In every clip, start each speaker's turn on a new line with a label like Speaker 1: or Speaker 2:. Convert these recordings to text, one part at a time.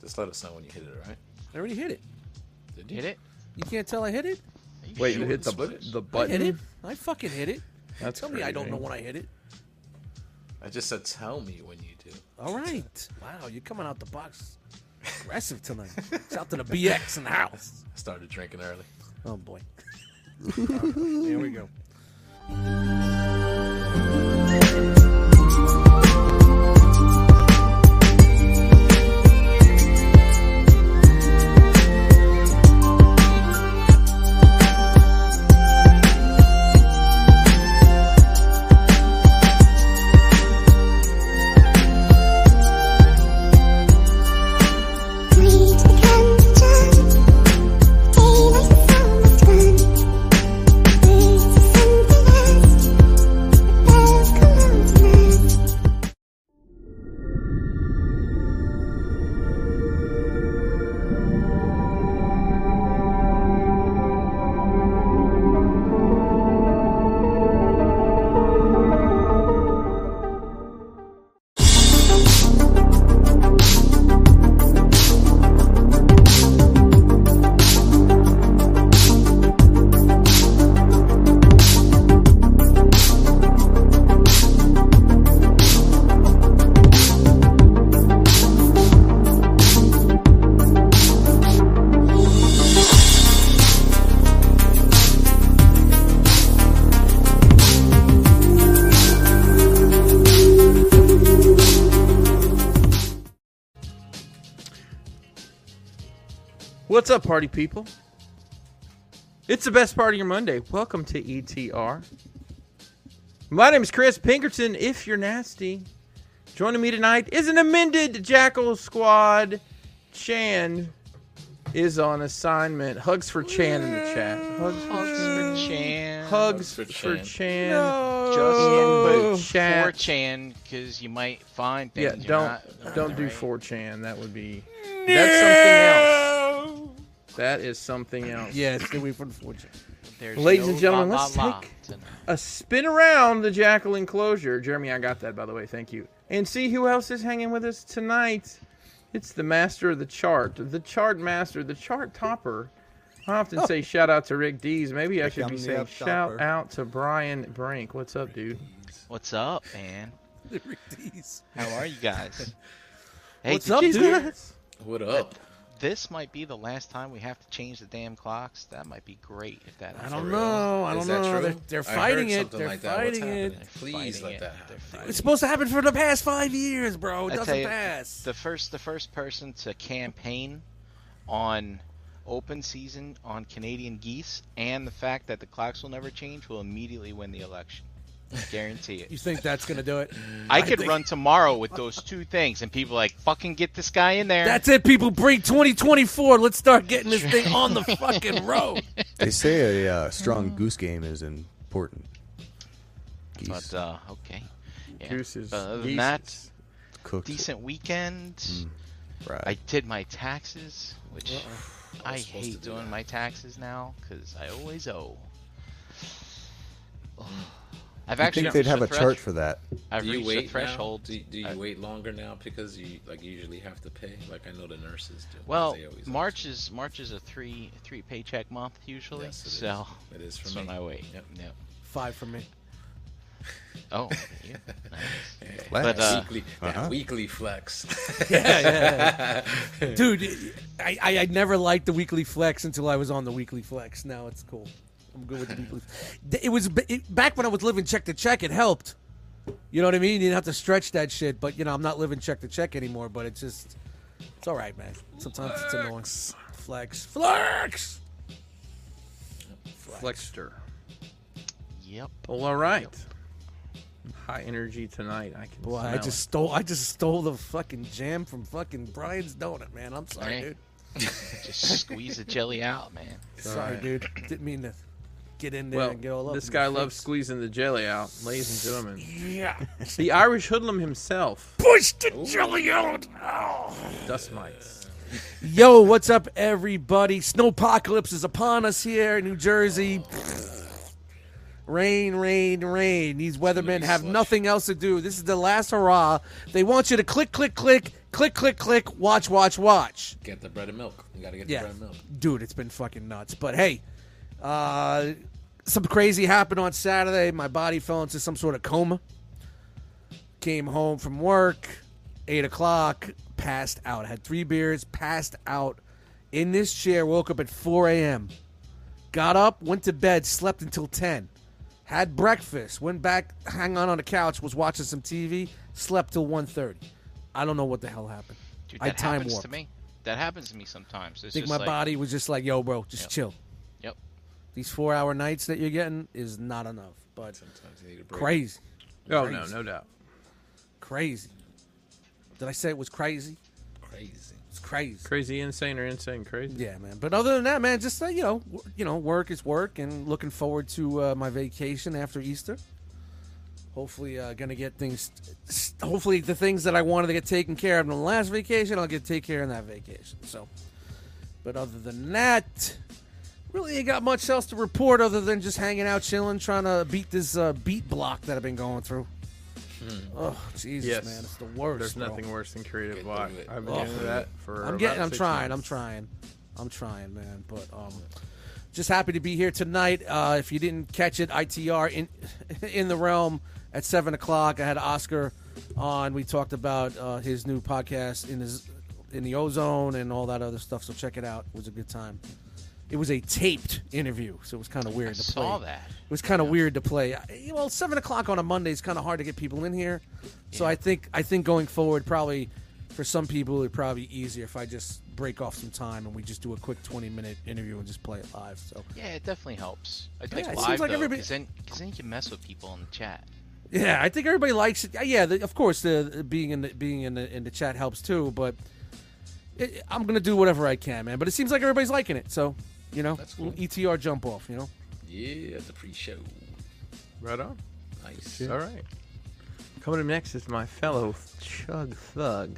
Speaker 1: Just let us know when you hit it, all right?
Speaker 2: I already hit it.
Speaker 1: Did you?
Speaker 3: Hit it?
Speaker 2: You can't tell I hit it?
Speaker 3: Are
Speaker 4: Wait, you
Speaker 3: sure?
Speaker 4: hit the
Speaker 1: Split it.
Speaker 4: the
Speaker 2: I
Speaker 4: button.
Speaker 2: hit it. I fucking hit it.
Speaker 4: That's
Speaker 2: tell me I don't
Speaker 4: crazy.
Speaker 2: know when I hit it.
Speaker 1: I just said tell me when you do.
Speaker 2: All right. Wow, you're coming out the box aggressive tonight. Shout out to the BX in the house.
Speaker 1: I started drinking early.
Speaker 2: Oh boy. Here we go.
Speaker 4: What's up, party people? It's the best part of your Monday. Welcome to ETR. My name is Chris Pinkerton. If you're nasty, joining me tonight is an amended Jackal Squad. Chan is on assignment. Hugs for Chan in the chat. Hugs for Chan.
Speaker 3: Hugs for Chan.
Speaker 4: Hugs
Speaker 1: for
Speaker 4: for
Speaker 1: Chan.
Speaker 4: Chan.
Speaker 3: Just
Speaker 4: Just chat.
Speaker 3: for Chan, because you might find
Speaker 4: Yeah,
Speaker 3: things. you're
Speaker 4: don't
Speaker 3: not-
Speaker 4: don't do
Speaker 3: right.
Speaker 4: 4chan. That would be that's something else. That is something else.
Speaker 2: Yeah, stay away from the fortune.
Speaker 3: There's
Speaker 4: Ladies and
Speaker 3: no
Speaker 4: gentlemen,
Speaker 3: la, la,
Speaker 4: let's
Speaker 3: la
Speaker 4: take-
Speaker 3: tonight.
Speaker 4: a spin around the jackal enclosure. Jeremy, I got that by the way. Thank you. And see who else is hanging with us tonight. It's the master of the chart, the chart master, the chart topper. I
Speaker 2: Oh.
Speaker 4: often say shout out to Rick Dees. Maybe I should
Speaker 5: I'm
Speaker 4: be
Speaker 5: the
Speaker 4: saying
Speaker 5: up
Speaker 4: shout
Speaker 5: topper.
Speaker 4: out to Brian Brink. What's up, dude?
Speaker 3: What's up, man? How are you guys? hey,
Speaker 2: What's
Speaker 3: did
Speaker 2: up,
Speaker 3: you-
Speaker 2: dude?
Speaker 1: What up?
Speaker 3: This might be the last time we have to change the damn clocks. That might be great if that.
Speaker 2: I
Speaker 3: happens.
Speaker 2: don't
Speaker 1: real?
Speaker 2: know. I
Speaker 1: Is that
Speaker 2: don't know.
Speaker 1: true?
Speaker 2: They're,
Speaker 1: I
Speaker 2: they're
Speaker 1: heard
Speaker 2: fighting it.
Speaker 1: something
Speaker 2: They're
Speaker 1: like that. What's
Speaker 2: fighting it.
Speaker 1: happening?
Speaker 3: They're
Speaker 1: Please
Speaker 3: fighting
Speaker 1: let that
Speaker 3: it. They're
Speaker 1: happen.
Speaker 3: fighting
Speaker 2: It's supposed to happen for the past five years, bro. It
Speaker 3: I
Speaker 2: doesn't
Speaker 3: tell you,
Speaker 2: pass.
Speaker 3: The first, the first person to campaign on open season on Canadian geese and the fact that the clocks will never change will immediately win the election. Guarantee
Speaker 2: you
Speaker 3: it.
Speaker 2: think that's gonna do it?
Speaker 3: I could run tomorrow with those two things, and people are like fucking get this guy in there.
Speaker 2: That's it, people. Bring 2024. Let's start getting this thing on the fucking road.
Speaker 5: They say a uh, strong goose game is important.
Speaker 3: but
Speaker 5: Geese
Speaker 3: uh, okay. Yeah.
Speaker 4: Deuces.
Speaker 3: But other than
Speaker 4: Geeses.
Speaker 3: that,
Speaker 5: cooked
Speaker 3: decent weekend.
Speaker 5: Hmm. fried.
Speaker 3: I did my taxes, which I
Speaker 1: supposed to
Speaker 3: hate
Speaker 1: do
Speaker 3: doing my taxes now because I always owe. I've
Speaker 5: I
Speaker 3: actually
Speaker 5: think they'd
Speaker 3: reached
Speaker 5: have
Speaker 3: the
Speaker 5: a chart
Speaker 3: thresh-
Speaker 5: for that.
Speaker 3: I've
Speaker 1: Do you
Speaker 3: reached
Speaker 1: wait
Speaker 3: the
Speaker 1: now?
Speaker 3: threshold.
Speaker 1: Do, do you
Speaker 3: I-
Speaker 1: wait longer now because you like usually have to pay? Like I know the nurses do. 'cause
Speaker 3: well,
Speaker 1: they always
Speaker 3: March
Speaker 1: ask.
Speaker 3: is March is a three three paycheck month usually,
Speaker 1: Yes, it is.
Speaker 3: so
Speaker 1: it is for
Speaker 3: that's
Speaker 1: me.
Speaker 3: when I wait.
Speaker 1: Yep.
Speaker 3: Yep.
Speaker 2: Five for me.
Speaker 3: Oh, look at you. nice.
Speaker 5: Flex.
Speaker 3: But, uh,
Speaker 1: weekly,
Speaker 5: uh-huh.
Speaker 1: that weekly flex.
Speaker 2: Yeah, yeah, yeah. dude. I, I I never liked the weekly flex until I was on the weekly flex. Now it's cool. I'm good with the weekly. Th- It was b- it, back when I was living check to check. It helped. You know what I mean? You didn't have to stretch that shit. But you know, I'm not living check to check anymore. But it's just, it's all right, man. Sometimes it's annoying. Flex, flex.
Speaker 4: Flexter.
Speaker 3: Yep.
Speaker 4: Well, all right. High energy tonight. I can.
Speaker 2: Boy, I
Speaker 4: smell it.
Speaker 2: just stole. I just stole the fucking jam from fucking Brian's donut, man. I'm sorry,
Speaker 3: Hey.
Speaker 2: dude.
Speaker 3: Just squeeze the jelly out, man.
Speaker 2: Sorry, dude. Didn't mean to get in there
Speaker 4: Well,
Speaker 2: and get all up.
Speaker 4: this
Speaker 2: in
Speaker 4: guy
Speaker 2: your
Speaker 4: loves
Speaker 2: face.
Speaker 4: squeezing the jelly out, ladies and gentlemen.
Speaker 2: Yeah.
Speaker 4: The Irish hoodlum himself,
Speaker 2: Push the jelly out. Oh.
Speaker 4: dust mites.
Speaker 2: Yo, what's up, everybody? Snowpocalypse is upon us here in New Jersey. Rain, rain, rain. These weathermen have
Speaker 1: slush.
Speaker 2: nothing else to do. This is the last hurrah. They want you to click, click, click, click, click, click, watch, watch, watch.
Speaker 1: Get the bread and milk. You gotta get
Speaker 2: Yeah,
Speaker 1: the bread and milk.
Speaker 2: dude, it's been fucking nuts. But hey, uh, some crazy happened on Saturday. My body fell into some sort of coma. Came home from work, eight o'clock, passed out. Had three beers, passed out in this chair. Woke up at four a.m. Got up, went to bed, slept until ten. Had breakfast, went back, hang on on the couch, was watching some TV, slept till 1.30. I don't know what the hell happened.
Speaker 3: Dude,
Speaker 2: I
Speaker 3: that
Speaker 2: time
Speaker 3: happens
Speaker 2: warped.
Speaker 3: to me. That happens to me sometimes. It's
Speaker 2: I think
Speaker 3: just
Speaker 2: my
Speaker 3: like,
Speaker 2: body was just like, "Yo, bro, just chill."
Speaker 3: Yep.
Speaker 2: These four hour nights that you're getting is not enough. But
Speaker 1: Sometimes you need a break.
Speaker 2: crazy,
Speaker 4: Oh no, no doubt.
Speaker 2: crazy. Did I say it was crazy?
Speaker 1: Crazy.
Speaker 2: It's crazy.
Speaker 4: Crazy, insane, or insane, crazy.
Speaker 2: Yeah, man. But other than that, man, just uh, you know, w- you know, work is work, and looking forward to uh, my vacation after Easter. Hopefully, uh, gonna get things. s- Hopefully, the things that I wanted to get taken care of in the last vacation, I'll get taken care of in that vacation. So, but other than that, really ain't got much else to report other than just hanging out, chilling, trying to beat this uh, beat block that I've been going through. Oh Jesus,
Speaker 4: Hmm. Yes.
Speaker 2: man, it's the worst.
Speaker 4: There's
Speaker 2: bro.
Speaker 4: nothing worse than creative
Speaker 1: Get
Speaker 4: block.
Speaker 1: through it.
Speaker 4: I've been
Speaker 2: Oh.
Speaker 4: doing that for.
Speaker 2: I'm
Speaker 4: about
Speaker 2: getting. I'm
Speaker 4: six
Speaker 2: trying. I'm
Speaker 4: months.
Speaker 2: trying. I'm trying, man. But um, just happy to be here tonight. Uh, if you didn't catch it, ITR in in the realm at seven o'clock. I had Oscar on. We talked about uh, his new podcast in his in the ozone and all that other stuff. So check it out. It was a good time. It was a taped interview, so it was kind of weird.
Speaker 3: I
Speaker 2: to
Speaker 3: saw
Speaker 2: play.
Speaker 3: that.
Speaker 2: It was kind of weird to play. I- Well, seven o'clock on a Monday is kind of hard to get people in here, so I think I think going forward, probably for some people, it'd probably be easier if I just break off some time and we just do a quick twenty minute interview and just play it live. So
Speaker 3: Yeah, it definitely helps. I think
Speaker 2: it
Speaker 3: live
Speaker 2: seems like
Speaker 3: though,
Speaker 2: everybody-
Speaker 3: 'cause then, cause then you can mess with people in the chat.
Speaker 2: yeah, I think everybody likes it. Yeah, the, of course, the, the being in the, being in the, in the chat helps too, but it, I'm gonna do whatever I can, man. But it seems like everybody's liking it, so you know,
Speaker 1: That's cool.
Speaker 2: little ETR jump off, you know.
Speaker 1: Yeah, the pre-show.
Speaker 4: Right on.
Speaker 1: Nice.
Speaker 4: All right. Coming up next is my fellow Chug Thug.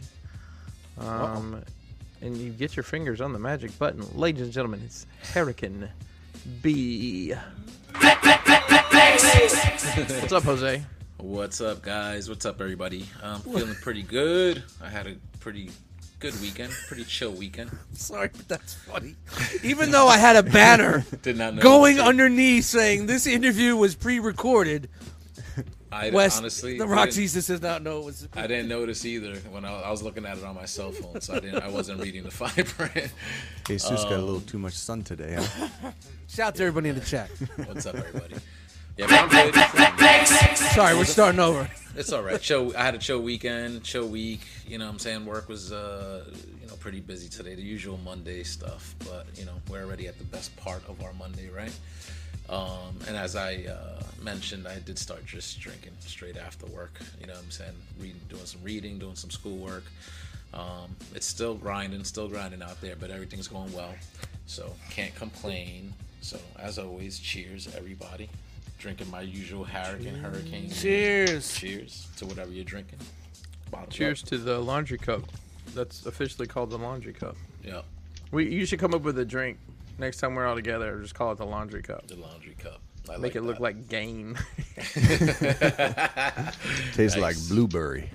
Speaker 4: Um, and you get your fingers on the magic button, ladies and gentlemen. It's Hurricane B. What's up, Jose?
Speaker 1: What's up, guys? What's up, everybody? I'm feeling pretty good. I had a pretty good weekend, pretty chill weekend.
Speaker 2: Sorry, but that's funny. Even though I had a banner.
Speaker 1: Did not know
Speaker 2: going
Speaker 1: what to
Speaker 2: underneath saying this interview was pre-recorded.
Speaker 1: do. I
Speaker 2: West,
Speaker 1: honestly,
Speaker 2: the Rock
Speaker 1: didn't-
Speaker 2: Jesus does not know it was.
Speaker 1: I didn't notice either when I, I was looking at it on my cell phone, so I didn't. I wasn't reading the fine print.
Speaker 5: Jesus got a little
Speaker 3: um,
Speaker 5: too much sun today. Huh?
Speaker 2: Shout to everybody in the chat.
Speaker 1: What's up, everybody? Yeah, but I'm good.
Speaker 2: Sorry, we're starting over.
Speaker 1: It's all right. Chill. I had a chill weekend, chill week. You know, what I'm saying work was, uh, you know, pretty busy today. The usual Monday stuff, but you know, we're already at the best part of our Monday, right? Um, and as I uh, mentioned, I did start just drinking straight after work. You know, what I'm saying reading, doing some reading, doing some schoolwork. Um, it's still grinding, still grinding out there, but everything's going well. So can't complain. So as always, cheers everybody. Drinking my usual Hurricane Hurricane.
Speaker 2: Cheers.
Speaker 1: Cheers to whatever you're drinking. Bottoms
Speaker 4: Cheers
Speaker 1: up.
Speaker 4: to the laundry cup. That's officially called the laundry cup.
Speaker 1: Yeah,
Speaker 4: We you should come up with a drink next time we're all together. Just call it the laundry cup.
Speaker 1: the laundry cup. I
Speaker 4: Make
Speaker 1: like
Speaker 4: it look
Speaker 1: that.
Speaker 4: like game.
Speaker 5: Tastes like
Speaker 1: Nice.
Speaker 5: blueberry.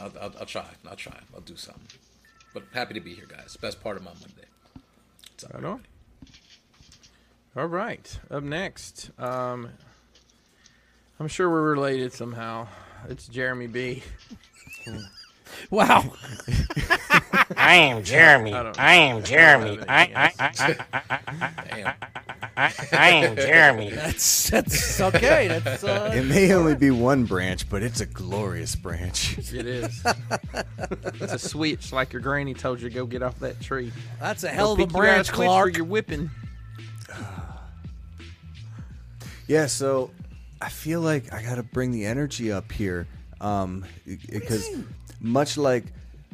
Speaker 1: I'll, I'll, I'll try. I'll try. I'll do something. But happy to be here, guys. Best part of my Monday. It's all
Speaker 4: Right on. All right. Up next, um, I'm sure we're related somehow. It's Jeremy B.
Speaker 2: Wow.
Speaker 6: I am Jeremy.
Speaker 4: I
Speaker 6: I,
Speaker 4: don't-
Speaker 6: am Jeremy. I, I, I, I,
Speaker 1: Damn.
Speaker 6: I am Jeremy.
Speaker 2: That's that's okay. That's uh,
Speaker 5: It may only be one branch, but it's a glorious branch.
Speaker 4: It is. it's a switch, like your granny told you to go get off that tree.
Speaker 2: that's a hell of a
Speaker 4: Pick you out
Speaker 2: branch,
Speaker 4: switch
Speaker 2: Clark.
Speaker 4: For your whipping.
Speaker 5: Yeah, so I feel like I got to bring the energy up here um because much like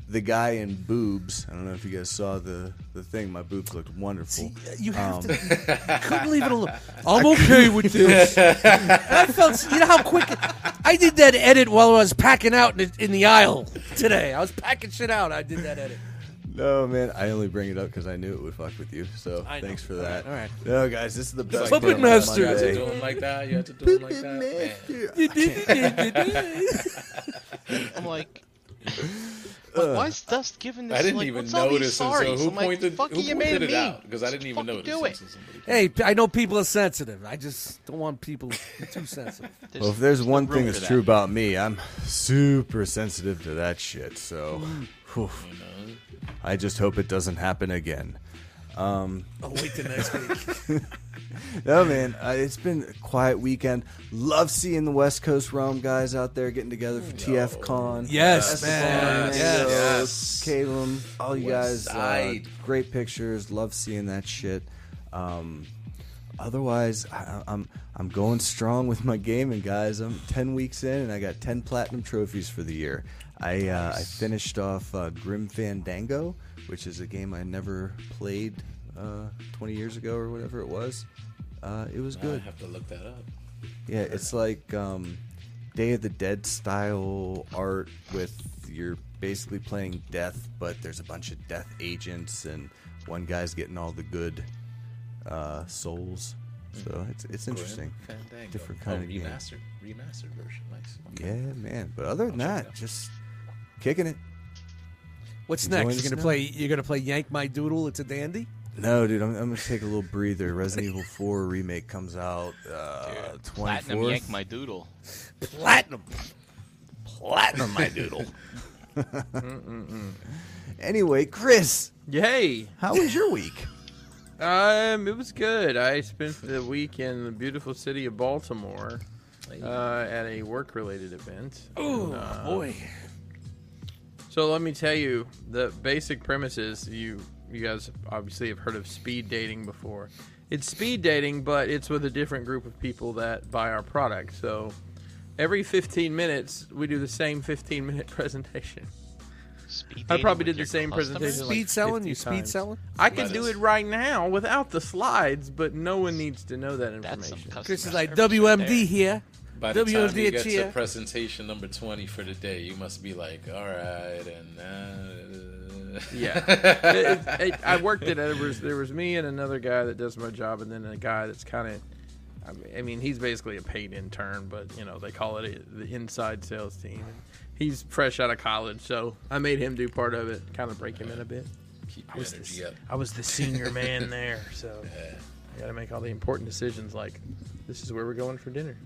Speaker 5: the guy in boobs, I don't know if you guys saw the the thing. My boobs looked wonderful.
Speaker 2: You have
Speaker 4: Um,
Speaker 2: to. You couldn't leave it alone. I'm okay with this. And I felt. You know how quick. I did that edit while I was packing out in the, in the aisle today. I was packing shit out. I did that edit.
Speaker 5: No, man, I only bring it up because I knew it would fuck with you. So
Speaker 2: I know.
Speaker 5: thanks for
Speaker 2: All right,
Speaker 5: that.
Speaker 2: all right.
Speaker 5: No, guys, this is the best.
Speaker 2: Puppet
Speaker 5: part of
Speaker 2: master.
Speaker 1: You had to
Speaker 5: Monday.
Speaker 1: do them like that. You had to do them like that. Man.
Speaker 3: I'm like, Like,
Speaker 2: Uh,
Speaker 3: why is Dust giving this?
Speaker 1: I didn't
Speaker 3: like,
Speaker 1: even
Speaker 3: what's all these
Speaker 1: notice. And
Speaker 3: sorries?
Speaker 1: so who
Speaker 3: I'm like,
Speaker 1: pointed,
Speaker 3: fuck
Speaker 1: who
Speaker 3: you, made
Speaker 1: pointed it
Speaker 3: me.
Speaker 1: out? Because I didn't even
Speaker 3: Fucking
Speaker 1: notice.
Speaker 3: do it.
Speaker 1: until somebody-
Speaker 2: Hey, I know people are sensitive. I just don't want people too sensitive.
Speaker 3: There's-
Speaker 5: Well, if there's one
Speaker 3: no
Speaker 5: thing
Speaker 3: room
Speaker 5: that's
Speaker 3: for that.
Speaker 5: true about me, I'm super sensitive to that shit. So,
Speaker 2: Hmm.
Speaker 5: whew. I just hope it doesn't happen again.
Speaker 2: I'll wait till next week.
Speaker 5: No, man, uh, it's been a quiet weekend. Love seeing the West Coast Realm guys out there getting together for TF Con.
Speaker 2: Yes,
Speaker 5: Esteban,
Speaker 2: man. Yes.
Speaker 1: Yes.
Speaker 5: Caleb, all you
Speaker 1: West
Speaker 5: guys, uh,
Speaker 1: side.
Speaker 5: great pictures. Love seeing that shit. Um, otherwise, I, I'm I'm going strong with my gaming, guys. I'm ten weeks in, and I got ten platinum trophies for the year. I uh, I finished off uh, Grim Fandango, which is a game I never played uh, 20 years ago or whatever it was. Uh, it was
Speaker 1: I
Speaker 5: good.
Speaker 1: have to look that up.
Speaker 5: Yeah, it's like um, Day of the Dead style art with you're basically playing death, but there's a bunch of death agents and one guy's getting all the good uh, souls. So
Speaker 1: Mm-hmm.
Speaker 5: it's it's interesting.
Speaker 1: Grand Fandango.
Speaker 5: Different kind
Speaker 1: oh,
Speaker 5: of game.
Speaker 1: remastered, remastered version. Nice. Okay.
Speaker 5: Yeah, man. But other than
Speaker 1: I'll check it
Speaker 5: that,
Speaker 1: out.
Speaker 5: just kicking it.
Speaker 2: What's
Speaker 5: Enjoying
Speaker 2: next?
Speaker 5: the
Speaker 2: You're gonna
Speaker 5: snow.
Speaker 2: play. You're gonna play Yank My Doodle. It's a dandy.
Speaker 5: No, dude, I'm, I'm gonna take a little breather. Resident Evil 4 remake comes out uh, 24th.
Speaker 3: Platinum yank my doodle.
Speaker 2: Platinum.
Speaker 1: Platinum, my doodle.
Speaker 5: Anyway, Chris,
Speaker 4: Yay!
Speaker 5: how was your week?
Speaker 4: Um, it was good. I spent the week in the beautiful city of Baltimore uh, at a work-related event. uh,
Speaker 2: Ooh, boy.
Speaker 4: So let me tell you, the basic premise is you you guys obviously have heard of speed dating before. It's speed dating, but it's with a different group of people that buy our product. So every 15 minutes, we do the same 15 minute presentation.
Speaker 3: Speed
Speaker 4: I
Speaker 3: dating
Speaker 4: probably did
Speaker 3: with your
Speaker 4: the same
Speaker 3: customers?
Speaker 4: presentation. like
Speaker 2: Speed selling?
Speaker 4: 50
Speaker 2: You speed
Speaker 4: times.
Speaker 2: selling?
Speaker 4: I can
Speaker 1: That
Speaker 4: do
Speaker 1: is-
Speaker 4: it right now without the slides, but no one needs to know that
Speaker 3: That's some
Speaker 4: information.
Speaker 3: customer
Speaker 2: Chris is like
Speaker 3: service right
Speaker 2: WMD
Speaker 3: there.
Speaker 2: here.
Speaker 1: By the time
Speaker 2: WMD
Speaker 1: you
Speaker 2: a
Speaker 1: get to
Speaker 2: cheer.
Speaker 1: presentation number 20 for the day, you must be like, all right, and uh,
Speaker 4: Yeah, It- it- it- I worked it. There was there was me and another guy that does my job, and then a guy that's kind of, I mean- I mean, he's basically a paid intern, but you know they call it a, the inside sales team. And he's fresh out of college, so I made him do part of it, kind of break him in a bit.
Speaker 1: keep
Speaker 4: I
Speaker 1: your
Speaker 4: was
Speaker 1: energy
Speaker 4: the,
Speaker 1: up.
Speaker 4: I was the senior man there, so I got to make all the important decisions, like this is where we're going for dinner.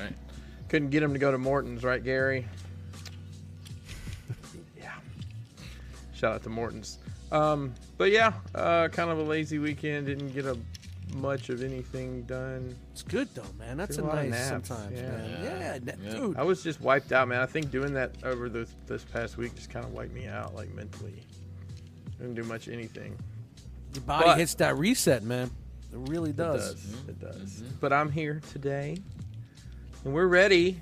Speaker 1: Right?
Speaker 4: Couldn't get him to go to Morton's, right, Gary? yeah. Shout out to Morton's. Um, but yeah, uh, kind of a lazy weekend. Didn't get a much of anything done.
Speaker 2: It's good though, man. That's a
Speaker 4: Do a lot of
Speaker 2: nice
Speaker 4: naps,
Speaker 2: sometimes,
Speaker 4: yeah.
Speaker 2: man. Yeah, na-
Speaker 1: Yeah.
Speaker 2: dude.
Speaker 4: I was just wiped out, man. I think doing that over this this past week just kind of wiped me out, like mentally. Didn't do much anything.
Speaker 2: Your body
Speaker 4: But-
Speaker 2: hits that reset, man. It really
Speaker 4: It
Speaker 2: does.
Speaker 4: does. Mm-hmm. It does. But I'm here today, and we're ready.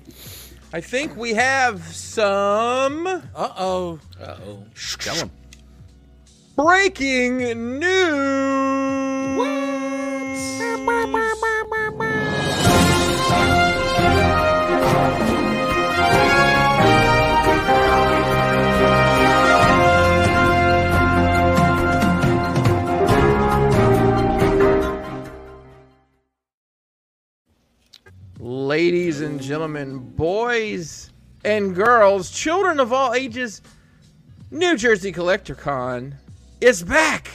Speaker 4: I think we have some.
Speaker 2: Uh oh.
Speaker 1: Uh oh.
Speaker 5: Tell him.
Speaker 4: Breaking news! Ladies and gentlemen, boys and girls, children of all ages, New Jersey Collector Con is back.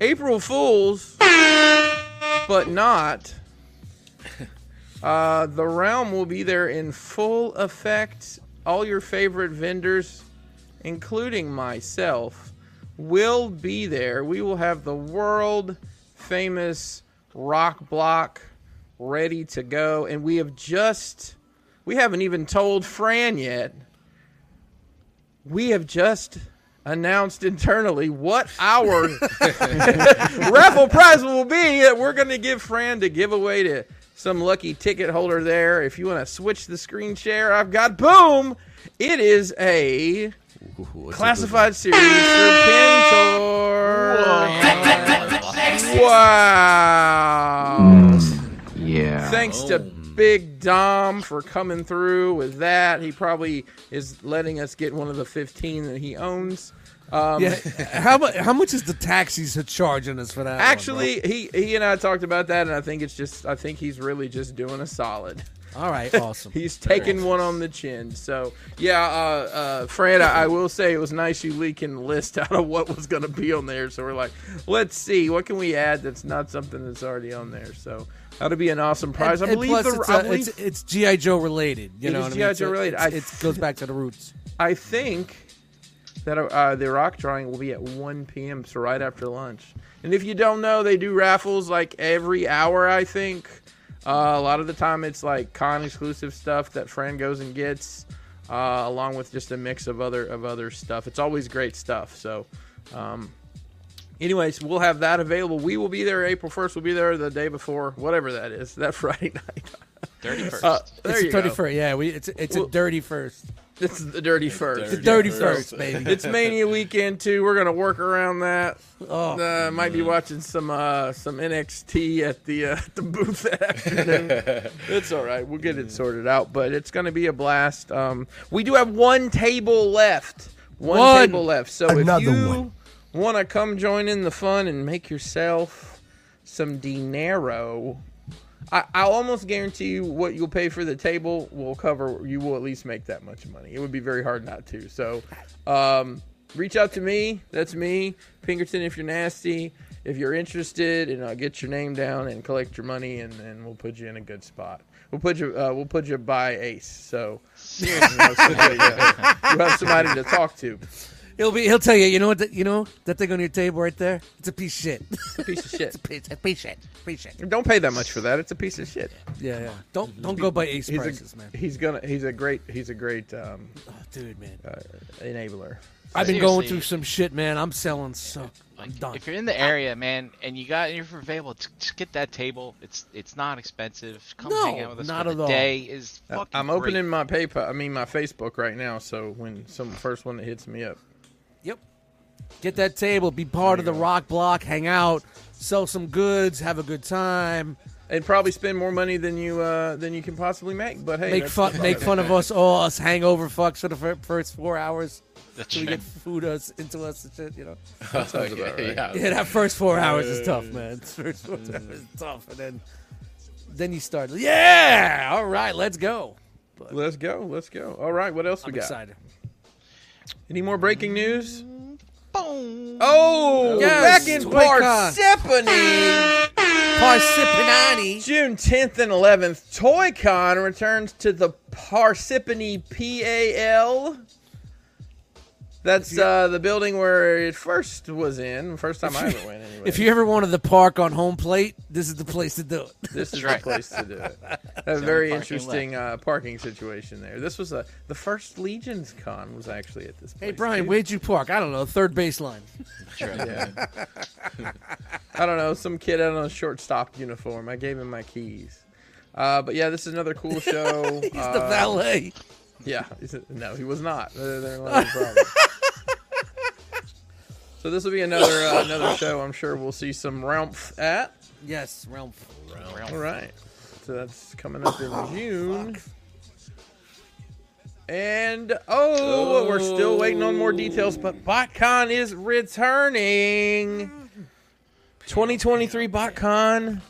Speaker 4: April Fools, but not. Uh, the realm will be there in full effect. All your favorite vendors, including myself, will be there. We will have the world famous rock block ready to go, and we have just. We haven't even told Fran yet we have just announced internally what our raffle prize will be that we're going to give Fran to give away to some lucky ticket holder there. If you want to switch the screen share, I've got boom. It is a classified series Serpentor. Wow. Mm, Yeah. Thanks to Big Dom for coming through with that. He probably is letting us get one of the 15 that he owns. Um,
Speaker 2: Yeah. how much? How much is the taxis are charging us for that? one, bro?
Speaker 4: Actually, he he and I talked about that, and I think it's just I think he's really just doing a solid.
Speaker 2: All right, awesome.
Speaker 4: He's taking one on the chin. So yeah, uh, uh, Fran, I, I will say it was nice you leaking the list out of what was going to be on there. So we're like, let's see what can we add that's not something that's already on there. So that'll be an awesome prize.
Speaker 2: And-
Speaker 4: I
Speaker 2: and
Speaker 4: believe
Speaker 2: plus
Speaker 4: the
Speaker 2: it's,
Speaker 4: I,
Speaker 2: uh,
Speaker 4: believe,
Speaker 2: it's, it's GI Joe related. You
Speaker 4: It
Speaker 2: know
Speaker 4: is
Speaker 2: what I mean?
Speaker 4: G.I.
Speaker 2: So
Speaker 4: Joe related.
Speaker 2: it's-
Speaker 4: I-
Speaker 2: It goes back to the roots.
Speaker 4: I think that uh, the rock drawing will be at 1 p.m. So right after lunch. And if you don't know, they do raffles like every hour. I think uh, a lot of the time it's like con exclusive stuff that Fran goes and gets, uh, along with just a mix of other of other stuff. It's always great stuff. So. Um, Anyways, we'll have that available. We will be there April 1st. We'll be there the day before, whatever that is, that Friday night.
Speaker 3: Thirty first.
Speaker 4: Uh, there
Speaker 2: it's
Speaker 4: you
Speaker 2: dirty
Speaker 4: go.
Speaker 2: first. Yeah, we, it's it's
Speaker 4: Well-
Speaker 2: a dirty first.
Speaker 4: It's the dirty first.
Speaker 1: Dirty
Speaker 2: Dirty
Speaker 1: first.
Speaker 2: first, baby.
Speaker 4: it's Mania weekend too. We're gonna work around that.
Speaker 2: Oh,
Speaker 4: Uh, might be watching some uh, some NXT at the uh, at the booth that afternoon. it's all right. We'll get it sorted out. But it's gonna be a blast. Um, we do have one table left. One,
Speaker 2: One.
Speaker 4: table left. So
Speaker 5: Another
Speaker 4: if you
Speaker 5: one.
Speaker 4: want to come join in the fun and make yourself some dinero. I, I'll almost guarantee you what you'll pay for the table will cover. You will at least make that much money. It would be very hard not to. So, um, reach out to me. That's me, Pinkerton. If you're nasty, if you're interested, and I'll get your name down and collect your money, and then we'll put you in a good spot. We'll put you. Uh, we'll put you by ace. So
Speaker 3: Seriously.
Speaker 4: you have, somebody to, you have somebody to talk to.
Speaker 2: he'll be he'll tell you. You know what? That, you know that thing on your table right there. It's a piece of shit.
Speaker 4: Piece of shit.
Speaker 2: it's a piece of shit. Piece of shit.
Speaker 4: Don't pay that much for that. It's a piece of shit.
Speaker 2: Yeah, yeah. Don't don't go by ace
Speaker 4: He's
Speaker 2: prices,
Speaker 4: a
Speaker 2: man.
Speaker 4: he's gonna he's a great he's a great um,
Speaker 2: Oh, dude, man.
Speaker 4: uh, enabler.
Speaker 2: I've been going
Speaker 3: Seriously.
Speaker 2: through some shit, man. I'm selling so. I'm
Speaker 3: Like,
Speaker 2: done.
Speaker 3: If you're in the area, man, and you got and you're available, t- just get that table. It's it's not expensive. Come hang
Speaker 2: No,
Speaker 3: out with us.
Speaker 2: not
Speaker 3: for
Speaker 2: at
Speaker 3: the
Speaker 2: all.
Speaker 3: Day is fucking
Speaker 4: Uh, I'm
Speaker 3: great.
Speaker 4: opening my PayPal. I mean my Facebook right now. So when some first one that hits me up,
Speaker 2: Yep. Get that table. Be part of the rock block. Hang out. Sell some goods. Have a good time.
Speaker 4: and probably spend more money than you uh, than you can possibly make. But hey,
Speaker 2: Make
Speaker 4: that's-
Speaker 2: fun. Make fun of us all. Us hangover fucks for the fir- first four hours.
Speaker 3: That's
Speaker 2: Till we
Speaker 3: right.
Speaker 2: get food us into us and shit. You know.
Speaker 1: yeah, yeah.
Speaker 2: Yeah, that first four hours is tough, man. First four hours is tough, and then then you start. Yeah. All right. Let's go.
Speaker 4: Let's go, let's go. All right, what else
Speaker 2: I'm
Speaker 4: we got?
Speaker 2: excited.
Speaker 4: Any more breaking news?
Speaker 3: Boom.
Speaker 4: Oh,
Speaker 2: Yes,
Speaker 4: back in
Speaker 2: Toy-Con.
Speaker 4: Parsippany,
Speaker 2: Parsippinani.
Speaker 4: June 10th and 11th, Toy Con returns to the Parsippany PAL. That's uh, the building where it first was in. First time I ever went, anyway.
Speaker 2: If you ever wanted to park on home plate, this is the place to do it.
Speaker 4: This is
Speaker 3: right.
Speaker 4: the place to do it. A very
Speaker 3: parking
Speaker 4: interesting uh, parking situation there. This was a the first Legion's Con was actually at this. Place
Speaker 2: Hey Brian,
Speaker 4: too.
Speaker 2: where'd you park? I don't know. Third baseline.
Speaker 4: Yeah. I don't know, some kid out on a shortstop uniform. I gave him my keys. Uh, but yeah, this is another cool show.
Speaker 2: He's
Speaker 4: uh,
Speaker 2: the valet.
Speaker 4: Yeah, he's a- no, he was not. They're- they're not a problem. so this will be another uh, another show. I'm sure we'll see some Ralph at.
Speaker 2: Yes, realm.
Speaker 4: All right. So that's coming up in June. And oh, we're still waiting on more details, but BotCon is returning. 2023 BotCon.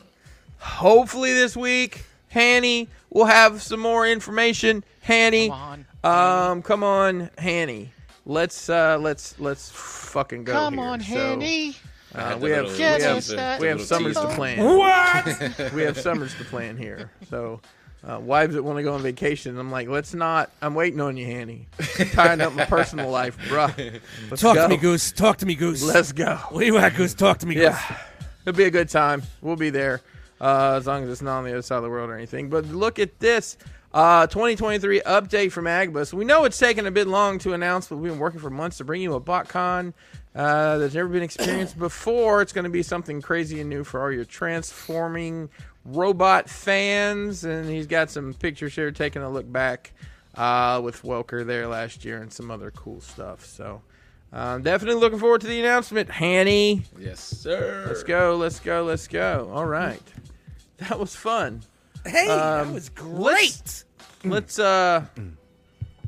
Speaker 4: Hopefully this week, Hanny will have some more information. Hanny,
Speaker 3: Come on.
Speaker 4: um, come on, Hanny. Let's uh, let's let's fucking go.
Speaker 3: Come
Speaker 4: here.
Speaker 3: on,
Speaker 4: So,
Speaker 3: Henny.
Speaker 4: uh, we have we
Speaker 3: Get
Speaker 4: have
Speaker 3: us that
Speaker 4: we have summers to
Speaker 3: Teaser.
Speaker 4: plan we have summers to plan here. So, uh, wives that want to go on vacation, I'm like, let's not. I'm waiting on you, Hanny. I'm tying up my personal life, bruh. Let's
Speaker 2: Talk
Speaker 4: go.
Speaker 2: to me, Goose. Talk to me, Goose.
Speaker 4: Let's go.
Speaker 2: Where you at, Goose? Talk to me, Goose.
Speaker 4: Yeah, it'll be a good time. We'll be there uh, as long as it's not on the other side of the world or anything. But look at this uh, 2023 update from Agbus. We know it's taken a bit long to announce, but we've been working for months to bring you a BotCon uh, that's never been experienced before. It's going to be something crazy and new for all your transforming robot fans. And he's got some pictures here taking a look back uh, with Welker there last year and some other cool stuff. So. I'm definitely looking forward to the announcement, Hanny.
Speaker 1: Yes, sir.
Speaker 4: Let's go, let's go, let's go. All right. That was fun.
Speaker 2: Hey, that
Speaker 4: Um,
Speaker 2: was
Speaker 4: let's-
Speaker 2: great.
Speaker 4: Let's uh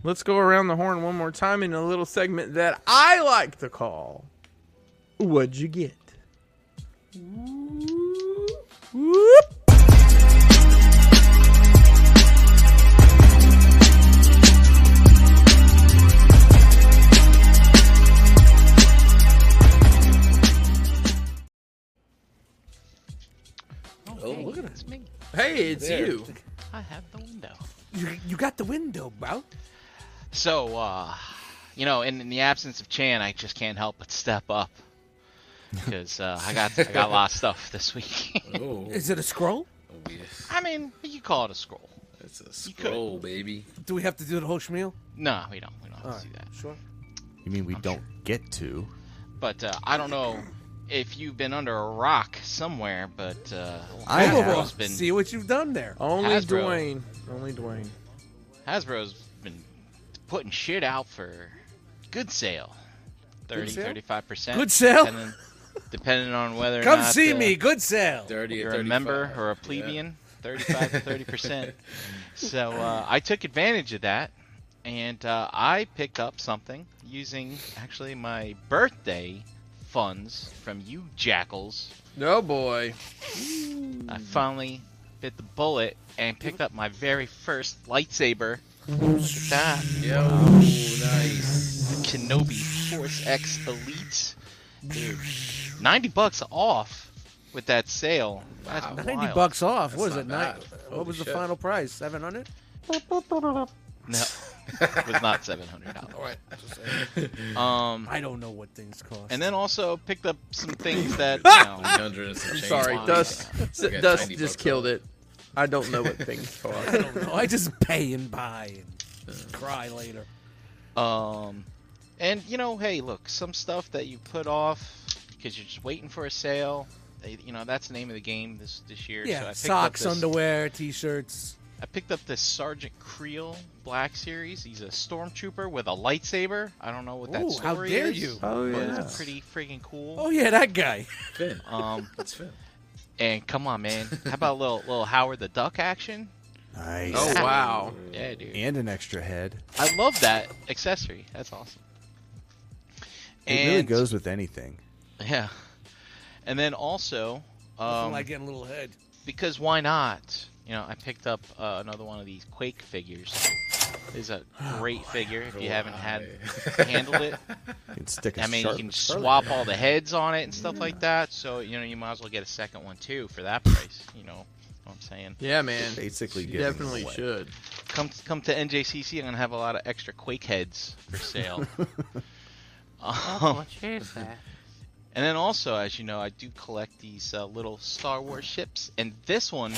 Speaker 4: let's go around the horn one more time in a little segment that I like to call What'd you get?
Speaker 2: Whoop.
Speaker 4: Oh, Hey, it's
Speaker 1: There.
Speaker 4: you.
Speaker 3: I have the window.
Speaker 2: You, you got the window, bro.
Speaker 3: So, uh, you know, in, in the absence of Chan, I just can't help but step up because uh, I got I got a lot of stuff this week.
Speaker 1: Oh,
Speaker 2: Is it a scroll?
Speaker 1: oh, yes.
Speaker 3: I mean, you call it a scroll.
Speaker 1: It's a
Speaker 3: You could-
Speaker 1: scroll, baby.
Speaker 2: Do we have to do the whole schmeal?
Speaker 3: No, we don't. We don't have
Speaker 2: All
Speaker 3: to
Speaker 2: right,
Speaker 3: do that.
Speaker 2: sure.
Speaker 5: You mean we don't get to?
Speaker 3: But uh, I don't know if you've been under a rock somewhere, but uh,
Speaker 5: I have. Oh
Speaker 3: Hasbro's been
Speaker 2: See what you've done there.
Speaker 4: Only
Speaker 3: Hasbro.
Speaker 4: Dwayne. Only Dwayne.
Speaker 3: Hasbro's been putting shit out for good sale. 30,
Speaker 2: sale?
Speaker 3: 35%.
Speaker 2: Good sale?
Speaker 3: Depending, depending on whether or
Speaker 2: Come
Speaker 3: not,
Speaker 2: see
Speaker 3: uh,
Speaker 2: me. Good sale.
Speaker 1: Thirty or
Speaker 3: you're a member
Speaker 1: 35.
Speaker 3: or a
Speaker 1: Yeah.
Speaker 3: plebeian, 35 to 30 percent. So uh, I took advantage of that, and uh, I picked up something using actually my birthday funds from you jackals.
Speaker 4: Oh boy.
Speaker 3: I
Speaker 1: Mm-hmm.
Speaker 3: finally bit the bullet and picked up my very first lightsaber. That
Speaker 1: Yo, nice.
Speaker 3: Kenobi Force X Elite. Dude, 90 bucks off with that sale. That's
Speaker 1: Wow.
Speaker 2: 90
Speaker 3: wild.
Speaker 2: bucks off.
Speaker 1: That's
Speaker 2: what was
Speaker 1: not
Speaker 2: it? Nine,
Speaker 1: bad. Holy
Speaker 2: what was the
Speaker 1: shit.
Speaker 2: final price? 700?
Speaker 3: No, it was not seven hundred dollars. Um,
Speaker 2: I don't know what things cost.
Speaker 3: and then also picked up some things that you know,
Speaker 1: 300 and some
Speaker 4: I'm
Speaker 1: change.
Speaker 4: sorry.
Speaker 3: fine.
Speaker 4: Dust.
Speaker 1: We got
Speaker 4: Dust
Speaker 1: 90
Speaker 4: just
Speaker 1: bucks
Speaker 4: killed
Speaker 1: off.
Speaker 4: it. I don't know what things
Speaker 2: I
Speaker 4: cost.
Speaker 2: don't know. I just pay and buy and cry later.
Speaker 3: Um, and you know, hey, look, some stuff that you put off because you're just waiting for a sale. eh, You know, that's the name of the game this this year. so I
Speaker 2: Yeah,
Speaker 3: picked
Speaker 2: socks,
Speaker 3: up this,
Speaker 2: underwear, t-shirts.
Speaker 3: I picked up this Sergeant Creel Black Series. He's a stormtrooper with a lightsaber. I don't know what that
Speaker 2: Ooh,
Speaker 3: story
Speaker 2: how dare
Speaker 3: is,
Speaker 2: you.
Speaker 4: Oh
Speaker 3: but
Speaker 4: yeah.
Speaker 3: it's pretty freaking cool.
Speaker 2: Oh yeah, that guy.
Speaker 1: Finn.
Speaker 2: Oh.
Speaker 3: Um,
Speaker 1: That's Finn.
Speaker 3: and come on, man, how about a little little Howard the Duck action?
Speaker 5: Nice.
Speaker 4: Oh wow.
Speaker 3: Yeah, dude.
Speaker 5: And an extra head.
Speaker 3: I love that accessory. That's awesome.
Speaker 5: It really goes with anything.
Speaker 3: Yeah. And then also, um,
Speaker 2: like getting a little head.
Speaker 3: because why not? You know, I picked up uh, another one of these Quake figures. It's a great figure if you haven't had handled it.
Speaker 5: You can stick a
Speaker 3: I mean, you
Speaker 5: sharp
Speaker 3: can
Speaker 5: scarlet.
Speaker 3: swap all the heads on it and stuff like that. So you know, you might as well get a second one too for that price. You know what I'm saying?
Speaker 4: Yeah, man.
Speaker 5: Basically
Speaker 4: you
Speaker 5: giving them
Speaker 4: definitely
Speaker 5: away.
Speaker 4: should.
Speaker 3: come come to NJCC. I'm gonna have a lot of extra Quake heads for sale. um, and then also, as you know, I do collect these uh, little Star Wars ships, and this one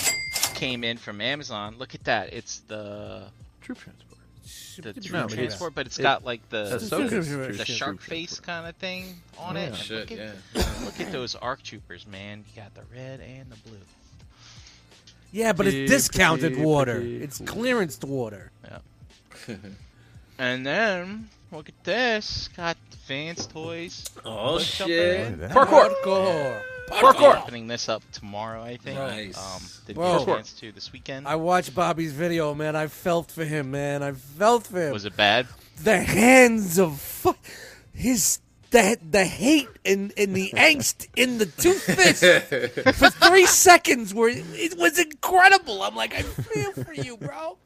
Speaker 3: came in from Amazon. Look at that! It's the
Speaker 4: Troop transport.
Speaker 3: the troop
Speaker 4: No, but it's-
Speaker 3: transport, but it's
Speaker 4: it-
Speaker 3: got like the
Speaker 4: Ahsoka's
Speaker 2: the
Speaker 4: troop
Speaker 3: the shark
Speaker 4: transport.
Speaker 3: face kind of thing on it.
Speaker 1: Shit,
Speaker 3: look, at,
Speaker 1: yeah.
Speaker 3: look at those ARC troopers, man! You got the red and the blue.
Speaker 2: Yeah, but
Speaker 4: Pretty,
Speaker 2: it's discounted
Speaker 4: pretty,
Speaker 2: water.
Speaker 4: pretty
Speaker 2: It's
Speaker 4: cool.
Speaker 2: clearanced water.
Speaker 3: And then look at this. Got Vance toys.
Speaker 1: Oh,
Speaker 3: Push up
Speaker 5: Look
Speaker 1: shit.
Speaker 5: at that.
Speaker 4: Parkour.
Speaker 2: Hardcore.
Speaker 3: I'm opening this up tomorrow, I think.
Speaker 1: Nice.
Speaker 3: Um, did
Speaker 2: Whoa.
Speaker 3: get a chance to this weekend.
Speaker 2: I watched Bobby's video, man. I felt for him, man. I felt for him.
Speaker 3: Was it bad?
Speaker 2: the hands of fu- his the, the hate and, and the angst in the two fists for three seconds were it was incredible. I'm like, I feel for you, bro.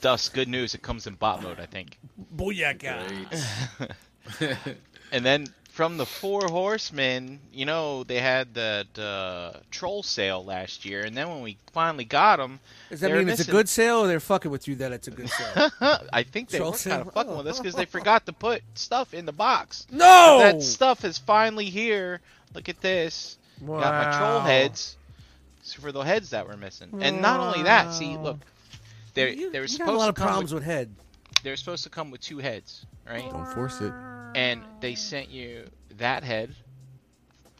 Speaker 3: Dust. Good news. It comes in bot mode, I think.
Speaker 2: Booyaka.
Speaker 1: Great.
Speaker 3: And then from the Four Horsemen, you know, they had that uh, troll sale last year, and then when we finally got them,
Speaker 2: Does that
Speaker 3: They're
Speaker 2: mean it's a
Speaker 3: missing-
Speaker 2: good sale or they're fucking with you that it's a good sale?
Speaker 3: I think they
Speaker 2: Troll
Speaker 3: were kind
Speaker 2: sale?
Speaker 3: of fucking with us because they forgot to put stuff in the box.
Speaker 2: no!
Speaker 3: That stuff is finally here. Look at this. Got my troll
Speaker 4: Wow.
Speaker 3: heads so for the heads that were missing. And not only that, see, look, they
Speaker 2: You-
Speaker 3: they were
Speaker 2: you
Speaker 3: supposed
Speaker 2: got a lot
Speaker 3: to
Speaker 2: of
Speaker 3: come with-
Speaker 2: problems with head.
Speaker 3: they're supposed to come with two heads, right?
Speaker 5: Don't force it.
Speaker 3: And
Speaker 2: Oh.
Speaker 3: they sent you that head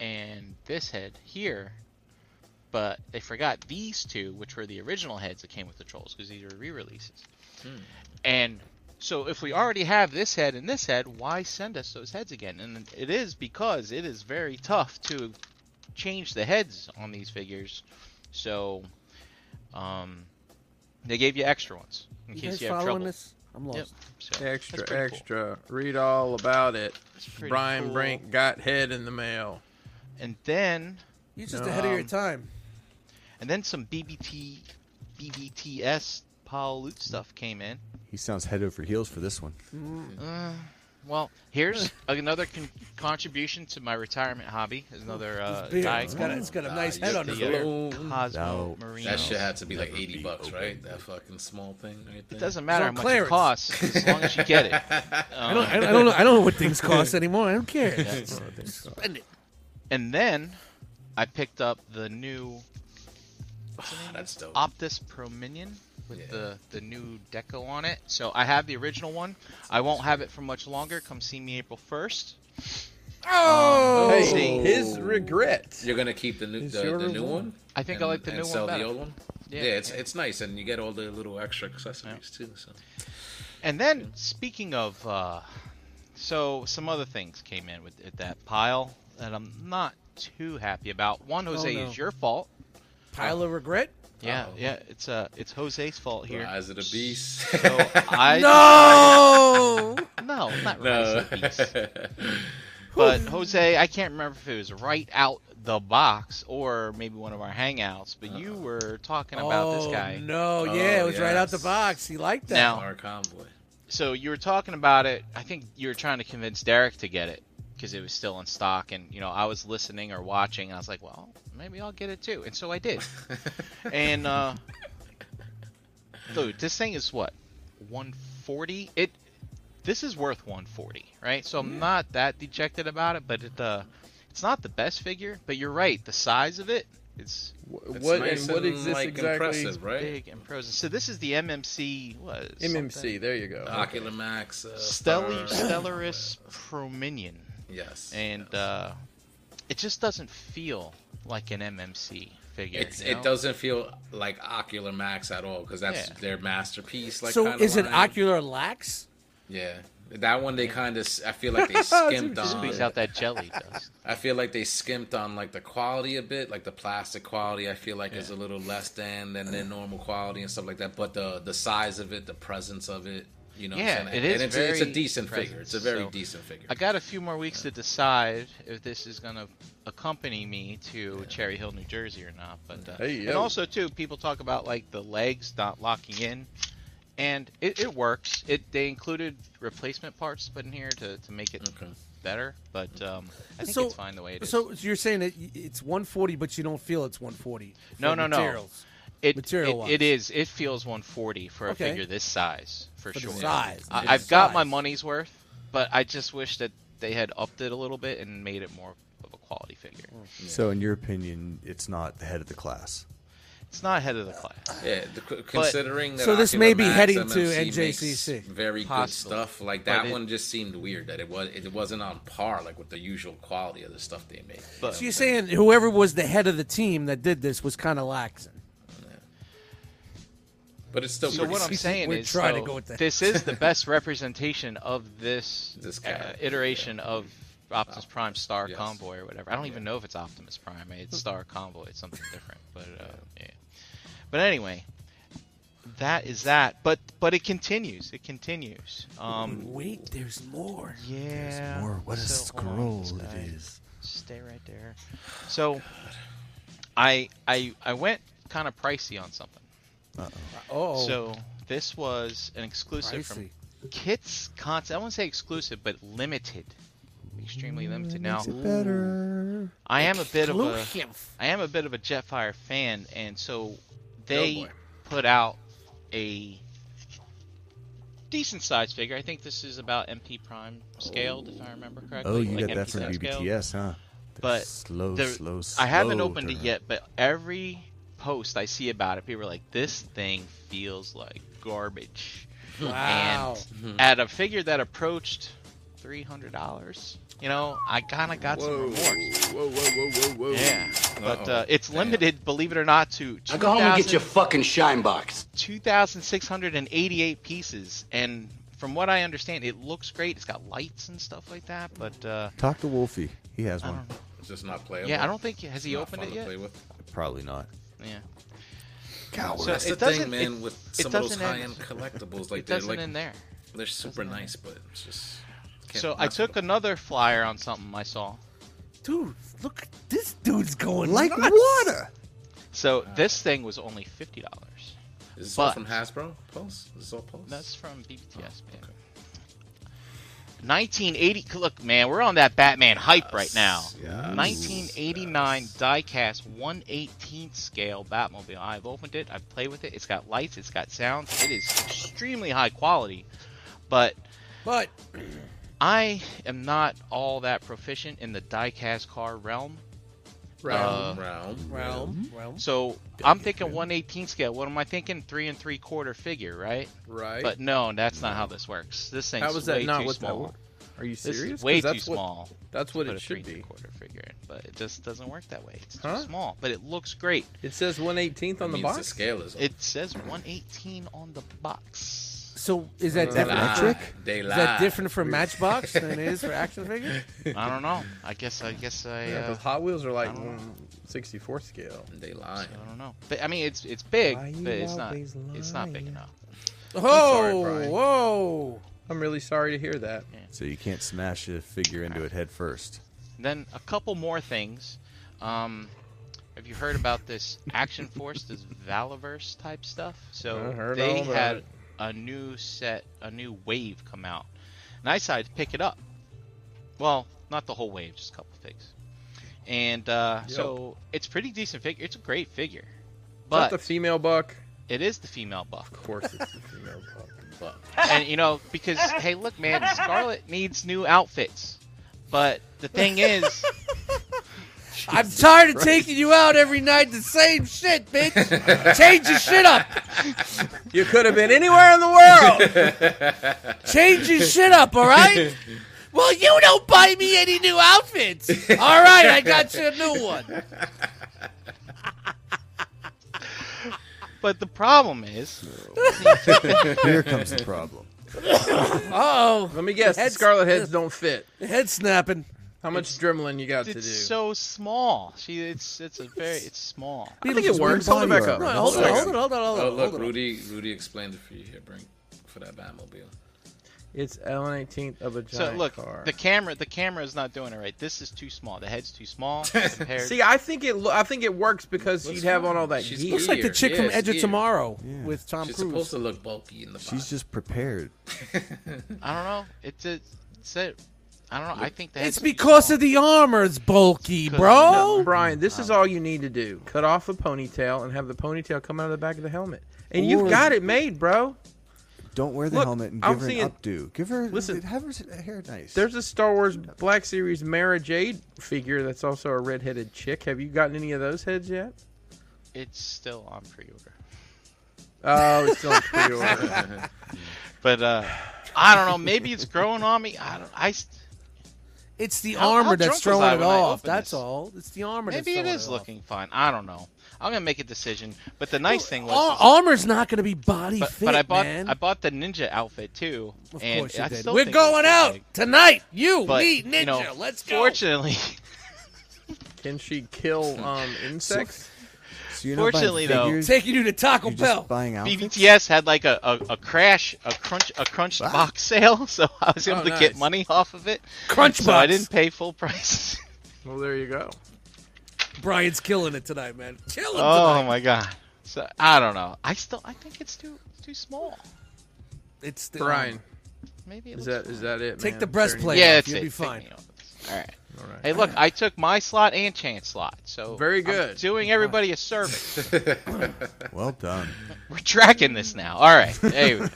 Speaker 3: and this head here, but they forgot these two, which were the original heads that came with the trolls, because these are re-releases.
Speaker 2: Hmm.
Speaker 3: And so, if we already have this head and this head, why send us those heads again? And it is because it is very tough to change the heads on these figures. So, um, they gave you extra ones in
Speaker 2: You
Speaker 3: case
Speaker 2: guys
Speaker 3: you have
Speaker 2: following
Speaker 3: trouble.
Speaker 2: this? I'm lost.
Speaker 3: Yep. So, that's
Speaker 4: Extra,
Speaker 3: pretty cool.
Speaker 4: extra. Read all about it.
Speaker 3: That's pretty
Speaker 4: Brian
Speaker 3: cool.
Speaker 4: Brink got head in the mail.
Speaker 3: And then
Speaker 2: You're just ahead of your
Speaker 4: Um,
Speaker 2: time.
Speaker 3: and then some BBT BBTS Paul Loot stuff came in.
Speaker 5: He sounds head over heels for this one.
Speaker 3: Uh, Well, here's another con- contribution to my retirement hobby. Is another uh,
Speaker 2: Beer.
Speaker 3: guy
Speaker 2: It's got a, it's got a
Speaker 3: Ah,
Speaker 1: Nah,
Speaker 2: nice head
Speaker 1: you-
Speaker 2: on it.
Speaker 1: you-
Speaker 3: Clear
Speaker 1: No.
Speaker 3: Cosmo
Speaker 5: No.
Speaker 3: Marino.
Speaker 1: That shit had to be like eighty bucks, right? That fucking small thing right there.
Speaker 3: It doesn't
Speaker 2: It's
Speaker 3: matter how
Speaker 2: on
Speaker 3: much
Speaker 2: clearance.
Speaker 3: it costs as long as you get it. Um,
Speaker 2: I don't, I don't- I don't know. I don't know what things cost anymore. I don't care. Spend it.
Speaker 3: And then I picked up the new
Speaker 1: Ah, That's dope.
Speaker 3: Optus Pro Minion with
Speaker 1: Yeah.
Speaker 3: the, the new deco on it. So I have the original one. I won't have it for much longer. Come see me April 1st.
Speaker 2: Oh,
Speaker 4: Hey,
Speaker 3: see.
Speaker 4: his regret.
Speaker 1: You're gonna keep the new
Speaker 4: It's
Speaker 1: the,
Speaker 4: your
Speaker 1: the new
Speaker 4: reward.
Speaker 1: one.
Speaker 3: I think I like the
Speaker 1: and
Speaker 3: new
Speaker 1: sell
Speaker 3: one better.
Speaker 1: the old one. Yeah,
Speaker 3: Yeah,
Speaker 1: it's it's nice, and you get all the little extra accessories too. So
Speaker 3: And then speaking of, uh, so some other things came in with, with that pile that I'm not too happy about. One, Jose,
Speaker 2: Oh, no.
Speaker 3: is your fault.
Speaker 2: pile of regret.
Speaker 3: Yeah,
Speaker 1: Uh-oh.
Speaker 3: yeah, it's uh, it's Jose's fault here.
Speaker 1: Rise of the Beast.
Speaker 3: So I
Speaker 2: No.
Speaker 3: no, not Rise
Speaker 1: no.
Speaker 3: of the Beast. But Jose, I can't remember if it was right out the box or maybe one of our hangouts, but you were talking about this guy.
Speaker 2: No,
Speaker 1: Oh,
Speaker 2: yeah, it was right out the
Speaker 1: yes.
Speaker 2: box. He liked that.
Speaker 3: Now-
Speaker 1: Our convoy.
Speaker 3: So you were talking about it. I think you were trying to convince Derek to get it because it was still in stock, and you know I was listening or watching, and I was like, well, maybe I'll get it too, and so I did. and uh, dude, this thing is what 140. It this is worth 140, right? So I'm not that dejected about it, but it uh, it's not the best figure. But you're right, the size of it, it's
Speaker 4: Wh-
Speaker 1: It's
Speaker 4: What
Speaker 1: nice
Speaker 4: and what exists
Speaker 1: like,
Speaker 4: exactly?
Speaker 1: Impressive, right?
Speaker 3: big and frozen. So this is the MMC was
Speaker 4: MMC. There you go.
Speaker 3: Ah.
Speaker 1: Ocular Max. Uh,
Speaker 3: Stellar
Speaker 1: Star-
Speaker 3: Stellaris Prominion,
Speaker 1: Yes.
Speaker 3: and uh, it just doesn't feel like an MMC figure.
Speaker 1: It's,
Speaker 3: you
Speaker 1: it
Speaker 3: know?
Speaker 1: doesn't feel like Ocular Max at all because that's
Speaker 3: Yeah.
Speaker 1: their masterpiece. Like,
Speaker 2: so
Speaker 1: kinda
Speaker 2: is it
Speaker 1: line.
Speaker 2: ocular lax?
Speaker 1: Yeah, that one they kind of. I feel like they skimped
Speaker 4: Just
Speaker 1: on.
Speaker 3: Squeeze out that jelly dust.
Speaker 1: I feel like they skimped on like the quality a bit, like the plastic quality. I feel like is a little less than than their normal quality and stuff like that. But the the size of it, the presence of it, you know, what I'm
Speaker 3: Yeah,
Speaker 1: saying?
Speaker 3: it is
Speaker 1: And it's, a- it's a
Speaker 3: very
Speaker 1: decent figure.
Speaker 3: presence,
Speaker 1: It's a very
Speaker 3: so-
Speaker 1: decent figure.
Speaker 3: I got a few more weeks to decide if this is gonna accompany me to Cherry Hill, New Jersey, or not. But uh,
Speaker 4: Hey,
Speaker 3: and
Speaker 4: yo.
Speaker 3: also too, people talk about like the legs not locking in, and it, it works. It they included replacement parts put in here to, to make it
Speaker 1: Okay.
Speaker 3: better, but um, I think
Speaker 2: So-
Speaker 3: it's fine the way it is.
Speaker 2: So you're saying that y- it's 140, but you don't feel it's 140. for
Speaker 3: No, no, no.
Speaker 2: materials.
Speaker 3: it,
Speaker 2: material-wise.
Speaker 3: it, it is. It feels 140 for a
Speaker 2: Okay.
Speaker 3: figure this size, for,
Speaker 2: For the
Speaker 3: sure.
Speaker 2: size,
Speaker 3: I,
Speaker 2: the
Speaker 3: I've got my
Speaker 2: size.
Speaker 3: money's worth, but I just wish that they had upped it a little bit and made it more of a quality figure.
Speaker 2: Mm.
Speaker 5: So, in your opinion, it's not the head of the class.
Speaker 3: It's not head of the class.
Speaker 1: Yeah, the, c- considering that
Speaker 2: So this
Speaker 1: Oculus
Speaker 2: may be
Speaker 1: Max
Speaker 2: heading to
Speaker 1: MMC
Speaker 2: NJCC.
Speaker 1: makes very
Speaker 3: Possible.
Speaker 1: good stuff. Like that
Speaker 3: But it-
Speaker 1: one just seemed weird that it was it wasn't on par like with the usual quality of the stuff they make.
Speaker 3: But
Speaker 2: So you're saying whoever was the head of the team that did this was kind of laxing.
Speaker 1: But it's still
Speaker 3: so
Speaker 1: pretty
Speaker 3: what I'm
Speaker 1: sick.
Speaker 3: saying
Speaker 2: We're
Speaker 3: is,
Speaker 2: trying to
Speaker 3: so
Speaker 2: go with that.
Speaker 3: this is the best representation of this,
Speaker 1: This
Speaker 3: uh,
Speaker 1: character,
Speaker 3: iteration of Optimus Prime Star
Speaker 1: Yes.
Speaker 3: Convoy or whatever. I don't even know if it's Optimus Prime. It's Star Convoy. It's something different. But uh, yeah. But anyway, that is that. But but it continues. It continues. Um,
Speaker 2: Wait, there's more.
Speaker 3: yeah.
Speaker 5: Or what a
Speaker 3: So, hold on,
Speaker 5: scroll
Speaker 3: this guy.
Speaker 5: it is.
Speaker 3: Stay right there. So, I I I went kind of pricey on something.
Speaker 2: Oh,
Speaker 3: So this was an exclusive from
Speaker 2: pricey.
Speaker 3: Kits Concept. I won't say exclusive, but limited,
Speaker 5: Mm,
Speaker 3: extremely limited. Now,
Speaker 5: Better.
Speaker 3: I am a bit of
Speaker 2: uh,
Speaker 3: a
Speaker 2: Exclusive.
Speaker 3: I am a bit of a Jetfire fan, and so they
Speaker 1: boy.
Speaker 3: put out a decent sized figure. I think this is about MP Prime scaled, if I remember correctly.
Speaker 5: Oh, you
Speaker 3: like
Speaker 5: got that
Speaker 3: MP
Speaker 5: from
Speaker 3: Prime scaled
Speaker 5: BBTS, huh?
Speaker 3: but
Speaker 5: slow,
Speaker 3: there-
Speaker 5: slow, slow.
Speaker 3: I haven't opened it
Speaker 5: turnaround.
Speaker 3: yet, but every post I see about it, people are like, "This thing feels like garbage."
Speaker 2: Wow.
Speaker 3: And at a figure that approached three hundred dollars, you know, I kind of got some remorse.
Speaker 4: whoa, whoa, whoa, whoa, whoa.
Speaker 3: Yeah, but
Speaker 1: Uh-oh.
Speaker 3: uh, it's limited, believe it or not, to
Speaker 7: Now go home and get
Speaker 3: 2,000
Speaker 7: your fucking shine box.
Speaker 3: 2,688 pieces, and from what I understand, it looks great. It's got lights and stuff like that, but uh,
Speaker 5: Talk to Wolfie. He has
Speaker 3: I
Speaker 5: one.
Speaker 3: don't know.
Speaker 1: It's just not playable.
Speaker 3: Yeah, I don't think has he
Speaker 1: Not
Speaker 3: opened
Speaker 1: fun
Speaker 3: it
Speaker 1: to
Speaker 3: yet.
Speaker 1: play with.
Speaker 5: Probably not.
Speaker 3: Yeah.
Speaker 5: Coward.
Speaker 1: So that's
Speaker 3: it
Speaker 1: the
Speaker 3: doesn't-
Speaker 1: thing, man,
Speaker 3: it-
Speaker 1: with
Speaker 3: it
Speaker 1: some of those
Speaker 3: doesn't end-
Speaker 1: high-end collectibles, like
Speaker 3: It
Speaker 1: they're
Speaker 3: doesn't
Speaker 1: like
Speaker 3: in there.
Speaker 1: they're super nice, but it's just. can't
Speaker 3: So I
Speaker 1: mess
Speaker 3: took
Speaker 1: with them.
Speaker 3: another flyer on something I saw.
Speaker 2: dude, look, this dude's going
Speaker 5: like
Speaker 2: nuts.
Speaker 5: water.
Speaker 3: So
Speaker 1: Uh,
Speaker 3: this thing was only fifty dollars.
Speaker 1: Is this all
Speaker 3: but-
Speaker 1: from Hasbro? Pulse? Is this all Pulse?
Speaker 3: That's from BBTS. man. 1980. Look, man, we're on that Batman
Speaker 1: Uh,
Speaker 3: hype right now.
Speaker 1: Yeah.
Speaker 3: 1989 diecast 118th scale Batmobile. I've opened it. I've played with it. It's got lights. It's got sounds. It is extremely high quality, but
Speaker 2: But
Speaker 3: I am not all that proficient in the diecast car realm.
Speaker 4: Um,
Speaker 3: Uh, hmm.
Speaker 1: Round.
Speaker 2: realm, realm.
Speaker 3: So I'm thinking 118 scale. What am I thinking? Three and three quarter figure, right?
Speaker 4: right.
Speaker 3: But no, that's not how this works. This thing's
Speaker 4: How is that
Speaker 3: way
Speaker 4: not
Speaker 3: too
Speaker 4: what
Speaker 3: small.
Speaker 4: that? Are you
Speaker 3: This
Speaker 4: serious?
Speaker 3: is
Speaker 4: 'Cause
Speaker 3: way too
Speaker 4: that's what-
Speaker 3: small.
Speaker 4: That's what
Speaker 3: put
Speaker 4: it
Speaker 3: a three
Speaker 4: should
Speaker 3: and
Speaker 4: be.
Speaker 3: quarter figure in, but it just doesn't work that way. It's
Speaker 4: Huh?
Speaker 3: too small, but it looks great.
Speaker 4: It says 118th on
Speaker 1: That
Speaker 4: the
Speaker 1: means
Speaker 4: box.
Speaker 1: scale is.
Speaker 3: It says 118 on the box.
Speaker 2: So is that
Speaker 4: Uh,
Speaker 2: different?
Speaker 1: Lie.
Speaker 5: Electric?
Speaker 1: They
Speaker 2: Is that
Speaker 1: lie.
Speaker 2: different for Matchbox than it is for action figure?
Speaker 3: I don't know. I guess I guess I
Speaker 4: Yeah,
Speaker 3: uh,
Speaker 4: because Hot Wheels are like
Speaker 3: I don't know.
Speaker 4: 164 scale.
Speaker 1: They lie.
Speaker 3: I don't know. But I mean, it's it's big,
Speaker 4: Why you
Speaker 3: but it's not
Speaker 4: always
Speaker 3: it's not big
Speaker 4: lying?
Speaker 3: enough.
Speaker 4: sorry,
Speaker 2: Oh,
Speaker 4: Brian.
Speaker 2: whoa!
Speaker 4: I'm really sorry to hear that.
Speaker 5: So you can't smash a figure into it head first.
Speaker 3: Then a couple more things. Um, have you heard about this Action Force, this Valiverse type stuff? So
Speaker 4: I heard
Speaker 3: they
Speaker 4: all about
Speaker 3: had
Speaker 4: it.
Speaker 3: a new set, a new wave come out, and I decided to pick it up. Well, not the whole wave, just a couple figs. And uh, so it's pretty decent figure. It's a great figure,
Speaker 4: But
Speaker 3: but
Speaker 4: the female buck.
Speaker 3: it is the female buff.
Speaker 4: Of course, it's the female buck.
Speaker 1: But
Speaker 3: and you know because hey look man scarlet needs new outfits but the thing is
Speaker 2: I'm tired of taking you out every night the same shit, bitch. Change your shit up.
Speaker 4: You could have been anywhere in the world.
Speaker 2: Change your shit up, all right? Well, you don't buy me any new outfits. All right, I got you a new one.
Speaker 3: but the problem is
Speaker 5: Here comes the problem.
Speaker 2: Uh oh,
Speaker 4: Let me guess. the
Speaker 2: Heads-
Speaker 4: scarlet heads don't fit.
Speaker 2: head snapping.
Speaker 4: How much dremeling you got to do?
Speaker 3: it's so small she it's it's a very it's small
Speaker 4: I think it works. Hold it back up.
Speaker 2: No, hold on, hold on, hold on, hold on.
Speaker 1: oh look,
Speaker 2: hold on.
Speaker 1: Rudy. Rudy explained it for you here, Brink, for that Batmobile.
Speaker 4: It's L18th of a
Speaker 3: so
Speaker 4: giant
Speaker 3: look
Speaker 4: car.
Speaker 3: the camera the camera is not doing it right this is too small the head's too small compared
Speaker 4: See, I think it. lo- I think it works because
Speaker 1: Looks
Speaker 4: you'd have on all
Speaker 1: fine.
Speaker 4: that
Speaker 1: She's
Speaker 4: gear.
Speaker 2: Looks like the
Speaker 1: Here,
Speaker 2: chick
Speaker 1: yeah,
Speaker 2: from
Speaker 1: it's
Speaker 2: Edge of
Speaker 1: here.
Speaker 2: Tomorrow
Speaker 5: Yeah.
Speaker 2: with Tom
Speaker 1: She's
Speaker 2: Cruise.
Speaker 1: supposed to look bulky in the box.
Speaker 5: She's just prepared.
Speaker 3: i don't know it's a, it's a i don't know i think the head's
Speaker 2: It's because of the armor. It's bulky, bro.
Speaker 4: Brian, this is all you need to do: cut off the ponytail and have the ponytail come out of the back of the helmet, and
Speaker 2: Or-
Speaker 4: you've got it made, bro.
Speaker 5: Don't wear the
Speaker 4: Look,
Speaker 5: helmet and
Speaker 4: I'm
Speaker 5: give her
Speaker 4: seeing-
Speaker 5: an updo. Give her
Speaker 4: Listen.
Speaker 5: have her hair nice.
Speaker 4: There's a Star Wars Black Series Mara Jade figure that's also a red-headed chick. Have you gotten any of those heads yet?
Speaker 3: it's still on pre-order
Speaker 4: Oh, it's still on pre-order.
Speaker 3: but uh i don't know maybe it's growing on me i don't i s-
Speaker 2: It's the
Speaker 3: How- how
Speaker 2: armor
Speaker 3: drunk
Speaker 2: that's
Speaker 3: was
Speaker 2: throwing
Speaker 3: I
Speaker 2: it
Speaker 3: when I
Speaker 2: off.
Speaker 3: opened
Speaker 2: That's
Speaker 3: this?
Speaker 2: all. It's the armor.
Speaker 3: Maybe
Speaker 2: that's
Speaker 3: it
Speaker 2: throwing
Speaker 3: is
Speaker 2: off.
Speaker 3: looking fine. I don't know. I'm gonna make a decision. But the nice thing was,
Speaker 2: Ar-
Speaker 3: is-
Speaker 2: armor's not going to be body
Speaker 3: but,
Speaker 2: fit,
Speaker 3: but I bought
Speaker 2: man.
Speaker 3: I bought the ninja outfit too,
Speaker 2: of
Speaker 3: and
Speaker 2: course you
Speaker 3: I
Speaker 2: did.
Speaker 3: still
Speaker 2: We're
Speaker 3: think it was
Speaker 2: going
Speaker 3: too
Speaker 2: out
Speaker 3: big.
Speaker 2: tonight. You,
Speaker 3: But
Speaker 2: me, Ninja.
Speaker 3: you know,
Speaker 2: Let's go.
Speaker 3: Fortunately,
Speaker 4: Can she kill um, insects?
Speaker 5: so you're not buying
Speaker 3: fortunately, though,
Speaker 5: figures,
Speaker 2: Taking you to Taco
Speaker 5: you're just
Speaker 2: Bell.
Speaker 5: buying outfits.
Speaker 3: BBTS had like a, a, a crash a crunch a crunch box sale, so I was able
Speaker 1: Oh,
Speaker 3: to get
Speaker 1: nice.
Speaker 3: money off of it.
Speaker 2: Crunch
Speaker 3: so I
Speaker 2: box.
Speaker 3: didn't pay full price.
Speaker 4: Well, there you go.
Speaker 2: Brian's killing it tonight, man. Killing
Speaker 3: oh
Speaker 2: tonight.
Speaker 3: my god! So I don't know. I still I think it's too too small.
Speaker 2: It's the
Speaker 4: Brian,
Speaker 2: armor.
Speaker 3: Maybe it
Speaker 4: is
Speaker 3: looks
Speaker 4: that is that it?
Speaker 2: Take
Speaker 4: man?
Speaker 2: the
Speaker 4: Is there
Speaker 2: breastplate.
Speaker 3: yeah,
Speaker 2: off.
Speaker 3: it's
Speaker 2: You'll
Speaker 3: it.
Speaker 2: be
Speaker 3: Take
Speaker 2: fine.
Speaker 3: me off. All right.
Speaker 4: any- All right.
Speaker 3: Hey, look, I took my slot and Chan's slot, so
Speaker 4: Very
Speaker 3: I'm
Speaker 4: good.
Speaker 3: doing everybody a service.
Speaker 5: Well done.
Speaker 3: We're tracking this now. All right. Hey,
Speaker 2: All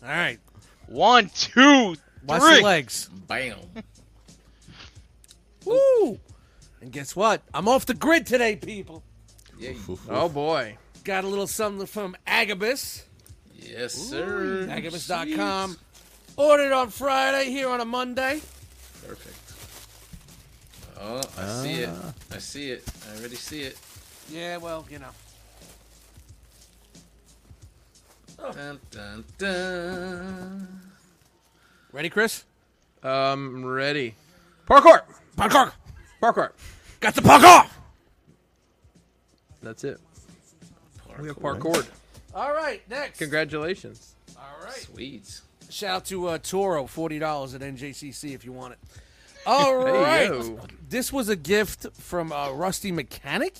Speaker 2: right.
Speaker 3: one, two,
Speaker 2: Watch
Speaker 3: three.
Speaker 2: your legs.
Speaker 1: Bam.
Speaker 2: Woo! And guess what? I'm off the grid today, people.
Speaker 1: Yeah.
Speaker 4: Oh boy.
Speaker 2: Got a little something from Agabus.
Speaker 1: Yes, sir.
Speaker 2: Agabus.com. Ordered on Friday here on a Monday.
Speaker 1: Perfect. Oh, I see it.
Speaker 2: Ah.
Speaker 1: I see it. I already see it.
Speaker 2: Yeah, well, you know.
Speaker 1: Dun, dun, dun.
Speaker 2: Ready, Chris?
Speaker 4: Um, ready. Parkour.
Speaker 2: Parkour!
Speaker 4: Parkour.
Speaker 2: Got the parkour!
Speaker 4: That's it. We have
Speaker 1: Parkour.
Speaker 4: parkoured.
Speaker 2: All right, next.
Speaker 4: Congratulations.
Speaker 2: All right.
Speaker 1: Sweet.
Speaker 2: Shout out to uh, Toro, $40 at NJCC if you want it. All
Speaker 4: Hey,
Speaker 2: right.
Speaker 4: yo.
Speaker 2: This was a gift from uh, Rusty Mechanic.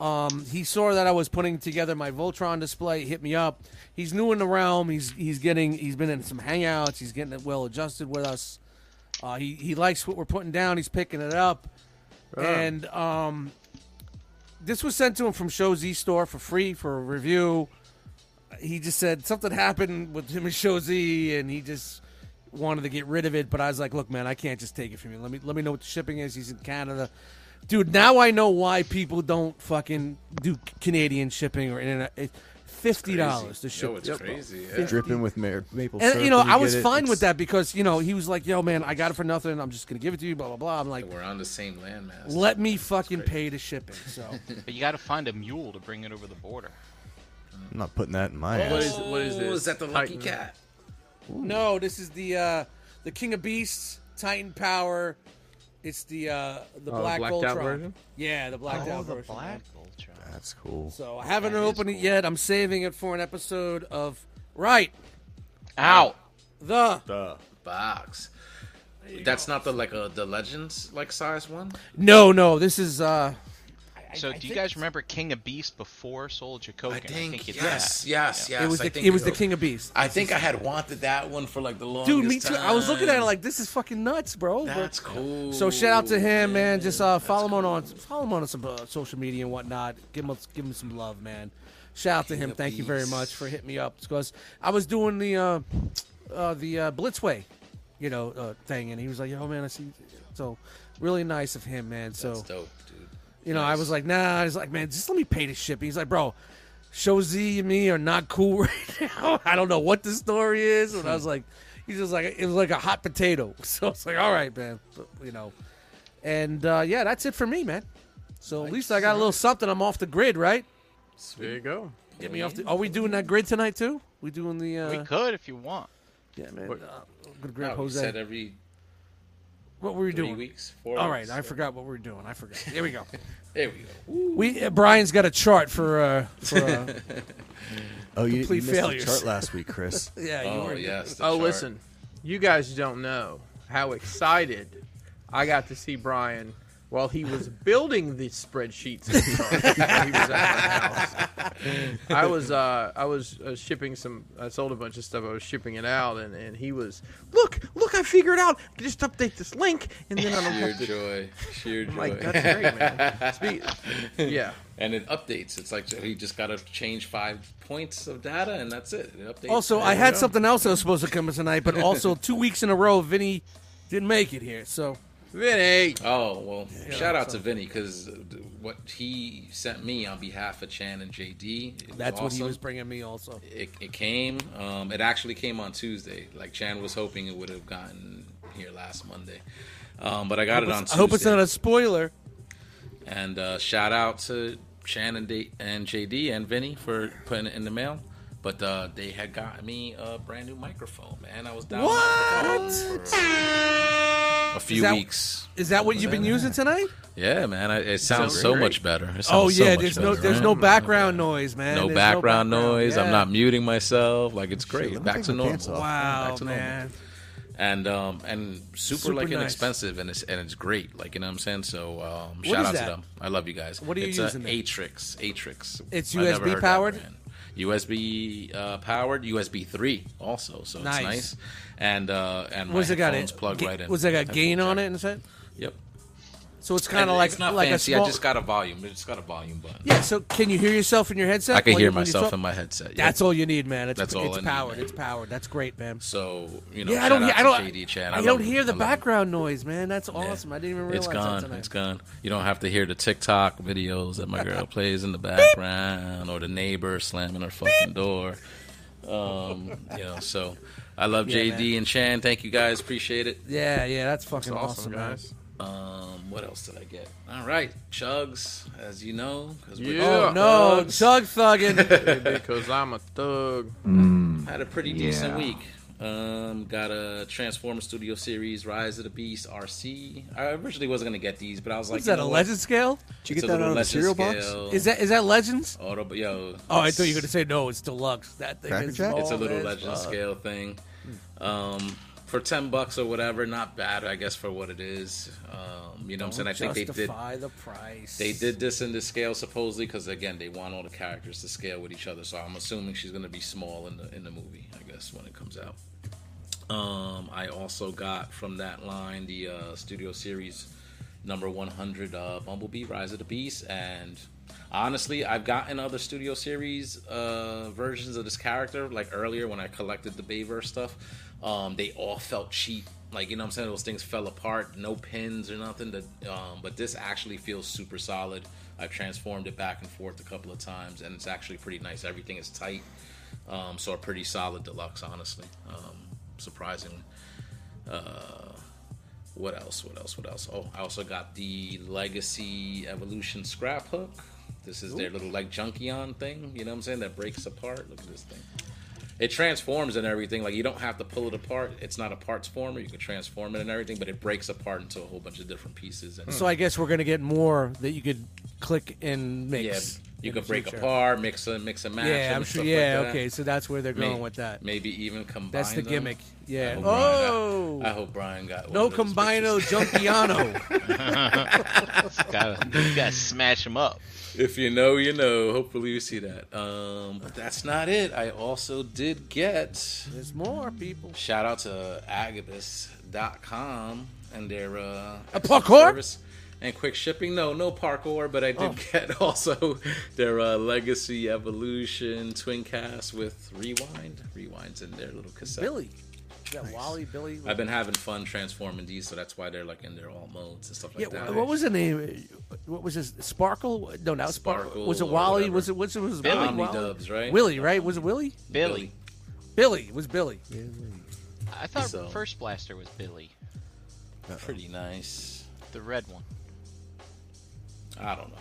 Speaker 2: Um, he saw that I was putting together my Voltron display. Hit me up. He's new in the realm. He's he's getting. He's been in some hangouts. He's getting well adjusted with us. Uh, he he likes what we're putting down. He's picking it up, and um, this was sent to him from Show Z Store for free for a review. He just said something happened with him and Show Z, and he just wanted to get rid of it. But I was like, look, man, I can't just take it from you. Let me let me know what the shipping is. He's in Canada. Dude, now I know why people don't fucking do Canadian shipping or internet. it- Fifty dollars to ship.
Speaker 1: Yo, it's
Speaker 2: Yep.
Speaker 1: crazy. Yeah.
Speaker 5: dripping with ma- maple syrup.
Speaker 2: And you know,
Speaker 5: when
Speaker 2: I was
Speaker 5: get it.
Speaker 2: fine
Speaker 5: It's-
Speaker 2: with that because you know he was like, "Yo, man, I got it for nothing. I'm just gonna give it to you." Blah blah blah. I'm like,
Speaker 1: We're on the same landmass.
Speaker 2: "Let me fucking pay the shipping." So
Speaker 3: But you got to find a mule to bring it over the border.
Speaker 5: I'm not putting that in my
Speaker 4: What
Speaker 5: ass.
Speaker 4: is- what is
Speaker 1: Oh,
Speaker 4: this?
Speaker 1: Is that the lucky
Speaker 4: Titan.
Speaker 1: cat?
Speaker 2: no, this is the uh the King of Beasts, Titan Power. It's the uh the
Speaker 4: Oh,
Speaker 2: Black
Speaker 4: blacked out
Speaker 2: Voltron.
Speaker 4: version?
Speaker 2: Yeah, the blacked
Speaker 3: oh,
Speaker 2: out
Speaker 3: the
Speaker 2: version.
Speaker 3: black Voltron.
Speaker 5: That's cool.
Speaker 2: So I haven't
Speaker 3: That is
Speaker 2: opened it
Speaker 3: cool.
Speaker 2: yet. I'm saving it for an episode of right
Speaker 3: Ow!
Speaker 2: the
Speaker 1: Box. That's not the like uh, the legends like size one.
Speaker 2: no no. This is uh
Speaker 3: So do you guys remember King of Beasts before Soul of Jacokin? it's
Speaker 1: yes,
Speaker 3: that.
Speaker 1: yes, yes.
Speaker 2: it was
Speaker 1: I
Speaker 2: the,
Speaker 1: think
Speaker 2: it was the King of Beasts.
Speaker 1: I think I had wanted that one for like the longest
Speaker 2: Dude, me too. I was looking at it
Speaker 1: time.
Speaker 2: like this is fucking nuts, bro. But-
Speaker 1: that's cool.
Speaker 2: So shout out to him, man. Just uh,
Speaker 1: that's
Speaker 2: follow him on,
Speaker 1: cool.
Speaker 2: on follow him on some uh, social media and whatnot. Give him give him some love, man. Shout out to him.
Speaker 1: of
Speaker 2: Thank you very
Speaker 1: peace.
Speaker 2: much for hitting me up because I was doing the uh, uh, the uh, Blitzway, you know, uh, thing, and he was like, "Yo, man, I see." So really nice of him, man. So
Speaker 1: That's dope, dude.
Speaker 2: you know, I was like, nah. I was like, man, just let me pay the shipping. He's like, bro, Show Z and me are not cool right now. I don't know what the story is. And I was like, he's just like, it was like a hot potato. So it's like, all right, man, but, you know. And uh, yeah, that's it for me, man. So at least I got a little something. I'm off the grid, right?
Speaker 4: There you go.
Speaker 2: Get me off the. Are we doing that grid tonight too? We doing the? Uh,
Speaker 3: We could if you want.
Speaker 2: yeah, man.
Speaker 4: What-
Speaker 2: Uh, good grip,
Speaker 1: No, we
Speaker 2: Jose.
Speaker 1: said every
Speaker 2: what were we
Speaker 1: three
Speaker 2: doing?
Speaker 1: weeks, four.
Speaker 2: All right,
Speaker 1: weeks, so-
Speaker 2: I forgot what we were doing. I forgot. Here we go.
Speaker 1: There we go.
Speaker 2: We uh, Brian's got a chart for uh, for uh,
Speaker 5: Oh, you, you
Speaker 2: Complete
Speaker 5: missed
Speaker 2: failures.
Speaker 5: the chart last week, Chris.
Speaker 2: yeah. You
Speaker 1: Oh
Speaker 2: were
Speaker 1: yes. the
Speaker 4: Oh,
Speaker 1: chart.
Speaker 4: listen, you guys don't know how excited I got to see Brian while he was building these spreadsheets. and charts when he was at my house. I was uh, I was uh, shipping some. I sold a bunch of stuff. I was shipping it out, and, and he was look look. I figured out. Just update this link, and then I don't
Speaker 1: Sheer
Speaker 4: have to.
Speaker 1: joy. Sheer joy.
Speaker 4: I'm like that's great, man. Spe- yeah.
Speaker 1: and it updates. It's like you just got to change five points of data, and that's it. It updates.
Speaker 2: Also, I had something else that was supposed to come in tonight, but also two weeks in a row, Vinny didn't make it here. So
Speaker 4: Vinny.
Speaker 1: Oh well, shout out to Vinny because what he sent me on behalf of Chan and JD. it was
Speaker 2: that's what he
Speaker 1: awesome.
Speaker 2: was bringing me. Also,
Speaker 1: It, it came. Um, it actually came on Tuesday. Like Chan was hoping it would have gotten here last Monday, um, but I got it on.
Speaker 2: I
Speaker 1: Tuesday.
Speaker 2: hope it's not a spoiler.
Speaker 1: And uh, shout out to Shannon D- and JD and Vinny for putting it in the mail. But uh, they had got me a brand new microphone, man. I was down
Speaker 2: What?
Speaker 1: a few
Speaker 2: Is that-
Speaker 1: weeks.
Speaker 2: Is that what you've been using tonight?
Speaker 1: Yeah, man. I, it sounds
Speaker 4: Sounds
Speaker 1: so
Speaker 4: great.
Speaker 1: much better. It sounds
Speaker 2: Oh
Speaker 1: so
Speaker 2: yeah,
Speaker 1: much
Speaker 2: there's no
Speaker 1: better,
Speaker 2: there's
Speaker 1: right?
Speaker 2: no background noise, man.
Speaker 1: No
Speaker 2: There's
Speaker 1: background noise.
Speaker 2: yeah.
Speaker 1: I'm not muting myself. Like it's
Speaker 5: let
Speaker 1: great.
Speaker 5: me
Speaker 1: Back
Speaker 5: take
Speaker 1: to
Speaker 5: my
Speaker 1: normal.
Speaker 5: pants off.
Speaker 2: Wow,
Speaker 1: Back to normal.
Speaker 2: man.
Speaker 1: And um and super,
Speaker 2: Super
Speaker 1: like
Speaker 2: nice.
Speaker 1: inexpensive and it's and it's great. Like you know what I'm saying. So um,
Speaker 2: What
Speaker 1: shout
Speaker 2: is
Speaker 1: out
Speaker 2: that?
Speaker 1: to them. I love you guys.
Speaker 2: What are you
Speaker 1: it's
Speaker 2: using
Speaker 1: A,
Speaker 2: there?
Speaker 1: Atrix. Atrix.
Speaker 2: It's
Speaker 1: I never
Speaker 2: USB
Speaker 1: heard that
Speaker 2: powered?
Speaker 1: brand. USB uh, powered. USB three also. So
Speaker 2: Nice.
Speaker 1: it's nice. And uh and
Speaker 2: Was
Speaker 1: my
Speaker 2: it got
Speaker 1: headphones
Speaker 2: a,
Speaker 1: plugged
Speaker 2: ga-
Speaker 1: right in.
Speaker 2: Was it got
Speaker 1: Headphone
Speaker 2: gain on
Speaker 1: jack.
Speaker 2: it and shit?
Speaker 1: Yep.
Speaker 2: So it's kind of
Speaker 1: And
Speaker 2: like
Speaker 1: it's not
Speaker 2: like
Speaker 1: fancy.
Speaker 2: a small.
Speaker 1: I just got a volume. It's got a volume button.
Speaker 2: yeah. So can you hear yourself in your headset?
Speaker 1: I can
Speaker 2: while
Speaker 1: hear
Speaker 2: you- when you
Speaker 1: myself
Speaker 2: talk?
Speaker 1: in my headset. Yep.
Speaker 2: That's all you need, man. It's,
Speaker 1: That's all
Speaker 2: it's
Speaker 1: I need,
Speaker 2: powered.
Speaker 1: man.
Speaker 2: it's powered. That's great, man.
Speaker 1: So you know,
Speaker 2: yeah, I don't.
Speaker 1: shout
Speaker 2: Hear,
Speaker 1: out
Speaker 2: I don't.
Speaker 1: to JD Chan.
Speaker 2: I,
Speaker 1: love
Speaker 2: don't
Speaker 1: him.
Speaker 2: hear
Speaker 1: I
Speaker 2: the
Speaker 1: love him.
Speaker 2: background noise, man. That's awesome. I didn't even realize
Speaker 1: It's gone.
Speaker 2: that tonight.
Speaker 1: It's gone. You don't have to hear the TikTok videos that my girl plays in the background, or the neighbor slamming her fucking door. Um, you know, so I love
Speaker 2: Yeah,
Speaker 1: JD and Chan. Thank you guys. Appreciate it.
Speaker 2: Yeah, yeah, that's fucking awesome,
Speaker 4: Awesome
Speaker 2: man.
Speaker 4: guys.
Speaker 1: Um, what else did I get? All right, Chugs, as you know, because we
Speaker 4: Yeah.
Speaker 2: Oh no,
Speaker 1: Thugs.
Speaker 2: chug thugging.
Speaker 4: Because I'm a thug.
Speaker 1: had a pretty decent week. Um, got a Transformer Studio Series, Rise of the Beast, RC. I originally wasn't gonna get these, but I was like,
Speaker 2: Is
Speaker 1: you
Speaker 2: that
Speaker 1: know
Speaker 2: a
Speaker 1: what?
Speaker 2: legend scale?
Speaker 5: Did you
Speaker 1: It's
Speaker 5: get
Speaker 1: a
Speaker 5: that
Speaker 1: little
Speaker 5: on the
Speaker 1: legend
Speaker 5: cereal box?
Speaker 1: scale.
Speaker 2: Is that is that legends?
Speaker 1: Auto, but yo.
Speaker 2: Oh, I thought you were
Speaker 1: Oh. it's-
Speaker 2: gonna say no. It's deluxe. That thing
Speaker 5: Cracker
Speaker 2: is
Speaker 5: Jack?
Speaker 2: small
Speaker 1: It's a little
Speaker 2: as
Speaker 1: legend
Speaker 2: fuck.
Speaker 1: scale thing. Um, for ten bucks or whatever, not bad, I guess, for what it is. Um, you know what I'm saying? I think they did.
Speaker 2: justify the price.
Speaker 1: They did this in the scale supposedly because again they want all the characters to scale with each other. So I'm assuming she's going to be small in the in the movie, I guess, when it comes out. Um, I also got from that line the uh, Studio Series number 100 uh, Bumblebee Rise of the Beast. And honestly, I've gotten other Studio Series uh, versions of this character, like earlier when I collected the Bayverse stuff. Um, they all felt cheap. Like, you know what I'm saying? Those things fell apart, no pins or nothing. That, um, but this actually feels super solid. I've transformed it back and forth a couple of times, and it's actually pretty nice. Everything is tight. Um, so a pretty solid deluxe, honestly. Um, surprisingly. Uh, what else? What else? What else? Oh, I also got the Legacy Evolution Scrap Hook. This is their little like Junkion thing. You know what I'm saying? That breaks apart. Look at this thing. It transforms and everything. Like you don't have to pull it apart. It's not a parts former. You can transform it and everything, but it breaks apart into a whole bunch of different pieces. And
Speaker 2: So I guess we're gonna get more that you could click and mix.
Speaker 1: yeah, you
Speaker 2: in
Speaker 1: can
Speaker 2: the
Speaker 1: break
Speaker 2: future.
Speaker 1: apart, mix and mix and match.
Speaker 2: Yeah,
Speaker 1: and
Speaker 2: I'm
Speaker 1: stuff
Speaker 2: sure.
Speaker 1: like
Speaker 2: Yeah,
Speaker 1: that.
Speaker 2: okay. So that's where they're
Speaker 1: May-
Speaker 2: going with that.
Speaker 1: Maybe even combine.
Speaker 2: That's the
Speaker 1: them.
Speaker 2: gimmick.
Speaker 1: I
Speaker 2: Yeah.
Speaker 1: hope Brian got-
Speaker 2: Oh,
Speaker 1: I hope Brian got
Speaker 2: no
Speaker 1: one of those
Speaker 2: combino
Speaker 1: pictures.
Speaker 2: Junkiano.
Speaker 3: gotta, you gotta smash them up.
Speaker 1: If you know, you know. Hopefully, you see that. Um, but that's not it. I also did get
Speaker 2: There's more people.
Speaker 1: shout out to Agabus.com and their uh,
Speaker 2: A parkour? Oh.
Speaker 1: service and quick shipping. No, no parkour, but I did get also their uh, Legacy Evolution twin cast with Rewind. Rewinds in their little cassette.
Speaker 2: Billy. Yeah, Wally, Billy.
Speaker 1: I've been having fun transforming these, so that's why they're like in their all modes and stuff
Speaker 2: Yeah,
Speaker 1: like that.
Speaker 2: wh- what was the name? What was his Sparkle? No, not Sparkle.
Speaker 1: Sparkle
Speaker 2: was it
Speaker 1: or
Speaker 2: Wally?
Speaker 1: whatever.
Speaker 2: Was it was it was it
Speaker 1: Billy.
Speaker 2: Wally? Wally?
Speaker 1: Omnidubs, right?
Speaker 2: Willie, right? Was it Willie?
Speaker 3: Billy.
Speaker 2: Billy it was Billy.
Speaker 3: I thought
Speaker 1: So-
Speaker 3: First Blaster was Billy,
Speaker 1: Pretty nice.
Speaker 3: the red one.
Speaker 1: I don't know.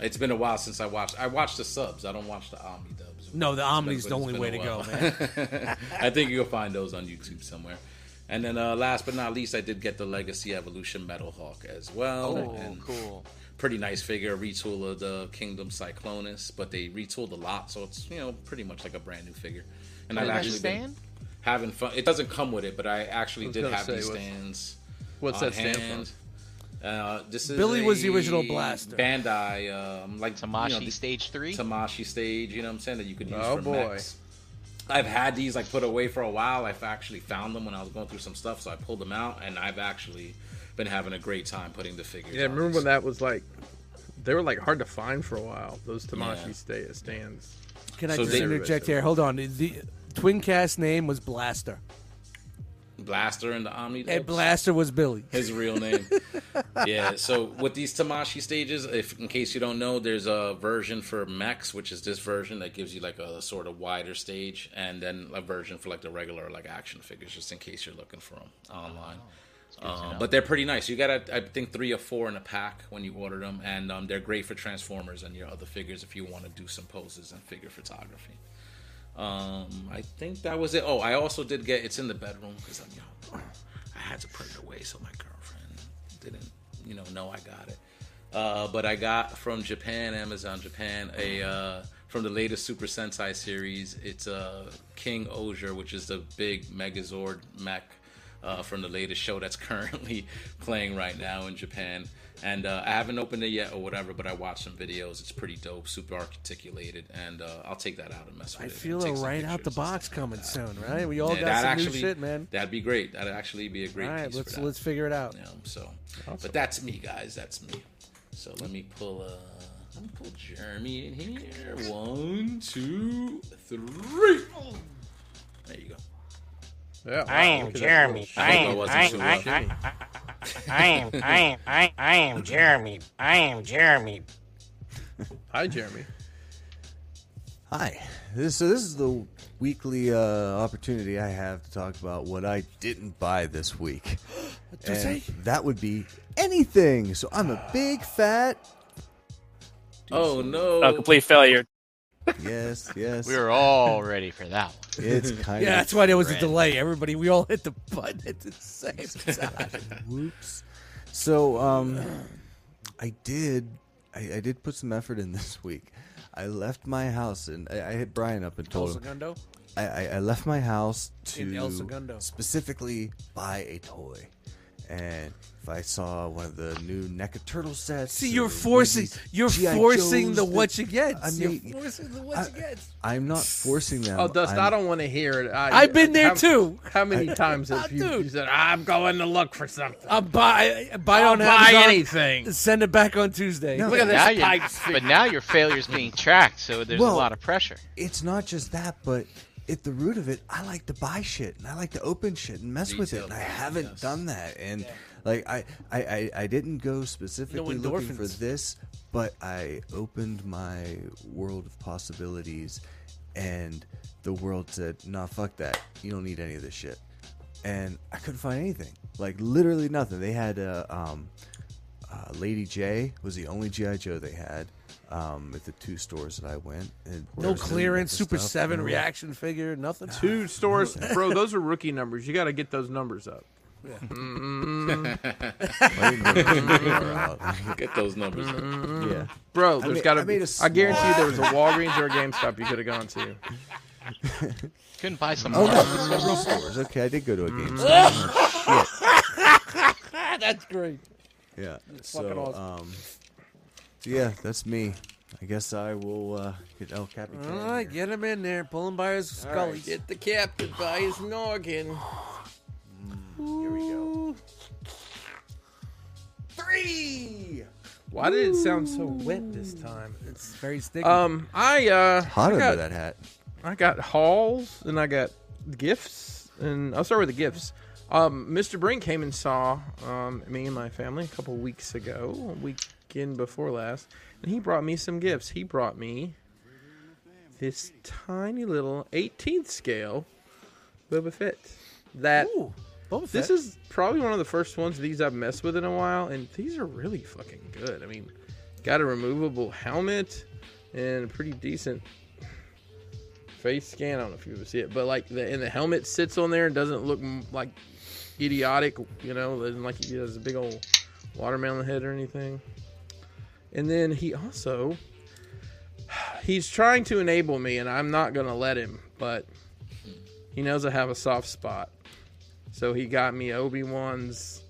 Speaker 1: It's been a while since I watched. I watched the subs. I don't watch the Omni dubs.
Speaker 2: No, the Omni's
Speaker 1: It's
Speaker 2: the only
Speaker 1: been
Speaker 2: way
Speaker 1: a
Speaker 2: to go,
Speaker 1: while.
Speaker 2: man.
Speaker 1: I think you'll find those on YouTube somewhere. And then, uh, last but not least, I did get the Legacy Evolution Metal Hawk as well.
Speaker 3: Oh,
Speaker 1: And
Speaker 3: cool.
Speaker 1: Pretty nice figure, retool of the Kingdom Cyclonus, but they retooled a lot, so it's you know pretty much like a brand new figure. And
Speaker 3: Does
Speaker 1: I've
Speaker 3: that
Speaker 1: actually been
Speaker 3: stand?
Speaker 1: having fun. It doesn't come with it, but I actually
Speaker 4: was
Speaker 1: did
Speaker 4: gonna
Speaker 1: have
Speaker 4: say,
Speaker 1: these
Speaker 4: what's-
Speaker 1: stands.
Speaker 4: What's
Speaker 1: on
Speaker 4: that stand
Speaker 1: hand.
Speaker 4: for?
Speaker 1: Uh, this is
Speaker 2: Billy was the
Speaker 1: a
Speaker 2: original blaster.
Speaker 1: Bandai, um, like
Speaker 3: Tamashi
Speaker 1: you know, the-
Speaker 3: Stage 3?
Speaker 1: Tamashi stage. You know what I'm saying? That you could use
Speaker 4: Oh,
Speaker 1: for
Speaker 4: boy.
Speaker 1: mechs. I've had these like put away for a while. I've actually found them when I was going through some stuff, so I pulled them out, and I've actually been having a great time putting the figures.
Speaker 4: Yeah,
Speaker 1: on
Speaker 4: remember
Speaker 1: these.
Speaker 4: when that was like they were like hard to find for a while. Those Tamashi
Speaker 1: Yeah.
Speaker 4: sta- stands.
Speaker 2: Can I
Speaker 1: So
Speaker 2: just
Speaker 1: they-
Speaker 2: interject here? Hold on. The twin cast name was Blaster.
Speaker 1: Blaster and the Omni?
Speaker 2: And Blaster was Billy.
Speaker 1: his real name. yeah. So with these Tamashi stages, if in case you don't know, there's a version for Max, which is this version that gives you like a sort of wider stage, and then a version for like the regular like action figures, just in case you're looking for them online. Um, but they're pretty nice. You got, I I think, three or four in a pack when you order them, and um, they're great for Transformers and your other figures if you want to do some poses and figure photography. Um, I think that was it. Oh, I also did get it's in the bedroom because I'm, you know, I had to put it away so my girlfriend didn't, you know, know I got it. Uh, but I got from Japan, Amazon Japan, a uh, from the latest Super Sentai series. It's uh, King Osier, which is the big Megazord mech uh, from the latest show that's currently playing right now in Japan. And uh, I haven't opened it yet or whatever, but I watched some videos. It's pretty dope, super articulated, and uh, I'll take that out and mess with
Speaker 2: I
Speaker 1: it. and
Speaker 2: feel
Speaker 1: take
Speaker 2: a
Speaker 1: some
Speaker 2: right out the
Speaker 1: pictures and
Speaker 2: box
Speaker 1: stuff.
Speaker 2: coming soon, right? We all
Speaker 1: Yeah,
Speaker 2: got some new shit, man.
Speaker 1: That'd be great. That'd actually be a great.
Speaker 2: All right,
Speaker 1: piece
Speaker 2: let's
Speaker 1: for that.
Speaker 2: let's figure it out.
Speaker 1: You know, so, but that's me, guys. That's me. So let me pull. Uh, let me pull Jeremy in here. One, two, three. There you go.
Speaker 4: Yeah,
Speaker 6: I am Jeremy. I
Speaker 1: think I
Speaker 6: am. I
Speaker 1: wasn't too
Speaker 6: I
Speaker 1: loud.
Speaker 6: I I am. I am. I I am Jeremy. I am Jeremy.
Speaker 4: Hi, Jeremy.
Speaker 5: Hi. This, so this is the weekly uh, opportunity I have to talk about what I didn't buy this week. And that would be anything. So I'm a big fat.
Speaker 1: Oh no!
Speaker 7: A complete failure.
Speaker 5: Yes, yes.
Speaker 3: We were all ready for that one.
Speaker 5: It's kind
Speaker 2: Yeah,
Speaker 5: of
Speaker 2: that's why there was a
Speaker 3: Right.
Speaker 2: delay. Everybody, we all hit the button at the same time.
Speaker 5: Whoops. So um, I did. I, I did put some effort in this week. I left my house and I, I hit Brian up and
Speaker 2: El
Speaker 5: told him
Speaker 2: Segundo?
Speaker 5: I, I, I left my house to
Speaker 2: In El Segundo.
Speaker 5: specifically buy a toy, and if I saw one of the new NECA turtle sets,
Speaker 2: See, you're
Speaker 5: or one of
Speaker 2: forcing
Speaker 5: these
Speaker 2: you're
Speaker 5: G.I.
Speaker 2: forcing
Speaker 5: Joes
Speaker 2: the
Speaker 5: that
Speaker 2: what you get.
Speaker 5: I mean,
Speaker 2: you're forcing the what
Speaker 5: I-
Speaker 2: you get.
Speaker 5: I'm not forcing them.
Speaker 4: Oh, Dust,
Speaker 5: I'm,
Speaker 4: I'm, I do not want to hear it. I,
Speaker 2: I've been there
Speaker 4: how-
Speaker 2: too.
Speaker 4: How many times
Speaker 2: Ah,
Speaker 4: have you,
Speaker 2: dude.
Speaker 4: you said, I'm going to look for something?
Speaker 2: I'll buy buy
Speaker 4: I'll
Speaker 2: on
Speaker 4: buy
Speaker 2: Amazon,
Speaker 4: anything.
Speaker 2: Send it back on Tuesday.
Speaker 5: No.
Speaker 4: Look at this
Speaker 3: Now you're-
Speaker 4: pipe
Speaker 3: but now your failure's being tracked, so there's a
Speaker 5: Well-
Speaker 3: lot of pressure.
Speaker 5: It's not just that, but at the root of it, I like to buy shit and I like to open shit and mess with it,
Speaker 1: Retail
Speaker 5: and I
Speaker 1: market,
Speaker 5: haven't
Speaker 1: yes.
Speaker 5: done that. And like I, I, I, I didn't go specifically looking for
Speaker 2: endorphins.
Speaker 5: this, but I opened my world of possibilities, and the world said, "Nah, fuck that. You don't need any of this shit." And I couldn't find anything, like literally nothing. They had a um, uh, Lady J was the only GI Joe they had um, at the two stores that I went. And
Speaker 2: No
Speaker 5: there's
Speaker 2: clearance,
Speaker 5: lots of
Speaker 2: Super
Speaker 5: stuff.
Speaker 2: Seven
Speaker 5: No.
Speaker 2: reaction figure, nothing.
Speaker 4: Two stores, bro. Those are rookie numbers. You got to get those numbers up.
Speaker 5: I didn't go to the store out.
Speaker 1: Get those numbers.
Speaker 5: yeah,
Speaker 4: Bro,
Speaker 5: I
Speaker 4: there's
Speaker 5: made-
Speaker 4: got to
Speaker 5: I
Speaker 4: be.
Speaker 5: made a
Speaker 4: I guarantee you there was a Walgreens or a GameStop you could have gone to.
Speaker 3: Couldn't buy some
Speaker 5: oh
Speaker 3: more.
Speaker 5: no, several stores. Okay, I did go to a game. store.
Speaker 2: Mm-hmm. That's great.
Speaker 5: Yeah,
Speaker 2: fucking
Speaker 5: so
Speaker 2: awesome.
Speaker 5: um, so yeah, that's me. I guess I will uh, get El Capitan.
Speaker 2: All right,
Speaker 5: here.
Speaker 2: get him in there. Pull him by his scully.
Speaker 4: the captain by his noggin.
Speaker 5: Here we go.
Speaker 4: Why did it sound so wet this time?
Speaker 2: It's very sticky.
Speaker 4: Um, I uh,
Speaker 5: Hot
Speaker 4: I
Speaker 5: under
Speaker 4: got,
Speaker 5: that hat.
Speaker 4: I got hauls and I got gifts, and I'll start with the gifts. Um, Mr. Brink came and saw um, me and my family a couple weeks ago, a weekend before last, and he brought me some gifts. He brought me this tiny little 18th scale Boba Fett. That
Speaker 2: Ooh, Boba
Speaker 4: this
Speaker 2: Fett.
Speaker 4: is probably one of the first ones of these I've messed with in a while, and these are really fucking good. I mean, got a removable helmet and a pretty decent face scan. I don't know if you ever see it, but like, the, and the helmet sits on there and doesn't look m- like idiotic, you know, doesn't like he has a big old watermelon head or anything. And then he also he's trying to enable me, and I'm not gonna let him, but he knows I have a soft spot. So he got me Obi Wan's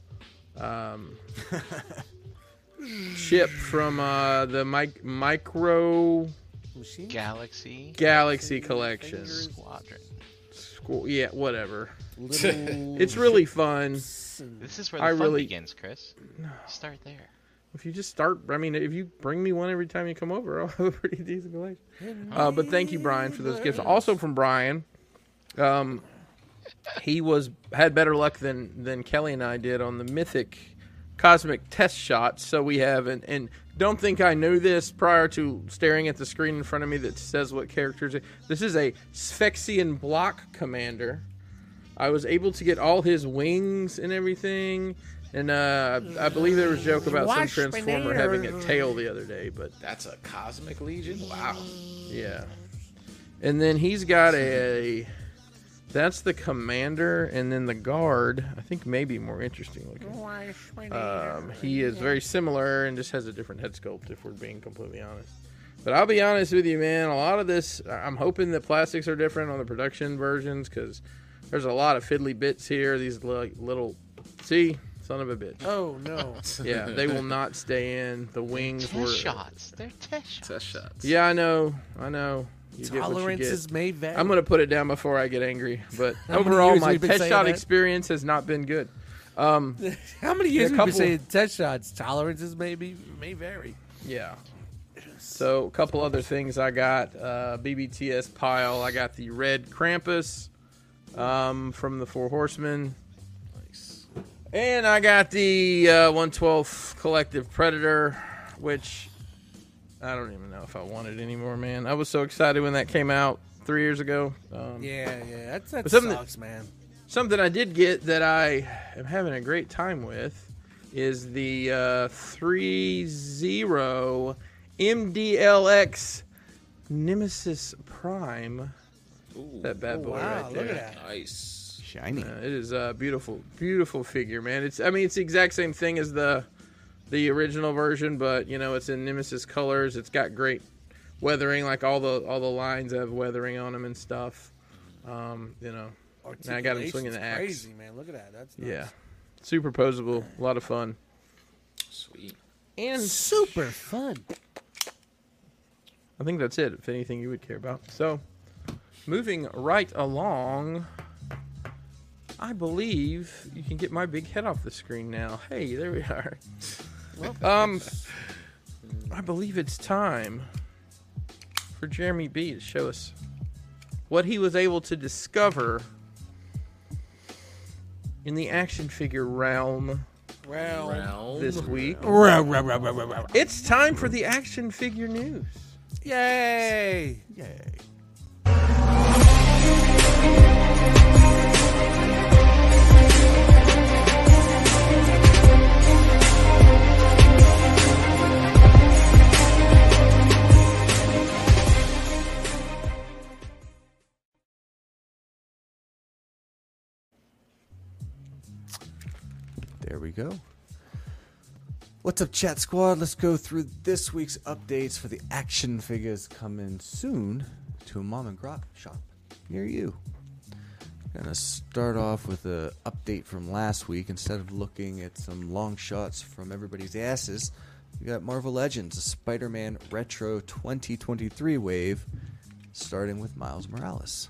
Speaker 4: um, chip from uh, the mic- Micro
Speaker 2: machine.
Speaker 3: Galaxy
Speaker 4: Galaxy Collection.
Speaker 3: Squadron.
Speaker 4: School, yeah, whatever.
Speaker 2: Little
Speaker 4: It's really fun.
Speaker 3: This is where the
Speaker 4: I
Speaker 3: fun
Speaker 4: really-
Speaker 3: begins, Chris. Start there.
Speaker 4: If you just start, I mean, if you bring me one every time you come over, I'll have a pretty decent collection. Uh, but thank you, Brian, for those gifts. Also from Brian, um, he was had better luck than than Kelly and I did on the Mythic Cosmic Test Shot. So we have, and, and don't think I knew this prior to staring at the screen in front of me that says what characters. it- This is a Sphexian Block Commander. I was able to get all his wings and everything. And uh, I believe there was a joke about some
Speaker 2: Wash my
Speaker 4: transformer having a tail the other day, but
Speaker 1: That's a cosmic legion. Wow.
Speaker 4: yeah. And then he's got a. That's the commander, and then the guard. I think maybe more interesting looking. Um, he is very similar and just has a different head sculpt, if we're being completely honest. But I'll be honest with you, man. A lot of this, I- I'm hoping the plastics are different on the production versions because there's a lot of fiddly bits here. These li- little, see, son of a bitch.
Speaker 2: Oh no.
Speaker 4: Yeah, they will not stay in. The wings
Speaker 3: Test
Speaker 4: were.
Speaker 3: shots. They're test shots.
Speaker 1: Test shots.
Speaker 4: Yeah, I know. I know. You get what you get.
Speaker 2: Tolerances may vary.
Speaker 4: I'm gonna put it down before I get angry. But
Speaker 2: many
Speaker 4: overall,
Speaker 2: years
Speaker 4: my
Speaker 2: we've been
Speaker 4: test
Speaker 2: saying
Speaker 4: shot
Speaker 2: that?
Speaker 4: experience has not been good.
Speaker 2: How many years
Speaker 4: Yeah,
Speaker 2: have we
Speaker 4: couple-
Speaker 2: been saying test shots? Tolerances may be may vary.
Speaker 4: Yeah. So a couple other things I got uh, BBTS pile. I got the red Krampus um, from the Four Horsemen,
Speaker 1: Nice.
Speaker 4: and I got the uh, 112th Collective Predator, which I don't even know if I wanted anymore. Man, I was so excited when that came out three years ago. Um,
Speaker 2: Yeah, yeah. That's that
Speaker 4: But something that-
Speaker 2: sucks, man.
Speaker 4: Something I did get that I am having a great time with is the uh, 3 0 MDLX Nemesis Prime.
Speaker 1: Ooh.
Speaker 4: That bad boy
Speaker 2: wow,
Speaker 4: right
Speaker 2: look
Speaker 4: there.
Speaker 2: at that.
Speaker 1: Nice.
Speaker 5: Shiny.
Speaker 4: Uh, it is a beautiful, beautiful figure, man. It's I mean it's the exact same thing as the the original version, but you know it's in Nemesis colors. It's got great weathering, like all the all the lines have weathering on them and stuff. Um, you know, Now I got him swinging the axe.
Speaker 2: Articulation's Crazy man. Look at that. That's nice.
Speaker 4: Yeah. Superposable, a lot of fun.
Speaker 1: Sweet.
Speaker 4: And
Speaker 2: Super fun.
Speaker 4: I think that's it. If anything you would care about. So, moving right along, I believe you can get my big head off the screen now. Hey, there we are. um, I believe it's time for Jeremy B to show us what he was able to discover in the action figure realm
Speaker 2: Well,
Speaker 1: Realm.
Speaker 4: this week.
Speaker 2: Rah, rah, rah, rah, rah, rah.
Speaker 4: It's time for the action figure news.
Speaker 2: yay!
Speaker 5: There we go. What's up, chat squad? Let's go through this week's updates for the action figures coming soon to a mom and grop shop near you. Gonna start off with a update from last week. Instead of looking at some long shots from everybody's asses, we got Marvel Legends, a Spider-Man Retro 2023 wave, starting with Miles Morales.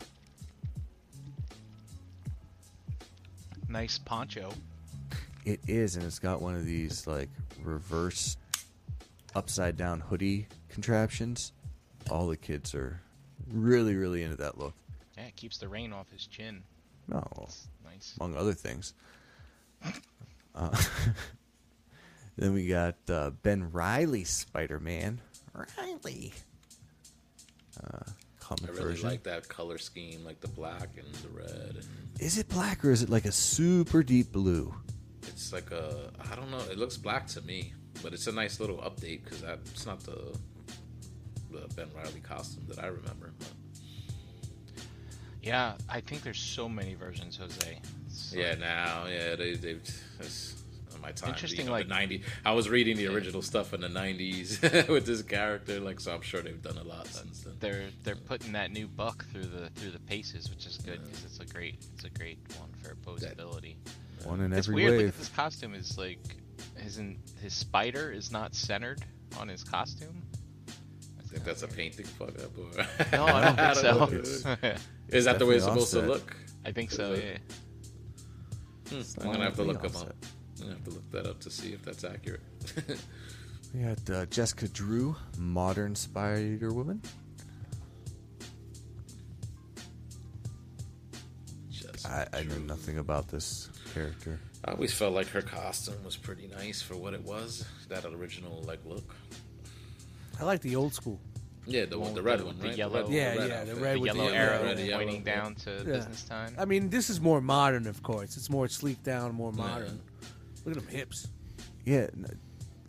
Speaker 3: Nice poncho.
Speaker 5: It is, and it's got one of these like reverse upside down hoodie contraptions. All the kids are really, really into that look.
Speaker 3: Yeah, it keeps the rain off his chin.
Speaker 5: No,
Speaker 3: It's nice.
Speaker 5: among other things. Uh, then we got uh, Ben Riley Spider Man. Riley. Uh,
Speaker 1: I
Speaker 5: comic
Speaker 1: really
Speaker 5: version.
Speaker 1: like that color scheme, like the black and the red. And
Speaker 5: Is it black or is it like a super deep blue?
Speaker 1: it's like a, I don't know, it looks black to me, but it's a nice little update because it's not the, the Ben Riley costume that I remember. But
Speaker 3: Yeah, I think there's so many versions, Jose. It's-
Speaker 1: yeah, now, yeah, they, they, that's my time.
Speaker 3: Interesting,
Speaker 1: the,
Speaker 3: like-
Speaker 1: ninety. I was reading the
Speaker 3: Yeah.
Speaker 1: original stuff in the '90s with this character, like, so I'm sure they've done a lot since then.
Speaker 3: They're they're putting that new buck through the through the paces, which is
Speaker 1: Uh,
Speaker 3: good because it's a great it's a great one for opposability.
Speaker 5: One in
Speaker 3: It's
Speaker 5: every
Speaker 3: weird. Look
Speaker 5: wave.
Speaker 3: at this costume. Is like isn't his spider is not centered on his costume.
Speaker 1: I think that's a painting fuck up. Or...
Speaker 3: No, I don't think
Speaker 1: know.
Speaker 3: so.
Speaker 1: Is that the way it's
Speaker 5: Definitely
Speaker 1: supposed to
Speaker 5: offset.
Speaker 1: look?
Speaker 3: I think so.
Speaker 1: Is it?
Speaker 3: Yeah.
Speaker 1: I'm gonna have to look them
Speaker 5: Offset.
Speaker 1: up. I'm gonna have to look that up to see if that's accurate.
Speaker 5: We got uh, Jessica Drew, modern Spider Woman.
Speaker 1: Just-
Speaker 5: I, I knew nothing about this character.
Speaker 1: I always felt like her costume was pretty nice for what it was. That original like look.
Speaker 2: I like the old school.
Speaker 1: Yeah, the one, the
Speaker 3: with
Speaker 1: red
Speaker 3: the-
Speaker 1: one,
Speaker 3: the
Speaker 1: right?
Speaker 3: yellow-
Speaker 1: red-
Speaker 2: Yeah,
Speaker 1: red
Speaker 2: yeah,
Speaker 1: outfit.
Speaker 2: the red
Speaker 3: The
Speaker 2: with
Speaker 3: yellow
Speaker 2: the
Speaker 3: arrow
Speaker 1: red, yellow,
Speaker 3: pointing
Speaker 1: yeah.
Speaker 3: down to
Speaker 2: Yeah.
Speaker 3: business time.
Speaker 2: I mean, this is more modern, of course. It's more sleek down, more
Speaker 1: Yeah.
Speaker 2: modern. Look at them hips.
Speaker 5: Yeah. n-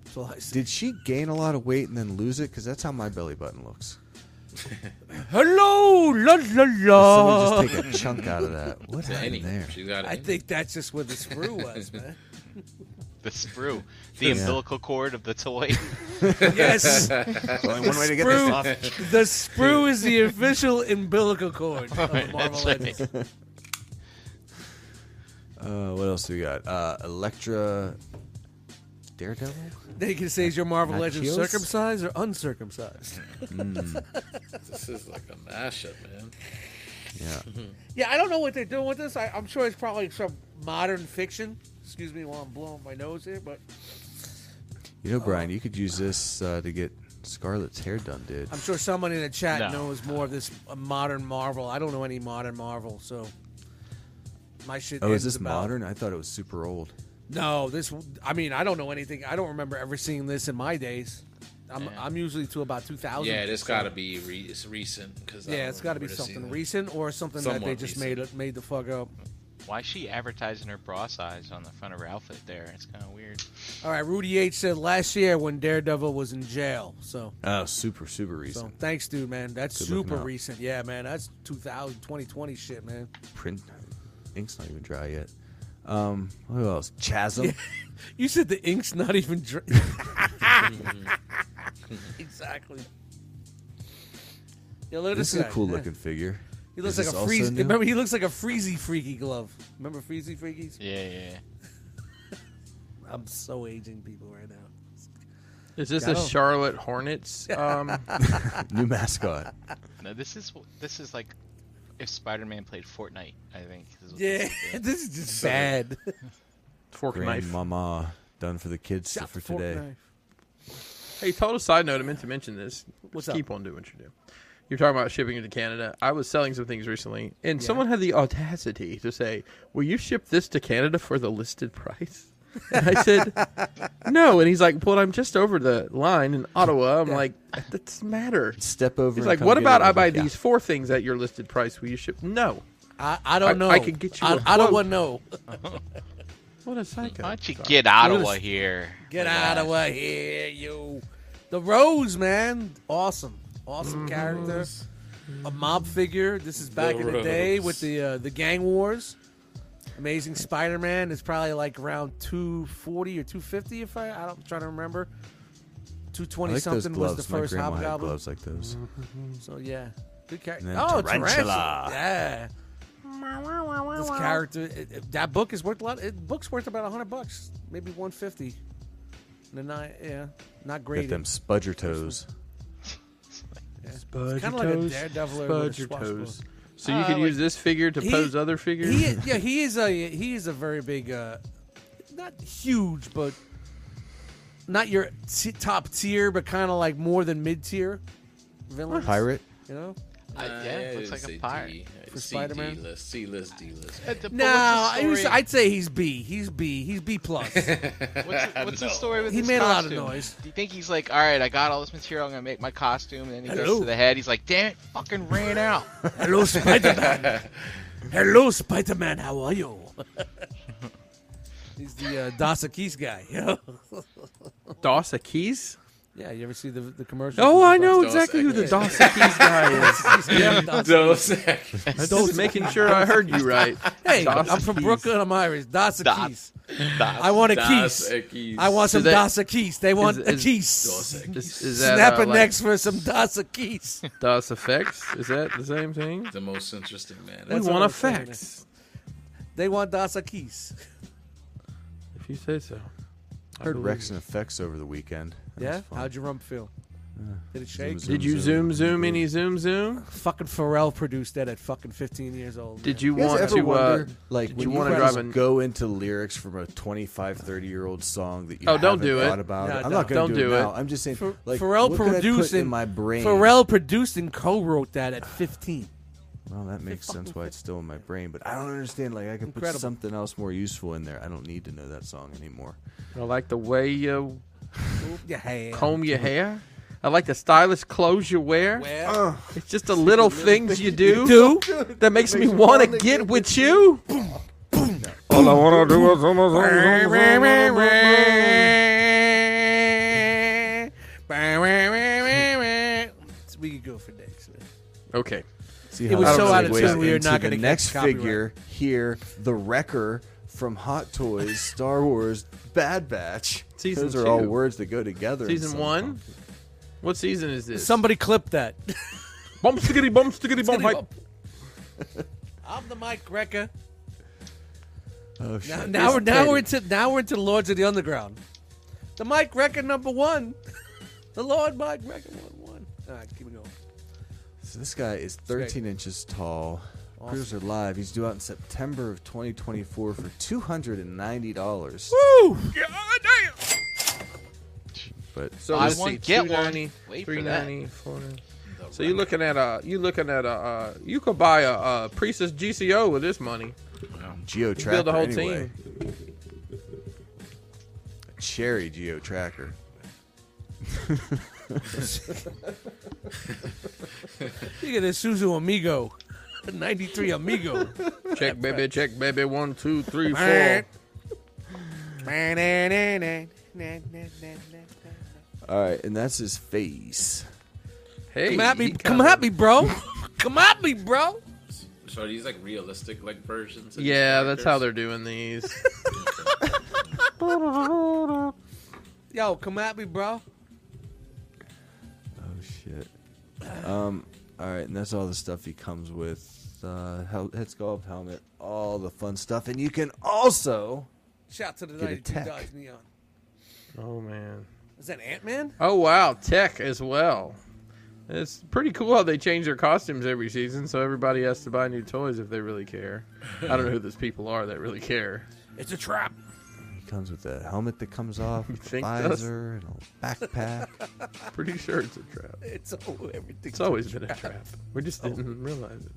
Speaker 2: That's all I see.
Speaker 5: Did she gain a lot of weight and then lose it? Because that's how my belly button looks.
Speaker 2: Hello, la la la.
Speaker 5: Oh. Someone just take a chunk out of that. What
Speaker 1: To any,
Speaker 5: happened there?
Speaker 1: she's got it.
Speaker 2: I
Speaker 1: in.
Speaker 2: think that's just where the screw was, man.
Speaker 3: The sprue, the umbilical cord of the toy.
Speaker 2: Yes,
Speaker 5: Only one way to get
Speaker 2: Screw.
Speaker 5: this off.
Speaker 2: the screw is the official umbilical cord of Marvel
Speaker 3: That's
Speaker 2: Legends.
Speaker 3: right.
Speaker 5: Uh, what else do we got? Uh, Electra, Daredevil.
Speaker 2: They can say, is your Marvel
Speaker 5: Not
Speaker 2: Legend
Speaker 5: heels?
Speaker 2: circumcised or uncircumcised?
Speaker 1: this is like a mashup, man.
Speaker 5: Yeah.
Speaker 2: yeah, I don't know what they're doing with this. I, I'm sure it's probably some modern fiction. Excuse me while I'm blowing my nose here, but
Speaker 5: You know, Brian, you could use this uh, to get Scarlett's hair done, dude.
Speaker 2: I'm sure someone in the chat
Speaker 3: No.
Speaker 2: knows more of this uh, modern Marvel. I don't know any modern Marvel, so my shit.
Speaker 5: Oh, is
Speaker 2: ends
Speaker 5: this
Speaker 2: about-
Speaker 5: modern? I thought it was super old.
Speaker 2: No, this. I mean, I don't know anything. I don't remember ever seeing this in my days. I'm,
Speaker 3: Yeah.
Speaker 2: I'm usually to about 2000.
Speaker 1: Yeah, this got to be re- it's recent because
Speaker 2: Yeah, it's got to be something recent or something that they
Speaker 1: Somewhat
Speaker 2: just
Speaker 1: recent.
Speaker 2: made it made the fuck up.
Speaker 3: Why is she advertising her bra size on the front of her outfit there? It's kind of weird.
Speaker 2: All right, Rudy H said last year when Daredevil was in jail. So,
Speaker 5: Oh, super, super
Speaker 2: so
Speaker 5: recent.
Speaker 2: thanks, dude, man. That's
Speaker 5: Good looking
Speaker 2: super
Speaker 5: out.
Speaker 2: recent. Yeah, man, that's 2000, 2020 shit, man.
Speaker 5: Print ink's not even dry yet. Um, who else? Chasm.
Speaker 2: You said the ink's not even. Dr- exactly. Yeah, look at
Speaker 5: This
Speaker 2: this,
Speaker 5: is a
Speaker 2: guy.
Speaker 5: cool
Speaker 2: Yeah.
Speaker 5: looking figure.
Speaker 2: He looks
Speaker 5: Is
Speaker 2: like a
Speaker 5: this also
Speaker 2: freeze.
Speaker 5: new?
Speaker 2: Remember, he looks like a freezy freaky glove. Remember freezy freakies?
Speaker 3: Yeah, yeah. yeah.
Speaker 2: I'm so aging people right now.
Speaker 4: Is this
Speaker 2: I
Speaker 4: a
Speaker 2: don't-
Speaker 4: Charlotte Hornets? Um,
Speaker 5: New mascot.
Speaker 3: No, this is this is like if Spider-Man played Fortnite. I think. Is what
Speaker 2: Yeah,
Speaker 3: This
Speaker 2: this is
Speaker 3: is.
Speaker 2: just bad.
Speaker 4: fork and knife.
Speaker 5: Grandmama. Done for the kids
Speaker 2: Shot
Speaker 5: for
Speaker 2: the fork
Speaker 5: today.
Speaker 2: knife.
Speaker 4: Hey, total side note. I meant to mention this.
Speaker 2: What's
Speaker 4: Just
Speaker 2: up?
Speaker 4: Keep on doing what you do. You're talking about shipping into Canada. I was selling some things recently, and someone had the audacity to say, "Will you ship this to Canada for the listed price?" And I said, "No." And he's like, "Well, I'm just over the line in Ottawa." I'm like, "That doesn't matter."
Speaker 5: Step over.
Speaker 4: He's
Speaker 5: and
Speaker 4: like,
Speaker 5: come
Speaker 4: "What
Speaker 5: get it."
Speaker 4: about
Speaker 5: I'm
Speaker 4: I buy
Speaker 5: like, "Yeah."
Speaker 4: these four things at your listed price? Will you ship?" No.
Speaker 2: I, I don't
Speaker 4: I-
Speaker 2: know.
Speaker 4: I could get you
Speaker 2: I,
Speaker 4: a
Speaker 2: I don't
Speaker 4: quote.
Speaker 2: want to know.
Speaker 4: What a psycho!
Speaker 3: Why don't you
Speaker 4: Sorry.
Speaker 3: get Ottawa here?
Speaker 2: Get out of here, you. The Rose, man. Awesome.
Speaker 5: Mm-hmm.
Speaker 2: Awesome character. A mob figure. This is back
Speaker 1: The
Speaker 2: in the day
Speaker 1: Rose.
Speaker 2: with the uh, the gang wars. Amazing Spider-Man is probably like around 240 or 250 if I, I don't, I'm trying to remember. 220
Speaker 5: I like those
Speaker 2: something
Speaker 5: gloves.
Speaker 2: was the first
Speaker 5: My grandma had
Speaker 2: Hobgoblin.
Speaker 5: gloves like those.
Speaker 2: So yeah, good character.
Speaker 5: And then
Speaker 2: Oh, tarantula.
Speaker 5: Tarantula.
Speaker 2: Yeah. This character, it- it- that book is worth a lot. It, book's worth about hundred bucks, maybe one fifty. And not, yeah, not
Speaker 5: Got
Speaker 2: great.
Speaker 5: them spudger toes.
Speaker 2: kinda
Speaker 4: Spud your
Speaker 2: like a
Speaker 4: toes,
Speaker 2: daredevil or
Speaker 4: spud
Speaker 2: a
Speaker 4: your
Speaker 2: swashbuckler.
Speaker 4: toes. So you could use this figure to
Speaker 2: Oh, He-
Speaker 4: pose other figures.
Speaker 2: He, yeah, he is a he is a very big, uh, not huge, but not your t- top tier, but kind of like more than mid tier villain.
Speaker 5: Pirate.
Speaker 2: you know.
Speaker 3: I, Uh, yeah, it looks like a pirate.
Speaker 2: For Spider-Man?
Speaker 1: list, C list, D list.
Speaker 3: Uh, the- but
Speaker 2: No,
Speaker 3: what's
Speaker 2: he
Speaker 3: the
Speaker 2: was-
Speaker 3: story-
Speaker 2: I'd say he's B. He's B. He's B plus.
Speaker 3: What's, the, what's the
Speaker 1: No.
Speaker 3: story with
Speaker 2: He
Speaker 3: his
Speaker 2: made a lot of
Speaker 3: costume?
Speaker 2: noise.
Speaker 3: Do you think he's like, all right, I got all this material, I'm gonna make my costume, and then he goes
Speaker 2: Hello.
Speaker 3: to the head, he's like, damn it, fucking ran out.
Speaker 2: Hello, Spider Man. Hello, Spider Man. How are you? He's the uh, Dos Equis guy. You know?
Speaker 4: Dos Keys?
Speaker 2: Yeah, you ever see the the commercial?
Speaker 4: Oh, I know
Speaker 1: Dos
Speaker 4: exactly who the
Speaker 1: Equis.
Speaker 4: Dos Keys guy is.
Speaker 1: Those.
Speaker 4: I'm just making sure I heard you right.
Speaker 2: Hey,
Speaker 4: Dos
Speaker 2: I'm from
Speaker 4: Equis.
Speaker 2: Brooklyn. I'm Irish. Dos
Speaker 3: Dos.
Speaker 2: Equis. I want a
Speaker 1: Das
Speaker 2: keys.
Speaker 1: Equis.
Speaker 2: I want some
Speaker 4: that-
Speaker 2: Dos Equis. They want
Speaker 4: is-
Speaker 2: a
Speaker 4: is-
Speaker 1: Dos
Speaker 2: keys.
Speaker 1: Equis.
Speaker 4: Is, is that
Speaker 2: Snap
Speaker 4: uh,
Speaker 2: a
Speaker 4: like
Speaker 2: next for some Dos Equis.
Speaker 4: Dos Effects? Is that the same thing?
Speaker 1: The most interesting man.
Speaker 4: We
Speaker 2: That's
Speaker 4: want
Speaker 2: what I'm saying.
Speaker 4: effects.
Speaker 2: They want Dos Equis.
Speaker 4: If you say so. I
Speaker 5: Heard
Speaker 4: believe
Speaker 5: Rex and Effects over the weekend. That
Speaker 2: Yeah.
Speaker 5: was fun.
Speaker 2: How'd your rump feel? Did it
Speaker 5: It
Speaker 2: shake?
Speaker 5: was
Speaker 4: you. Did you zoom, zoom, any zoom, zoom?
Speaker 2: Fucking Pharrell produced that at fucking 15 years old.
Speaker 4: Did you
Speaker 5: You guys
Speaker 4: want
Speaker 5: ever
Speaker 4: to?
Speaker 5: wonder,
Speaker 4: uh,
Speaker 5: like,
Speaker 4: did
Speaker 5: when
Speaker 4: you
Speaker 5: you
Speaker 4: wanna
Speaker 5: guys
Speaker 4: drive an-
Speaker 5: go into lyrics from a 25, 30 year old song that you
Speaker 4: Oh, don't
Speaker 5: haven't
Speaker 4: do it.
Speaker 5: thought about?
Speaker 2: No,
Speaker 5: I'm
Speaker 2: don't.
Speaker 5: not going
Speaker 4: Don't
Speaker 5: to
Speaker 4: do
Speaker 5: it
Speaker 4: it.
Speaker 5: now. I'm just saying,
Speaker 2: Ph-
Speaker 5: like,
Speaker 2: Pharrell
Speaker 5: what could I put
Speaker 2: produced
Speaker 5: in
Speaker 2: and-
Speaker 5: my brain.
Speaker 2: Pharrell produced and co-wrote that at 15.
Speaker 5: Well, that makes sense why it's still in my brain, but I don't understand. Like, I could
Speaker 2: Incredible.
Speaker 5: put something else more useful in there. I don't need to know that song anymore.
Speaker 4: I like the way you
Speaker 2: Yeah, hey,
Speaker 4: comb your hair. I like the stylish clothes you wear.
Speaker 2: well,
Speaker 4: It's just the little things you do,
Speaker 2: do.
Speaker 4: that makes, me want to get with you.
Speaker 6: All I wanna do is almost.
Speaker 2: We could go for days. man.
Speaker 4: Okay.
Speaker 5: See
Speaker 2: was
Speaker 5: that
Speaker 4: so out of
Speaker 5: segues
Speaker 4: tune,
Speaker 2: we are
Speaker 5: into
Speaker 2: not
Speaker 5: the
Speaker 2: gonna get
Speaker 5: next
Speaker 2: copyright.
Speaker 5: figure here, the Wrecker from Hot Toys, Star Wars, Bad Batch.
Speaker 4: Season
Speaker 5: Those are all
Speaker 4: two.
Speaker 5: words that go together. in
Speaker 4: Season
Speaker 5: some
Speaker 4: one. What season is this?
Speaker 2: Somebody clip that.
Speaker 4: bump stickity bump stickity bump. hype.
Speaker 2: I'm the Mike Greca.
Speaker 5: Oh
Speaker 2: Now,
Speaker 5: shit!
Speaker 2: now, we're, now
Speaker 4: Petty.
Speaker 2: we're into now we're into Lords of the Underground. The Mike Greca number one. The Lord Mike Greca one one. All right, keep it going.
Speaker 5: So this guy is 13 inches tall. Cruiser Live. He's due out in September of 2024 for 290 dollars.
Speaker 2: Woo!
Speaker 5: But
Speaker 4: So
Speaker 3: I
Speaker 4: let's
Speaker 3: want-
Speaker 4: see,
Speaker 3: get one.
Speaker 4: 290,
Speaker 3: Wait for that.
Speaker 4: 390, 490. So you looking at a you looking at a uh, you could buy a, a Priestess GCO with this money.
Speaker 5: Geo Tracker.
Speaker 4: Build a whole
Speaker 5: anyway.
Speaker 4: team.
Speaker 5: A Cherry Geo Tracker.
Speaker 2: Look at this Suzu Amigo, 93 Amigo.
Speaker 4: Check baby, check baby. One, two, three, four.
Speaker 5: All right, and that's his face.
Speaker 4: Hey,
Speaker 2: Come at me,
Speaker 4: he
Speaker 2: come
Speaker 4: kinda-
Speaker 2: at me, bro. come at me, bro.
Speaker 1: So are these like realistic like versions? of these
Speaker 4: Yeah, that's how
Speaker 1: characters?
Speaker 4: they're doing these.
Speaker 2: Yo, come at me, bro.
Speaker 5: Oh shit. Um. All right, and that's all the stuff he comes with. Uh, hel- head sculpt, helmet, all the fun stuff, and you can also
Speaker 2: Shout to the
Speaker 5: Get a
Speaker 2: night
Speaker 5: tech.
Speaker 2: Dodge Neon.
Speaker 4: Oh man.
Speaker 2: Is that Ant Man?
Speaker 4: Oh wow, tech as well. It's pretty cool how they change their costumes every season, so everybody has to buy new toys if they really care. I don't know who those people are that really care.
Speaker 2: It's a trap.
Speaker 5: He comes with a helmet that comes off, with a
Speaker 4: think that's-
Speaker 5: visor, and a backpack.
Speaker 4: Pretty sure it's a trap.
Speaker 2: It's oh everything.
Speaker 4: It's always been a trap. We just didn't realize it.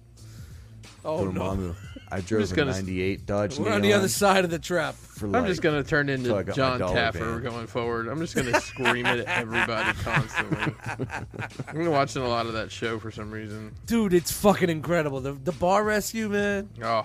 Speaker 2: Oh
Speaker 5: Little
Speaker 2: no,
Speaker 5: Mamu. I drove
Speaker 4: just
Speaker 5: a
Speaker 4: gonna s-
Speaker 5: '98 Dodge
Speaker 2: we're on the
Speaker 5: Neon
Speaker 2: other side of the trap.
Speaker 5: For
Speaker 4: I'm just gonna turn into
Speaker 5: so I got my
Speaker 4: John
Speaker 5: dollar
Speaker 4: Taffer
Speaker 5: band.
Speaker 4: going forward. I'm just gonna scream at everybody constantly. I've been watching a lot of that show for some reason.
Speaker 2: Dude, it's fucking incredible. The the bar rescue, man.
Speaker 4: Oh,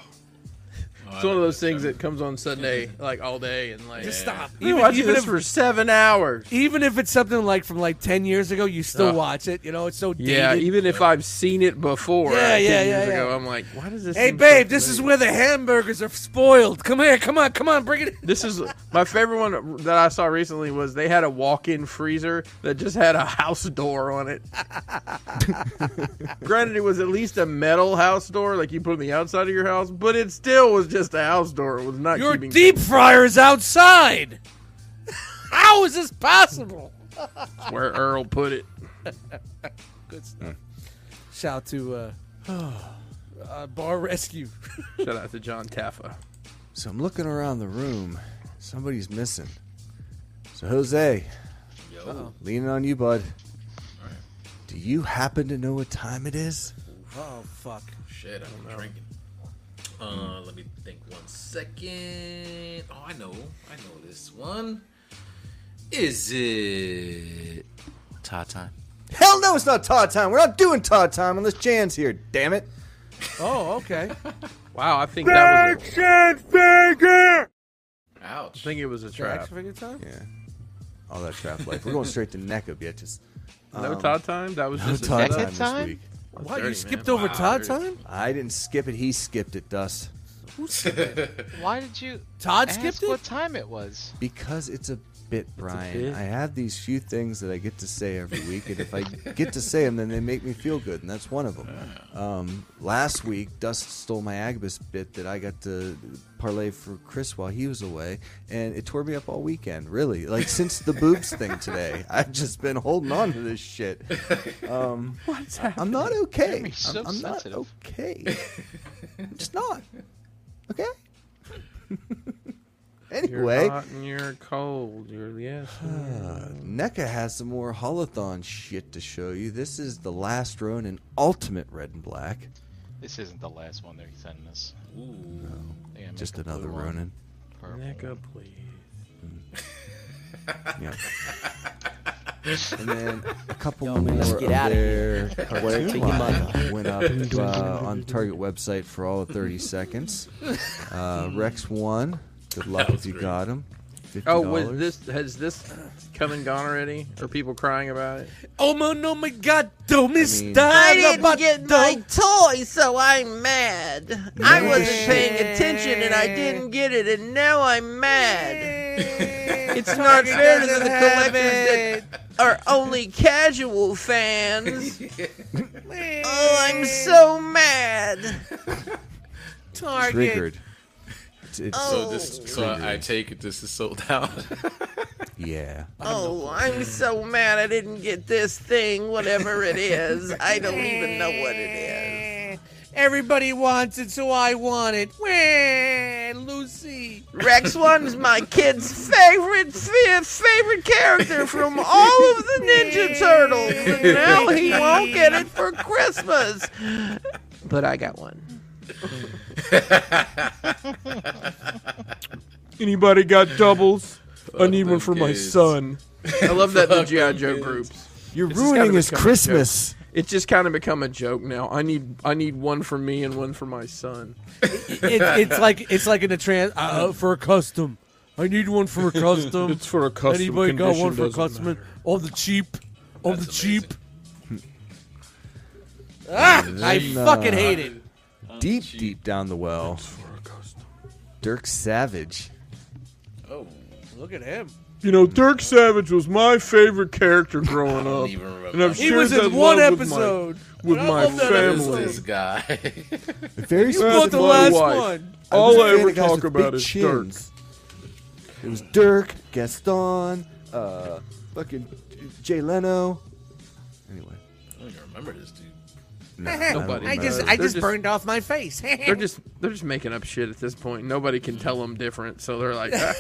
Speaker 4: it's
Speaker 1: Oh,
Speaker 4: one of those things that comes on Sunday like all day and like.
Speaker 2: Just
Speaker 1: Yeah.
Speaker 2: stop.
Speaker 4: I've been watching this
Speaker 2: if,
Speaker 4: for seven hours.
Speaker 2: even if it's something like from like ten years ago, you still
Speaker 4: Ugh.
Speaker 2: watch it. You know, it's so dated.
Speaker 4: Yeah, even if I've seen it before,
Speaker 2: Yeah,
Speaker 4: yeah, yeah,
Speaker 2: yeah, yeah,
Speaker 4: years
Speaker 2: yeah.
Speaker 4: ago, I'm like, why does this?
Speaker 2: Hey,
Speaker 4: seem
Speaker 2: babe,
Speaker 4: so
Speaker 2: this is
Speaker 4: familiar?
Speaker 2: where the hamburgers are spoiled. Come here, come on, come on, bring it. in.
Speaker 4: This is my favorite one that I saw recently was they had a walk-in freezer that just had a house door on it. Granted, it was at least a metal house door, like you put on the outside of your house, but it still was just a house door. It was not
Speaker 2: Your
Speaker 4: keeping
Speaker 2: deep fryer is outside. How is this possible?
Speaker 4: where Earl put it.
Speaker 2: Good stuff. Shout to uh, uh, bar rescue.
Speaker 4: Shout out to John Taffa.
Speaker 5: So I'm looking around the room. Somebody's missing. So Jose,
Speaker 1: Yo.
Speaker 5: leaning on you, bud. Do you happen to know what time it is?
Speaker 2: Oh fuck.
Speaker 1: Shit, I'm drinking. Uh, let me think one second. Oh, I know, I know this one. Is it Ta time?
Speaker 5: Hell no, it's not Todd time. We're not doing Todd time unless Jan's here. Damn it!
Speaker 2: Oh okay.
Speaker 4: Wow, I think that was. A, I
Speaker 1: Ouch.
Speaker 4: think it was a trap.
Speaker 2: Action figure time.
Speaker 5: Yeah, all that trap life. We're going straight to neck of bitches.
Speaker 4: No Todd time. That was
Speaker 5: No
Speaker 4: just a
Speaker 5: Todd
Speaker 4: setup?
Speaker 5: time
Speaker 3: Second
Speaker 5: this
Speaker 3: time?
Speaker 5: week.
Speaker 2: Wow, you
Speaker 1: 30,
Speaker 2: skipped
Speaker 1: man.
Speaker 2: over
Speaker 1: Wow,
Speaker 2: Todd
Speaker 1: 30.
Speaker 2: time?
Speaker 5: I didn't skip it. He skipped it, Dust,
Speaker 3: Why did you?
Speaker 2: Todd
Speaker 3: ask
Speaker 2: skipped it?
Speaker 3: what time it was.
Speaker 5: because it's a bit, Brian.
Speaker 4: bit.
Speaker 5: I have these few things that I get to say every week, and if I get to say them, then they make me feel good, and that's one of them. Um, last week, Dust stole my Agabus bit that I got to parlay for Chris while he was away, and it tore me up all weekend. Really, like since the boobs thing today, I've just been holding on to this shit. Um, What's I'm not okay.
Speaker 3: You're so
Speaker 5: I'm, I'm not
Speaker 3: sensitive.
Speaker 5: okay. I'm just not okay.
Speaker 4: You're
Speaker 5: anyway.
Speaker 4: hot and you're cold. You're yes.
Speaker 5: Uh, NECA E has some more holothon shit to show you. This is the last Ronin Ultimate Red and Black.
Speaker 3: This isn't the last one they're sending us.
Speaker 1: Ooh.
Speaker 3: They're gonna make
Speaker 5: Just
Speaker 3: a blue
Speaker 5: another
Speaker 3: one,
Speaker 5: Ronin.
Speaker 3: purple
Speaker 4: Neck
Speaker 3: one.
Speaker 4: up, please.
Speaker 5: Yeah. and then a couple more
Speaker 7: let's
Speaker 5: of
Speaker 7: get outta
Speaker 5: their Black
Speaker 7: Take your
Speaker 5: Maya went up uh, on the Target website for all of 30 seconds. Uh, Rex won. Good luck if you
Speaker 1: great.
Speaker 5: got him. $50.
Speaker 4: Oh, was this has this come and gone already? Are people crying about it?
Speaker 2: Oh my no my god, do
Speaker 5: I mean-
Speaker 2: Miss
Speaker 8: I
Speaker 2: Diana,
Speaker 8: didn't
Speaker 2: but
Speaker 8: get my
Speaker 2: don't-
Speaker 8: toy, so I'm mad. I
Speaker 5: Never
Speaker 8: wasn't
Speaker 5: should.
Speaker 8: paying attention and I didn't get it, and now I'm mad.
Speaker 4: It's
Speaker 8: Not fair to the collectors that are only casual fans. oh, I'm so mad.
Speaker 5: Triggered. It's, it's,
Speaker 1: So this, so I, I take it this is sold out.
Speaker 5: Yeah.
Speaker 8: Oh, I'm so mad I didn't get this thing, whatever it is. I don't even know what it is.
Speaker 2: Eh. Everybody wants it, so I want it. Wah, Lucy.
Speaker 8: Rex One's my kid's favorite fa- favorite character from all of the
Speaker 2: Eh.
Speaker 8: Ninja Turtles, and now he won't get it for Christmas. But I got one.
Speaker 4: Anybody got doubles? I
Speaker 1: need one for my kids. son.
Speaker 4: I love that the GI Joe groups.
Speaker 5: You're
Speaker 4: just gotta
Speaker 5: ruining his
Speaker 4: become a joke.
Speaker 5: Christmas.
Speaker 4: It's just kind of become a joke now. I need I need one for me and one for my son.
Speaker 2: It, it's like it's like in a trans uh, for a custom. I need one for a custom.
Speaker 4: for a custom.
Speaker 2: Anybody got one for a custom? On the cheap, on the cheap. ah, I
Speaker 5: Then, uh,
Speaker 2: fucking hate it.
Speaker 5: deep, deep down the well. Dirk Savage.
Speaker 1: oh,
Speaker 2: Look at him.
Speaker 4: You know, Dirk Savage was my favorite character growing
Speaker 1: I
Speaker 4: up.
Speaker 1: don't even remember.
Speaker 4: And I've
Speaker 2: He
Speaker 4: shared
Speaker 2: was
Speaker 4: that
Speaker 2: in one
Speaker 4: love with my-
Speaker 2: episode.
Speaker 4: with
Speaker 2: I
Speaker 4: my
Speaker 2: love that
Speaker 1: Who is
Speaker 4: family.
Speaker 1: this guy?
Speaker 5: Very
Speaker 2: Bought the
Speaker 4: my
Speaker 2: last
Speaker 4: wife.
Speaker 2: one.
Speaker 5: was
Speaker 4: All
Speaker 5: a
Speaker 4: I
Speaker 5: fan
Speaker 4: ever
Speaker 5: of guys
Speaker 4: talk
Speaker 5: with
Speaker 4: about
Speaker 5: big
Speaker 4: is Dirk.
Speaker 5: chins. It was Dirk, Gaston, uh, fucking Jay Leno. Anyway,
Speaker 1: I don't even remember this dude.
Speaker 5: no, I don't
Speaker 1: Nobody.
Speaker 2: I just,
Speaker 5: remember.
Speaker 2: I
Speaker 4: They're
Speaker 2: just
Speaker 4: just-
Speaker 2: burned off my face.
Speaker 4: They're just they're just making up shit at this point. Nobody can tell them different, so they're like, "Ah,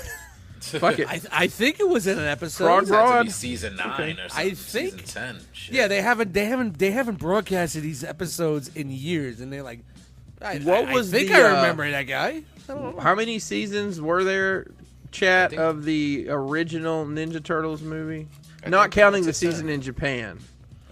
Speaker 4: fuck it.
Speaker 2: I, I think it was in an episode.
Speaker 4: Frog
Speaker 1: This had to
Speaker 4: Broad.
Speaker 1: be season nine or something.
Speaker 2: I think-
Speaker 1: season ten. Shit.
Speaker 2: Yeah, they haven't they haven't they haven't broadcasted these episodes in years, and they're like, I,
Speaker 4: What
Speaker 2: I- I
Speaker 4: was
Speaker 2: think
Speaker 4: the,
Speaker 2: I
Speaker 4: uh,
Speaker 2: remember that guy. I don't know.
Speaker 4: How many seasons were there, chat,
Speaker 1: think-
Speaker 4: of the original Ninja Turtles movie?
Speaker 1: I
Speaker 4: Not
Speaker 1: think they
Speaker 4: counting
Speaker 1: went
Speaker 4: the
Speaker 1: to
Speaker 4: season in Japan.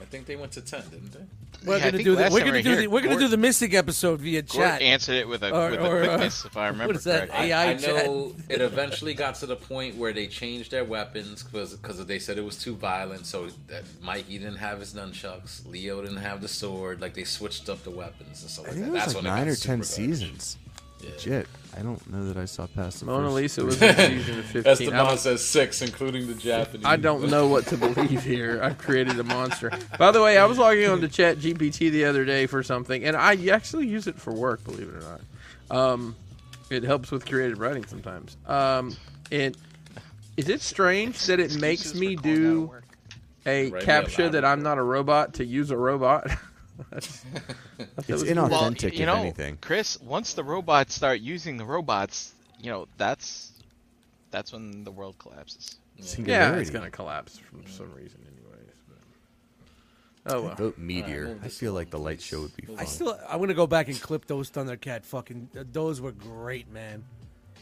Speaker 1: I think they went to ten, didn't they?
Speaker 2: We're
Speaker 3: Yeah, I
Speaker 2: gonna
Speaker 3: think
Speaker 2: do the,
Speaker 3: last
Speaker 2: we're
Speaker 3: time
Speaker 2: gonna
Speaker 3: we
Speaker 2: do
Speaker 3: were
Speaker 2: the,
Speaker 3: here,
Speaker 2: we're gonna do
Speaker 3: Gort-
Speaker 2: the Mystic episode via
Speaker 3: Gort
Speaker 2: chat.
Speaker 3: answered it with a
Speaker 2: Or-
Speaker 3: with
Speaker 2: or,
Speaker 3: a
Speaker 2: uh,
Speaker 3: quickness, if I remember
Speaker 2: what is that?
Speaker 3: correctly.
Speaker 2: AI
Speaker 1: I
Speaker 2: chat.
Speaker 1: know it eventually got to the point where they changed their weapons because they said it was too violent. So that Mikey didn't have his nunchucks, Leo didn't have the sword. Like they switched up the weapons and stuff
Speaker 5: I
Speaker 1: like
Speaker 5: think
Speaker 1: that.
Speaker 5: it
Speaker 1: That's
Speaker 5: was like
Speaker 1: when it
Speaker 5: nine
Speaker 1: got
Speaker 5: or
Speaker 1: super
Speaker 5: ten
Speaker 1: garbage.
Speaker 5: seasons.
Speaker 1: Yeah.
Speaker 5: Legit. I don't know that I saw past the
Speaker 4: Mona
Speaker 5: first
Speaker 4: Lisa
Speaker 5: three.
Speaker 4: was in
Speaker 1: That's the
Speaker 4: season 15. I
Speaker 1: mom
Speaker 4: don't,
Speaker 1: says six, including the Japanese.
Speaker 4: I don't know what to believe here. I've created a monster. By the way, I was logging on to Chat GPT the other day for something, and I actually use it for work, believe it or not. Um, it helps with creative writing sometimes. Um, and is it strange that it makes
Speaker 3: Excuses
Speaker 4: me
Speaker 3: for calling out of
Speaker 4: do
Speaker 3: work.
Speaker 4: a
Speaker 1: Write me a
Speaker 4: captcha
Speaker 1: lab
Speaker 4: that I'm not a robot to use a robot?
Speaker 5: It's
Speaker 3: Well,
Speaker 5: inauthentic,
Speaker 3: y- you know,
Speaker 5: if anything.
Speaker 3: Chris, once the robots start using the robots, you know that's that's when the world collapses.
Speaker 4: yeah, it's
Speaker 5: Singularity.
Speaker 4: gonna collapse for some reason, anyways. but- Oh well.
Speaker 5: Vote meteor. I feel like the light show would be fun.
Speaker 2: I still I want to go back and clip those Thundercat fucking. uh, Those were great, man.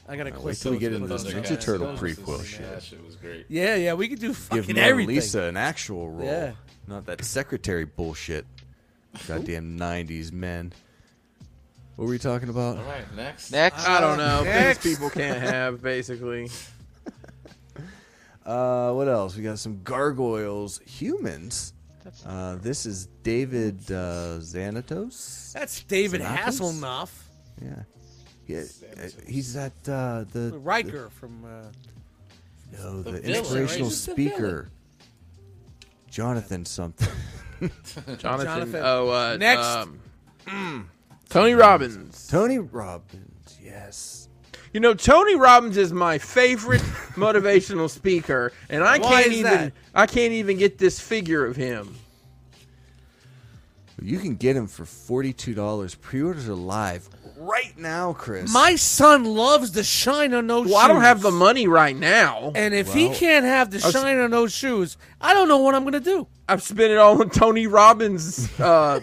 Speaker 2: I gotta clip
Speaker 5: wait till we
Speaker 2: those
Speaker 5: get into
Speaker 2: clip
Speaker 5: this
Speaker 2: those.
Speaker 5: Ninja Turtle prequel
Speaker 1: Yeah,
Speaker 5: shit.
Speaker 1: that shit was great.
Speaker 2: Yeah, yeah, we could do fucking
Speaker 5: Give Mona
Speaker 2: everything.
Speaker 5: Lisa an actual role,
Speaker 2: Yeah.
Speaker 5: not that secretary bullshit. Goddamn '90s men. What were we talking about?
Speaker 1: All right, next.
Speaker 3: Next,
Speaker 4: I don't know.
Speaker 2: Next.
Speaker 4: Things people can't have, basically.
Speaker 5: Uh, what else? We got some gargoyles, humans.
Speaker 3: That's-
Speaker 5: Uh, this is David uh, Xanatos.
Speaker 2: That's David
Speaker 5: Xanatos?
Speaker 2: Hasselhoff,
Speaker 5: Yeah. Yeah, uh, he's that uh, the
Speaker 2: Riker from. Uh,
Speaker 5: no, the,
Speaker 1: villain,
Speaker 5: inspirational
Speaker 1: right?
Speaker 2: He's the villain.
Speaker 5: speaker, Jonathan something.
Speaker 4: Jonathan.
Speaker 2: Jonathan.
Speaker 4: Oh, uh,
Speaker 2: Next. Mm.
Speaker 4: um, Tony Robbins.
Speaker 5: Tony Robbins. Yes.
Speaker 4: You know, Tony Robbins is my favorite motivational speaker, and I
Speaker 2: Why
Speaker 4: can't
Speaker 2: is
Speaker 4: even
Speaker 2: that?
Speaker 4: I can't even get this figure of him.
Speaker 5: You can get him for forty-two dollars. Pre-orders are live right now, Chris.
Speaker 2: my son loves the shine on those.
Speaker 4: Well, I don't have the
Speaker 2: shoes.
Speaker 4: money right now.
Speaker 2: And if he
Speaker 5: Well,
Speaker 2: can't have the
Speaker 4: was-
Speaker 2: shine on those shoes, I don't know what I'm gonna do.
Speaker 4: I've spent it all on Tony Robbins. Uh,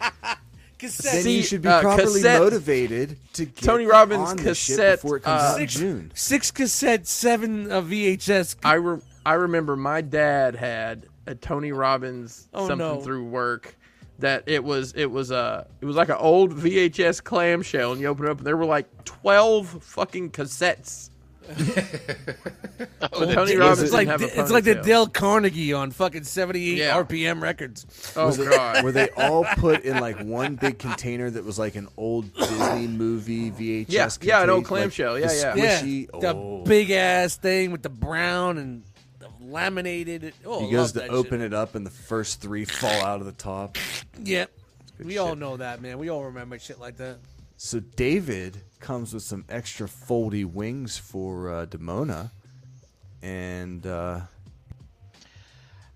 Speaker 5: then
Speaker 2: Cassette.
Speaker 5: you
Speaker 4: See,
Speaker 5: should be
Speaker 4: uh,
Speaker 5: properly
Speaker 4: cassette-
Speaker 5: motivated to get
Speaker 4: Tony Robbins
Speaker 5: on this shit
Speaker 4: cassette,
Speaker 5: before it comes
Speaker 4: uh,
Speaker 5: out in
Speaker 2: six,
Speaker 5: June.
Speaker 2: six cassette, seven uh, VHS.
Speaker 4: I re- I remember my dad had a Tony Robbins
Speaker 2: Oh,
Speaker 4: something
Speaker 2: no.
Speaker 4: through work that it was it was a it was like an old VHS clamshell and you open it up and there were like twelve fucking cassettes. But Tony
Speaker 2: it's
Speaker 4: Robbins didn't
Speaker 2: like
Speaker 4: have a
Speaker 2: it's like the
Speaker 4: ponytail.
Speaker 2: Dale Carnegie on fucking 78
Speaker 4: Yeah.
Speaker 2: RPM records.
Speaker 4: Oh god.
Speaker 5: Were they all put in like one big container that was like an old Disney movie VHS?
Speaker 4: Yeah, yeah, an old
Speaker 5: container,
Speaker 4: clamshell.
Speaker 5: the
Speaker 4: Yeah,
Speaker 2: Yeah,
Speaker 5: squishy-
Speaker 2: the
Speaker 5: oh.
Speaker 2: big ass thing with the brown and the laminated. Oh,
Speaker 5: He
Speaker 2: I
Speaker 5: goes
Speaker 2: love that
Speaker 5: to open it up, and the first three fall out of the top.
Speaker 2: Shit. Yep, we all
Speaker 5: shit.
Speaker 2: know that, man. We all remember shit like that.
Speaker 5: So David comes with some extra foldy wings for uh, Demona, and uh,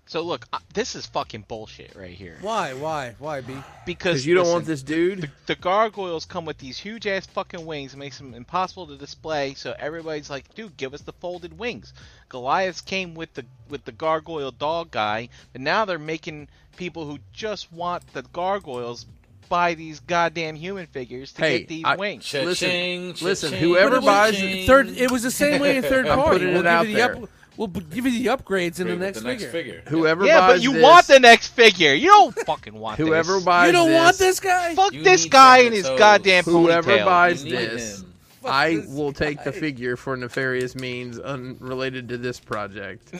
Speaker 3: So look, uh, this is fucking bullshit right here.
Speaker 2: Why? Why? Why? B.
Speaker 3: Because
Speaker 4: Because you don't
Speaker 3: listen,
Speaker 4: want this dude.
Speaker 3: The gargoyles come with these huge ass fucking wings, makes them impossible to display. So everybody's like, "Dude, give us the folded wings." Goliaths came with the with the gargoyle dog guy, but now they're making people who just want the gargoyles buy these goddamn human figures to
Speaker 4: Hey,
Speaker 3: get the
Speaker 4: I-
Speaker 3: wings.
Speaker 4: Listen,
Speaker 1: Cha-ching,
Speaker 4: listen,
Speaker 1: cha-ching,
Speaker 4: whoever
Speaker 2: But it was-
Speaker 4: buys
Speaker 1: cha-ching.
Speaker 2: third, it was the same way in third
Speaker 4: I'm
Speaker 2: party.
Speaker 4: putting
Speaker 2: We'll
Speaker 4: it
Speaker 2: give
Speaker 4: out
Speaker 2: you
Speaker 4: there.
Speaker 2: the up, we'll b- give you the upgrades in the
Speaker 1: With
Speaker 2: next
Speaker 1: the next
Speaker 2: figure.
Speaker 1: figure.
Speaker 4: Whoever
Speaker 3: Yeah,
Speaker 4: buys
Speaker 3: but you
Speaker 4: this-
Speaker 3: want the next figure. You don't fucking want
Speaker 4: whoever
Speaker 3: this.
Speaker 4: buys
Speaker 2: You don't
Speaker 4: this,
Speaker 2: want this guy?
Speaker 3: Fuck
Speaker 1: You
Speaker 3: this
Speaker 1: need
Speaker 3: guy
Speaker 1: that,
Speaker 3: and his
Speaker 1: so-
Speaker 3: goddamn
Speaker 4: Whoever
Speaker 3: ponytail.
Speaker 4: buys
Speaker 1: You need
Speaker 4: this,
Speaker 1: him.
Speaker 4: I
Speaker 2: this
Speaker 4: will take the
Speaker 2: guy.
Speaker 4: figure for nefarious means unrelated to this project.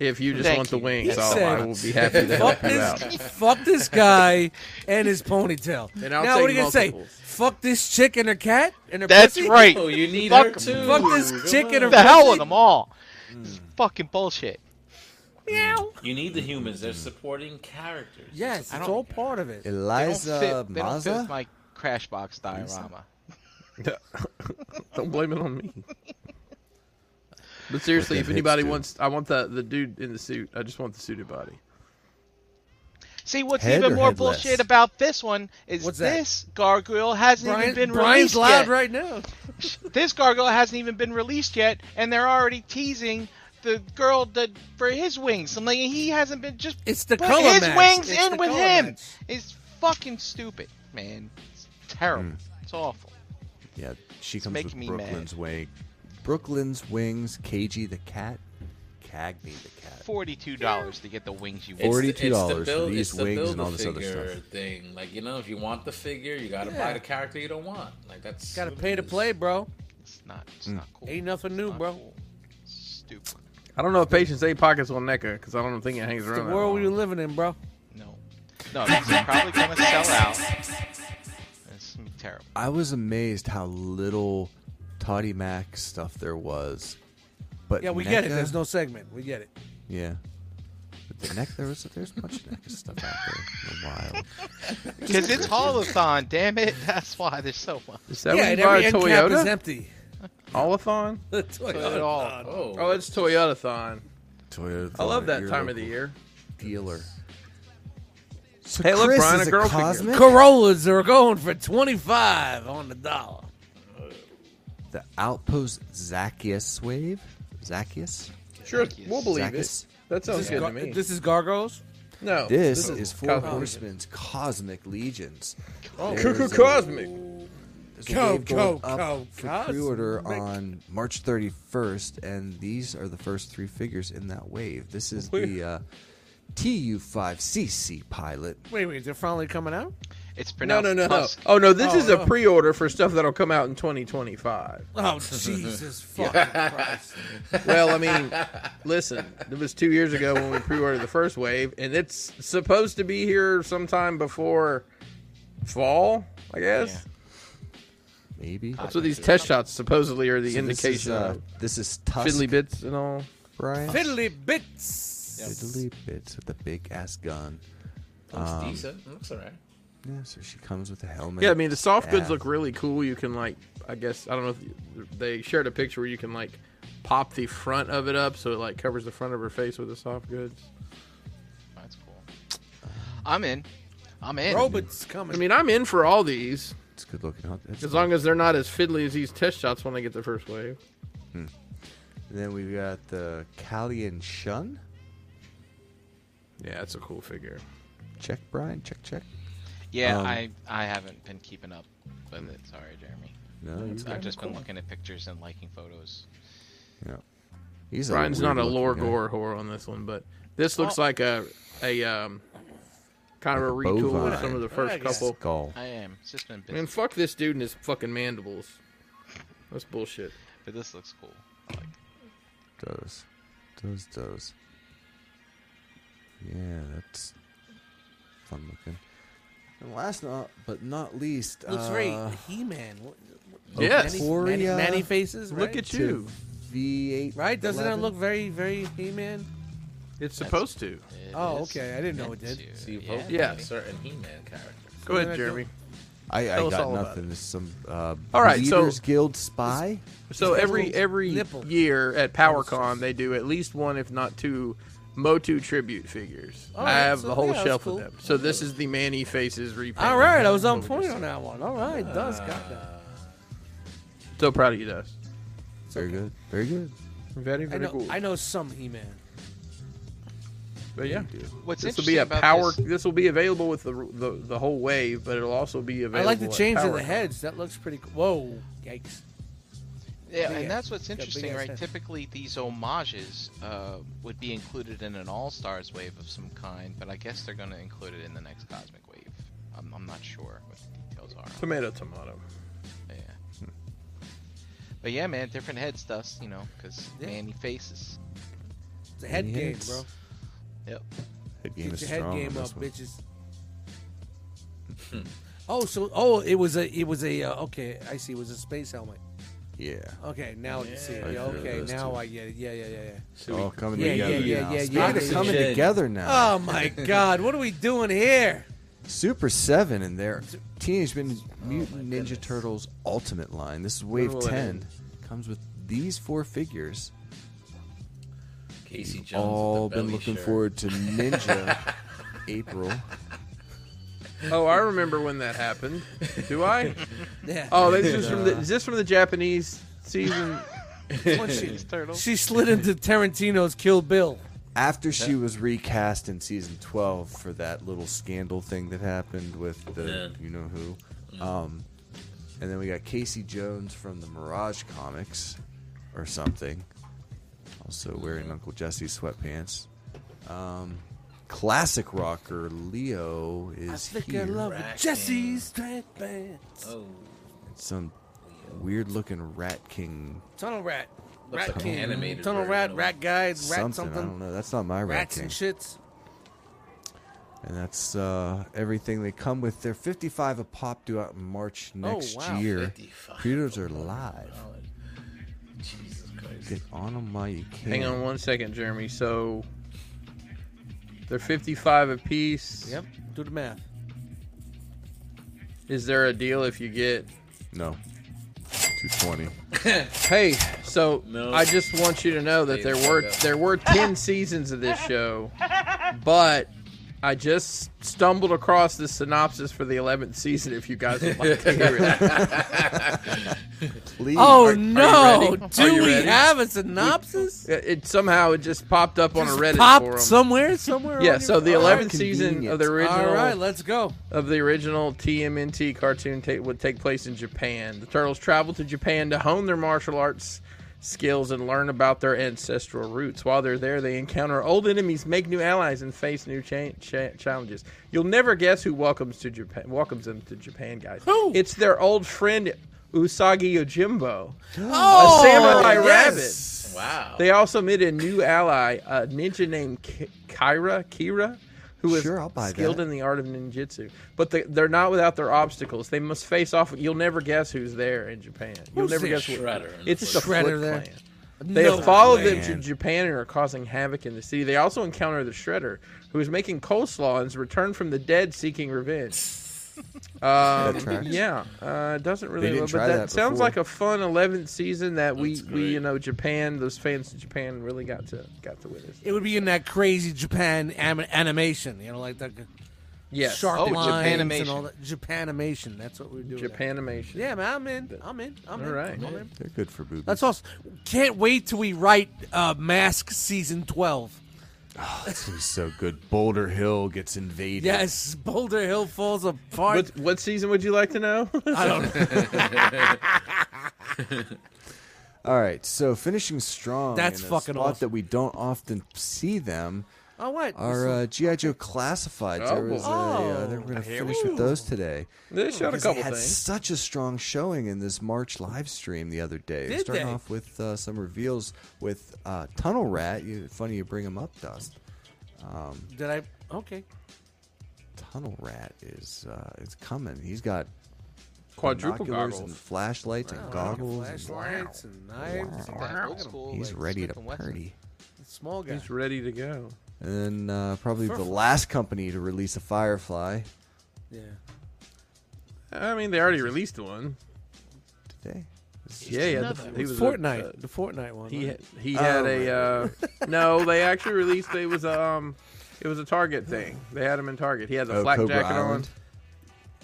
Speaker 4: if you just
Speaker 3: Thank
Speaker 4: want the
Speaker 3: you.
Speaker 4: wings,
Speaker 2: He
Speaker 4: I'll,
Speaker 2: said-
Speaker 4: I will be happy to
Speaker 2: Fuck
Speaker 4: help you out.
Speaker 2: this, fuck this guy and his ponytail.
Speaker 4: And I'll
Speaker 2: now what are
Speaker 4: take
Speaker 2: you gonna say?
Speaker 4: multiples.
Speaker 2: Fuck this chick and her cat and her
Speaker 3: That's
Speaker 2: pussy?
Speaker 3: right.
Speaker 1: Oh, you need
Speaker 3: Fuck
Speaker 1: her
Speaker 3: him.
Speaker 1: too.
Speaker 2: Fuck this
Speaker 1: Come
Speaker 2: chick and her
Speaker 1: on.
Speaker 3: the hell with them all. It's
Speaker 4: Hmm.
Speaker 3: fucking bullshit.
Speaker 1: You need the humans. They're supporting characters.
Speaker 2: Yes,
Speaker 3: I
Speaker 2: it's
Speaker 3: don't-
Speaker 2: all part of it.
Speaker 3: They don't fit,
Speaker 5: Eliza
Speaker 3: they don't fit with
Speaker 5: uh, Maza.
Speaker 3: my Crashbox diorama.
Speaker 4: Don't blame it on me. But seriously,
Speaker 5: With
Speaker 4: if
Speaker 5: the
Speaker 4: anybody
Speaker 5: hipster.
Speaker 4: wants, I want the the dude in the suit. I just want the suited body.
Speaker 3: See, what's
Speaker 5: Head
Speaker 3: even
Speaker 5: or
Speaker 3: more
Speaker 5: headless?
Speaker 3: bullshit about this one is
Speaker 2: What's that?
Speaker 3: this gargoyle hasn't
Speaker 2: Brian,
Speaker 3: even been
Speaker 2: Brian's
Speaker 3: released
Speaker 2: loud
Speaker 3: yet.
Speaker 2: right now.
Speaker 3: This gargoyle hasn't even been released yet, and they're already teasing the girl that for his wings. I'm like, he hasn't been just
Speaker 2: It's the
Speaker 3: put
Speaker 2: color
Speaker 3: his
Speaker 2: match.
Speaker 3: wings
Speaker 2: It's the
Speaker 3: in with
Speaker 2: color
Speaker 3: him.
Speaker 2: match.
Speaker 3: It's fucking stupid, man. It's terrible. It's awful.
Speaker 5: Yeah, she comes
Speaker 3: making
Speaker 5: with
Speaker 3: me
Speaker 5: Brooklyn's wing. Brooklyn's wings. KG the cat. Cagney the cat.
Speaker 3: Forty-two dollars to get the wings you want.
Speaker 5: Or- $42
Speaker 1: It's the-
Speaker 5: for
Speaker 1: it's the build-
Speaker 5: these
Speaker 1: it's the
Speaker 5: wings and all this other
Speaker 1: build-a-figure
Speaker 5: stuff.
Speaker 1: Thing like you know, if you want the figure, you gotta buy the character you don't want. Like that's
Speaker 2: Got to
Speaker 1: what
Speaker 2: pay
Speaker 1: it
Speaker 2: to
Speaker 1: is.
Speaker 2: play, bro.
Speaker 3: It's not. It's not cool.
Speaker 2: Ain't nothing
Speaker 3: It's
Speaker 2: new,
Speaker 3: not
Speaker 2: bro.
Speaker 3: cool. It's Stupid.
Speaker 4: I don't know if patience ain't pockets on E NECA because I don't think it hangs
Speaker 2: It's the
Speaker 4: around. that
Speaker 2: world we
Speaker 4: long.
Speaker 2: living in, bro.
Speaker 3: No. No, this is probably gonna sell out. It's gonna be terrible.
Speaker 5: I was amazed how little Toddy Mac stuff there was. But
Speaker 2: Yeah, we get it.
Speaker 5: NECA-
Speaker 2: There's no segment. We get it.
Speaker 5: Yeah. But the neck there was there's much neck stuff out there in the wild.
Speaker 3: Because it's holothon, damn it. That's why there's so much.
Speaker 4: Is that
Speaker 2: yeah,
Speaker 4: when
Speaker 2: and
Speaker 4: you buy
Speaker 2: every
Speaker 4: a
Speaker 2: end cap is
Speaker 4: Toyota?
Speaker 2: empty.
Speaker 4: Olathon?
Speaker 2: The
Speaker 3: Toyota.
Speaker 2: Toyota.
Speaker 1: Oh,
Speaker 4: Oh, it's Toyota Thon.
Speaker 5: Toyota.
Speaker 4: I love that
Speaker 5: your
Speaker 4: time of the
Speaker 5: local
Speaker 4: year.
Speaker 5: Dealer. So
Speaker 4: Hey, look,
Speaker 5: Chris
Speaker 4: Brian,
Speaker 5: is
Speaker 4: a girl figure.
Speaker 5: cosmic.
Speaker 2: Corollas are going for twenty five on the dollar.
Speaker 5: The outpost Zacchaeus wave. Zacchaeus.
Speaker 4: Sure,
Speaker 3: Thank you.
Speaker 4: we'll believe
Speaker 5: Zacchaeus.
Speaker 4: it. That sounds good
Speaker 2: Gar-
Speaker 4: to me.
Speaker 2: this is gargoyles.
Speaker 4: no,
Speaker 5: This, is, Four
Speaker 4: cosmic.
Speaker 5: Horsemen's Cosmic Legions.
Speaker 4: Cuckoo Cosmic.
Speaker 5: There's
Speaker 2: Go,
Speaker 5: a wave going
Speaker 2: go,
Speaker 5: up
Speaker 2: go,
Speaker 5: for
Speaker 2: Cosmic.
Speaker 5: pre-order on March 31st, and these are the first three figures in that wave. This is
Speaker 4: Where-
Speaker 5: the uh, TU5CC pilot.
Speaker 2: Wait, wait, they're finally coming out.
Speaker 3: It's
Speaker 4: No,
Speaker 3: pronounced
Speaker 4: no, no, no.
Speaker 3: Tusk.
Speaker 4: Oh no, this
Speaker 2: Oh,
Speaker 4: is a
Speaker 2: no.
Speaker 4: pre-order for stuff that'll come out in 2025.
Speaker 2: Oh Jesus fucking Christ!
Speaker 4: Well, I mean, listen, it was two years ago when we pre-ordered the first wave, and it's supposed to be here sometime before fall, I guess.
Speaker 3: Yeah.
Speaker 5: Maybe.
Speaker 4: That's what these test shots supposedly are the
Speaker 5: So this is,
Speaker 4: Ah, indication
Speaker 5: uh,
Speaker 4: of
Speaker 5: This is Tusk,
Speaker 4: fiddly bits and all.
Speaker 5: Brian.
Speaker 2: Fiddly bits.
Speaker 5: Fiddly bits with a big ass gun.
Speaker 1: looks
Speaker 5: Um,
Speaker 1: decent. Looks alright.
Speaker 5: Yeah, so she comes with a helmet.
Speaker 4: Yeah, I mean the soft goods
Speaker 5: Yeah.
Speaker 4: look really cool. You can like, I guess I don't know if you- they shared a picture where you can like pop the front of it up so it like covers the front of her face with the soft goods.
Speaker 3: That's cool. I'm in. I'm in.
Speaker 2: Robots coming.
Speaker 4: I mean, I'm in for all these
Speaker 5: it's good looking. huh? It's
Speaker 4: as long as they're not as fiddly as these test shots when they get the first wave.
Speaker 5: And then we've got the Callian Shun.
Speaker 4: Yeah, that's a cool figure.
Speaker 5: Check, Brian. Check, check.
Speaker 3: Yeah,
Speaker 5: Um,
Speaker 3: I I haven't been keeping up with it. Sorry, Jeremy.
Speaker 5: No, you
Speaker 3: I've just been looking at pictures and liking photos.
Speaker 5: yeah. He's a
Speaker 4: Brian's not a
Speaker 5: weird-looking
Speaker 4: lore
Speaker 5: guy.
Speaker 4: gore whore on this one, but this looks like a a um, kind of a
Speaker 5: Like a
Speaker 4: retool
Speaker 5: bovine.
Speaker 4: of some of the first
Speaker 2: guess.
Speaker 4: couple.
Speaker 5: Skull.
Speaker 3: I am. It's just been busy,
Speaker 4: Man, fuck this dude and his fucking mandibles. That's bullshit.
Speaker 3: but this looks cool. Like,
Speaker 5: Does. Does, does. Yeah, that's fun looking. And last not but not least,
Speaker 2: Looks
Speaker 5: uh,
Speaker 2: very He-Man. What-
Speaker 5: Oh.
Speaker 2: what-
Speaker 4: Yes.
Speaker 2: Many, many,
Speaker 5: Euphoria.
Speaker 2: many faces.
Speaker 4: Look
Speaker 2: right?
Speaker 4: at you.
Speaker 5: V8.
Speaker 2: Right? Doesn't that
Speaker 5: 11?
Speaker 2: look very, very He-Man?
Speaker 4: It's supposed to.
Speaker 3: it
Speaker 2: Oh,
Speaker 3: is
Speaker 2: okay. I didn't know it
Speaker 3: meant
Speaker 2: did.
Speaker 3: to,
Speaker 1: So you
Speaker 3: yeah.
Speaker 1: vote
Speaker 4: Yeah.
Speaker 1: for a certain He-Man character.
Speaker 4: Go ahead, Jeremy.
Speaker 5: I, I
Speaker 4: Tell us
Speaker 5: got
Speaker 4: all about
Speaker 5: nothing. It's some uh,
Speaker 4: All right, so-
Speaker 5: Leaders Guild spy.
Speaker 4: So every every
Speaker 2: Nipple.
Speaker 4: year at PowerCon they do at least one, if not two, Motu tribute figures.
Speaker 2: All
Speaker 4: I
Speaker 2: right,
Speaker 4: have
Speaker 2: so
Speaker 4: a whole
Speaker 2: yeah, Oh, that's
Speaker 4: shelf
Speaker 2: cool.
Speaker 4: of them. So this is the Manny Faces repaint.
Speaker 2: All right, I was on point on that one. All right, does got that.
Speaker 4: So proud of you, Dust.
Speaker 5: Very good. Very good.
Speaker 4: Very
Speaker 2: I
Speaker 4: very
Speaker 2: know,
Speaker 4: cool.
Speaker 2: I know some He-Man.
Speaker 4: But yeah.
Speaker 5: You do.
Speaker 3: What's
Speaker 4: This will
Speaker 3: interesting
Speaker 4: be a
Speaker 3: about
Speaker 4: power.
Speaker 3: this-
Speaker 4: This. will be available with the, the the whole wave, but it'll also be
Speaker 2: I
Speaker 4: available.
Speaker 2: like the
Speaker 4: at
Speaker 2: change in the
Speaker 4: PowerCon.
Speaker 2: heads. That looks pretty cool. Whoa, yikes.
Speaker 3: Yeah,
Speaker 2: Big
Speaker 3: and
Speaker 2: ass-
Speaker 3: that's what's
Speaker 2: got big
Speaker 3: interesting,
Speaker 2: ass
Speaker 3: right?
Speaker 2: head.
Speaker 3: Typically, these homages uh, would be included in an All Stars wave of some kind, but I guess they're going to include it in the next Cosmic wave. I'm, I'm not sure what the details are.
Speaker 4: Tomato, tomato.
Speaker 3: Yeah. But yeah, man, different head stuffs, you know, because
Speaker 2: Yeah.
Speaker 3: Manny faces.
Speaker 2: It's a head
Speaker 5: Any
Speaker 2: game,
Speaker 5: hits?
Speaker 2: bro.
Speaker 3: Yep.
Speaker 5: The game
Speaker 2: Get
Speaker 5: is
Speaker 2: your head
Speaker 5: strong
Speaker 2: game
Speaker 5: on
Speaker 2: up,
Speaker 5: this one.
Speaker 2: bitches. Oh, so oh, it was a, it was a. Uh, okay, I see. It was a space helmet.
Speaker 5: Yeah.
Speaker 2: Okay, now I can see
Speaker 5: I
Speaker 2: it. Yeah,
Speaker 5: remember
Speaker 2: okay,
Speaker 5: those
Speaker 2: now
Speaker 5: two.
Speaker 2: I get it. Yeah, yeah, yeah, yeah.
Speaker 1: So
Speaker 5: all
Speaker 4: Oh,
Speaker 1: we-
Speaker 5: coming
Speaker 2: Yeah,
Speaker 5: together.
Speaker 2: yeah, yeah,
Speaker 5: now.
Speaker 2: yeah,
Speaker 5: Speaking of
Speaker 2: yeah, yeah.
Speaker 5: coming together now.
Speaker 2: Oh my God, what are we doing here?
Speaker 5: Super Seven in there. Teenage Mutant,
Speaker 1: Oh
Speaker 5: Mutant Ninja Turtles Ultimate line. This is Wave
Speaker 4: will it
Speaker 5: Ten. Comes with these four figures.
Speaker 1: Casey E Jones. with the
Speaker 5: all been
Speaker 1: belly
Speaker 5: looking
Speaker 1: shirt.
Speaker 5: forward to Ninja April.
Speaker 4: Oh, I remember when that happened. Do I?
Speaker 2: Yeah.
Speaker 4: Oh, this is from the is this from the Japanese season?
Speaker 2: Once she,
Speaker 3: Turtle.
Speaker 2: she slid into Tarantino's Kill Bill.
Speaker 5: After she was recast in season 12 for that little scandal thing that happened with the
Speaker 1: Yeah.
Speaker 5: you know who. Um, and then we got Casey Jones from the Mirage comics or something. Also wearing Uncle Jesse's sweatpants. Um, classic rocker Leo is here.
Speaker 1: Rack
Speaker 2: Jesse's Straight Pants.
Speaker 1: Oh,
Speaker 5: Some weird looking rat king
Speaker 2: Tunnel Rat.
Speaker 1: Looks
Speaker 2: Rat
Speaker 1: like an
Speaker 2: King.
Speaker 1: animated
Speaker 2: Tunnel
Speaker 1: version
Speaker 2: Rat,
Speaker 1: of
Speaker 2: Rat Guide, Rat
Speaker 5: something.
Speaker 2: something.
Speaker 5: I don't know. That's not my rat
Speaker 2: Rats
Speaker 5: king.
Speaker 2: and shits.
Speaker 5: And that's uh, everything they come with. They're 55 a pop due out
Speaker 4: Oh,
Speaker 5: in March next
Speaker 2: wow.
Speaker 5: year.
Speaker 1: 55.
Speaker 5: Pre-orders are live.
Speaker 1: Jesus Christ.
Speaker 5: Get on them while you can.
Speaker 4: Hang on one second, Jeremy. So they're fifty-five apiece.
Speaker 2: Yep. Do the math.
Speaker 4: Is there a deal if you get?
Speaker 5: No. 220.
Speaker 4: Hey, so
Speaker 1: No.
Speaker 4: I just want you to know that
Speaker 1: Hey,
Speaker 4: there
Speaker 1: fuck
Speaker 4: were
Speaker 1: up.
Speaker 4: there were ten seasons of this show, but I just stumbled across the synopsis for the eleventh season. If you guys would like to hear it,
Speaker 5: Please.
Speaker 2: Oh
Speaker 4: no.
Speaker 2: no!
Speaker 4: ready? Are
Speaker 2: Do
Speaker 4: you
Speaker 2: we
Speaker 4: ready?
Speaker 2: have a synopsis?
Speaker 4: it, it somehow it just popped up on a Reddit
Speaker 2: Popped
Speaker 4: forum.
Speaker 2: somewhere, somewhere.
Speaker 4: yeah,
Speaker 2: on
Speaker 4: so
Speaker 2: your-
Speaker 4: the
Speaker 2: All right.
Speaker 4: eleventh season of the original
Speaker 2: All right, let's go.
Speaker 4: of the original TMNT cartoon ta- would take place in Japan. The turtles travel to Japan to hone their martial arts skills and learn about their ancestral roots. While they're there, they encounter old enemies, make new allies, and face new cha- cha- challenges. You'll never guess who welcomes to Japan welcomes them to Japan, guys.
Speaker 2: Who?
Speaker 4: It's their old friend Usagi Yojimbo,
Speaker 2: Oh,
Speaker 4: a samurai rabbit.
Speaker 1: Wow.
Speaker 4: They also met a new ally, a ninja named Ki- Kyra. Kira, who is
Speaker 5: Sure, I'll buy
Speaker 4: skilled
Speaker 5: that.
Speaker 4: in the art of ninjutsu. But they, they're not without their obstacles. They must face off. You'll never guess who's there in Japan. You'll
Speaker 2: Who's
Speaker 4: never
Speaker 2: there?
Speaker 4: guess what.
Speaker 1: Shredder and
Speaker 4: It's
Speaker 1: the
Speaker 4: the
Speaker 2: Shredder
Speaker 4: Foot
Speaker 2: there.
Speaker 4: Clan. They
Speaker 2: No
Speaker 4: have followed them
Speaker 5: Man.
Speaker 4: to Japan and are causing havoc in the city. They also encounter the Shredder, who is making coleslaw and has returned from the dead seeking revenge. Um,
Speaker 5: tracks.
Speaker 4: yeah, uh, it doesn't really.
Speaker 5: They didn't
Speaker 4: but
Speaker 5: try
Speaker 4: that,
Speaker 5: that
Speaker 4: sounds
Speaker 5: before.
Speaker 4: like a fun 11th season that we,
Speaker 1: That's
Speaker 4: we you
Speaker 1: great.
Speaker 4: know Japan those fans in Japan really got to got to witness.
Speaker 2: It would be in that crazy Japan am- animation, you know, like the
Speaker 4: Yes,
Speaker 2: sharp
Speaker 3: Oh,
Speaker 2: lines
Speaker 3: Japanimation.
Speaker 2: and all that. Japanimation. That's what we're doing.
Speaker 4: Japanimation.
Speaker 2: Yeah, man, I'm in. I'm in. I'm
Speaker 4: All
Speaker 2: in.
Speaker 4: right.
Speaker 2: I'm in.
Speaker 5: They're good for boobies.
Speaker 2: That's awesome. Can't wait till we write uh, Mask season twelve.
Speaker 5: This is so good. Boulder Hill gets invaded.
Speaker 2: Yes, Boulder Hill falls apart.
Speaker 4: What what season would you like to know?
Speaker 2: I don't. know.
Speaker 5: All right. So finishing strong.
Speaker 2: That's
Speaker 5: in a
Speaker 2: fucking
Speaker 5: spot
Speaker 2: awesome.
Speaker 5: that we don't often see them.
Speaker 2: Oh what?
Speaker 5: Are uh, GI Joe classifieds?
Speaker 4: Oh,
Speaker 5: There was a, uh,
Speaker 2: boy.
Speaker 5: they were going to finish with those today.
Speaker 4: they showed a
Speaker 5: Because they
Speaker 4: couple
Speaker 5: had
Speaker 4: things.
Speaker 5: such a strong showing in this March live stream the other day.
Speaker 2: Did
Speaker 5: Starting
Speaker 2: they?
Speaker 5: off with uh, some reveals with uh, Tunnel Rat. You, funny you bring him up, Dust.
Speaker 2: Did I? Okay.
Speaker 5: Tunnel Rat is uh, it's coming. He's got
Speaker 4: Quadruple
Speaker 5: binoculars and
Speaker 4: goggles.
Speaker 5: flashlights and goggles. and-
Speaker 2: Flashlights and knives. and
Speaker 3: That old school,
Speaker 5: He's
Speaker 3: like,
Speaker 5: ready
Speaker 3: Smith
Speaker 5: to
Speaker 3: and Wesson.
Speaker 5: party.
Speaker 2: Small guy.
Speaker 4: He's ready to go.
Speaker 5: And then uh, probably
Speaker 2: For-
Speaker 5: the last company to release a Firefly
Speaker 2: Yeah.
Speaker 4: I mean, they already released one.
Speaker 5: today.
Speaker 4: Yeah, yeah. the-
Speaker 3: another.
Speaker 4: he was a-
Speaker 2: Fortnite.
Speaker 4: uh,
Speaker 2: the Fortnite one.
Speaker 4: he
Speaker 2: right?
Speaker 4: he
Speaker 5: Oh,
Speaker 4: had a uh, no. They actually released. It was um, it was a Target thing. They had him in Target. He had the
Speaker 5: Oh,
Speaker 4: flak
Speaker 5: Cobra
Speaker 4: jacket
Speaker 5: Island?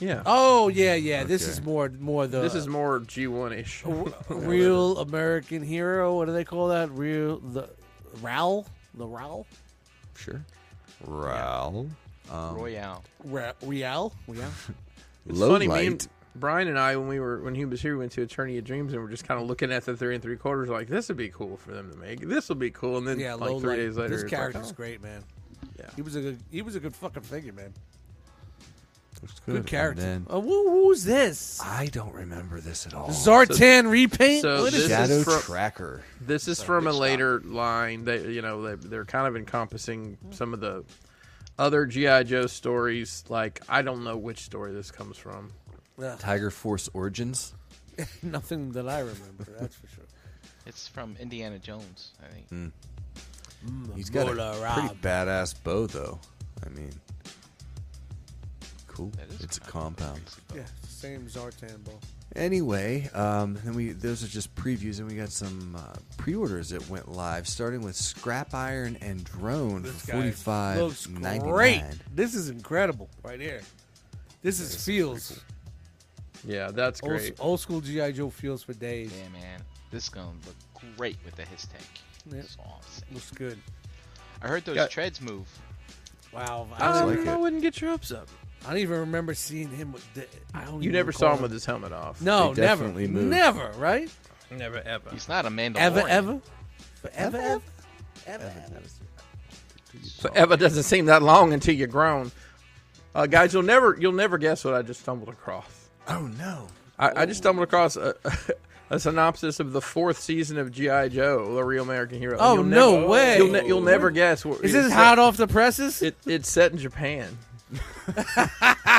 Speaker 4: on. Yeah.
Speaker 2: Oh yeah, yeah. This
Speaker 5: Okay.
Speaker 2: is more more the.
Speaker 4: This is more G1 ish.
Speaker 2: real American hero. What do they call that? Real the Raul the Raul
Speaker 5: Sure. Ral.
Speaker 3: Royale.
Speaker 2: Ra- Real Real.
Speaker 4: It's
Speaker 5: Low
Speaker 4: funny, me
Speaker 5: light.
Speaker 4: and Brian and I, when we were when he was here, we went to Attorney of Dreams, and we're just kind of looking at the three and three quarters, like this would be cool for them to make. This will be cool, and then
Speaker 2: Yeah,
Speaker 4: like
Speaker 2: low
Speaker 4: three
Speaker 2: light.
Speaker 4: days later,
Speaker 2: This
Speaker 4: it's like,
Speaker 2: character's
Speaker 4: oh.
Speaker 2: great, man.
Speaker 4: Yeah.
Speaker 2: He was a good. He was a good fucking figure, man.
Speaker 5: Looks
Speaker 2: Good,
Speaker 5: And
Speaker 2: character.
Speaker 5: then-
Speaker 4: Oh.
Speaker 2: Uh, who, who's this?
Speaker 5: I don't remember this at all.
Speaker 2: Zartan repaint.
Speaker 4: so
Speaker 2: what is
Speaker 4: this-
Speaker 5: Shadow
Speaker 4: is from-
Speaker 5: Tracker.
Speaker 4: This is from a later line. They, you know, they, they're kind of encompassing some of the other GI Joe stories. Like, I don't know which story this comes from.
Speaker 5: Tiger Force Origins.
Speaker 2: nothing that I remember? That's for sure.
Speaker 3: It's from Indiana Jones, I think.
Speaker 5: He's got
Speaker 2: Mola
Speaker 5: a pretty
Speaker 2: Rob.
Speaker 5: badass bow, though. I mean, cool.
Speaker 3: That is
Speaker 5: It's a
Speaker 3: kind of
Speaker 5: compound.
Speaker 3: crazy,
Speaker 2: Yeah, same Zartan ball.
Speaker 5: Anyway, um, then we those are just previews, and we got some uh, pre-orders that went live, starting with Scrap Iron and Drone
Speaker 2: This
Speaker 5: for
Speaker 2: guy
Speaker 5: forty
Speaker 2: looks
Speaker 5: five ninety
Speaker 2: great.
Speaker 5: nine.
Speaker 2: This is incredible right here. This is feels
Speaker 4: Yeah, that's
Speaker 2: old,
Speaker 4: great.
Speaker 2: old school GI Joe feels for days.
Speaker 3: Yeah, man. This is gonna look great with the his tank.
Speaker 2: Yeah.
Speaker 3: That's all I'm saying.
Speaker 2: Looks good.
Speaker 3: I heard those
Speaker 4: Got-
Speaker 3: treads move.
Speaker 2: Wow, I
Speaker 4: I,
Speaker 2: don't,
Speaker 5: like
Speaker 4: don't know,
Speaker 5: it.
Speaker 4: I wouldn't get your hopes up.
Speaker 2: I don't even remember seeing him with. The, I don't
Speaker 4: You
Speaker 2: even
Speaker 4: never saw
Speaker 2: recall
Speaker 4: him with his helmet off.
Speaker 2: No,
Speaker 5: They
Speaker 2: never,
Speaker 5: definitely moved.
Speaker 2: never, right?
Speaker 4: Never ever.
Speaker 3: He's not a Mandalorian.
Speaker 2: Ever, ever, forever, ever, ever.
Speaker 4: So ever doesn't seem that long until you're grown. Uh, guys, you'll never you'll never guess what I just stumbled across.
Speaker 5: Oh no!
Speaker 4: I, I just stumbled across a, a synopsis of the fourth season of GI Joe, the Real American Hero.
Speaker 2: Oh
Speaker 4: You'll
Speaker 2: no
Speaker 4: never-
Speaker 2: way!
Speaker 4: You'll, ne- you'll never guess. What,
Speaker 2: Is this
Speaker 4: it's
Speaker 2: hot off the presses?
Speaker 4: Set, it, it's set in Japan.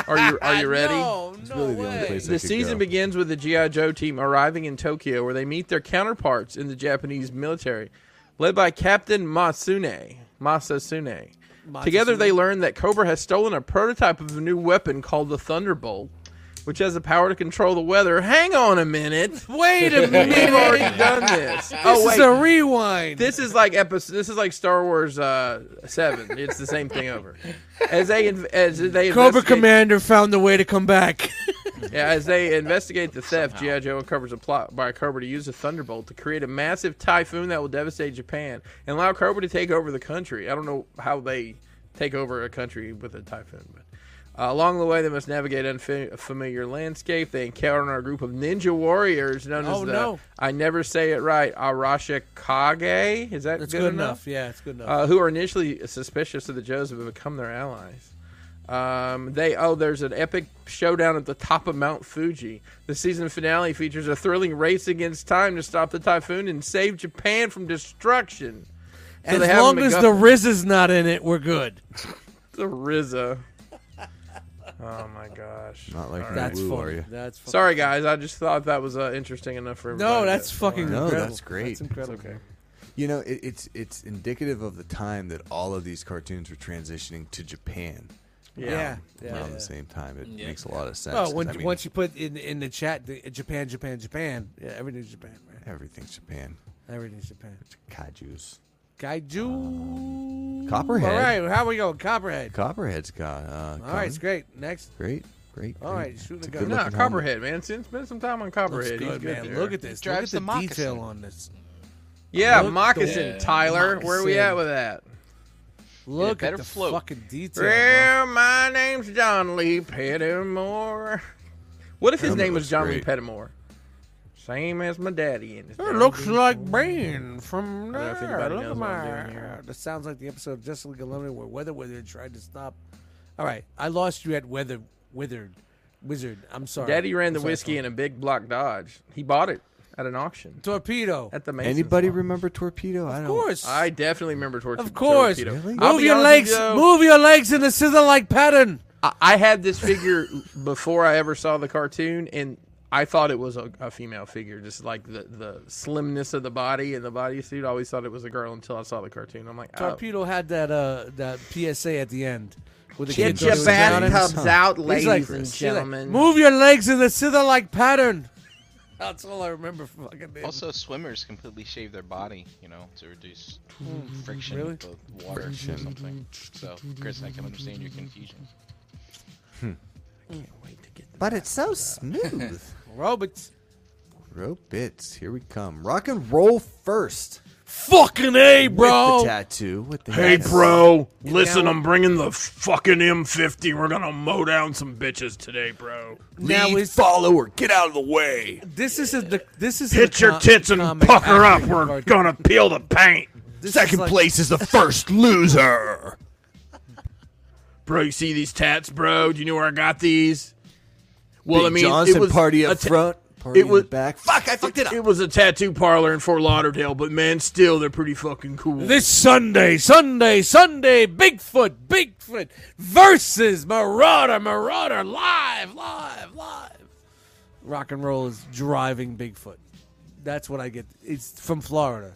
Speaker 4: are you are you ready?
Speaker 2: No, no
Speaker 5: really the only
Speaker 2: way.
Speaker 5: place-
Speaker 4: The
Speaker 5: could
Speaker 4: season
Speaker 5: go.
Speaker 4: begins with the GI Joe team arriving in Tokyo, where they meet their counterparts in the Japanese military, led by Captain Masune. Masasune. Together, they learn that Cobra has stolen a prototype of a new weapon called the Thunderbolt, which has the power to control the weather. Hang on a minute.
Speaker 2: Wait a
Speaker 4: We've
Speaker 2: minute.
Speaker 4: already done this.
Speaker 2: This
Speaker 4: Oh
Speaker 2: is
Speaker 4: wait,
Speaker 2: a rewind.
Speaker 4: this is like episode. This is like Star Wars uh, Seven. It's the same thing over. As they inv- as they
Speaker 2: Cobra
Speaker 4: investigate-
Speaker 2: Commander found a way to come back.
Speaker 4: Yeah, as they investigate the theft, G.I. Joe uncovers a plot by Cobra to use a thunderbolt to create a massive typhoon that will devastate Japan and allow Cobra to take over the country. I don't know how they take over a country with a typhoon, but. Uh, along the way, they must navigate unfamiliar landscape. They encounter a group of ninja warriors known
Speaker 2: Oh,
Speaker 4: as the
Speaker 2: no.
Speaker 4: I never say it right Arashikage. Is that
Speaker 2: That's
Speaker 4: good, enough?
Speaker 2: Yeah, it's good enough.
Speaker 4: uh, who are initially suspicious of the Joes but become their allies. Um, they oh, there's an epic showdown at the top of Mount Fuji. The season finale features a thrilling race against time to stop the typhoon and save Japan from destruction. So
Speaker 2: as
Speaker 4: they have
Speaker 2: long
Speaker 4: them
Speaker 2: as
Speaker 4: go-
Speaker 2: the Riz is not in it, we're good.
Speaker 4: the RZA. Oh my gosh!
Speaker 5: Not like
Speaker 2: That's
Speaker 5: Woo, are
Speaker 2: funny.
Speaker 5: you?
Speaker 2: That's funny.
Speaker 4: Sorry guys, I just thought that was uh, interesting enough for everybody.
Speaker 2: No, that's fucking
Speaker 5: No,
Speaker 2: incredible.
Speaker 5: that's great.
Speaker 2: That's incredible.
Speaker 4: okay.
Speaker 5: You know, it, it's it's indicative of the time that all of these cartoons were transitioning to Japan
Speaker 2: Yeah. yeah.
Speaker 5: around the same time. It
Speaker 1: Yeah.
Speaker 5: makes a lot of sense.
Speaker 2: Well,
Speaker 5: 'cause,
Speaker 2: when,
Speaker 5: I mean,
Speaker 2: once you put in in the chat the, Japan, Japan, Japan, yeah, everything's Japan, man.
Speaker 5: everything's Japan,
Speaker 2: Everything's Japan.
Speaker 5: kaiju's,
Speaker 2: Kaiju.
Speaker 5: Uh, Copperhead.
Speaker 2: All right, how we going? Copperhead.
Speaker 5: Copperhead's got. Uh,
Speaker 2: All right, it's great. Next.
Speaker 5: great, great.
Speaker 2: All
Speaker 5: great.
Speaker 2: right, shoot
Speaker 5: It's
Speaker 2: the
Speaker 5: a
Speaker 2: gun.
Speaker 5: good
Speaker 4: Nah,
Speaker 5: looking
Speaker 4: Copperhead, man. Spend spend some time on
Speaker 2: Looks
Speaker 4: Copperhead. He's
Speaker 2: good, man.
Speaker 4: there.
Speaker 2: Look at this. Look at
Speaker 3: drives
Speaker 2: the,
Speaker 3: the moccasin.
Speaker 2: detail on this.
Speaker 4: yeah,
Speaker 2: Look at
Speaker 4: moccasin,
Speaker 1: the
Speaker 4: Tyler. Where are we
Speaker 2: moccasin.
Speaker 4: at with that?
Speaker 2: Look
Speaker 3: better
Speaker 2: at the
Speaker 3: float.
Speaker 2: fucking detail. bro.
Speaker 4: Well, my name's John Lee Pettimore. What if his
Speaker 5: That
Speaker 4: name was
Speaker 5: looks
Speaker 4: John Lee
Speaker 5: great.
Speaker 4: Pettimore? Same as my daddy in
Speaker 2: It
Speaker 4: his daddy.
Speaker 2: looks like Bane from
Speaker 4: don't know if
Speaker 2: there.
Speaker 4: anybody
Speaker 2: Look
Speaker 4: knows
Speaker 2: at
Speaker 4: what I'm
Speaker 2: my.
Speaker 4: doing here.
Speaker 2: That sounds like the episode of Justice League Unlimited where Weather Wizard tried to stop. All right, I lost you at Weather Wizard. Wizard, I'm sorry.
Speaker 4: Daddy ran the
Speaker 2: I'm sorry,
Speaker 4: whiskey
Speaker 2: Tom.
Speaker 4: in a big block Dodge. He bought it at an auction
Speaker 2: torpedo.
Speaker 4: at the Mason's
Speaker 5: Anybody
Speaker 4: Block.
Speaker 5: remember Torpedo? I don't.
Speaker 2: Of course,
Speaker 4: I definitely remember Torpedo.
Speaker 2: of course.
Speaker 4: Torpedo. Oh.
Speaker 5: Really?
Speaker 4: I'll
Speaker 2: Move
Speaker 4: be
Speaker 2: your
Speaker 4: honest with
Speaker 2: legs.
Speaker 4: you, though,
Speaker 2: Move your legs in a scissor-like pattern.
Speaker 4: I, I had this figure before I ever saw the cartoon, and I thought it was a, a female figure, just like the, the slimness of the body and the bodysuit. I always thought it was a girl until I saw the cartoon. I'm like, oh,
Speaker 2: Torpedo had that uh that PSA at the end with the kid
Speaker 4: get
Speaker 5: Get
Speaker 4: your
Speaker 2: goes down and-
Speaker 4: bathtubs out, ladies
Speaker 2: He's like-
Speaker 4: and
Speaker 2: she's like,
Speaker 4: gentlemen.
Speaker 2: Move your legs in a scissor-like pattern. That's all I remember. from Fucking it.
Speaker 3: Also, swimmers completely shave their body, you know, to reduce friction
Speaker 2: really?
Speaker 3: with the water or something. So, Chris, I can understand your confusion.
Speaker 5: But it's so smooth.
Speaker 2: robots.
Speaker 5: Rope bits. Here we come. Rock and roll first.
Speaker 2: Fucking a,
Speaker 5: With
Speaker 2: bro.
Speaker 5: the tattoo. With the
Speaker 7: Hey,
Speaker 5: necklace.
Speaker 7: bro, listen,
Speaker 2: now-
Speaker 7: I'm bringing the fucking M50. We're gonna mow down some bitches today, bro.
Speaker 2: Now
Speaker 5: Lead,
Speaker 2: is-
Speaker 5: follow or get out of the way.
Speaker 2: This is a, the this is
Speaker 7: Hit
Speaker 2: the
Speaker 7: your
Speaker 2: com-
Speaker 7: tits and
Speaker 2: comic
Speaker 7: pucker up.
Speaker 2: aspect of
Speaker 7: We're
Speaker 2: cartoon.
Speaker 7: gonna peel the paint.
Speaker 2: This is
Speaker 5: Second
Speaker 2: like-
Speaker 5: place is the first loser.
Speaker 7: Bro, you see these tats, bro? Do you know where I got these? Well,
Speaker 5: Big
Speaker 7: I mean,
Speaker 5: Johnson
Speaker 7: it was
Speaker 5: party
Speaker 7: a
Speaker 5: up
Speaker 7: ta-
Speaker 5: front, party
Speaker 7: it was-
Speaker 5: in the back. Fuck, I fucked it up.
Speaker 7: It was a tattoo parlor in Fort Lauderdale, but man, still, they're pretty fucking cool.
Speaker 2: This Sunday, Sunday, Sunday, Bigfoot, Bigfoot versus Marauder, Marauder, live, live, live. Rock and roll is driving Bigfoot. That's what I get. It's from Florida.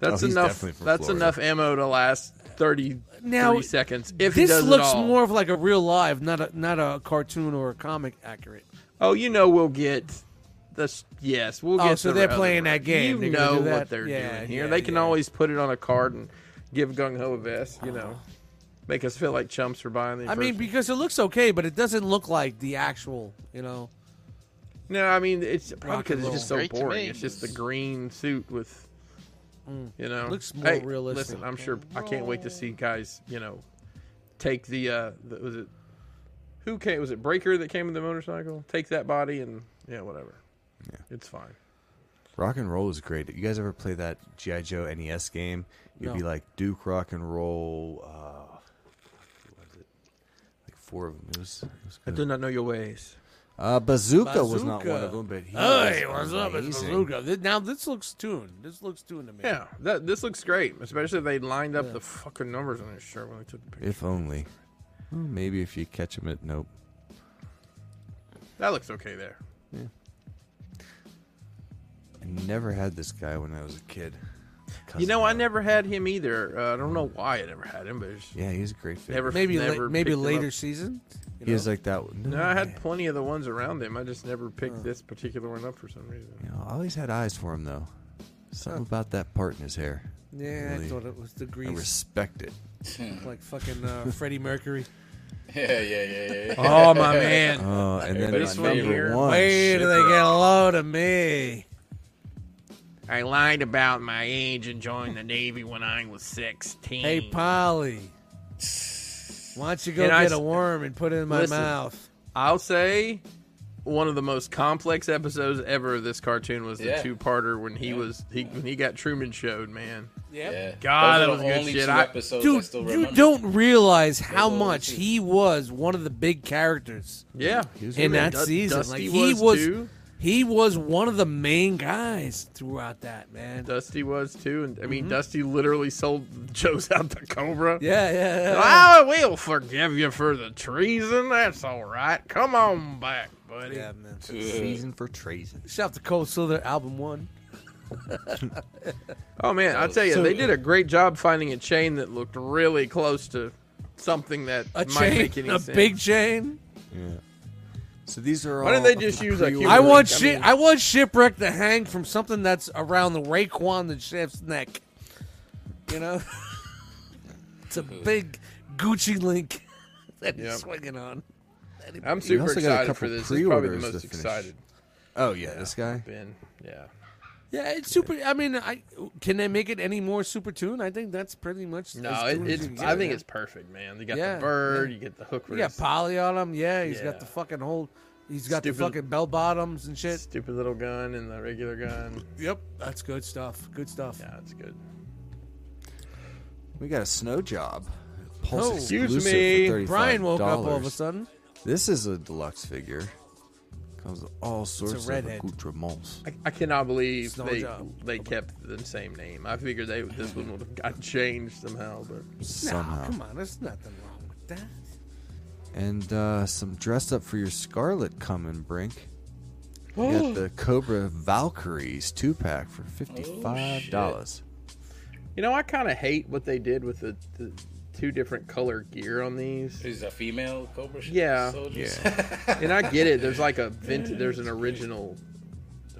Speaker 4: That's
Speaker 5: Oh, he's
Speaker 4: enough.
Speaker 5: definitely from
Speaker 4: That's
Speaker 5: Florida.
Speaker 4: enough ammo to last 30,
Speaker 2: Now,
Speaker 4: 30 seconds. If he
Speaker 2: this
Speaker 4: does it
Speaker 2: looks
Speaker 4: all.
Speaker 2: more of like a real live, not a not a cartoon or a comic accurate.
Speaker 4: Oh, you know we'll get the s- yes, we'll
Speaker 2: Oh,
Speaker 4: get.
Speaker 2: so
Speaker 4: the
Speaker 2: they're
Speaker 4: other
Speaker 2: playing that
Speaker 4: round.
Speaker 2: game. They're
Speaker 4: You
Speaker 2: gonna
Speaker 4: know
Speaker 2: do
Speaker 4: what
Speaker 2: that?
Speaker 4: they're
Speaker 2: Yeah,
Speaker 4: doing here.
Speaker 2: yeah,
Speaker 4: they can
Speaker 2: yeah.
Speaker 4: always put it on a card and give gung ho a vest. You know, make us feel like chumps for buying these.
Speaker 2: I mean,
Speaker 4: first-
Speaker 2: because it looks okay, but it doesn't look like the actual. You know.
Speaker 4: no, I mean it's probably
Speaker 2: Rock and
Speaker 4: because it's just so
Speaker 3: roll. Great to me.
Speaker 4: boring. It's just the green suit with. You know,
Speaker 2: Mm. Looks more
Speaker 4: hey,
Speaker 2: realistic.
Speaker 4: Listen, I'm sure I can't wait to see guys. You know, take the uh, the, was it who came? Was it Breaker that came with the motorcycle? Take that body and yeah, whatever. Yeah, it's fine.
Speaker 5: Rock and roll is great. You guys ever play that GI Joe NES game? It'd
Speaker 2: No.
Speaker 5: be like Duke Rock and Roll. Uh, what was it? Like four of them. It was. It was
Speaker 4: I
Speaker 5: good.
Speaker 4: do not know your ways.
Speaker 5: Uh, bazooka, was not one
Speaker 2: Bazooka.
Speaker 5: of them, but he
Speaker 2: Hey, what's
Speaker 5: was
Speaker 2: up? It's
Speaker 5: amazing.
Speaker 2: Bazooka. Th- Now this looks tuned. This looks tuned to me.
Speaker 4: Yeah, that, this looks great, especially if they lined up the fucking numbers on his shirt when they took the picture.
Speaker 5: If only. Well, maybe if you catch him at nope.
Speaker 4: That looks okay there.
Speaker 5: I never had this guy when I was a kid.
Speaker 4: You
Speaker 5: Cousin
Speaker 4: know, I
Speaker 5: Howard.
Speaker 4: never had him either. Uh, I don't know why I never had him, but it's
Speaker 5: Yeah, he's a great fit.
Speaker 4: never.
Speaker 2: Maybe la-
Speaker 4: never
Speaker 2: maybe
Speaker 4: picked him
Speaker 2: later
Speaker 4: up.
Speaker 2: season. you
Speaker 5: He
Speaker 2: know?
Speaker 5: was like that. No,
Speaker 4: No, I had
Speaker 5: man.
Speaker 4: plenty of the ones around him. I just never picked this particular one up for some reason.
Speaker 5: You know, I always had eyes for him though. Something about that part in his hair.
Speaker 2: yeah, I
Speaker 5: really-
Speaker 2: thought it was the
Speaker 5: I
Speaker 2: grease,
Speaker 5: respect it.
Speaker 2: like fucking uh, Freddie Mercury.
Speaker 1: Yeah, yeah, yeah, yeah. yeah.
Speaker 4: Oh my man!
Speaker 5: Oh, and then
Speaker 1: This
Speaker 5: my
Speaker 1: one
Speaker 5: number
Speaker 4: here.
Speaker 1: Oh,
Speaker 5: one.
Speaker 2: Wait till they get a load of me.
Speaker 4: I lied about my age and joined the navy when I was sixteen.
Speaker 2: Hey, Polly. Why don't you go
Speaker 4: And Mm. I
Speaker 2: get a
Speaker 4: s-
Speaker 2: worm and put it in my
Speaker 4: Listen.
Speaker 2: mouth?
Speaker 4: I'll say one of the most complex episodes ever of this cartoon was the
Speaker 1: Yeah.
Speaker 4: two-parter when he was he when he got Truman showed. Man,
Speaker 1: Yeah. Those
Speaker 4: God, that
Speaker 1: are
Speaker 4: was
Speaker 1: the
Speaker 4: good
Speaker 1: only
Speaker 4: shit.
Speaker 1: Two
Speaker 4: I-
Speaker 1: episodes I
Speaker 2: Dude,
Speaker 1: still
Speaker 2: you
Speaker 1: remember.
Speaker 2: don't realize how
Speaker 1: Those are the
Speaker 2: much
Speaker 1: two.
Speaker 2: he was one of the big characters
Speaker 4: yeah,
Speaker 2: in that
Speaker 4: Du-
Speaker 2: season.
Speaker 4: Dusty
Speaker 2: like he
Speaker 4: was
Speaker 2: was,
Speaker 4: too.
Speaker 2: he was one of the main guys throughout that man.
Speaker 4: Dusty was too, and I mean Dusty literally sold Joe's out the Cobra.
Speaker 2: Mm-hmm. Yeah, yeah, yeah.
Speaker 4: I will forgive you for the treason. That's all right. Come on back, buddy.
Speaker 2: yeah, man.
Speaker 1: uh,
Speaker 5: season for treason.
Speaker 2: Shout out to Cold Silver album one.
Speaker 4: Oh man, I tell you,
Speaker 1: So-
Speaker 4: they did a great job finding a chain that looked really close to something that
Speaker 2: A
Speaker 4: might
Speaker 2: chain,
Speaker 4: make any
Speaker 2: a
Speaker 4: sense.
Speaker 2: big chain.
Speaker 5: So these are
Speaker 4: Why
Speaker 5: all.
Speaker 4: didn't they just use a
Speaker 5: pre-
Speaker 4: human-
Speaker 2: I want
Speaker 4: I
Speaker 2: shit.
Speaker 4: mean-
Speaker 2: I want shipwreck to hang from something that's around the Raekwon the chef's neck. You know, it's a big Gucci link that he's
Speaker 4: Yep.
Speaker 2: swinging on.
Speaker 4: I'm
Speaker 5: You
Speaker 4: super
Speaker 5: also got a
Speaker 4: excited
Speaker 5: couple
Speaker 4: for this. This is probably the
Speaker 5: pre-orders to
Speaker 4: most
Speaker 5: finish.
Speaker 4: excited
Speaker 5: Oh yeah, this guy.
Speaker 4: been. Yeah.
Speaker 2: Yeah, it's super. I mean, I can they make it any more super tune? I think that's pretty much.
Speaker 4: No,
Speaker 2: as
Speaker 4: it,
Speaker 2: tuned as
Speaker 4: it's.
Speaker 2: you can
Speaker 4: I
Speaker 2: get,
Speaker 4: think
Speaker 2: yeah.
Speaker 4: it's perfect, man. You got
Speaker 2: Yeah,
Speaker 4: the bird. You get the hook. for
Speaker 2: You got
Speaker 4: his
Speaker 2: Polly on him. Yeah, he's got the
Speaker 4: Yeah.
Speaker 2: fucking whole. He's got the
Speaker 4: Stupid-
Speaker 2: fucking bell bottoms and shit.
Speaker 4: stupid little gun and the regular gun.
Speaker 2: Yep, that's good stuff. Good stuff.
Speaker 4: Yeah, it's good.
Speaker 5: We got a snow job. Pulse
Speaker 2: Oh.
Speaker 5: exclusive
Speaker 4: Excuse
Speaker 5: for
Speaker 4: me.
Speaker 5: $35.
Speaker 2: Brian woke up all of a sudden.
Speaker 5: This is a deluxe figure. Comes with all sorts of
Speaker 2: redhead.
Speaker 5: accoutrements.
Speaker 4: I, I cannot believe
Speaker 2: Snow
Speaker 4: they
Speaker 2: job.
Speaker 4: they kept the same name. I figured they this one would have got changed somehow,
Speaker 2: No,
Speaker 4: but
Speaker 5: Somehow.
Speaker 2: come on, there's nothing wrong with that.
Speaker 5: and uh, some dress up for your Scarlet coming, Brink. You got the Cobra Valkyries two pack for
Speaker 2: Oh,
Speaker 5: fifty-five dollars.
Speaker 4: you know I kind of hate what they did with the, the two different color gear on these.
Speaker 1: Is a female Cobra? sh-
Speaker 4: Yeah.
Speaker 1: soldiers?
Speaker 4: And I get it. There's like a vintage. There's an original.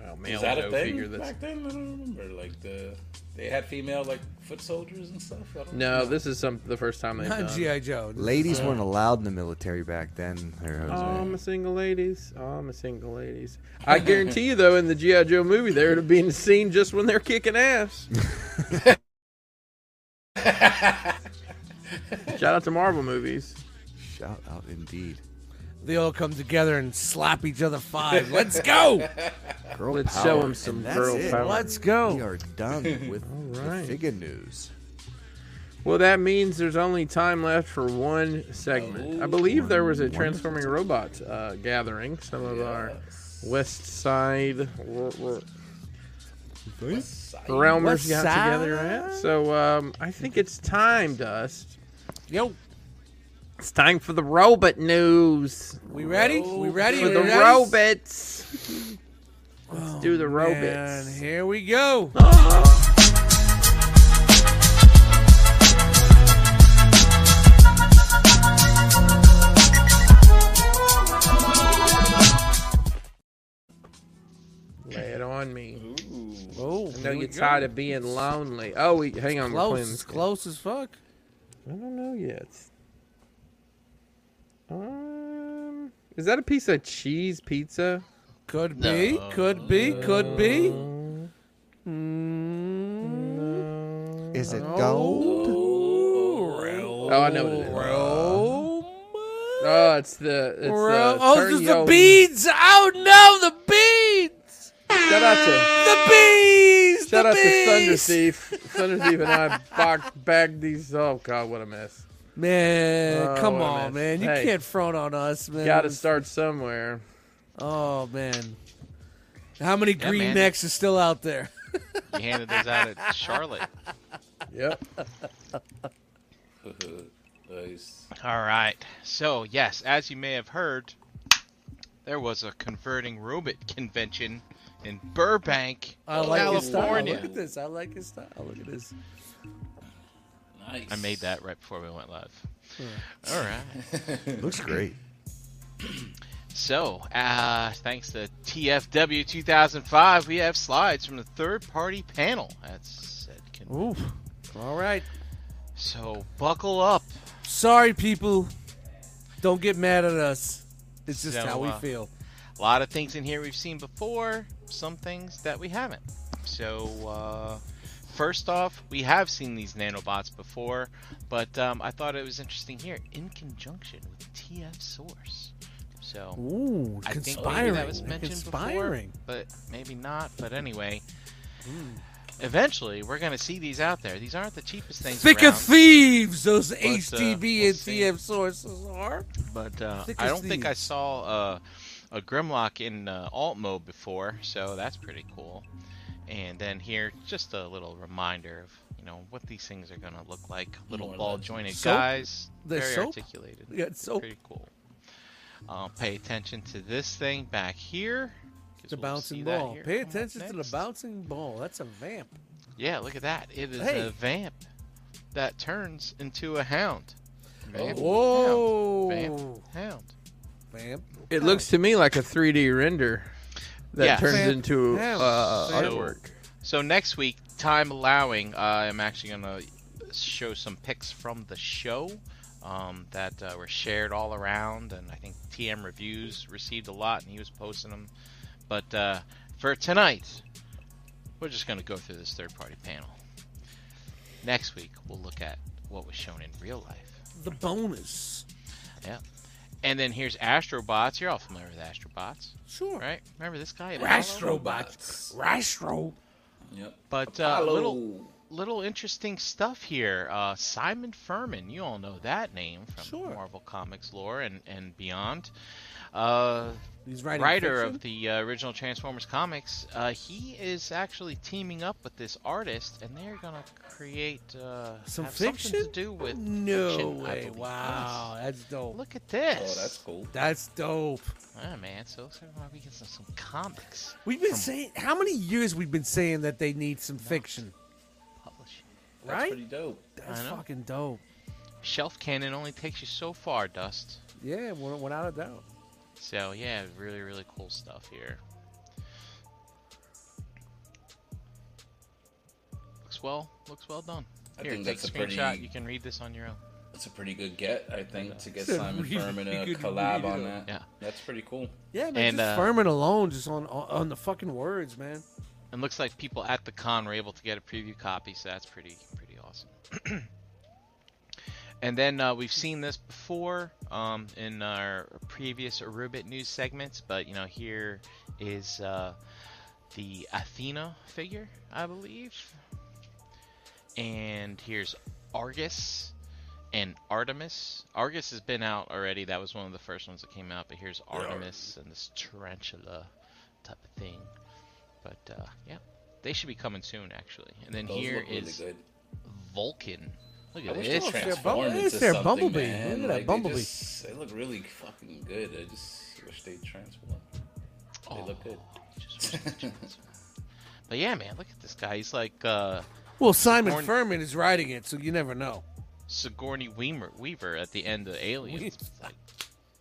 Speaker 4: Oh, male
Speaker 1: Is that
Speaker 4: Joe
Speaker 1: a
Speaker 4: figure
Speaker 1: thing
Speaker 4: that's
Speaker 1: back then? I don't remember. Like the they had female like foot soldiers and stuff. I don't
Speaker 4: No, this is some the first time they've
Speaker 2: Not
Speaker 4: done.
Speaker 2: GI Joe.
Speaker 5: Ladies weren't allowed in the military back then. There, Jose.
Speaker 2: Um,
Speaker 4: I'm a single ladies. I'm a single ladies. I guarantee you, though, in the GI Joe movie, they're to be in the scene just when they're kicking ass. Shout out to Marvel movies.
Speaker 5: Shout out indeed.
Speaker 2: They all come together and slap each other five. Let's go.
Speaker 5: Girl
Speaker 4: Let's
Speaker 5: power.
Speaker 4: show 'em some
Speaker 5: And that's
Speaker 4: girl
Speaker 5: it.
Speaker 4: power.
Speaker 2: Let's
Speaker 5: We
Speaker 2: go.
Speaker 5: are done with
Speaker 4: right.
Speaker 5: the figure news.
Speaker 4: Well, that means there's only time left for one segment. I
Speaker 2: Oh,
Speaker 4: believe there was a
Speaker 5: Wonderful.
Speaker 4: Transforming Robot uh, gathering. Some of our West Side r- r- Realmers
Speaker 2: West
Speaker 4: got
Speaker 2: Side?
Speaker 4: together at. So um, I think it's time, Dust.
Speaker 2: Yo,
Speaker 4: It's time for the robot news.
Speaker 2: we ready? We ready?
Speaker 4: For
Speaker 2: We
Speaker 4: the
Speaker 2: ready?
Speaker 4: robots. Let's do the
Speaker 2: And
Speaker 4: robots.
Speaker 2: here we go.
Speaker 4: gets out of being lonely. Oh, we hang on. we're playing
Speaker 2: Close.
Speaker 4: this
Speaker 2: It's
Speaker 4: game.
Speaker 2: close as fuck.
Speaker 4: I don't know yet. Um, is that a piece of cheese pizza?
Speaker 2: Could be. Could be. Could be.
Speaker 5: Is
Speaker 2: Oh.
Speaker 5: it gold?
Speaker 4: Oh, I know what it is. Oh, it's the it's
Speaker 2: Bro-
Speaker 4: the
Speaker 2: oh, there's the
Speaker 4: Ternioli.
Speaker 2: beads! Oh no, the beads!
Speaker 4: Shout out to
Speaker 2: The bees!
Speaker 4: shout
Speaker 2: the
Speaker 4: out to
Speaker 2: bees!
Speaker 4: Thunder Thief. Thunder Thief and I box, bagged these. Oh God, what a mess!
Speaker 2: Man,
Speaker 4: Oh,
Speaker 2: come
Speaker 4: what a
Speaker 2: on,
Speaker 4: mess.
Speaker 2: man! You
Speaker 4: Hey.
Speaker 2: can't front on us, man.
Speaker 4: Got to start somewhere.
Speaker 2: Oh man, how many
Speaker 3: Yeah,
Speaker 2: green
Speaker 3: man.
Speaker 2: necks is still out there?
Speaker 3: You handed those out at Charlotte.
Speaker 4: Yep.
Speaker 1: nice.
Speaker 3: All right. So, yes, as you may have heard, there was a converting robot convention in Burbank,
Speaker 2: I like his style.
Speaker 3: California.
Speaker 2: Look at this. I like his style. Look at this.
Speaker 1: Nice.
Speaker 3: I made that right before we went live. All right.
Speaker 5: Looks great.
Speaker 3: So, uh, thanks to TFW 2005, we have slides from the third-party panel at said convention.
Speaker 2: Oof. All right.
Speaker 3: So, buckle up.
Speaker 2: Sorry, people. Don't get mad at us. It's just
Speaker 3: So,
Speaker 2: how we
Speaker 3: uh,
Speaker 2: feel.
Speaker 3: A lot of things in here we've seen before, some things that we haven't. So, uh, first off, we have seen these nanobots before, but um, I thought it was interesting here in conjunction with TF Source. So,
Speaker 2: Ooh,
Speaker 3: I think
Speaker 2: conspiring.
Speaker 3: maybe that was mentioned
Speaker 2: conspiring. Hmm.
Speaker 3: before, but maybe not. But anyway, eventually we're gonna see these out there. These aren't the cheapest things
Speaker 2: Thick
Speaker 3: around,
Speaker 2: of thieves, those
Speaker 3: uh,
Speaker 2: HTB
Speaker 3: we'll
Speaker 2: and
Speaker 3: see.
Speaker 2: TF sources are.
Speaker 3: but uh,
Speaker 2: thick
Speaker 3: I
Speaker 2: as
Speaker 3: don't think I
Speaker 2: thieves.
Speaker 3: saw uh, a Grimlock in uh, alt mode before, so that's pretty cool. And then here, just a little reminder of you know what these things are gonna look like. Little
Speaker 1: More
Speaker 3: ball
Speaker 1: legends.
Speaker 3: jointed
Speaker 2: Soap?
Speaker 3: guys,
Speaker 2: They're
Speaker 3: very
Speaker 2: soap?
Speaker 3: articulated,
Speaker 2: We got
Speaker 3: They're
Speaker 2: soap.
Speaker 3: pretty cool. Uh, pay attention to this thing back here. 'cause
Speaker 2: The
Speaker 3: we'll see
Speaker 2: bouncing
Speaker 3: that
Speaker 2: ball.
Speaker 3: here
Speaker 2: Pay
Speaker 3: coming up
Speaker 2: attention to the
Speaker 3: next.
Speaker 2: bouncing ball. That's a vamp.
Speaker 3: Yeah, look at that. It is
Speaker 2: Hey.
Speaker 3: a vamp that turns into a hound. Vamp,
Speaker 2: Whoa.
Speaker 3: Hound, vamp, hound.
Speaker 2: Vamp.
Speaker 4: It looks to me like a 3D render that
Speaker 3: Yes.
Speaker 4: turns
Speaker 2: Fan-
Speaker 4: into uh,
Speaker 2: fan-
Speaker 4: artwork.
Speaker 3: So next week, time allowing, uh, I'm actually going to show some pics from the show um, that uh, were shared all around, and I think TM Reviews received a lot, and he was posting them. But uh, for tonight, we're just going to go through this third-party panel. Next week, we'll look at what was shown in real life.
Speaker 2: The bonus.
Speaker 3: And then here's Astrobots. You're all familiar with Astrobots,
Speaker 2: Sure.
Speaker 3: right? Remember this guy?
Speaker 1: Astrobots.
Speaker 2: Rastro.
Speaker 1: Yep.
Speaker 3: But uh,
Speaker 1: Apollo.
Speaker 3: little little interesting stuff here. Uh, Simon Furman, you all know that name from
Speaker 2: Sure.
Speaker 3: Marvel Comics lore and and beyond. Uh,
Speaker 2: He's writing
Speaker 3: writer
Speaker 2: fiction?
Speaker 3: of the uh, original Transformers comics, uh, he is actually teaming up with this artist, and they're gonna create uh,
Speaker 2: some
Speaker 3: have
Speaker 2: fiction
Speaker 3: something to do with
Speaker 2: no
Speaker 3: fiction, I
Speaker 2: way.
Speaker 3: believe.
Speaker 2: Wow, that's
Speaker 3: Yes.
Speaker 2: dope.
Speaker 3: Look at
Speaker 1: Oh,
Speaker 3: this!
Speaker 1: that's cool.
Speaker 2: That's dope.
Speaker 3: Ah, man, so it looks like we're getting some, some comics
Speaker 2: We've been saying how many years we've been saying that they need some fiction,
Speaker 3: published.
Speaker 1: That's
Speaker 2: right?
Speaker 1: pretty dope.
Speaker 2: That's
Speaker 3: I know.
Speaker 2: fucking dope.
Speaker 3: Shelf Cannon only takes you so far, Dust.
Speaker 2: Yeah, wi- without a doubt.
Speaker 3: So yeah, really, really cool stuff here. Looks well, looks well done.
Speaker 1: I
Speaker 3: Here,
Speaker 1: think
Speaker 3: take a
Speaker 1: that's a
Speaker 3: screenshot.
Speaker 1: pretty-
Speaker 3: You can read this on your own.
Speaker 1: That's a pretty good get, I think, to get
Speaker 2: It's a
Speaker 1: Simon
Speaker 2: really
Speaker 1: Furman a
Speaker 2: good
Speaker 1: collab
Speaker 2: read,
Speaker 1: on
Speaker 2: though.
Speaker 1: that.
Speaker 3: Yeah.
Speaker 1: That's pretty cool.
Speaker 2: Yeah, man.
Speaker 3: And,
Speaker 2: just
Speaker 3: uh,
Speaker 2: Furman alone, just on on on the fucking words, man.
Speaker 3: And looks like people at the con were able to get a preview copy, so that's pretty, pretty awesome. and then uh, we've seen this before um, in our previous Arubit news segments, but you know here is uh, the Athena figure, I believe. And here's Argus and Artemis. Argus has been out already. That was one of the first ones that came out. But here's Artemis and this tarantula type of thing. But uh, yeah, they should be coming soon, actually. And then
Speaker 1: Those
Speaker 3: here
Speaker 1: look really
Speaker 3: is
Speaker 1: good.
Speaker 3: Vulcan. Look at
Speaker 1: I wish
Speaker 3: this.
Speaker 1: they
Speaker 2: they're
Speaker 1: transformed
Speaker 2: bumble-
Speaker 1: into
Speaker 2: it's their
Speaker 1: something,
Speaker 2: bumblebee.
Speaker 1: man.
Speaker 2: Look at that
Speaker 1: Like, they
Speaker 2: bumblebee.
Speaker 1: just- They, look really fucking good. I just wish they transformed. They look good.
Speaker 3: Just watch the chance. but yeah, man, look at this guy. He's like uh,
Speaker 2: Well, Simon
Speaker 3: Sigourn-
Speaker 2: Furman is writing it, so you never know.
Speaker 3: Sigourney Weaver, Weaver at the end of Aliens. It's like,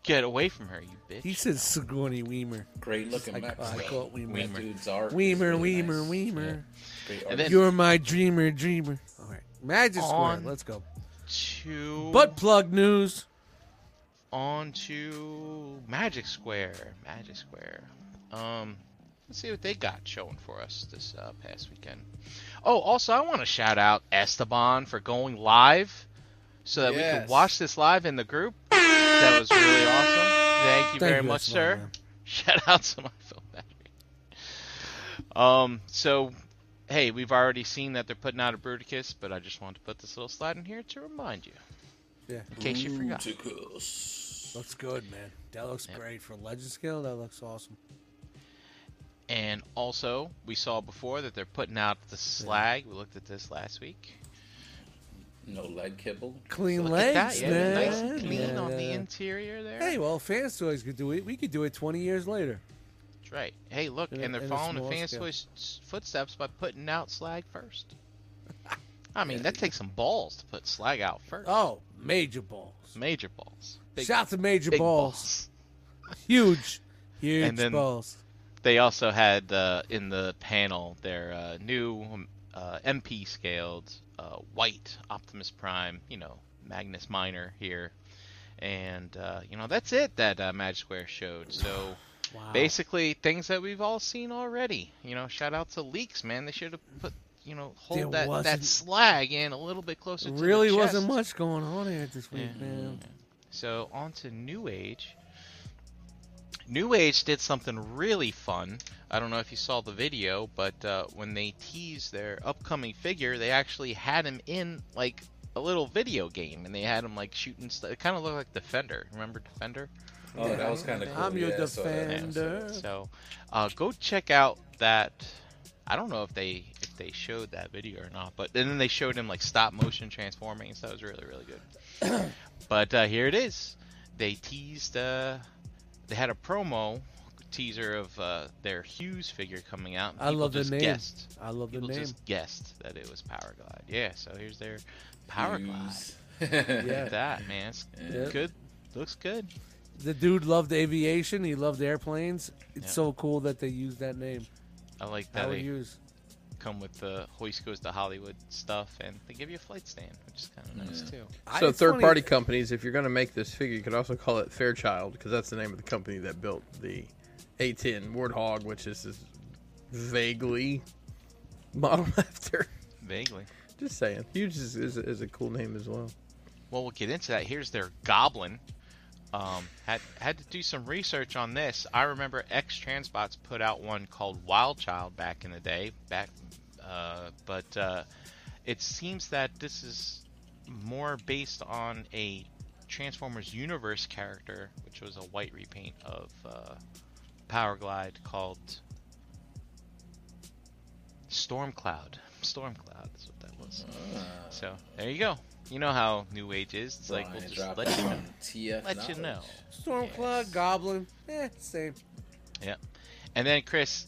Speaker 3: Get away from her, you bitch.
Speaker 2: He says Sigourney Weimer.
Speaker 3: Oh,
Speaker 1: Great looking
Speaker 2: I-
Speaker 1: Mexican.
Speaker 2: I call it Weimer.
Speaker 1: That dude's art. is
Speaker 2: Weimer,
Speaker 1: really
Speaker 2: Weimer,
Speaker 1: nice.
Speaker 2: Weimer.
Speaker 1: Great
Speaker 3: And
Speaker 1: art.
Speaker 3: then-
Speaker 2: You're my dreamer, dreamer. All right. Magic Square.
Speaker 3: On-
Speaker 2: Let's go.
Speaker 3: to
Speaker 2: Butt plug news.
Speaker 3: on to Magic Square. Magic Square. Um, let's see what they got showing for us this uh, past weekend. Oh, also I want to shout out Esteban for going live, so that we
Speaker 1: Yes.
Speaker 3: could watch this live in the group. That was really awesome. Thank
Speaker 2: Thank
Speaker 3: you very
Speaker 2: you,
Speaker 3: much,
Speaker 2: Esteban,
Speaker 3: sir.
Speaker 2: man.
Speaker 3: Shout out to my phone battery. Um, so hey, we've already seen that they're putting out a Bruticus, but I just wanted to put this little slide in here to remind you.
Speaker 2: Yeah.
Speaker 3: In case you forgot.
Speaker 2: Looks good, man. That looks great for Legend Scale. That looks awesome.
Speaker 3: And also, we saw before that they're putting out the slag. We looked at this last week.
Speaker 1: No leg kibble.
Speaker 2: Clean
Speaker 3: Look
Speaker 2: legs,
Speaker 3: at that, yeah,
Speaker 2: man.
Speaker 3: nice and clean
Speaker 2: Yeah,
Speaker 3: on the
Speaker 2: yeah.
Speaker 3: interior there.
Speaker 2: Hey, well, Fans Toys could do it. We could do it 20 years later.
Speaker 3: That's right. Hey, look,
Speaker 2: In a-
Speaker 3: and they're
Speaker 2: in a
Speaker 3: following the
Speaker 2: small
Speaker 3: fans'
Speaker 2: scale.
Speaker 3: foot- footsteps by putting out slag first. I mean, that takes some balls to put slag out first.
Speaker 2: Oh, major balls.
Speaker 3: Major balls. Big,
Speaker 2: Shout to Major
Speaker 3: big
Speaker 2: balls. Huge, huge
Speaker 3: And then-
Speaker 2: balls.
Speaker 3: They also had uh, in the panel their uh, new um, uh, MP scaled uh, white Optimus Prime, you know, Magnus Minor here. And, uh, you know, that's it that uh, Magic Square showed. So
Speaker 2: Wow.
Speaker 3: basically, things that we've all seen already. You know, shout out to Leaks, man. They should have put, you know,
Speaker 2: There
Speaker 3: hold that, that
Speaker 2: wasn't-
Speaker 3: slag in a little bit closer to the
Speaker 2: Really wasn't
Speaker 3: chest.
Speaker 2: much going on here this week,
Speaker 3: Yeah.
Speaker 2: man.
Speaker 3: So on to New Age. New Age did something really fun. I don't know if you saw the video, but uh, when they teased their upcoming figure, they actually had him in like a little video game, and they had him like shooting stuff. It kind of looked like Defender. Remember Defender?
Speaker 1: Oh, that was kind of cool.
Speaker 2: I'm your
Speaker 1: Yeah, I saw that.
Speaker 2: defender.
Speaker 3: So uh, go check out that. I don't know if they if they showed that video or not, but and then they showed him like stop motion transforming, so that was really really good. but uh, here it is. They teased. Uh, they had a promo teaser of uh, their Hughes figure coming out. and
Speaker 2: I
Speaker 3: people
Speaker 2: love the
Speaker 3: just
Speaker 2: name.
Speaker 3: Guessed.
Speaker 2: I love the
Speaker 3: People
Speaker 2: name.
Speaker 3: just guessed that it was Power Glide. Yeah, so here's their Power Glide. Look
Speaker 2: Yeah.
Speaker 3: at that man, it's
Speaker 2: Yeah.
Speaker 3: good. Looks good.
Speaker 2: The dude loved aviation. He loved airplanes. It's
Speaker 3: Yeah.
Speaker 2: so cool that they used that name.
Speaker 3: I like
Speaker 2: I
Speaker 3: that.
Speaker 2: would
Speaker 3: they-
Speaker 2: use.
Speaker 3: come with the hoist goes to Hollywood stuff, and they give you a flight stand, which is kind of nice too.
Speaker 2: I-
Speaker 4: So
Speaker 2: it's
Speaker 4: third
Speaker 2: funny-
Speaker 4: party companies, if you're going to make this figure, you could also call it Fairchild because that's the name of the company that built the A10 Warthog, which is is vaguely modeled after.
Speaker 3: Vaguely.
Speaker 4: Just saying, huge is, is, is a cool name as well.
Speaker 3: Well, we'll get into that. Here's their Goblin. Um, had had to do some research on this. I remember X Transbots put out one called Wild Child back in the day. Back, uh, but uh, it seems that this is more based on a Transformers Universe character, which was a white repaint of uh, Power Glide called Stormcloud. Stormcloud is what that was. So there you go. You know how New Age is. It's like we'll just let you know.
Speaker 1: TF
Speaker 3: Let you know.
Speaker 2: Stormcloud,
Speaker 3: Yes.
Speaker 2: Goblin. Eh, same.
Speaker 3: And then Chris,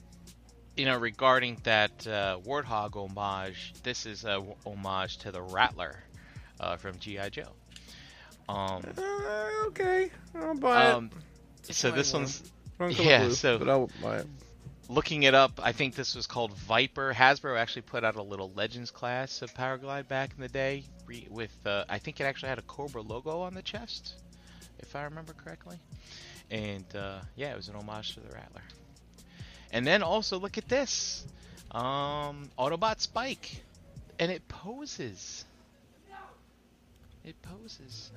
Speaker 3: you know, regarding that uh, Warthog homage, this is a w- homage to the Rattler uh, from GI Joe. Um,
Speaker 4: Uh, okay, I'll buy it.
Speaker 3: um, so this
Speaker 2: one.
Speaker 3: one's
Speaker 4: Wrong color
Speaker 3: yeah,
Speaker 4: blue,
Speaker 3: so-
Speaker 4: but I'll buy it.
Speaker 3: looking it up, I think this was called Viper. Hasbro actually put out a little Legends class of Powerglide back in the day re- with, uh, I think it actually had a Cobra logo on the chest, if I remember correctly. And uh, yeah, it was an homage to the Rattler. And then also look at this, um, Autobot Spike, and it poses. It poses.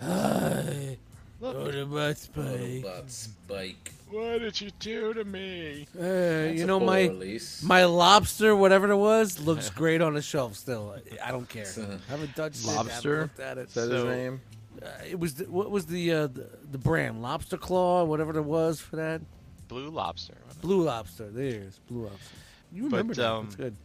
Speaker 2: What about Spike?
Speaker 1: But Spike.
Speaker 3: What did you do to me?
Speaker 2: Uh, you
Speaker 1: That's
Speaker 2: know
Speaker 1: a poor
Speaker 2: my
Speaker 1: release.
Speaker 2: my lobster, whatever it was, looks great on the shelf. Still, I don't care.
Speaker 1: uh,
Speaker 2: haven't touched it.
Speaker 4: Lobster?
Speaker 2: Haven't looked at it.
Speaker 4: Is that his
Speaker 3: So-
Speaker 4: name?
Speaker 2: Uh, it was the, what was the, uh, the the brand? Lobster Claw, whatever there was for that.
Speaker 3: Blue Lobster.
Speaker 2: Blue Lobster. There's Blue Lobster. You
Speaker 3: But,
Speaker 2: remember that?
Speaker 3: um,
Speaker 2: That's good.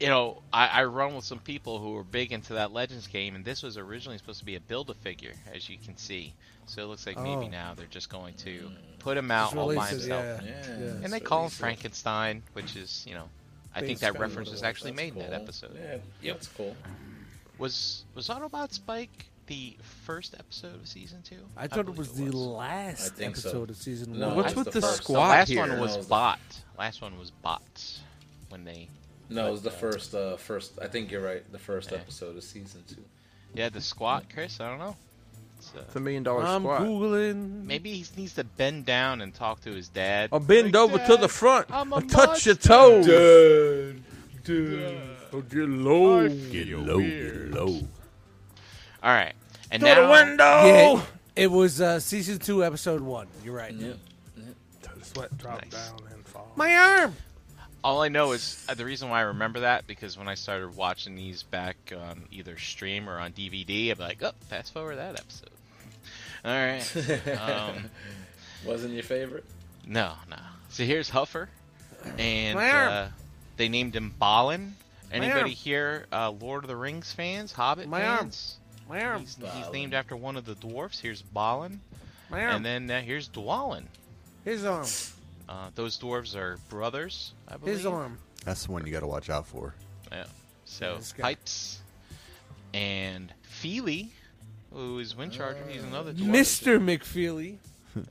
Speaker 3: you know, I, I run with some people who were big into that Legends game, and this was originally supposed to be a build a figure, as you can see. So it looks like
Speaker 2: Oh.
Speaker 3: maybe now they're just going to put him out
Speaker 2: Just
Speaker 3: all by
Speaker 2: release it,
Speaker 3: himself.
Speaker 1: Yeah.
Speaker 3: And they
Speaker 1: that's
Speaker 3: call him
Speaker 1: release it.
Speaker 3: Frankenstein, which is, you know, I think
Speaker 2: Based
Speaker 3: that
Speaker 2: on
Speaker 3: reference was actually
Speaker 1: That's
Speaker 3: made in that
Speaker 1: cool.
Speaker 3: episode.
Speaker 1: Yeah, that's cool.
Speaker 3: Was was Autobot Spike the first episode of season two?
Speaker 2: I thought it
Speaker 3: believe
Speaker 2: was the last
Speaker 1: I think so.
Speaker 2: episode of season
Speaker 1: No,
Speaker 2: one.
Speaker 4: What's
Speaker 1: it
Speaker 4: with
Speaker 1: was
Speaker 4: the
Speaker 1: first.
Speaker 3: The
Speaker 4: squad
Speaker 3: last
Speaker 4: here?
Speaker 3: one
Speaker 1: No, it
Speaker 3: was
Speaker 1: was the-
Speaker 3: bot. Last one was bots. When they
Speaker 1: No, it was the first. Uh, first, I think you're right. The first episode of season two.
Speaker 3: yeah the squad, Chris. I don't know. It's, uh,
Speaker 4: It's a million dollar
Speaker 2: I'm
Speaker 4: squad.
Speaker 2: googling.
Speaker 3: maybe he needs to bend down and talk to his dad.
Speaker 2: Oh.
Speaker 4: I'll bend over to the front.
Speaker 3: I'm a
Speaker 4: I'll touch your
Speaker 3: monster.
Speaker 4: toes.
Speaker 7: Get low, get low.
Speaker 3: All right, and
Speaker 4: Through the
Speaker 3: now
Speaker 4: window.
Speaker 3: Oh.
Speaker 2: Yeah, it was uh, season two, episode one. You're right.
Speaker 1: Yeah.
Speaker 9: Sweat drop
Speaker 3: Nice.
Speaker 9: down and fall.
Speaker 2: My arm.
Speaker 3: all I know is uh, the reason why I remember that because when I started watching these back on either stream or on DVD, I'm like, oh, fast forward that episode. All right. Um,
Speaker 1: Wasn't your favorite?
Speaker 3: No, no. So here's Huffer, and
Speaker 2: My arm.
Speaker 3: uh, they named him Balin. Anybody
Speaker 2: arm.
Speaker 3: here, uh, Lord of the Rings fans, Hobbit
Speaker 2: My arm.
Speaker 3: fans?
Speaker 2: My arm.
Speaker 3: He's, he's
Speaker 1: Balin.
Speaker 3: named after one of the dwarfs. Here's Balin,
Speaker 2: My arm.
Speaker 3: and then uh, here's Dwalin.
Speaker 2: His arm.
Speaker 3: Uh, those dwarves are brothers, I believe.
Speaker 2: His arm.
Speaker 5: That's the one you got to watch out for.
Speaker 3: Yeah. So
Speaker 2: this guy.
Speaker 3: pipes, and Feely, who is Windcharger. He's another dwarf.
Speaker 2: Mr. McFeely.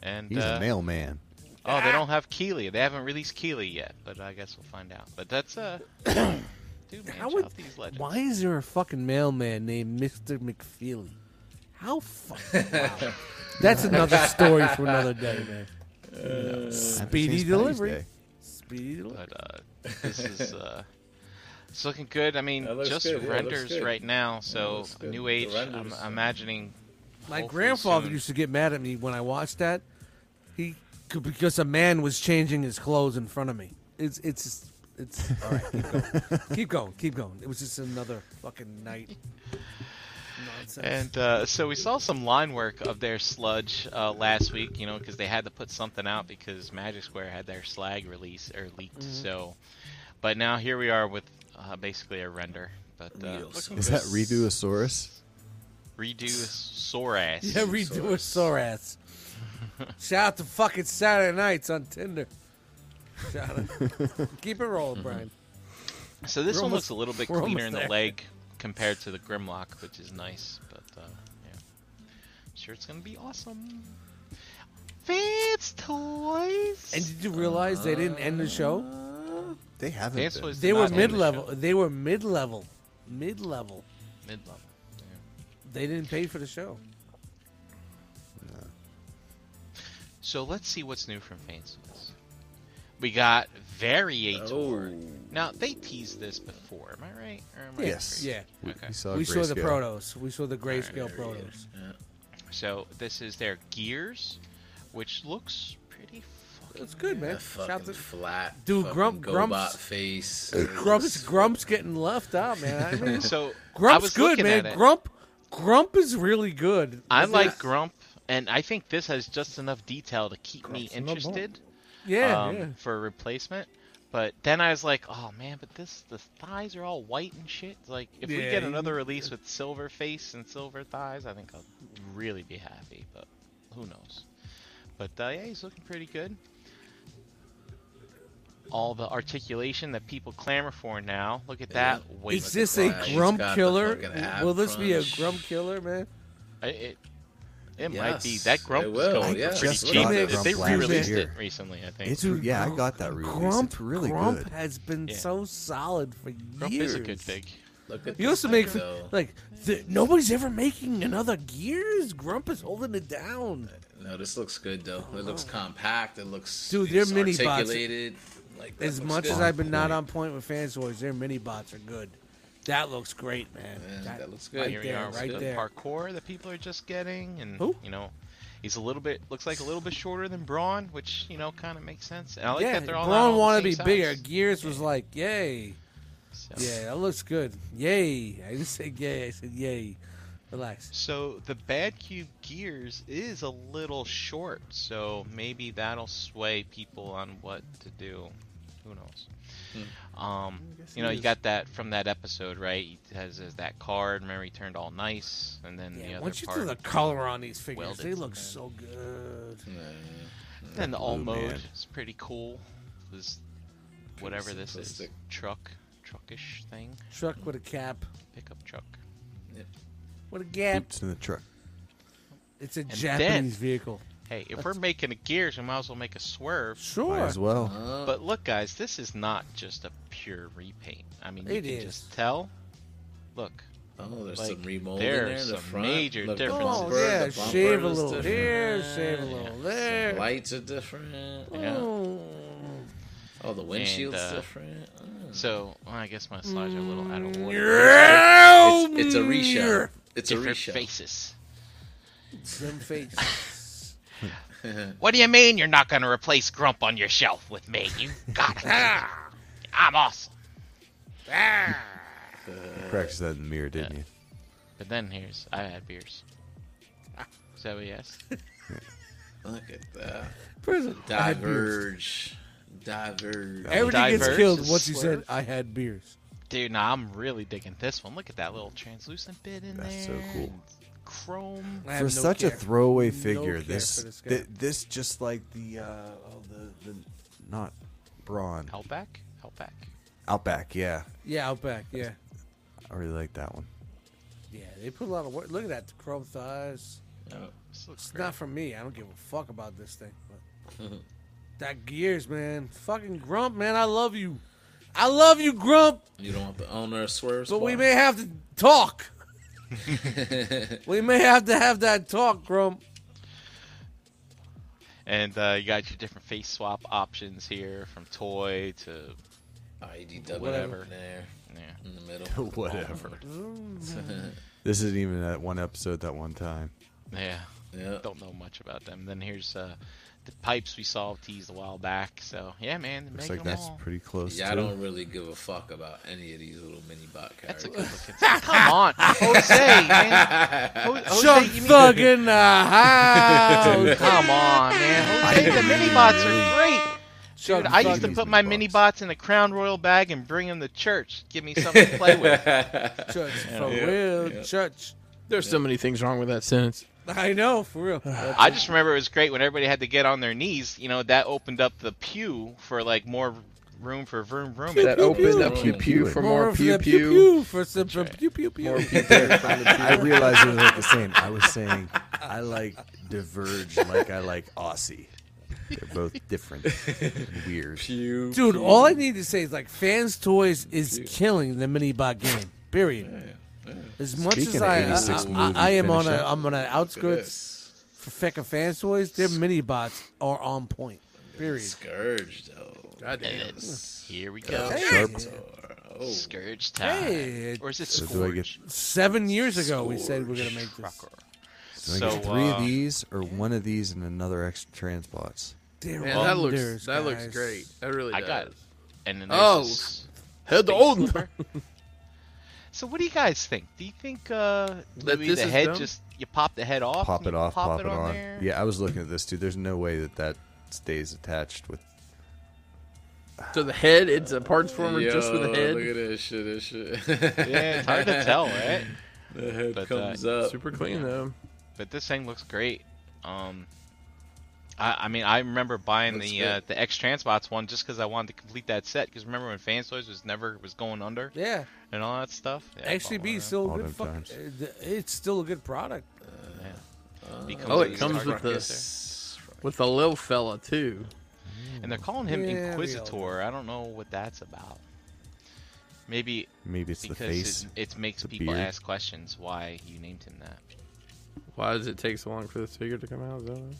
Speaker 3: And
Speaker 5: He's
Speaker 3: uh,
Speaker 5: a mailman.
Speaker 3: Oh,
Speaker 2: Ah.
Speaker 3: they don't have Keely. They haven't released Keely yet, but I guess we'll find out. But that's uh, dude, man,
Speaker 2: How
Speaker 3: shout
Speaker 2: would-
Speaker 3: out these legends.
Speaker 2: Why is there a fucking mailman named Mr. McFeely? How fucking. wow. That's another story for another day, man. Speedy
Speaker 3: Uh,
Speaker 5: St. Patty's
Speaker 2: delivery.
Speaker 5: Day.
Speaker 2: Speedy delivery.
Speaker 3: but uh, this is uh, it's looking good. I mean,
Speaker 1: That looks
Speaker 3: just
Speaker 1: good, yeah, it looks
Speaker 3: renders
Speaker 1: good.
Speaker 3: right now, so
Speaker 1: looks good.
Speaker 3: new
Speaker 1: The
Speaker 3: age. I'm
Speaker 1: renders, uh,
Speaker 3: imagining.
Speaker 2: My
Speaker 3: hopefully
Speaker 2: grandfather
Speaker 3: soon.
Speaker 2: used to get mad at me when I watched that. He c- because a man was changing his clothes in front of me. It's it's it's all right. Keep going, keep going, keep going. It was just another fucking night. Nonsense.
Speaker 3: And uh, so we saw some line work of their sludge uh, last week, you know, because they had to put something out because Magic Square had their slag release or leaked.
Speaker 2: Mm-hmm.
Speaker 3: So, but now here we are with uh, basically a render. But uh, looking
Speaker 5: Is that redo a Saurus?
Speaker 3: good. redo Soras?
Speaker 2: yeah, redo a sore ass. Shout out to fucking Saturday nights on Tinder. Shout out. keep it rolling,
Speaker 3: Mm-hmm.
Speaker 2: Brian.
Speaker 3: So this
Speaker 2: We're
Speaker 3: one
Speaker 2: almost-
Speaker 3: looks a little bit
Speaker 2: we're
Speaker 3: cleaner
Speaker 2: almost
Speaker 3: in the
Speaker 2: there.
Speaker 3: leg compared to the Grimlock, which is nice. But uh, yeah, sure it's gonna be awesome. Vance toys.
Speaker 2: And did you realize they didn't end the show?
Speaker 3: Uh,
Speaker 5: They haven't.
Speaker 3: Vance
Speaker 5: been.
Speaker 3: toys.
Speaker 2: They were mid level. They were mid level. Mid level.
Speaker 3: Mid level.
Speaker 2: They didn't pay for the show.
Speaker 3: So let's see what's new from Vance toys. We got Variator. Now they teased this before, am I right? Or am I
Speaker 5: Yes.
Speaker 2: Oh.
Speaker 3: crazy?
Speaker 2: Yeah.
Speaker 3: Okay.
Speaker 5: We saw,
Speaker 2: we saw the
Speaker 5: grayscale.
Speaker 2: protos. We saw the grayscale protos.
Speaker 3: So this is their gears, which looks pretty fucking.
Speaker 2: It's good, man.
Speaker 1: That
Speaker 2: Shout out
Speaker 1: fucking
Speaker 2: to
Speaker 1: flat.
Speaker 2: Dude,
Speaker 1: fucking
Speaker 2: Grump-
Speaker 1: Gobot
Speaker 2: Grump's-
Speaker 1: face.
Speaker 2: Grump's Grump's getting left out, man. I mean,
Speaker 3: So I was
Speaker 2: Grump's good,
Speaker 3: looking
Speaker 2: man.
Speaker 3: at it.
Speaker 2: Grump Grump is really good.
Speaker 3: I like Grump, and I think this has just enough detail to keep me interested
Speaker 2: Yeah,
Speaker 3: um,
Speaker 2: yeah.
Speaker 3: for a replacement. But then I was like, oh man, but this the thighs are all white and shit. Like if we
Speaker 2: Yeah,
Speaker 3: get
Speaker 2: you-
Speaker 3: another release with silver face and silver thighs, I think I'll really be happy. But who knows? But uh, yeah, he's looking pretty good. All the articulation that people clamor for now. Look at that. Wait,
Speaker 2: Is this a
Speaker 1: He's
Speaker 2: Grump
Speaker 1: got the
Speaker 2: killer?
Speaker 1: fucking ab
Speaker 2: Will this be a
Speaker 1: crunch.
Speaker 2: Grump killer, man?
Speaker 3: I- It, it might be
Speaker 1: Yes,
Speaker 3: that grump
Speaker 1: it
Speaker 3: was
Speaker 1: will,
Speaker 3: going
Speaker 1: yeah.
Speaker 3: for pretty
Speaker 5: Just
Speaker 3: cheap.
Speaker 5: got
Speaker 3: They-
Speaker 5: it
Speaker 3: they
Speaker 5: Grump last
Speaker 3: re-released
Speaker 5: year.
Speaker 3: it recently, I think.
Speaker 5: It's yeah, I got that release.
Speaker 2: Grump,
Speaker 5: it's really
Speaker 2: Grump
Speaker 5: good.
Speaker 2: has been
Speaker 3: Yeah.
Speaker 2: so solid for
Speaker 3: Grump
Speaker 2: years.
Speaker 3: is a good thing.
Speaker 1: Look at
Speaker 2: You
Speaker 1: this
Speaker 2: also make
Speaker 1: thing,
Speaker 2: f-
Speaker 1: though.
Speaker 2: like th- nobody's ever making another gears. Grump is holding it down.
Speaker 1: No, this looks good though. It looks compact. It looks
Speaker 2: Oh. Dude,
Speaker 1: it's
Speaker 2: their mini bots-
Speaker 1: articulated. Like that
Speaker 2: As
Speaker 1: looks
Speaker 2: much
Speaker 1: good.
Speaker 2: as I've been not on point with fan toys, their mini bots are good. That looks great, man.
Speaker 1: Yeah,
Speaker 2: That-
Speaker 1: that looks
Speaker 2: Right
Speaker 1: good.
Speaker 3: Here we
Speaker 2: there,
Speaker 3: are with
Speaker 2: right
Speaker 3: the
Speaker 2: there.
Speaker 3: parkour that people are just getting, and
Speaker 2: Who?
Speaker 3: you know, he's a little bit looks like a little bit shorter than Braun, which you know kind of makes sense. And I like
Speaker 2: yeah,
Speaker 3: that they're all
Speaker 2: Braun
Speaker 3: out
Speaker 2: wanted
Speaker 3: all
Speaker 2: to
Speaker 3: the
Speaker 2: be
Speaker 3: same
Speaker 2: bigger.
Speaker 3: size.
Speaker 2: Gears was like, yay.
Speaker 3: So,
Speaker 2: Yeah, that looks good. Yay. I didn't say yay. I said yay. Relax.
Speaker 3: so the bad cube gears is a little short, so maybe that'll sway people on what to do. Who knows?
Speaker 2: Hmm.
Speaker 3: Um, you know, you got that from that episode, right? He has, has that card. Remember, he turned all nice, and then the
Speaker 2: Yeah,
Speaker 3: other
Speaker 2: once you
Speaker 3: part.
Speaker 2: throw the color on these figures,
Speaker 3: welded
Speaker 2: they look
Speaker 3: them in.
Speaker 2: so good.
Speaker 3: Then the all
Speaker 5: Blue
Speaker 3: mode
Speaker 5: man.
Speaker 3: is pretty cool. This whatever this is
Speaker 1: simplistic.
Speaker 3: truck truckish thing
Speaker 2: Truck with a cap.
Speaker 3: pickup truck.
Speaker 2: What a gap!
Speaker 5: It's in the truck.
Speaker 2: It's a
Speaker 3: then-
Speaker 2: Japanese vehicle.
Speaker 3: Hey, if we're making a gears, we might as well make a swerve.
Speaker 5: Might
Speaker 2: Sure.
Speaker 5: as well.
Speaker 3: But look, guys, this is not just a pure repaint. I mean, you
Speaker 2: It
Speaker 3: can
Speaker 2: is.
Speaker 3: just tell. Look,
Speaker 1: Oh, there's
Speaker 3: Like,
Speaker 1: some remold in there.
Speaker 3: there's
Speaker 1: The
Speaker 3: some
Speaker 1: front,
Speaker 3: major
Speaker 1: the
Speaker 3: differences.
Speaker 2: Oh
Speaker 1: bumper,
Speaker 2: yeah,
Speaker 1: the bumper
Speaker 2: shave a
Speaker 1: is
Speaker 2: little
Speaker 1: different.
Speaker 2: here, shave a little there.
Speaker 1: Lights are different. Yeah. Oh, the windshield's
Speaker 3: uh,
Speaker 1: different. Mm.
Speaker 3: so well, I guess my slides are a little out of order.
Speaker 2: Ow!
Speaker 1: It's, it's a reshow. It's a
Speaker 3: Different
Speaker 1: reshow.
Speaker 3: faces.
Speaker 2: Some face.
Speaker 3: What do you mean you're not going to replace Grump on your shelf with me? You got it. I'm awesome.
Speaker 5: You practiced that in the mirror, didn't you?
Speaker 3: But then here's I had beers. So yes,
Speaker 1: Look at that.
Speaker 2: Prison. I had beers.
Speaker 1: Diverge. Diverge.
Speaker 2: Everything gets
Speaker 3: Diverge
Speaker 2: killed
Speaker 3: is
Speaker 2: once you said
Speaker 3: swerve.
Speaker 2: I had beers.
Speaker 3: dude, now I'm really digging this one. Look at that little translucent bit in
Speaker 5: That's so
Speaker 3: there.
Speaker 5: cool.
Speaker 3: Chrome.
Speaker 2: I
Speaker 5: for
Speaker 2: have no
Speaker 5: such a
Speaker 2: care.
Speaker 5: throwaway
Speaker 2: No
Speaker 5: figure,
Speaker 2: care
Speaker 5: this
Speaker 2: for this guy.
Speaker 5: thi- this just like the uh, oh, the the not brawn
Speaker 3: Hellback. Hellback.
Speaker 5: outback. Yeah,
Speaker 2: Yeah, Outback. Yeah,
Speaker 5: I really like that one.
Speaker 2: yeah. They put a lot of work. Look at that the chrome thighs.
Speaker 3: This looks
Speaker 2: It's
Speaker 3: great.
Speaker 2: not for me. I don't give a fuck about this thing. But that gears, man. Fucking Grump, man. I love you. I love you, Grump.
Speaker 1: You don't want the owner of Swerve's
Speaker 2: But we
Speaker 1: bar?
Speaker 2: may have to talk. we may have to have that talk, Grump.
Speaker 3: And uh, you got your different face swap options here, from toy to
Speaker 1: IDW
Speaker 3: Whatever.
Speaker 1: in there
Speaker 3: yeah.
Speaker 1: in the middle.
Speaker 5: Whatever. This isn't even that one episode. That one time.
Speaker 3: yeah.
Speaker 1: yeah.
Speaker 3: Don't know much about them. Then here's uh, the pipes we saw teased a while back. So yeah, man,
Speaker 5: Looks
Speaker 3: make
Speaker 5: like
Speaker 3: them
Speaker 5: that's
Speaker 3: all.
Speaker 5: pretty close.
Speaker 1: Yeah, I
Speaker 5: too.
Speaker 1: don't really give a fuck about any of these little mini bot characters.
Speaker 3: That's a good looking. Come on, Jose, man. Ho-
Speaker 2: Chuck
Speaker 3: Jose, you mean-
Speaker 2: Thug in the house.
Speaker 3: Come on, man. Jose, the mini bots are great.
Speaker 2: Chuck
Speaker 3: Dude, I
Speaker 2: Thug
Speaker 3: used to
Speaker 2: in-
Speaker 3: put my mini bots in a Crown Royal bag and bring them to church. Give me something to play with.
Speaker 2: church for real. Church.
Speaker 4: There's so many things wrong with that sentence.
Speaker 2: I know for real. That's
Speaker 3: I just remember it was great when everybody had to get on their knees. You know, that opened up the pew for like more room for vroom vroom.
Speaker 4: That opened up
Speaker 1: pew,
Speaker 4: pew
Speaker 5: pew.
Speaker 4: pew for more
Speaker 2: of the
Speaker 4: pew pew.
Speaker 2: pew for some for pew pew pew.
Speaker 5: I realized it was like the same. I was saying I like diverge like I like Aussie. They're both different, and weird.
Speaker 1: Pew.
Speaker 2: Dude, all I need to say is like fans toys is killing the mini bot game. Period. As much as
Speaker 5: Speaking of
Speaker 2: I,
Speaker 5: 86
Speaker 2: I, I,
Speaker 5: movie
Speaker 2: I am on a
Speaker 5: finish up.
Speaker 2: am on an outskirts
Speaker 1: Yes.
Speaker 2: for Feca fans toys, their mini bots are on point. Period.
Speaker 1: Scourge, though.
Speaker 3: And here we go.
Speaker 5: Sharp.
Speaker 1: Oh,
Speaker 3: Scourge time.
Speaker 2: Hey,
Speaker 3: or is it
Speaker 5: So do I get
Speaker 3: Scourge?
Speaker 2: Seven years ago, we said we are gonna make this.
Speaker 3: Trucker.
Speaker 5: do I
Speaker 3: So,
Speaker 5: get three
Speaker 3: uh,
Speaker 5: of these or one of these and another extra transbots?
Speaker 2: They're
Speaker 4: Man, that looks
Speaker 2: wonders,
Speaker 4: that looks
Speaker 2: guys.
Speaker 4: great. That really
Speaker 3: I
Speaker 4: does.
Speaker 3: got it. And then
Speaker 4: Oh,
Speaker 3: oh,
Speaker 4: Head the old number.
Speaker 3: so what do you guys think? Do you think uh,
Speaker 4: That
Speaker 3: maybe
Speaker 4: this
Speaker 3: the
Speaker 4: is
Speaker 3: head
Speaker 4: dumb?
Speaker 3: just you pop the head off,
Speaker 5: Pop
Speaker 3: and
Speaker 5: it
Speaker 3: you
Speaker 5: off, pop, it
Speaker 3: on,
Speaker 5: on.
Speaker 3: there?
Speaker 5: Yeah, I was looking at this too. There's no way that that stays attached with.
Speaker 4: So the head, it's a parts former just with
Speaker 1: Yo,
Speaker 4: a
Speaker 1: Look
Speaker 4: head.
Speaker 1: at this shit. This shit.
Speaker 3: Yeah, it's hard to tell, right?
Speaker 1: The head
Speaker 3: But, uh,
Speaker 1: comes up.
Speaker 4: Super clean though.
Speaker 3: But this thing looks great. Um, I, I mean, I remember buying
Speaker 1: Looks
Speaker 3: the
Speaker 1: good.
Speaker 3: uh, the X Transbots one just because I wanted to complete that set. Because remember when Fan Toys was never was going under
Speaker 2: Yeah,
Speaker 3: and all that stuff? Yeah, I bought one
Speaker 2: XCB
Speaker 3: of
Speaker 2: is still
Speaker 5: All
Speaker 2: a good
Speaker 5: them
Speaker 2: fuck,
Speaker 5: times.
Speaker 2: uh, th- It's still a good product.
Speaker 3: them. Yeah. Becomes
Speaker 4: Oh,
Speaker 3: a
Speaker 4: it comes
Speaker 3: Star
Speaker 4: with
Speaker 3: Trek
Speaker 4: the-
Speaker 3: is
Speaker 4: With the little fella too.
Speaker 3: there. and they're calling him
Speaker 2: Yeah, we all
Speaker 3: Inquisitor. I don't know what that's about. Maybe
Speaker 5: Maybe it's the
Speaker 3: because
Speaker 5: face.
Speaker 3: it, it makes
Speaker 5: the
Speaker 3: people
Speaker 5: beard.
Speaker 3: ask questions why you named him that.
Speaker 4: Why does it take so long for this figure to come out? Is that what-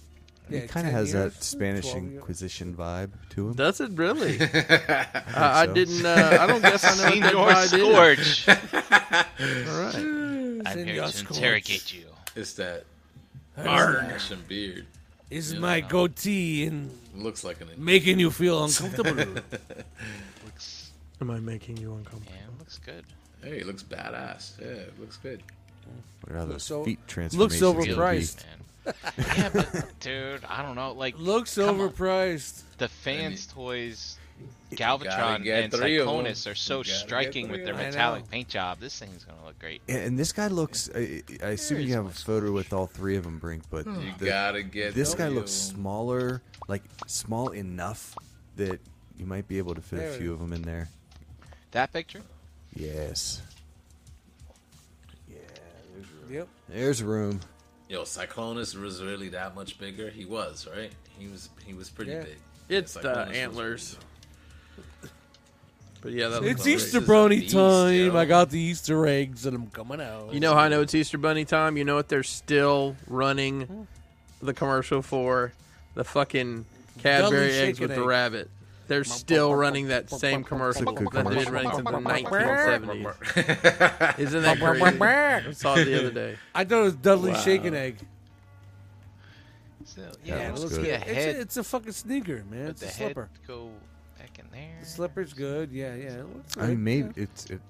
Speaker 2: Yeah,
Speaker 5: it kind of
Speaker 2: 10
Speaker 5: has
Speaker 2: years,
Speaker 5: that Spanish
Speaker 2: 12 years.
Speaker 5: Inquisition vibe to him.
Speaker 4: Does it really? I, I
Speaker 5: so.
Speaker 4: didn't. Uh, I don't guess I know what that
Speaker 3: Senor
Speaker 4: vibe is.
Speaker 3: Scourge,
Speaker 4: All right.
Speaker 3: I'm here
Speaker 2: Senor
Speaker 3: to
Speaker 2: Scourge.
Speaker 3: interrogate you.
Speaker 1: It's that
Speaker 2: Arr,
Speaker 1: ash and beard.
Speaker 2: Is my goatee and
Speaker 1: Looks like an.
Speaker 2: making you feel uncomfortable?
Speaker 3: Looks,
Speaker 4: Am I making you uncomfortable?
Speaker 3: yeah, looks good.
Speaker 1: Hey, it looks badass. Yeah, it looks good.
Speaker 5: What are those
Speaker 2: so-
Speaker 5: feet
Speaker 2: looks
Speaker 5: transformations? gonna be?
Speaker 2: overpriced.
Speaker 3: man. yeah, but dude, I don't know. Like
Speaker 2: Looks
Speaker 3: Come on.
Speaker 2: overpriced.
Speaker 3: the fans' toys,
Speaker 1: gotta
Speaker 3: Galvatron
Speaker 1: get
Speaker 3: and
Speaker 1: three of 'em.
Speaker 3: Psychonis are so
Speaker 1: You gotta get
Speaker 3: striking with
Speaker 1: three
Speaker 3: their
Speaker 2: of 'em. I
Speaker 3: metallic
Speaker 2: know.
Speaker 3: paint job. This thing's gonna look great.
Speaker 5: And and this guy looks. I, I assume you have a photo with all three of them, Brink. But
Speaker 2: Hmm.
Speaker 1: You
Speaker 5: the-
Speaker 1: gotta get
Speaker 5: this guy
Speaker 1: W.
Speaker 5: looks smaller, like small enough that you might be able to fit
Speaker 2: There
Speaker 5: a
Speaker 2: it
Speaker 5: few of them in there.
Speaker 3: That picture,
Speaker 5: Yes.
Speaker 2: Yep.
Speaker 5: There's room.
Speaker 1: Yo, Cyclonus was really that much bigger. He was right. He was. He was pretty
Speaker 2: Yeah.
Speaker 1: big.
Speaker 4: It's
Speaker 1: Yeah,
Speaker 4: the
Speaker 1: Cyclonus was
Speaker 4: antlers. But yeah, that looks
Speaker 2: It's
Speaker 4: great.
Speaker 2: Easter
Speaker 1: racist
Speaker 2: brony
Speaker 1: beast,
Speaker 2: time.
Speaker 1: yo.
Speaker 2: I got the Easter eggs and I'm coming out.
Speaker 4: You know how I know it's Easter Bunny time? You know what they're still running the commercial for? The fucking Cadbury
Speaker 2: Dudley
Speaker 4: eggs
Speaker 2: Shaken
Speaker 4: with the
Speaker 2: Egg.
Speaker 4: rabbit. They're still running that same commercial
Speaker 5: Good
Speaker 4: that they've been running since the 1970s.
Speaker 1: pretty-
Speaker 4: Isn't that crazy? I saw it the other day.
Speaker 2: I thought it was Dudley Shaken Egg.
Speaker 3: So, yeah,
Speaker 5: Yeah, it
Speaker 3: it
Speaker 5: looks
Speaker 3: must
Speaker 5: good.
Speaker 3: be a
Speaker 2: It's,
Speaker 3: head.
Speaker 2: A, it's a fucking sneaker, man.
Speaker 3: Let
Speaker 2: It's
Speaker 3: the
Speaker 2: a
Speaker 3: head
Speaker 2: slipper.
Speaker 3: go back in there.
Speaker 2: The slipper's good. Yeah, yeah. It looks
Speaker 5: I
Speaker 2: good.
Speaker 5: mean, maybe it's it.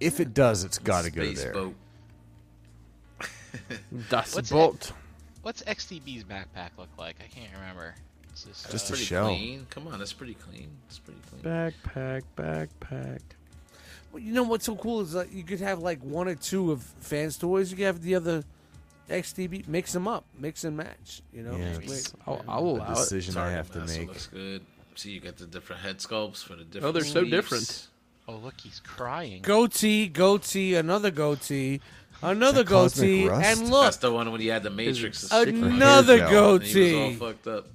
Speaker 5: If it does, it's got to go
Speaker 1: Space
Speaker 5: there.
Speaker 1: boat.
Speaker 4: Das
Speaker 3: What's
Speaker 4: Boot.
Speaker 3: What's XDB's backpack look like? I can't remember. It's just,
Speaker 5: Just
Speaker 3: uh,
Speaker 5: a
Speaker 1: Pretty
Speaker 5: shell.
Speaker 1: clean. Come on, that's pretty clean. It's pretty clean.
Speaker 4: Backpack, backpack.
Speaker 2: Well, you know what's so cool is like you could have like one or two of fans' toys. You could have the other XDB. Mix them up, mix and match. You know.
Speaker 5: Yeah,
Speaker 2: Wait,
Speaker 5: it's
Speaker 4: I'll, I'll
Speaker 5: a
Speaker 4: allow it.
Speaker 5: decision I
Speaker 1: Target
Speaker 5: have to
Speaker 1: master
Speaker 5: make.
Speaker 1: Looks good. See, you got the different head sculpts for the different.
Speaker 4: Oh, they're so
Speaker 1: sleeves.
Speaker 4: different.
Speaker 3: oh, look, he's crying.
Speaker 2: goatee, goatee, another goatee, another
Speaker 5: that Cosmic
Speaker 2: goatee,
Speaker 5: Rust?
Speaker 2: and look,
Speaker 1: That's the one when he had the Matrix.
Speaker 4: a-
Speaker 2: another
Speaker 5: Hair gel.
Speaker 1: and he was
Speaker 2: goatee.
Speaker 1: all fucked up.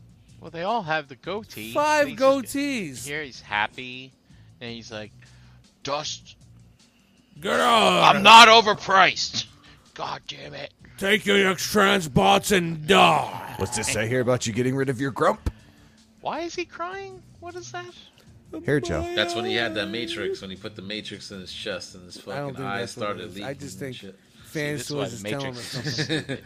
Speaker 3: Well, they all have the goatee.
Speaker 2: Five
Speaker 3: He's just-
Speaker 2: goatees.
Speaker 3: Here he's happy, and he's like, "Dust,
Speaker 2: Get out!
Speaker 3: I'm not overpriced. God damn it!
Speaker 2: Take your trans bots and die.
Speaker 5: What's this I hear about you getting rid of your grump?
Speaker 3: Why is he crying? What is that?
Speaker 5: Hair gel.
Speaker 1: That's when he had that Matrix. When he put the Matrix in his chest and his
Speaker 2: don't
Speaker 1: fucking
Speaker 2: think
Speaker 1: eyes
Speaker 2: that's what it
Speaker 1: started
Speaker 2: is.
Speaker 1: leaking.
Speaker 2: I just
Speaker 1: and
Speaker 2: think-
Speaker 1: shit.
Speaker 2: Fans
Speaker 3: this is why
Speaker 2: toys
Speaker 3: the
Speaker 2: is telling us
Speaker 3: Matrix
Speaker 2: something.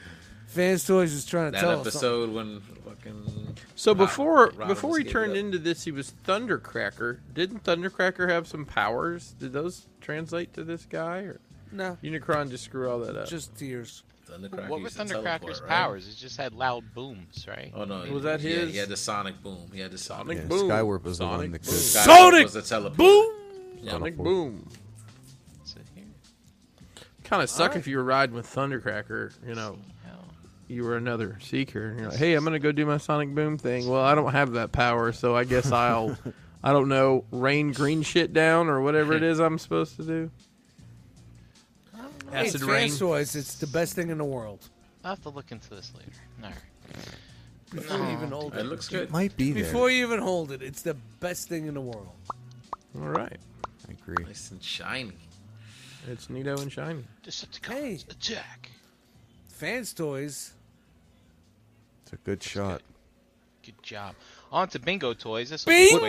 Speaker 2: Fans toys is trying to
Speaker 1: that
Speaker 2: tell us something.
Speaker 1: episode when fucking
Speaker 4: So
Speaker 1: Robin-
Speaker 4: before
Speaker 1: Robin
Speaker 4: before he
Speaker 1: escaped
Speaker 4: turned
Speaker 1: up.
Speaker 4: into this, he was Thundercracker. Didn't Thundercracker have some powers? Did those translate to this guy? Or
Speaker 2: No,
Speaker 4: Unicron just screw all that up.
Speaker 2: just tears.
Speaker 1: Thundercracker
Speaker 3: what were
Speaker 1: used to
Speaker 3: Thundercracker's
Speaker 1: teleport, right?
Speaker 3: powers? It just had loud booms, right?
Speaker 1: Oh no,
Speaker 4: Was that
Speaker 1: yeah,
Speaker 4: his?
Speaker 1: He had the sonic boom. He had the sonic.
Speaker 4: Sonic
Speaker 5: Yeah,
Speaker 4: boom.
Speaker 5: Skywarp was the
Speaker 4: Sonic
Speaker 5: one that
Speaker 4: boom.
Speaker 5: could.
Speaker 1: Skywarp
Speaker 2: Sonic
Speaker 1: was the teleport. Yeah.
Speaker 4: Sonic
Speaker 5: Teleport.
Speaker 4: boom.
Speaker 3: So here,
Speaker 4: Kind of suck if you were riding with Thundercracker. You know,
Speaker 3: no.
Speaker 4: you were another seeker, and you're like, "Hey, I'm gonna go do my Sonic Boom thing." Well, I don't have that power, so I guess I'll, I don't know, rain green shit down or whatever it is I'm supposed to do.
Speaker 2: Hey,
Speaker 4: Acid
Speaker 2: it's
Speaker 4: rain.
Speaker 2: Fans toys, it's the best thing in the world.
Speaker 3: I'll have to look into this later. All right.
Speaker 2: Before you even hold
Speaker 1: It
Speaker 2: it.
Speaker 1: looks good.
Speaker 5: Might be there.
Speaker 2: Before you even hold it, it's the best thing in the world.
Speaker 4: All right,
Speaker 5: I agree.
Speaker 1: Nice and shiny.
Speaker 4: it's Nito and Shiny.
Speaker 3: Decepticons
Speaker 2: Hey.
Speaker 3: attack.
Speaker 2: Fans toys.
Speaker 5: It's a good shot.
Speaker 3: Good job. On to bingo toys. This
Speaker 2: Bingo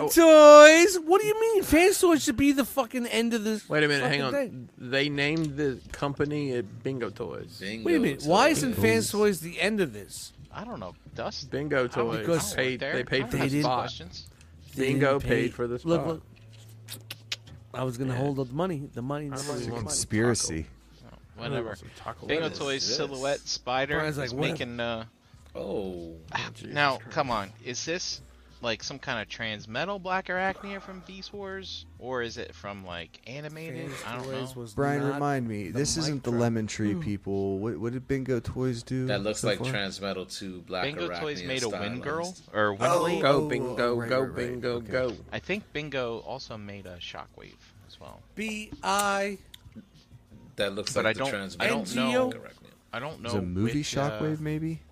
Speaker 2: toys. What do you mean? Fans toys should be the fucking end of this.
Speaker 4: Wait a minute, hang on.
Speaker 2: fucking thing.
Speaker 4: They named the company at Bingo Toys.
Speaker 1: Bingo
Speaker 2: Wait a minute. Why
Speaker 1: toys.
Speaker 2: isn't fans toys the end of this?
Speaker 3: I don't know. Dust.
Speaker 4: Bingo
Speaker 3: I don't-
Speaker 4: Toys
Speaker 3: I don't work
Speaker 4: paid.
Speaker 3: there.
Speaker 4: They
Speaker 3: I
Speaker 4: paid
Speaker 3: don't
Speaker 4: for
Speaker 2: They
Speaker 4: the
Speaker 3: ask
Speaker 2: didn't-
Speaker 4: spot.
Speaker 3: Questions.
Speaker 2: They
Speaker 4: Bingo
Speaker 2: didn't
Speaker 4: paid
Speaker 2: pay-
Speaker 4: for the spot.
Speaker 2: Look, look. I was gonna hold up money. The money. The money.
Speaker 5: It's
Speaker 2: The
Speaker 5: a
Speaker 2: money.
Speaker 5: conspiracy.
Speaker 3: Whatever.
Speaker 4: Oh, Some taco
Speaker 3: Bingo
Speaker 4: lettuce.
Speaker 3: Toys
Speaker 1: this?
Speaker 3: silhouette spider
Speaker 2: Brian's like,
Speaker 3: is
Speaker 2: what?
Speaker 3: making. Uh,
Speaker 1: Oh,
Speaker 3: Ah, now, come on. Is this like some kind of trans metal Black Arachnia from Beast Wars, or is it from like animated?
Speaker 2: Fans
Speaker 3: I don't
Speaker 2: toys
Speaker 3: know.
Speaker 2: was
Speaker 5: Brian,
Speaker 2: not-
Speaker 5: remind me. This isn't the
Speaker 2: micro.
Speaker 5: lemon tree people. What, what did Bingo Toys do?
Speaker 1: that looks
Speaker 5: so
Speaker 1: like
Speaker 5: far?
Speaker 1: trans metal two black.
Speaker 3: Bingo Toys
Speaker 1: Arachnian
Speaker 3: made a
Speaker 1: stylized.
Speaker 3: Wind Girl or Wind Lady.
Speaker 4: Go
Speaker 5: Oh,
Speaker 4: bingo,
Speaker 5: right,
Speaker 4: go
Speaker 5: right, right.
Speaker 4: bingo,
Speaker 5: Okay.
Speaker 4: go.
Speaker 3: I think Bingo also made a Shockwave as well.
Speaker 2: B I.
Speaker 1: That looks
Speaker 3: But
Speaker 1: like
Speaker 3: I
Speaker 1: the
Speaker 3: don't-
Speaker 1: trans.
Speaker 3: I
Speaker 2: don't
Speaker 1: metal
Speaker 2: know.
Speaker 1: Black Arachnian.
Speaker 3: I don't know.
Speaker 5: Is it a movie
Speaker 3: which, uh,
Speaker 5: shockwave, maybe?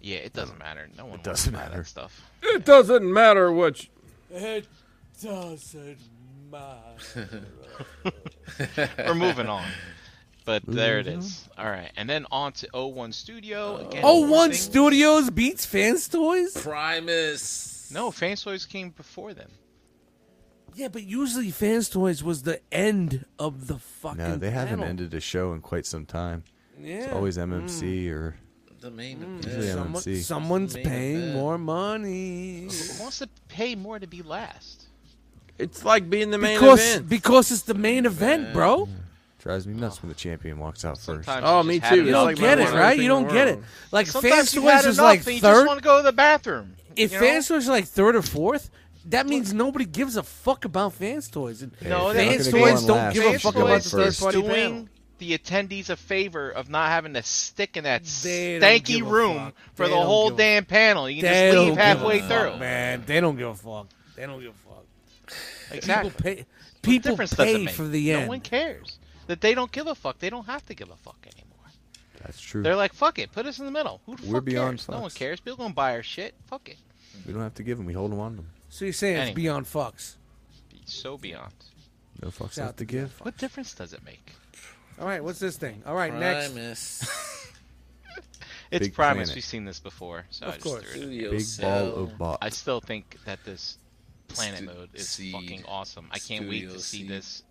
Speaker 3: Yeah, it doesn't matter. No one doesn't
Speaker 5: doesn't
Speaker 3: matter
Speaker 5: matter.
Speaker 3: that stuff.
Speaker 4: It doesn't matter what. You,
Speaker 2: It doesn't matter.
Speaker 3: We're moving on. But there it is. All right, and then on to O1 Studio again.
Speaker 2: oh, one
Speaker 3: thing-
Speaker 2: Studios beats fans toys.
Speaker 1: Primus.
Speaker 3: No, Fans Toys came before them.
Speaker 2: Yeah, but usually fans toys was the end of the fucking.
Speaker 5: No, they haven't
Speaker 2: panel.
Speaker 5: ended a show in quite some time.
Speaker 2: Yeah.
Speaker 5: It's always MMC or
Speaker 1: The main.
Speaker 3: Hmm.
Speaker 5: usually
Speaker 1: event.
Speaker 2: Someone,
Speaker 5: MMC.
Speaker 2: someone's
Speaker 1: Made a
Speaker 2: paying
Speaker 1: bet.
Speaker 2: more money
Speaker 3: Who wants to pay more to be last?
Speaker 4: it's like being the main
Speaker 2: because
Speaker 4: event.
Speaker 2: because it's the main event, bro.
Speaker 5: drives me nuts when the champion walks out first.
Speaker 3: Sometimes
Speaker 4: Oh,
Speaker 3: you
Speaker 4: me
Speaker 3: just
Speaker 4: too.
Speaker 3: had
Speaker 4: It's
Speaker 2: You
Speaker 3: enough.
Speaker 2: don't
Speaker 4: like my
Speaker 2: get it,
Speaker 4: favorite
Speaker 2: right?
Speaker 4: thing
Speaker 2: You
Speaker 4: in
Speaker 2: don't
Speaker 4: the
Speaker 2: get it.
Speaker 4: world.
Speaker 2: Like
Speaker 3: Sometimes
Speaker 2: fans
Speaker 3: you had
Speaker 2: toys
Speaker 3: enough
Speaker 2: is like
Speaker 3: and you just
Speaker 2: third.
Speaker 3: want to go to the bathroom.
Speaker 2: If
Speaker 3: you know?
Speaker 2: fans toys is like third or fourth, that means nobody gives a fuck about fans toys. And
Speaker 3: No,
Speaker 5: they're
Speaker 2: fans
Speaker 5: not gonna go
Speaker 2: toys
Speaker 5: on
Speaker 2: don't
Speaker 5: last.
Speaker 2: give a
Speaker 5: Fans
Speaker 2: fuck
Speaker 5: toys
Speaker 2: about
Speaker 5: is
Speaker 2: the third
Speaker 5: first.
Speaker 2: party
Speaker 3: doing
Speaker 2: panel.
Speaker 3: the attendees a favor of not having to stick in that
Speaker 2: They don't
Speaker 3: stanky
Speaker 2: give a
Speaker 3: room
Speaker 2: fuck.
Speaker 3: for
Speaker 2: They
Speaker 3: the
Speaker 2: don't
Speaker 3: whole
Speaker 2: give a-
Speaker 3: damn panel. You can
Speaker 2: They
Speaker 3: just
Speaker 2: don't
Speaker 3: leave
Speaker 2: give a
Speaker 3: halfway
Speaker 2: fuck,
Speaker 3: through.
Speaker 2: man. They don't give a fuck. They don't give a fuck.
Speaker 3: Exactly.
Speaker 2: People pay.
Speaker 3: What
Speaker 2: People
Speaker 3: difference does it
Speaker 2: pay
Speaker 3: make?
Speaker 2: for the
Speaker 3: No
Speaker 2: end.
Speaker 3: one cares. that they don't give a fuck. They don't have to give a fuck anymore.
Speaker 5: That's true.
Speaker 3: They're like, fuck it, put us in the middle. Who the
Speaker 5: We're
Speaker 3: fuck
Speaker 5: beyond
Speaker 3: cares? No one
Speaker 5: fucks.
Speaker 3: cares. People gonna buy our shit. Fuck it.
Speaker 5: we don't have to give them. We hold them on to them.
Speaker 2: So you're saying
Speaker 3: Anyway.
Speaker 2: it's beyond fucks.
Speaker 3: Be so beyond.
Speaker 5: No fucks
Speaker 2: Shout
Speaker 5: left to give.
Speaker 3: What difference does it make?
Speaker 2: All right, what's this thing? All right, next.
Speaker 1: Primus.
Speaker 3: It's
Speaker 5: Big
Speaker 3: Primus.
Speaker 5: planet.
Speaker 3: We've seen this before, so
Speaker 2: Of
Speaker 3: I just
Speaker 2: course.
Speaker 3: threw it. in.
Speaker 5: Big ball of bot.
Speaker 3: I still think that this planet
Speaker 1: Stu-
Speaker 3: mode is
Speaker 1: seed.
Speaker 3: fucking awesome. I can't wait
Speaker 1: Studio
Speaker 3: to see
Speaker 1: seed.
Speaker 3: this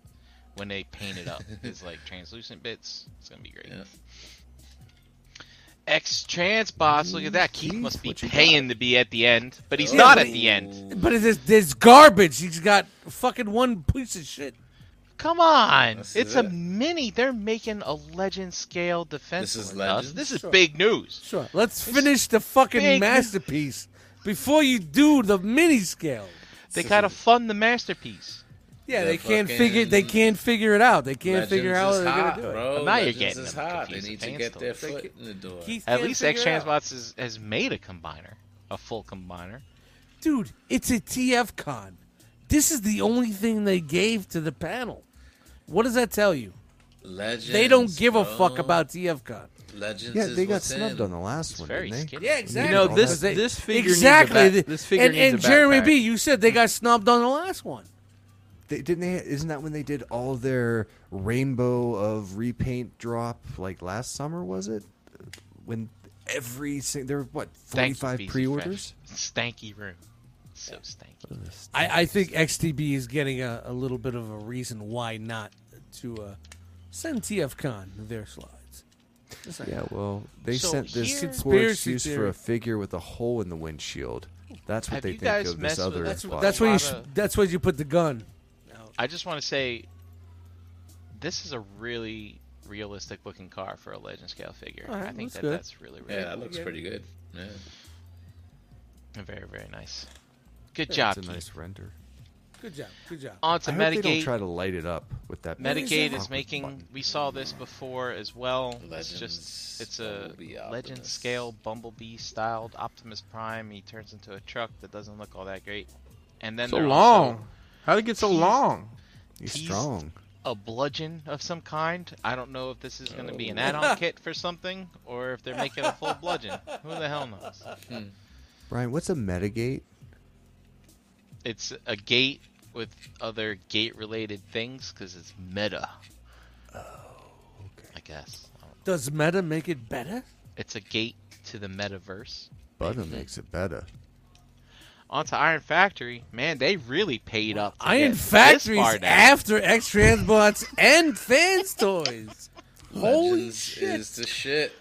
Speaker 3: when they paint it up. It's like translucent bits. It's gonna be great.
Speaker 1: Yeah.
Speaker 3: X trans boss, look at that. Keith
Speaker 5: Keith,
Speaker 3: must be
Speaker 5: what you
Speaker 3: paying to be at the end, but he's
Speaker 1: Oh.
Speaker 2: Yeah,
Speaker 3: not
Speaker 2: but
Speaker 3: at
Speaker 2: he-
Speaker 3: the end.
Speaker 2: But it's this, this garbage. He's got fucking one piece of shit.
Speaker 3: Come on,
Speaker 1: This
Speaker 3: it's
Speaker 1: is
Speaker 3: a
Speaker 1: it.
Speaker 3: mini. They're making a legend scale defense.
Speaker 1: This is
Speaker 3: with us.
Speaker 1: legend?
Speaker 3: This is
Speaker 2: Sure.
Speaker 3: big news.
Speaker 2: Sure. Let's finish the fucking
Speaker 3: big.
Speaker 2: masterpiece before you do the mini scale.
Speaker 3: They
Speaker 1: This is
Speaker 3: gotta
Speaker 1: a-
Speaker 3: fund the masterpiece.
Speaker 2: Yeah,
Speaker 1: The
Speaker 2: they can't
Speaker 1: fucking-
Speaker 2: figure. They can't figure it out. They can't figure out how
Speaker 1: Legends
Speaker 2: they're
Speaker 1: is hot,
Speaker 2: gonna do it.
Speaker 1: bro.
Speaker 3: Well, now you're
Speaker 1: Legends
Speaker 3: getting
Speaker 1: is
Speaker 3: them
Speaker 1: hot. They
Speaker 3: confused
Speaker 1: need
Speaker 3: with
Speaker 1: to get their
Speaker 3: Phantom.
Speaker 1: foot in the door.
Speaker 2: Keith
Speaker 3: At
Speaker 2: can't
Speaker 3: least
Speaker 2: figure
Speaker 3: X
Speaker 2: it out.
Speaker 3: Transbots has, has made a combiner, a full combiner.
Speaker 2: dude, it's a TF con. This is the only thing they gave to the panel. What does that tell you?
Speaker 1: Legends,
Speaker 2: they don't give a
Speaker 1: bro.
Speaker 2: fuck about TF con.
Speaker 1: Legends.
Speaker 5: Yeah,
Speaker 1: is
Speaker 5: they got
Speaker 1: what's
Speaker 5: snubbed
Speaker 1: in.
Speaker 5: on the last
Speaker 3: It's
Speaker 5: one,
Speaker 3: very
Speaker 5: didn't they?
Speaker 3: skinny.
Speaker 2: Yeah, exactly.
Speaker 4: know,
Speaker 5: No,
Speaker 4: this
Speaker 5: that's-
Speaker 4: this figure
Speaker 2: exactly.
Speaker 4: needs a back, this figure
Speaker 2: and,
Speaker 4: needs
Speaker 2: and
Speaker 4: a
Speaker 2: Jeremy
Speaker 4: backpack.
Speaker 2: B, you said they got snubbed on the last one.
Speaker 5: They, didn't they? Isn't that when they did all their rainbow of repaint drop like last summer? Was it when every sing- there were what forty
Speaker 3: Thanks,
Speaker 5: five
Speaker 3: BZ
Speaker 5: pre orders?
Speaker 3: Fresh. Stanky room. So stanky.
Speaker 2: I, I think XTB is getting a, a little bit of a reason why not to uh, send TF con their slides. Just saying.
Speaker 5: Yeah, well, they
Speaker 3: So
Speaker 5: sent this
Speaker 3: here-
Speaker 5: poor
Speaker 2: Conspiracy
Speaker 5: excuse for
Speaker 2: theory.
Speaker 5: a figure with a hole in the windshield. That's what
Speaker 3: Have
Speaker 5: they
Speaker 3: you
Speaker 5: think
Speaker 3: guys
Speaker 5: of this
Speaker 3: messed with-
Speaker 5: other.
Speaker 3: that's-
Speaker 5: spot.
Speaker 2: That's where you.
Speaker 3: A lot
Speaker 2: s-
Speaker 3: of-
Speaker 2: That's where you put the gun.
Speaker 3: I just want to say, this is a really realistic looking car for a legend scale figure.
Speaker 2: All right,
Speaker 3: I think
Speaker 2: looks
Speaker 3: that
Speaker 2: good.
Speaker 3: that's really, really
Speaker 1: Yeah, that looks
Speaker 2: Yeah.
Speaker 1: pretty good. Yeah.
Speaker 3: and very, very nice. Good job.
Speaker 5: That's a
Speaker 3: Keith.
Speaker 5: nice render.
Speaker 2: Good job. Good job.
Speaker 3: On
Speaker 5: I
Speaker 3: to
Speaker 5: hope they don't
Speaker 3: Medicaid.
Speaker 5: try to light it up with that.
Speaker 3: Medicaid
Speaker 5: awkward
Speaker 3: is making.
Speaker 5: button.
Speaker 3: We saw this before as well. it's just
Speaker 1: Legends
Speaker 3: it's a
Speaker 1: Bumblebee
Speaker 3: legend
Speaker 1: Optimus.
Speaker 3: scale Bumblebee styled Optimus Prime. He turns into a truck that doesn't look all that great, and then
Speaker 4: so
Speaker 3: they're
Speaker 4: long.
Speaker 3: also
Speaker 4: How did it get so
Speaker 3: He's-
Speaker 4: long?
Speaker 5: He's
Speaker 3: teased-
Speaker 5: strong.
Speaker 3: a bludgeon of some kind. I don't know if this is going to be an add-on kit for something or if they're making a full bludgeon. Who the hell knows?
Speaker 5: Brian, what's a Medigate?
Speaker 3: It's a gate with other gate-related things because it's meta. Oh, okay. I guess I don't-
Speaker 2: Does meta make it better?
Speaker 3: it's a gate to the metaverse.
Speaker 5: Butter makes it better.
Speaker 3: onto Iron Factory, man, they really paid up. to
Speaker 2: Iron
Speaker 3: get Uh, this
Speaker 2: Factory's
Speaker 3: far now.
Speaker 2: after X Transbots and Fans Toys. Holy
Speaker 1: Legends
Speaker 2: shit!
Speaker 1: is the shit.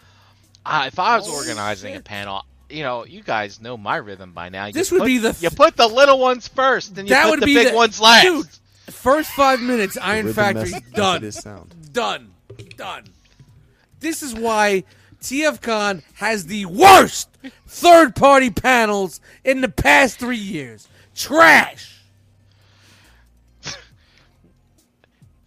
Speaker 3: Uh, if I was
Speaker 2: Holy
Speaker 3: organizing
Speaker 2: shit.
Speaker 3: a panel, you know, you guys know my rhythm by now. You
Speaker 2: This would
Speaker 3: put-
Speaker 2: be the f-
Speaker 3: you put the little ones first, then you
Speaker 2: That
Speaker 3: put
Speaker 2: would
Speaker 3: the
Speaker 2: be
Speaker 3: big
Speaker 2: the-
Speaker 3: ones last.
Speaker 2: Dude. First five minutes, Iron
Speaker 5: Rhythm
Speaker 2: Factory
Speaker 5: mess-
Speaker 2: done,
Speaker 5: Methodist sound.
Speaker 2: done, done. This is why TFCon has the worst third-party panels in the past three years. Trash.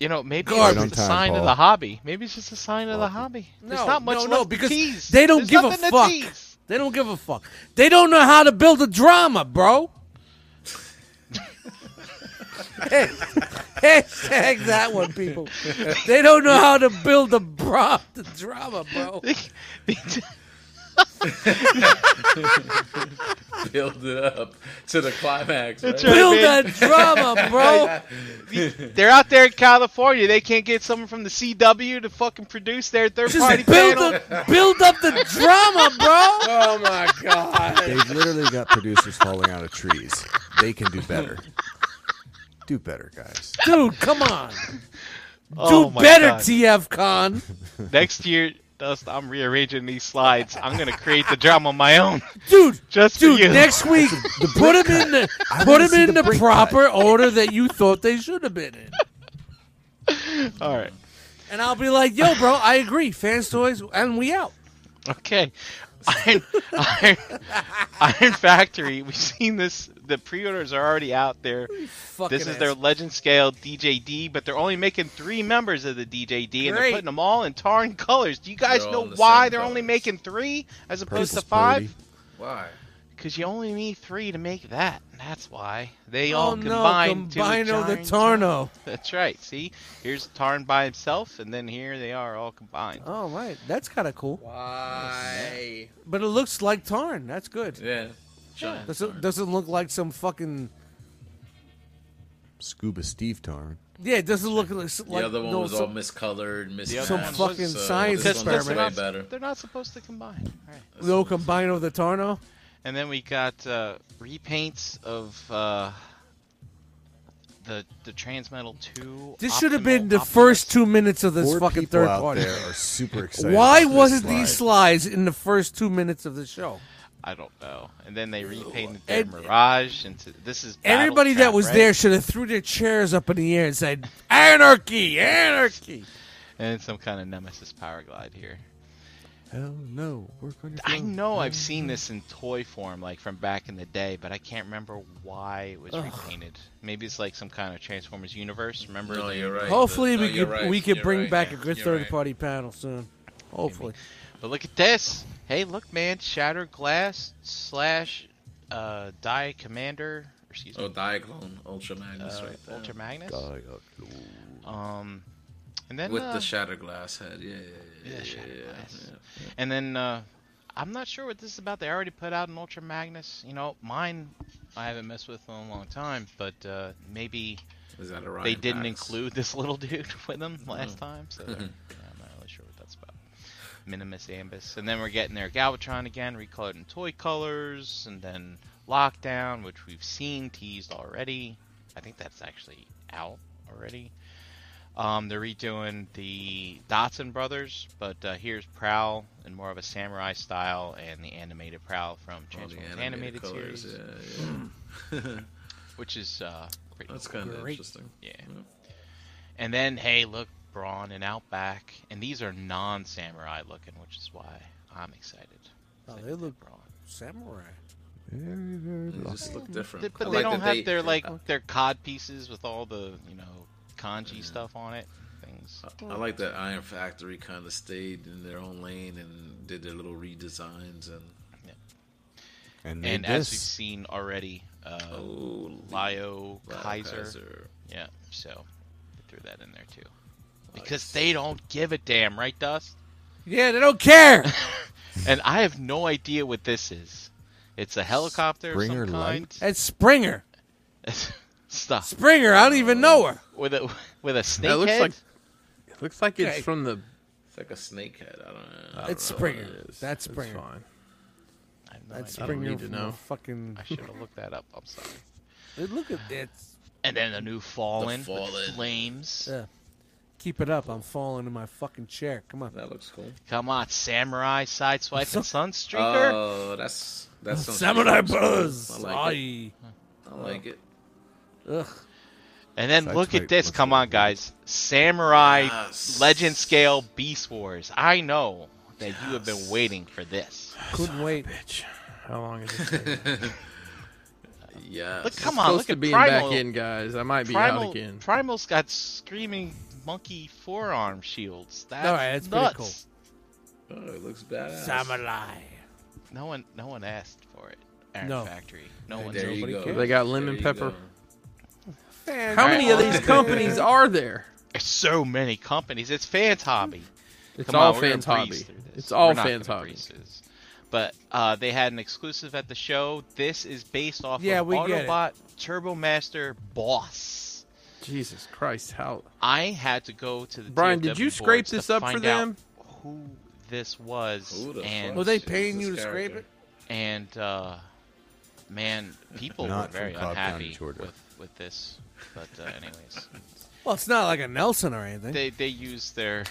Speaker 3: You know, maybe
Speaker 2: Garbage.
Speaker 3: it's
Speaker 5: Right on
Speaker 3: just a
Speaker 5: time,
Speaker 3: sign of
Speaker 5: Paul.
Speaker 3: the hobby. Maybe it's just a sign of the
Speaker 5: Welcome.
Speaker 3: hobby.
Speaker 2: No,
Speaker 3: There's not much
Speaker 2: no,
Speaker 3: left
Speaker 2: no,
Speaker 3: to
Speaker 2: because
Speaker 3: tease.
Speaker 2: they don't
Speaker 3: There's
Speaker 2: give a
Speaker 3: nothing to
Speaker 2: fuck.
Speaker 3: tease.
Speaker 2: They don't give a fuck. They don't know how to build a drama, bro. Hashtag that one, people. They don't know how to build a bra- the drama, bro.
Speaker 1: Build it up to the climax. Right?
Speaker 3: right.
Speaker 2: Build
Speaker 3: man.
Speaker 2: that drama, bro.
Speaker 3: They're out there in California. They can't get someone from the CW to fucking produce their third party
Speaker 2: Just build,
Speaker 3: panel.
Speaker 2: the, build up the drama, bro.
Speaker 4: Oh my god.
Speaker 5: They've literally got producers falling out of trees. They can do better. Do better, guys.
Speaker 2: Dude, come on.
Speaker 3: Oh
Speaker 2: Do
Speaker 3: my
Speaker 2: better,
Speaker 3: God.
Speaker 2: TF Con.
Speaker 3: Next year, Dust, I'm rearranging these slides. I'm gonna create the drama on my own.
Speaker 2: Dude,
Speaker 3: Just for
Speaker 2: dude,
Speaker 3: you.
Speaker 2: next week, put them in the,
Speaker 5: I
Speaker 2: put
Speaker 5: wanna
Speaker 2: 'em
Speaker 5: see
Speaker 2: in
Speaker 5: the
Speaker 2: the,
Speaker 5: brake
Speaker 2: proper order that you thought they should have been in.
Speaker 3: All right.
Speaker 2: And I'll be like, yo, bro, I agree. Fans toys, and we out.
Speaker 3: Okay. Iron, Iron, Iron Factory. We've seen this. The pre-orders are already out there.
Speaker 2: Fucking
Speaker 3: This is their
Speaker 2: ass.
Speaker 3: legend scale DJD, but they're only making three members of the DJD, and they're
Speaker 2: Great.
Speaker 3: putting them all in Tarn colors. Do you guys
Speaker 1: They're all
Speaker 3: know
Speaker 1: in the
Speaker 3: why
Speaker 1: same
Speaker 3: they're only
Speaker 1: colors.
Speaker 3: making three as opposed
Speaker 5: Purple's
Speaker 3: to five?
Speaker 5: pretty.
Speaker 1: Why?
Speaker 3: because you only need three to make that. and That's why they
Speaker 2: oh
Speaker 3: all
Speaker 2: no,
Speaker 3: combine to a
Speaker 2: Combino the
Speaker 3: giant-
Speaker 2: Tarno.
Speaker 3: That's right. See, here's Tarn by himself, and then here they are all combined.
Speaker 2: Oh right, that's kind of cool.
Speaker 1: Why?
Speaker 2: But it looks like Tarn. That's good.
Speaker 1: Yeah. Giant
Speaker 2: Doesn't
Speaker 1: Tarn.
Speaker 2: doesn't look like some fucking
Speaker 5: Scuba Steve Tarn.
Speaker 2: yeah. It doesn't look like
Speaker 1: The other one
Speaker 2: no,
Speaker 1: was
Speaker 2: some-
Speaker 1: all miscolored, mismatched.
Speaker 3: Some fucking
Speaker 1: so
Speaker 2: science
Speaker 1: this one looks
Speaker 2: experiment.
Speaker 1: Way better.
Speaker 3: They're not supposed to combine. All right.
Speaker 2: no Combino the Tarno.
Speaker 3: And then we got uh, repaints of uh, the the Transmetal Two.
Speaker 2: This should have
Speaker 3: Optimal
Speaker 2: been the
Speaker 3: Optimus.
Speaker 2: first two minutes of this
Speaker 5: Four
Speaker 2: fucking
Speaker 5: people
Speaker 2: third
Speaker 5: out
Speaker 2: party.
Speaker 5: there are super excited.
Speaker 2: Why
Speaker 5: about this
Speaker 2: wasn't
Speaker 5: slide.
Speaker 2: these slides in the first two minutes of the show?
Speaker 3: I don't know. And then they repainted their
Speaker 2: And-
Speaker 3: Mirage into this is
Speaker 2: Everybody that
Speaker 3: Battletrap,
Speaker 2: was
Speaker 3: right?
Speaker 2: there should have threw their chairs up in the air and said, "Anarchy, anarchy!"
Speaker 3: and some kind of Nemesis power glide here.
Speaker 5: Hell no! Work on your
Speaker 3: I
Speaker 5: phone.
Speaker 3: know I've seen this in toy form, like from back in the day, but I can't remember why it was repainted. Maybe it's like some kind of Transformers universe. Remember?
Speaker 1: No,
Speaker 3: the-
Speaker 1: you're right.
Speaker 2: Hopefully,
Speaker 1: No,
Speaker 2: we
Speaker 1: you're
Speaker 2: could
Speaker 1: right.
Speaker 2: we could
Speaker 1: You're
Speaker 2: bring
Speaker 1: right.
Speaker 2: back
Speaker 1: Yeah.
Speaker 2: a good
Speaker 1: You're
Speaker 2: third
Speaker 1: right.
Speaker 2: party panel soon. Hopefully,
Speaker 3: But look at this. Hey, look, man! Shattered Glass slash uh, Die Commander. or Excuse me.
Speaker 1: Oh, Diaclone, Ultra Magnus,
Speaker 3: uh,
Speaker 1: Oh, right there.
Speaker 3: Ultra Magnus.
Speaker 5: Diaclone.
Speaker 3: Um, and then
Speaker 1: With
Speaker 3: uh,
Speaker 1: the shatter glass head, yeah, yeah, yeah,
Speaker 3: Yeah,
Speaker 1: yeah,
Speaker 3: shatter
Speaker 1: yeah,
Speaker 3: glass.
Speaker 1: yeah.
Speaker 3: And then uh, I'm not sure what this is about. They already put out an Ultra Magnus. You know, mine I haven't messed with in a long time, but uh, maybe
Speaker 1: Is that a Ryan
Speaker 3: they didn't
Speaker 1: Pax? Mm.
Speaker 3: include this little dude with them last time, so they're- I'm not really sure what that's about. Minimus Ambus. And then we're getting their Galvatron again, recolored in toy colors, and then Lockdown, which we've seen teased already. I think that's actually out already. Um, they're redoing the Dotson brothers, but uh, here's Prowl in more of a samurai style, and the animated Prowl from
Speaker 1: All the
Speaker 3: Transformers
Speaker 1: animated,
Speaker 3: animated,
Speaker 1: colors,
Speaker 3: series,
Speaker 1: yeah, yeah.
Speaker 3: which is uh, pretty
Speaker 1: That's
Speaker 3: cool.
Speaker 1: kind of
Speaker 2: Great.
Speaker 1: interesting.
Speaker 3: Yeah. And then, hey, look, Brawn and Outback, and these are non-samurai looking, which is why I'm excited.
Speaker 2: Oh,
Speaker 3: Like
Speaker 2: they look-
Speaker 3: Brawn.
Speaker 2: samurai.
Speaker 5: Very, very
Speaker 1: They
Speaker 5: lucky.
Speaker 1: just look different.
Speaker 3: They-
Speaker 1: I
Speaker 3: but they
Speaker 1: like
Speaker 3: don't
Speaker 1: that
Speaker 3: have
Speaker 1: they-
Speaker 3: their like their cod pieces with all the you know kanji stuff on it. Things.
Speaker 1: I like that Iron Factory kind of stayed in their own lane and did their little redesigns and
Speaker 5: And,
Speaker 3: and
Speaker 5: made
Speaker 3: as
Speaker 5: this.
Speaker 3: we've seen already, uh,
Speaker 1: oh,
Speaker 3: Lio Kaiser. Yeah, so they threw that in there too. Because they don't give a damn, right, Dust?
Speaker 2: Yeah, they don't care.
Speaker 3: And I have no idea what this is. It's a helicopter of
Speaker 5: Springer
Speaker 3: some kind.
Speaker 2: That's Springer.
Speaker 3: Stop.
Speaker 2: Springer. I don't even know her.
Speaker 3: with a with a snake
Speaker 4: looks
Speaker 3: head?
Speaker 4: like- It looks like it's
Speaker 2: Okay.
Speaker 4: from the.
Speaker 1: It's like a snake head. I don't
Speaker 5: Uh,
Speaker 1: know.
Speaker 2: It's Springer. That's Springer.
Speaker 4: fine.
Speaker 3: I have no
Speaker 2: That's
Speaker 3: idea.
Speaker 2: Springer.
Speaker 4: need to
Speaker 2: from
Speaker 4: know.
Speaker 2: the Fucking.
Speaker 3: I should have looked that up. I'm sorry.
Speaker 2: Look at that.
Speaker 3: And then the new Fallen,
Speaker 1: The
Speaker 3: with
Speaker 1: Fallen.
Speaker 3: flames.
Speaker 2: Yeah. Keep it up. I'm falling in my fucking chair. Come on.
Speaker 1: That looks cool.
Speaker 3: Come on, Samurai, Sideswipe, and Sunstreaker.
Speaker 1: Oh, that's that's something
Speaker 2: Samurai
Speaker 1: else.
Speaker 2: Buzz.
Speaker 1: I like it.
Speaker 2: Aye.
Speaker 1: I like it.
Speaker 2: Ugh.
Speaker 3: and then look
Speaker 5: Sideswipe
Speaker 3: at this.
Speaker 5: looks
Speaker 3: Come
Speaker 5: really
Speaker 3: on, guys. Samurai
Speaker 1: Yes.
Speaker 3: Legend Scale Beast Wars. I know that you have been waiting for this.
Speaker 2: Couldn't wait.
Speaker 4: How long is it? taking?
Speaker 1: Yes.
Speaker 3: Look, come on,
Speaker 4: Close
Speaker 3: look
Speaker 4: to
Speaker 3: at
Speaker 4: being
Speaker 3: Primal.
Speaker 4: back in, guys. I might be out
Speaker 3: Primal,
Speaker 4: again.
Speaker 3: Primal's got screaming monkey forearm shields. That's,
Speaker 2: Alright, that's pretty
Speaker 3: nuts.
Speaker 2: cool.
Speaker 1: Oh, it looks badass.
Speaker 2: Samurai.
Speaker 3: No one, no one asked for it. Iron
Speaker 2: No.
Speaker 3: Factory. No
Speaker 1: Hey,
Speaker 3: one.
Speaker 1: there you
Speaker 2: Nobody
Speaker 1: go.
Speaker 2: cares.
Speaker 4: They got lemon
Speaker 1: There you
Speaker 4: pepper.
Speaker 1: go.
Speaker 4: How many of these
Speaker 1: Alright.
Speaker 4: companies are there?
Speaker 3: There's so many companies. It's fans hobby.
Speaker 4: It's
Speaker 3: Come
Speaker 4: all
Speaker 3: on, we're gonna
Speaker 4: fans'
Speaker 3: breeze
Speaker 4: hobby.
Speaker 3: through this.
Speaker 4: It's all
Speaker 3: We're not
Speaker 4: fans'
Speaker 3: gonna
Speaker 4: hobby.
Speaker 3: breeze through this. But uh, they had an exclusive at the show. This is based off
Speaker 2: Yeah,
Speaker 3: of
Speaker 2: we get it.
Speaker 3: Autobot Turbo Master Boss.
Speaker 4: Jesus Christ! How
Speaker 3: I had to go to the
Speaker 4: Brian,
Speaker 3: TFW
Speaker 4: did you scrape
Speaker 3: boards to
Speaker 4: this up for
Speaker 3: find
Speaker 4: them?
Speaker 3: out Who this was
Speaker 1: Who the
Speaker 3: and
Speaker 1: fuck
Speaker 2: Were they
Speaker 1: is
Speaker 2: paying
Speaker 1: this
Speaker 2: you to scrape
Speaker 1: character?
Speaker 3: and uh, man, people
Speaker 5: Not
Speaker 3: were very
Speaker 5: from Cobb County,
Speaker 3: unhappy
Speaker 5: Georgia.
Speaker 3: with with this. But uh, anyways.
Speaker 2: Well, it's not like a Nelson or anything.
Speaker 3: they they used their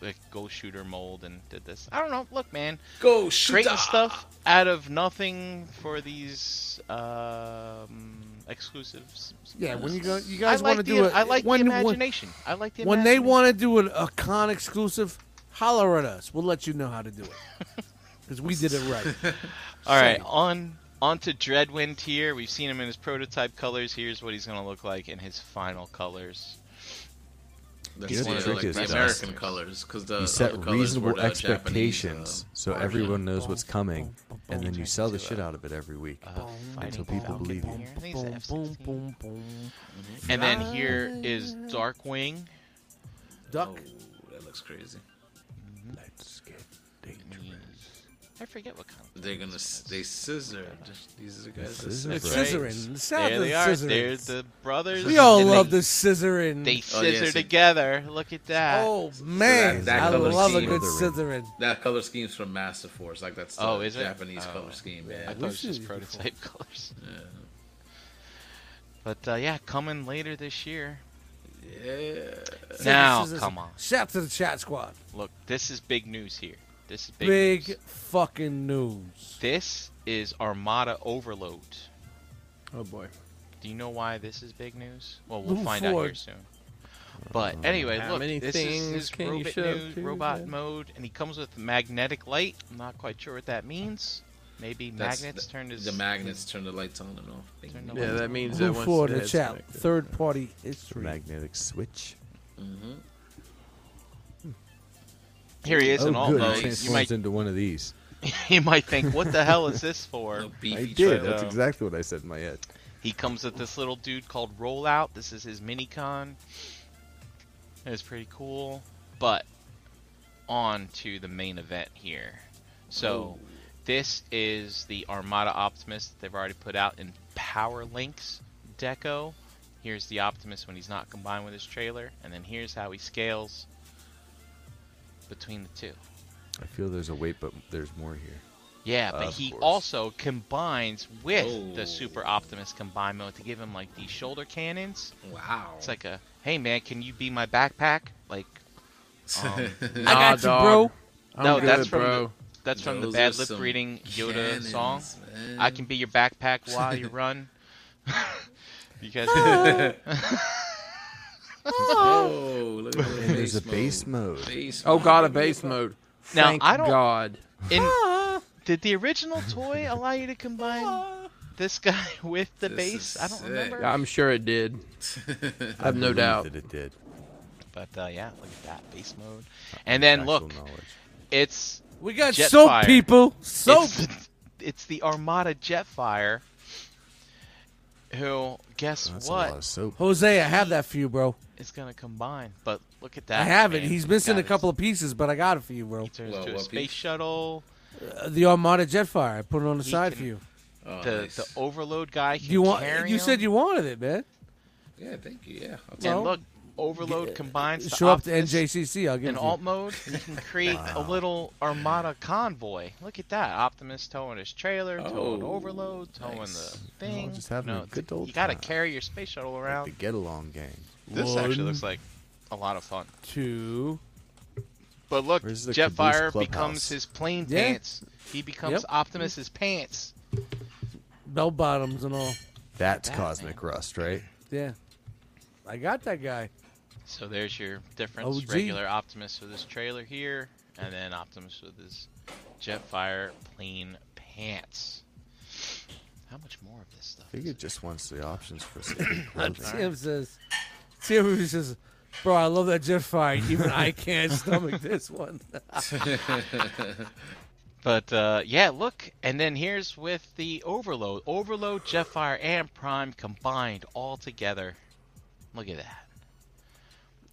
Speaker 3: like go shooter mold and did this. I don't know. Look, man,
Speaker 1: Go shoot
Speaker 3: creating stuff out of nothing for these um, exclusives.
Speaker 2: yeah, when you go, you
Speaker 3: I
Speaker 2: guys
Speaker 3: like
Speaker 2: want to
Speaker 3: the
Speaker 2: do it.
Speaker 3: I like
Speaker 2: when,
Speaker 3: the imagination. I like the
Speaker 2: When, when they
Speaker 3: imagination.
Speaker 2: want to do an, a con exclusive, holler at us. We'll let you know how to do it because we did it right.
Speaker 3: All right, on on to Dreadwind here. We've seen him in his prototype colors. Here's what he's gonna look like in his final colors.
Speaker 1: That's
Speaker 5: You know
Speaker 1: one
Speaker 5: the
Speaker 1: of
Speaker 5: trick
Speaker 1: like,
Speaker 5: is
Speaker 1: the
Speaker 5: to-
Speaker 1: American colors because the
Speaker 5: you
Speaker 1: uh, other
Speaker 5: set
Speaker 1: colors were
Speaker 5: reasonable
Speaker 1: the Japanese,
Speaker 5: expectations
Speaker 1: uh,
Speaker 5: so everyone knows what's coming, and then you sell the shit out of it every week.
Speaker 3: Uh, fighting
Speaker 5: until people
Speaker 3: Falcon
Speaker 5: believe you.
Speaker 3: here. I think it's an F-16. And then here is Darkwing.
Speaker 2: Duck.
Speaker 1: Oh, that looks crazy.
Speaker 3: I forget what kind.
Speaker 1: They're gonna s- they scissored. These are the guys. that
Speaker 5: Scissor
Speaker 1: scissored.
Speaker 5: Right.
Speaker 2: Scissoring. The sound
Speaker 3: There
Speaker 2: of
Speaker 3: they are.
Speaker 2: scissoring.
Speaker 3: They're the brothers.
Speaker 2: we all
Speaker 3: and
Speaker 2: love
Speaker 3: they,
Speaker 2: the scissoring.
Speaker 3: They
Speaker 1: Oh, yeah,
Speaker 3: scissor
Speaker 1: see.
Speaker 3: together. Look at that. Oh,
Speaker 2: oh man,
Speaker 1: that
Speaker 2: I
Speaker 1: color
Speaker 2: love a
Speaker 1: scheme.
Speaker 2: good scissoring.
Speaker 1: That color scheme's from Master Force. Like that's the
Speaker 3: Oh, is it?
Speaker 1: Japanese
Speaker 3: Oh.
Speaker 1: color scheme.
Speaker 3: I
Speaker 1: Yeah.
Speaker 3: thought it was just prototype colors. But uh, yeah, coming later this year.
Speaker 1: Yeah.
Speaker 3: now,
Speaker 2: Scissors.
Speaker 3: come on.
Speaker 2: Shout out to the chat squad.
Speaker 3: Look, this is big news here. This is big.
Speaker 2: Big,
Speaker 3: news.
Speaker 2: fucking news.
Speaker 3: This is Armada Overload.
Speaker 4: Oh boy.
Speaker 3: Do you know why this is big news? Well, we'll
Speaker 2: Move
Speaker 3: find out here
Speaker 2: forward.
Speaker 3: soon. But anyway,
Speaker 4: How
Speaker 3: look,
Speaker 4: many
Speaker 3: this is
Speaker 4: things
Speaker 3: his
Speaker 4: can you
Speaker 3: robot
Speaker 4: shove
Speaker 3: news,
Speaker 4: through
Speaker 3: robot
Speaker 4: that?
Speaker 3: mode, and he comes with magnetic light. I'm not quite sure what that means. Maybe
Speaker 1: That's
Speaker 3: magnets
Speaker 1: the-
Speaker 3: turned his
Speaker 1: The magnets turn the lights on and off. Bing,
Speaker 3: Turn
Speaker 1: bing.
Speaker 3: the
Speaker 4: Yeah, that means that
Speaker 2: Move
Speaker 4: once
Speaker 2: forward to the
Speaker 4: head's
Speaker 2: chat.
Speaker 4: connected-
Speaker 2: Third party history.
Speaker 5: Magnetic switch.
Speaker 3: Here he is
Speaker 5: oh,
Speaker 3: in alt
Speaker 5: good.
Speaker 1: mode.
Speaker 5: It
Speaker 1: You
Speaker 3: modes. You might
Speaker 5: transforms into one of these.
Speaker 3: you might think, what the hell is this for?
Speaker 1: No beefy
Speaker 5: I did.
Speaker 1: trailer.
Speaker 5: That's
Speaker 3: um,
Speaker 5: exactly what I said in my head.
Speaker 3: He comes with this little dude called Rollout. This is his minicon. It's pretty cool. But on to the main event here. So this is the Armada Optimus that they've already put out in Power Links Deco. Here's the Optimus when he's not combined with his trailer, and then here's how he scales between the two.
Speaker 5: I feel there's a wait, but there's more here.
Speaker 3: Yeah, but
Speaker 5: Of
Speaker 3: he
Speaker 5: course.
Speaker 3: also combines with
Speaker 1: Oh.
Speaker 3: the Super Optimus combine mode to give him like these shoulder cannons.
Speaker 1: Wow.
Speaker 3: It's like a, hey man, can you be my backpack? Like, um,
Speaker 2: I got you, bro.
Speaker 4: I'm
Speaker 3: no,
Speaker 4: good,
Speaker 3: that's from
Speaker 4: bro.
Speaker 3: The, that's from the
Speaker 1: Those
Speaker 3: bad
Speaker 1: are
Speaker 3: lip
Speaker 1: some
Speaker 3: reading Yoda
Speaker 1: cannons,
Speaker 3: song.
Speaker 1: man.
Speaker 3: I can be your backpack while you run. because
Speaker 1: Oh, look at the
Speaker 5: And there's a
Speaker 1: mode.
Speaker 5: base mode.
Speaker 1: Base
Speaker 4: Oh
Speaker 1: mode.
Speaker 4: god, a base mode.
Speaker 3: Now,
Speaker 4: Thank
Speaker 3: I don't-
Speaker 4: God.
Speaker 3: in, did the original toy allow you to combine this guy with the
Speaker 1: This
Speaker 3: base?
Speaker 1: is
Speaker 3: I don't
Speaker 1: sick.
Speaker 3: remember.
Speaker 4: I'm sure it did. I have no
Speaker 5: Believe
Speaker 4: doubt.
Speaker 5: that it did.
Speaker 3: But uh, yeah, look at that base mode. And then
Speaker 5: Actual
Speaker 3: look,
Speaker 5: knowledge.
Speaker 3: it's
Speaker 2: We got
Speaker 3: Jetfire.
Speaker 2: soap, people. Soap.
Speaker 3: It's the, it's the Armada Jetfire. Who, guess
Speaker 5: That's a lot
Speaker 3: what,
Speaker 5: of soap.
Speaker 2: Jose, I have that for you, bro.
Speaker 3: is gonna combine? But look at that.
Speaker 2: I have it.
Speaker 3: Ah, man.
Speaker 2: He's missing
Speaker 3: Got
Speaker 2: a
Speaker 3: it.
Speaker 2: couple of pieces, but I got it for you, bro.
Speaker 3: He turns
Speaker 1: Whoa,
Speaker 3: to a
Speaker 1: what
Speaker 3: space
Speaker 1: piece?
Speaker 3: shuttle.
Speaker 2: Uh, the Armada Jetfire. I put it on the
Speaker 3: He
Speaker 2: side
Speaker 3: can-
Speaker 2: for you.
Speaker 1: Oh,
Speaker 3: The
Speaker 1: nice.
Speaker 3: the overload guy. Can
Speaker 2: You want?
Speaker 3: Carry
Speaker 2: You
Speaker 3: him.
Speaker 2: said you wanted it, man.
Speaker 1: Yeah, thank you. Yeah. I'll
Speaker 3: And
Speaker 1: take-
Speaker 3: look, overload combines. the
Speaker 2: Show up to
Speaker 3: Optimus
Speaker 2: NJCC. I'll give it
Speaker 3: In
Speaker 2: to
Speaker 3: alt
Speaker 2: you.
Speaker 3: mode, you can create a little Armada convoy. Look at that. Optimus towing his trailer, towing
Speaker 1: Oh,
Speaker 3: Overload, towing
Speaker 1: nice.
Speaker 3: the thing.
Speaker 5: just having
Speaker 3: you
Speaker 5: a
Speaker 3: know,
Speaker 5: good
Speaker 3: th-
Speaker 5: old
Speaker 3: You gotta
Speaker 5: time.
Speaker 3: carry your space shuttle
Speaker 5: Like
Speaker 3: around.
Speaker 5: the get along gang.
Speaker 3: This actually looks like a lot of fun.
Speaker 2: Two.
Speaker 3: But look,
Speaker 5: Where's the
Speaker 3: Jetfire
Speaker 5: Caboose
Speaker 3: becomes
Speaker 5: Clubhouse?
Speaker 3: his plain
Speaker 2: Yeah.
Speaker 3: pants. He becomes
Speaker 2: Yep.
Speaker 3: Optimus's pants.
Speaker 2: Bell bottoms and all.
Speaker 5: That's
Speaker 3: Batman.
Speaker 5: cosmic rust, right?
Speaker 2: Yeah. I got that guy.
Speaker 3: So there's your difference.
Speaker 2: OG.
Speaker 3: Regular Optimus with his trailer here, and then Optimus with his Jetfire plain pants. How much more of this stuff?
Speaker 5: I think
Speaker 3: is
Speaker 5: it just wants the options for civil clothing.
Speaker 2: Tim says, Tim was just, bro, I love that Jetfire. Even I can't stomach this one.
Speaker 3: But uh, yeah, look, and then here's with the Overload, Overload, Jetfire, and Prime combined all together. Look at that.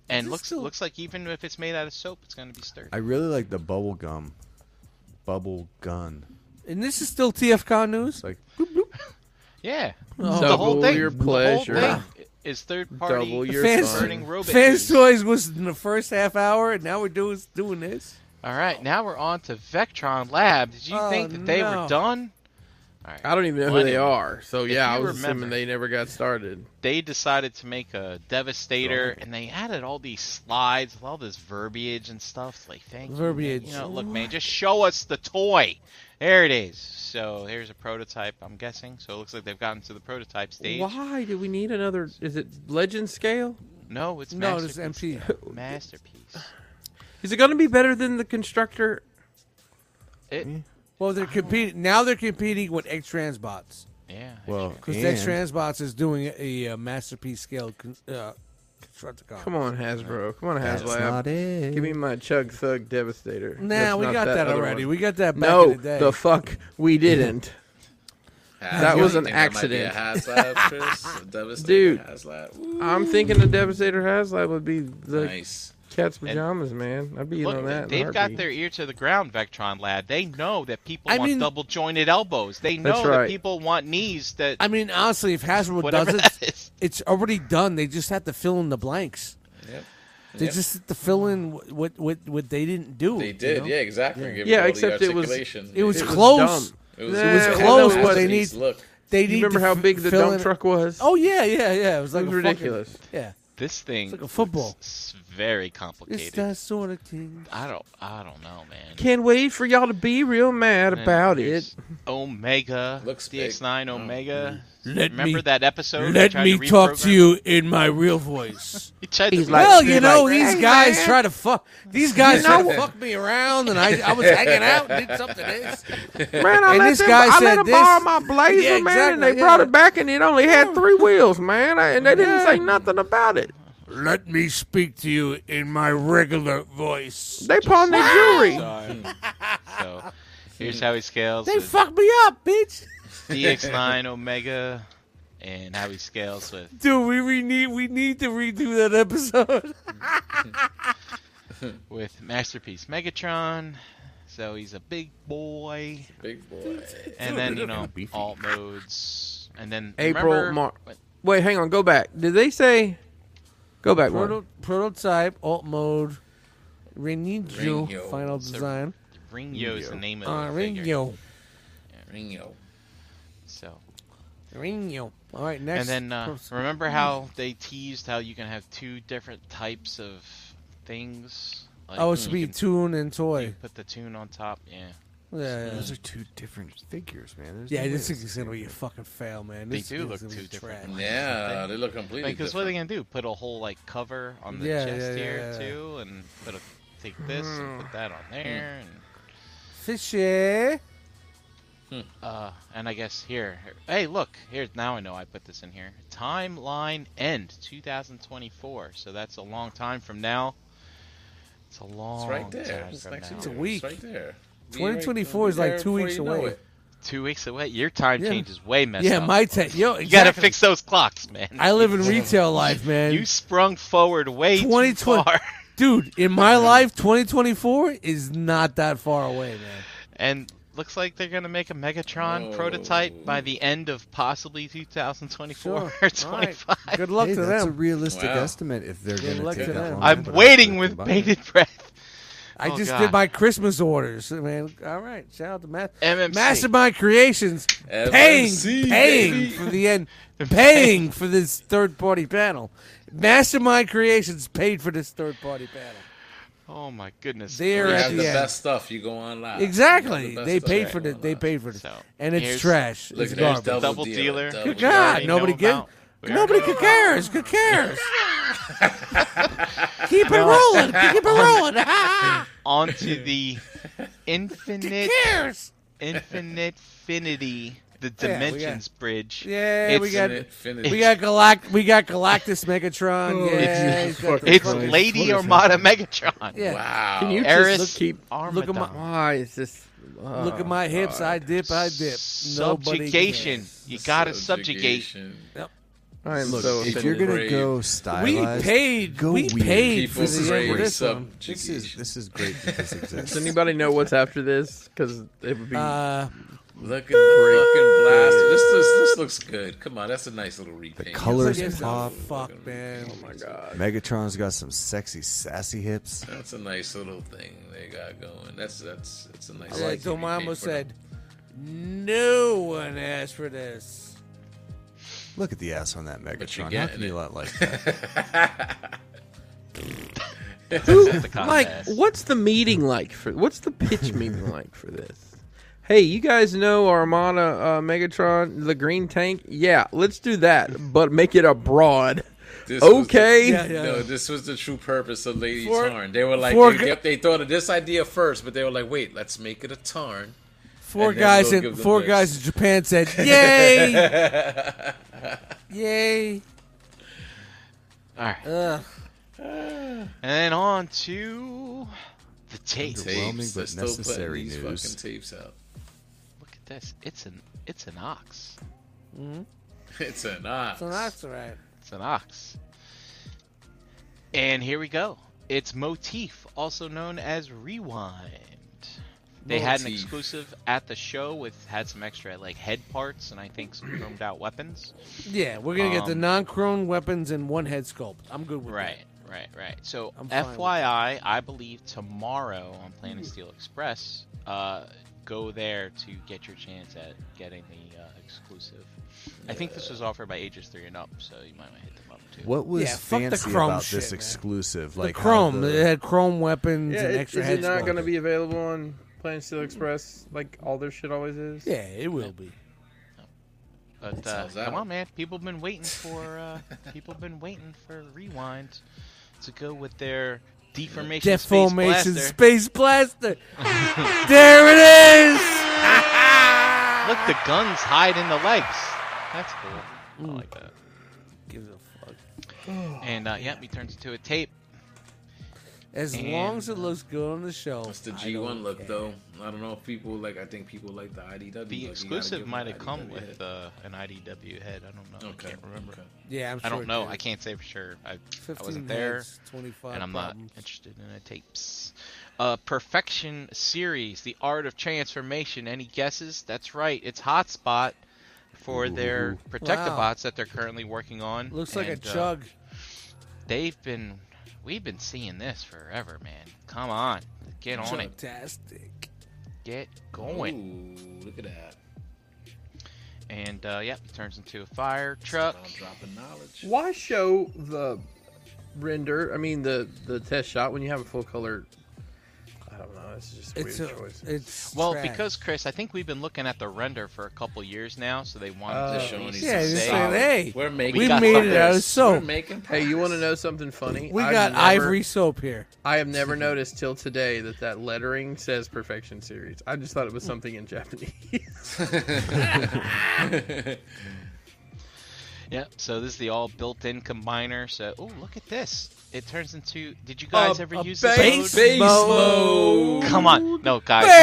Speaker 3: And
Speaker 2: this
Speaker 3: looks
Speaker 2: still-
Speaker 3: looks like even if it's made out of soap, it's gonna be stirred.
Speaker 5: I really like the bubble gum. Bubble gun.
Speaker 2: And this is still TFCon news.
Speaker 5: It's like
Speaker 3: Yeah,
Speaker 2: Oh.
Speaker 3: the whole
Speaker 4: Double
Speaker 3: thing,
Speaker 4: your
Speaker 3: the whole
Speaker 4: pleasure.
Speaker 3: thing is third party
Speaker 4: Double your
Speaker 2: Fans-
Speaker 3: burning robot.
Speaker 2: Fans
Speaker 3: news.
Speaker 2: Toys was in the first half hour, and now we're doing doing this.
Speaker 3: All right, now we're on to Vectron Lab. Did you
Speaker 2: Oh,
Speaker 3: think that they
Speaker 2: no.
Speaker 3: were done?
Speaker 4: I don't even know who
Speaker 3: Well,
Speaker 4: they
Speaker 3: anyway,
Speaker 4: are. So yeah, I
Speaker 3: you
Speaker 4: was assuming
Speaker 3: remember-
Speaker 4: they never got started.
Speaker 3: they decided to make a Devastator, and they added all these slides with all this verbiage and stuff. It's Like, thank you, man.
Speaker 2: Verbiage.
Speaker 3: You know, look, man, just show us the toy. There it is. So here's a prototype. I'm guessing. So it looks like they've gotten to the prototype stage.
Speaker 4: Why do we need another? Is it legend scale?
Speaker 3: No, it's
Speaker 2: No, this
Speaker 3: masterpiece.
Speaker 2: is MP.
Speaker 3: though. Masterpiece.
Speaker 4: Is it going to be better than the constructor?
Speaker 3: It,
Speaker 4: Hmm?
Speaker 2: Well, they're competing now. They're competing with X Transbots
Speaker 3: yeah.
Speaker 5: well,
Speaker 2: because X
Speaker 5: and
Speaker 2: Transbots is doing a, uh masterpiece scale con- uh, Shreds of Congress.
Speaker 4: Come on, Hasbro. Come on,
Speaker 5: That's
Speaker 4: Haslab.
Speaker 5: not it.
Speaker 4: Give me my Chug Thug Devastator.
Speaker 2: Nah,
Speaker 4: That's
Speaker 2: we
Speaker 4: not
Speaker 2: got that,
Speaker 4: other
Speaker 2: already.
Speaker 4: one.
Speaker 2: We got that back
Speaker 4: no,
Speaker 2: in the day.
Speaker 4: the fuck we didn't.
Speaker 1: Haslab,
Speaker 4: was
Speaker 1: you
Speaker 4: an
Speaker 1: think that might be a
Speaker 4: accident.
Speaker 1: Haslab, Chris? A devastating
Speaker 4: Dude.
Speaker 1: Haslab?
Speaker 4: I'm thinking the Devastator Haslab would be the
Speaker 1: Nice.
Speaker 4: cat's pajamas, man. I'd be in on
Speaker 3: Look,
Speaker 4: that. in a
Speaker 3: they've got
Speaker 4: heartbeat.
Speaker 3: their ear to the ground, Vectron lad. They know that people
Speaker 2: I
Speaker 3: want
Speaker 2: mean-
Speaker 3: double jointed elbows. They know
Speaker 4: That's
Speaker 3: that
Speaker 4: right.
Speaker 3: people want knees that
Speaker 2: I mean, honestly, if Hasbro does
Speaker 3: whatever
Speaker 2: it,
Speaker 3: that is.
Speaker 2: it's already done. They just have to fill in the blanks.
Speaker 1: Yep.
Speaker 2: They
Speaker 1: Yep.
Speaker 2: just have to fill in wh- what what what they didn't do.
Speaker 1: They
Speaker 2: you
Speaker 1: did,
Speaker 2: know?
Speaker 1: yeah, exactly. Give
Speaker 4: Yeah,
Speaker 1: all the
Speaker 4: except it was-
Speaker 1: articulation.
Speaker 2: It was
Speaker 4: It was
Speaker 2: close.
Speaker 4: dumb.
Speaker 1: It was,
Speaker 4: It was
Speaker 1: it
Speaker 4: close,
Speaker 1: a
Speaker 4: but
Speaker 2: they
Speaker 1: masterpiece
Speaker 2: need-
Speaker 1: Look,
Speaker 2: They
Speaker 4: You
Speaker 2: need
Speaker 4: remember
Speaker 2: to
Speaker 4: how
Speaker 2: f-
Speaker 4: big the
Speaker 2: fill
Speaker 4: dump
Speaker 2: in-
Speaker 4: truck was?
Speaker 2: Oh yeah, yeah, yeah. It was
Speaker 4: it
Speaker 2: like
Speaker 4: was
Speaker 2: a fucking-
Speaker 4: ridiculous.
Speaker 2: yeah,
Speaker 3: This thing
Speaker 2: like a football.
Speaker 3: It's very
Speaker 2: it's
Speaker 3: complicated.
Speaker 2: that sort of thing.
Speaker 3: I don't I don't know, man.
Speaker 4: Can't wait for y'all to be real mad
Speaker 3: And
Speaker 4: about
Speaker 3: there's
Speaker 4: it.
Speaker 3: Omega
Speaker 1: Looks big. Oh.
Speaker 3: DX9 Omega.
Speaker 2: Let
Speaker 3: Remember
Speaker 2: me
Speaker 3: that episode? they
Speaker 2: let
Speaker 3: tried to
Speaker 2: me talk
Speaker 3: reprogram?
Speaker 2: to you in my real voice.
Speaker 3: He tried to
Speaker 4: He's
Speaker 3: re-
Speaker 4: like-
Speaker 2: well, you know,
Speaker 4: like,
Speaker 2: these
Speaker 4: "Hey,
Speaker 2: guys
Speaker 4: man."
Speaker 2: try to fuck. These guys
Speaker 4: You
Speaker 2: try
Speaker 4: know-
Speaker 2: to fuck me around, and I, I was hanging out, and did something else.
Speaker 4: Man, I
Speaker 2: And
Speaker 4: let
Speaker 2: this
Speaker 4: them,
Speaker 2: guy
Speaker 4: I
Speaker 2: said
Speaker 4: let them
Speaker 2: this.
Speaker 4: borrow my blazer,
Speaker 2: Yeah,
Speaker 4: man, and
Speaker 2: exactly,
Speaker 4: they brought
Speaker 2: yeah.
Speaker 4: it back, and it only had three wheels, man, I, and they didn't say nothing about it.
Speaker 2: Let me speak to you in my regular voice.
Speaker 4: They pawned their jewelry.
Speaker 3: so here's how he scales
Speaker 2: They
Speaker 3: with
Speaker 2: fucked me up, bitch.
Speaker 3: DX9 Omega and how he scales with
Speaker 2: Dude, we, we need we need to redo that episode.
Speaker 3: with Masterpiece Megatron. So he's a big boy.
Speaker 1: big boy.
Speaker 3: And then, you know, alt modes. And then
Speaker 4: April,
Speaker 3: remember-
Speaker 4: Mar-
Speaker 3: wait,
Speaker 4: Wait, hang on, go back. Did they say? Go back one.
Speaker 2: Proto- prototype, alt mode, Renigio,
Speaker 1: Renigio.
Speaker 2: final
Speaker 3: So-
Speaker 2: design.
Speaker 3: Ringyo is the name of
Speaker 2: Uh,
Speaker 3: the figure.
Speaker 2: Renigio.
Speaker 1: Ringo.
Speaker 3: So
Speaker 2: Renigio. All right, next.
Speaker 3: and then uh,
Speaker 2: person.
Speaker 3: remember how they teased how you can have two different types of things. Like,
Speaker 2: oh, it's
Speaker 3: you
Speaker 2: be
Speaker 3: can-
Speaker 2: tune and
Speaker 3: you
Speaker 2: toy.
Speaker 3: put the tune on top. Yeah,
Speaker 2: Yeah, yeah.
Speaker 5: Those are two different figures, man. There's
Speaker 2: Yeah,
Speaker 5: no way
Speaker 2: this
Speaker 5: it's
Speaker 2: is gonna be a fucking fail, man.
Speaker 3: They
Speaker 2: This
Speaker 3: do
Speaker 2: thing's
Speaker 3: look
Speaker 2: gonna
Speaker 3: too
Speaker 2: be
Speaker 3: different.
Speaker 2: trash.
Speaker 1: Yeah, they look completely
Speaker 3: because what are they gonna do? Put a whole like cover on the
Speaker 2: Yeah,
Speaker 3: chest
Speaker 2: yeah, yeah,
Speaker 3: here
Speaker 2: yeah.
Speaker 3: too, and put a take this and put that on
Speaker 2: Hmm.
Speaker 3: there, and
Speaker 2: Fishy.
Speaker 3: uh, and I guess here, hey, look, here now I know I put this in here. Timeline end 2024, so that's a long time from now. It's a long
Speaker 1: It's right there.
Speaker 3: time
Speaker 1: It's
Speaker 3: from
Speaker 1: next
Speaker 3: now.
Speaker 1: year.
Speaker 2: It's a week.
Speaker 1: It's right there. Be
Speaker 2: 2024 is
Speaker 1: it'll be
Speaker 2: like
Speaker 1: there
Speaker 2: two
Speaker 1: before
Speaker 2: weeks
Speaker 1: you know
Speaker 2: away.
Speaker 1: it.
Speaker 3: Two weeks away. Your time
Speaker 2: Yeah.
Speaker 3: change is way messed
Speaker 2: Yeah,
Speaker 3: up.
Speaker 2: my tech. Yo, exactly.
Speaker 3: You gotta fix those clocks, man.
Speaker 2: I live in retail life, man.
Speaker 3: You sprung forward way
Speaker 2: 2020.
Speaker 3: too far.
Speaker 2: Dude, in my life, 2024 is not that far away, man.
Speaker 3: And looks like they're gonna make a Megatron
Speaker 1: Oh.
Speaker 3: prototype by the end of possibly 2024
Speaker 2: Sure.
Speaker 3: or
Speaker 2: All right.
Speaker 3: 25.
Speaker 2: Good luck
Speaker 5: hey,
Speaker 2: to
Speaker 5: that's a
Speaker 2: them.
Speaker 5: realistic
Speaker 1: Wow.
Speaker 5: estimate if they're going to
Speaker 2: luck
Speaker 5: take
Speaker 2: to
Speaker 5: that
Speaker 2: them.
Speaker 5: long.
Speaker 3: I'm
Speaker 5: But I
Speaker 3: waiting
Speaker 5: couldn't
Speaker 3: with
Speaker 5: buy it.
Speaker 3: bated breath.
Speaker 2: I
Speaker 3: Oh,
Speaker 2: just
Speaker 3: God.
Speaker 2: did my Christmas orders, man. All right, shout out to Matt.
Speaker 3: MMC.
Speaker 2: Mastermind Creations paying,
Speaker 1: FMC,
Speaker 2: paying
Speaker 1: baby.
Speaker 2: for the end, paying for this third party panel. Mastermind Creations paid for this third party panel.
Speaker 3: Oh my goodness.
Speaker 2: They're
Speaker 1: You
Speaker 2: at
Speaker 1: have
Speaker 2: the
Speaker 1: the
Speaker 2: end.
Speaker 1: best stuff. You go on live. You
Speaker 2: Exactly,
Speaker 1: have Uh, the
Speaker 2: they
Speaker 1: best
Speaker 2: paid
Speaker 1: stuff,
Speaker 2: for
Speaker 1: you
Speaker 2: the
Speaker 1: go
Speaker 2: They
Speaker 1: online.
Speaker 2: paid for this,
Speaker 3: So,
Speaker 2: and it's
Speaker 3: here's-
Speaker 2: trash.
Speaker 1: Look
Speaker 2: it's
Speaker 1: at there's
Speaker 2: garbage.
Speaker 1: double,
Speaker 3: Double
Speaker 1: dealer.
Speaker 3: dealer.
Speaker 1: Double
Speaker 2: Good
Speaker 1: dealer.
Speaker 2: God,
Speaker 3: already know
Speaker 2: nobody gives.
Speaker 3: about- we
Speaker 2: Nobody
Speaker 3: already know
Speaker 2: cares. Who cares? keep it rolling. Keep it rolling.
Speaker 3: Onto the infinite,
Speaker 2: cares?
Speaker 3: infinite finity,
Speaker 2: Oh, Yeah,
Speaker 3: the
Speaker 2: we got-
Speaker 3: dimensions bridge.
Speaker 2: Yeah, we
Speaker 3: It's
Speaker 2: got
Speaker 1: Infinite, infinite.
Speaker 2: we got Galact we got Galactus Megatron. yeah, he's got the
Speaker 3: It's
Speaker 2: fucking-
Speaker 3: Lady Armada Megatron.
Speaker 2: Yeah.
Speaker 1: Wow.
Speaker 4: Can you
Speaker 3: Eris
Speaker 4: just keep?
Speaker 3: Armada.
Speaker 2: look at my-
Speaker 4: Why is this? Oh,
Speaker 2: Look at my hips. I dip. I dip. Nobody
Speaker 3: subjugation. You gotta subjugate.
Speaker 4: I am
Speaker 1: Look,
Speaker 4: so
Speaker 1: if
Speaker 5: If
Speaker 4: offended.
Speaker 5: you're going to
Speaker 1: Brave.
Speaker 5: go
Speaker 2: cares.
Speaker 5: stylized,
Speaker 2: We paid.
Speaker 5: Go
Speaker 2: we
Speaker 5: weird.
Speaker 2: paid for
Speaker 1: People
Speaker 2: the end
Speaker 1: raise
Speaker 2: of this um, one.
Speaker 5: this is
Speaker 1: subjugation.
Speaker 5: this is great that this exists.
Speaker 4: Does anybody know what's after this? Because it would be.
Speaker 2: Uh,
Speaker 1: Look at the fucking blast. This, this this looks good. Come on, that's a nice little repaint. The
Speaker 5: colors
Speaker 2: it's a
Speaker 5: pop.
Speaker 2: Fuck man.
Speaker 1: my god.
Speaker 5: Megatron's got some sexy, sassy hips.
Speaker 1: That's a nice little thing they got going. That's that's it's a nice.
Speaker 2: Like
Speaker 1: little repaint
Speaker 2: Domamo
Speaker 1: for them.
Speaker 2: said, no one asked for this.
Speaker 5: Look at the ass on that
Speaker 1: But you're
Speaker 5: Megatron. How
Speaker 1: getting
Speaker 5: can you
Speaker 1: it.
Speaker 5: not like that?
Speaker 4: Mike, what's the meeting like for? What's the pitch meeting like for this? Hey, you guys know Armada uh, Megatron, the green tank? Yeah, let's do that, but make it abroad.
Speaker 1: This was the-
Speaker 4: Okay.
Speaker 2: Yeah, yeah.
Speaker 1: No, this was the true purpose of Lady
Speaker 2: For-
Speaker 1: Tarn. They were like,
Speaker 2: for-
Speaker 1: they, they thought of this idea first, but they were like, wait, let's make it a Tarn.
Speaker 2: Four
Speaker 1: And then
Speaker 2: guys
Speaker 1: we'll
Speaker 2: in
Speaker 1: give them
Speaker 2: four
Speaker 1: this.
Speaker 2: guys in Japan said, "Yay, yay!"
Speaker 3: All right.
Speaker 2: Ugh.
Speaker 3: And then on to the tapes.
Speaker 1: Tapes.
Speaker 10: Overwhelming
Speaker 1: They're
Speaker 10: but
Speaker 1: still putting
Speaker 10: necessary
Speaker 1: these
Speaker 10: news.
Speaker 1: Fucking tapes out.
Speaker 3: Look at this. It's an it's an ox.
Speaker 1: It's an ox.
Speaker 2: So that's all right.
Speaker 3: It's an ox. And here we go. It's Motif, also known as Rewind. They had an
Speaker 1: Motif.
Speaker 3: exclusive at the show with had some extra like head parts and I think some chromed out weapons.
Speaker 2: Yeah, we're gonna get the
Speaker 3: Um,
Speaker 2: non-crone weapons and one head sculpt. I'm good with
Speaker 3: Right, right, right. So
Speaker 2: I'm fine with
Speaker 3: FYI, I believe tomorrow on Planet Steel Express, uh, go there to get your chance at getting the uh, exclusive. I think this was offered by ages three and up, so you might want to hit them up too.
Speaker 5: What was
Speaker 2: Yeah, fuck the
Speaker 5: fancy
Speaker 2: chrome
Speaker 5: about
Speaker 2: shit,
Speaker 5: this
Speaker 2: man.
Speaker 5: exclusive?
Speaker 2: that.
Speaker 5: Like
Speaker 2: the
Speaker 5: how
Speaker 2: chrome,
Speaker 5: the-
Speaker 2: it had chrome weapons
Speaker 4: Yeah,
Speaker 2: and
Speaker 4: it-
Speaker 2: extra
Speaker 4: is
Speaker 2: head
Speaker 4: it not
Speaker 2: sculpt.
Speaker 4: going to be available on Planet Steel Express like all their shit always is?
Speaker 2: Yeah, it will be.
Speaker 3: But
Speaker 1: It
Speaker 3: uh,
Speaker 1: sells
Speaker 3: come
Speaker 1: out.
Speaker 3: on, man! People have been waiting for uh, people have been waiting for Rewind to go with their deformation
Speaker 2: Deformation space
Speaker 3: space blaster.
Speaker 2: blaster. there it is.
Speaker 3: Look, the guns hide in the legs. That's cool. I like that.
Speaker 2: Gives a fuck.
Speaker 3: And uh, yeah, he turns into a tape.
Speaker 2: As
Speaker 3: And-
Speaker 2: long as it looks good on the show.
Speaker 1: It's the
Speaker 2: I
Speaker 1: G
Speaker 2: don't
Speaker 1: one look
Speaker 2: care.
Speaker 1: though. I don't know if people like. I think people like the IDW. look. You
Speaker 3: The
Speaker 1: gotta give
Speaker 3: exclusive
Speaker 1: them
Speaker 3: might
Speaker 1: the
Speaker 3: have come
Speaker 1: IDW
Speaker 3: with
Speaker 1: head.
Speaker 3: uh, an IDW head. I don't know.
Speaker 1: Okay.
Speaker 3: I can't remember.
Speaker 1: okay.
Speaker 2: Yeah, I'm sure
Speaker 3: I don't
Speaker 2: it
Speaker 3: know.
Speaker 2: did.
Speaker 3: I can't say for sure. I, I
Speaker 2: 15
Speaker 3: wasn't there.
Speaker 2: heads, 25
Speaker 3: and I'm
Speaker 2: problems.
Speaker 3: not interested in the tapes. Uh, Perfection series, the art of transformation. Any guesses? That's right. It's Hotspot for their
Speaker 2: Wow.
Speaker 3: Protectobots that they're currently working on.
Speaker 2: Looks like a
Speaker 3: And, uh,
Speaker 2: chug.
Speaker 3: they've been, we've been seeing this forever, man. Come on, get on it,
Speaker 2: Fantastic.
Speaker 3: get going.
Speaker 1: Ooh, look at that.
Speaker 3: And uh, yep, he turns into a fire truck.
Speaker 1: I'm dropping knowledge.
Speaker 4: Why show the render? I mean the the test shot when you have a full color. I don't know. It's just a
Speaker 2: It's
Speaker 4: weird
Speaker 2: a,
Speaker 4: choice.
Speaker 2: it's
Speaker 3: Well,
Speaker 2: trash.
Speaker 3: because Chris, I think we've been looking at the render for a couple years now, so they wanted
Speaker 4: Oh.
Speaker 3: to
Speaker 1: Just
Speaker 3: show
Speaker 1: showing
Speaker 3: us
Speaker 1: he's
Speaker 2: Uh, yeah,
Speaker 3: some
Speaker 2: just
Speaker 3: say.
Speaker 2: saying, hey,
Speaker 1: We're making.
Speaker 3: We got
Speaker 2: made it
Speaker 3: progress.
Speaker 2: out of
Speaker 1: We're
Speaker 2: soap.
Speaker 1: making.
Speaker 4: hey, you want to know something funny?
Speaker 2: We
Speaker 4: I've
Speaker 2: got
Speaker 4: never-
Speaker 2: ivory soap here.
Speaker 4: I have never noticed till today that that lettering says Perfection Series. I just thought it was something in Japanese.
Speaker 3: Yep. So this is the all built-in combiner. So oh, look at this. It turns into. Did you guys
Speaker 4: A-
Speaker 3: ever
Speaker 4: a
Speaker 3: use
Speaker 4: base-
Speaker 3: this?
Speaker 2: Base
Speaker 3: mode?
Speaker 1: mode.
Speaker 3: Come on, no guys.
Speaker 2: Base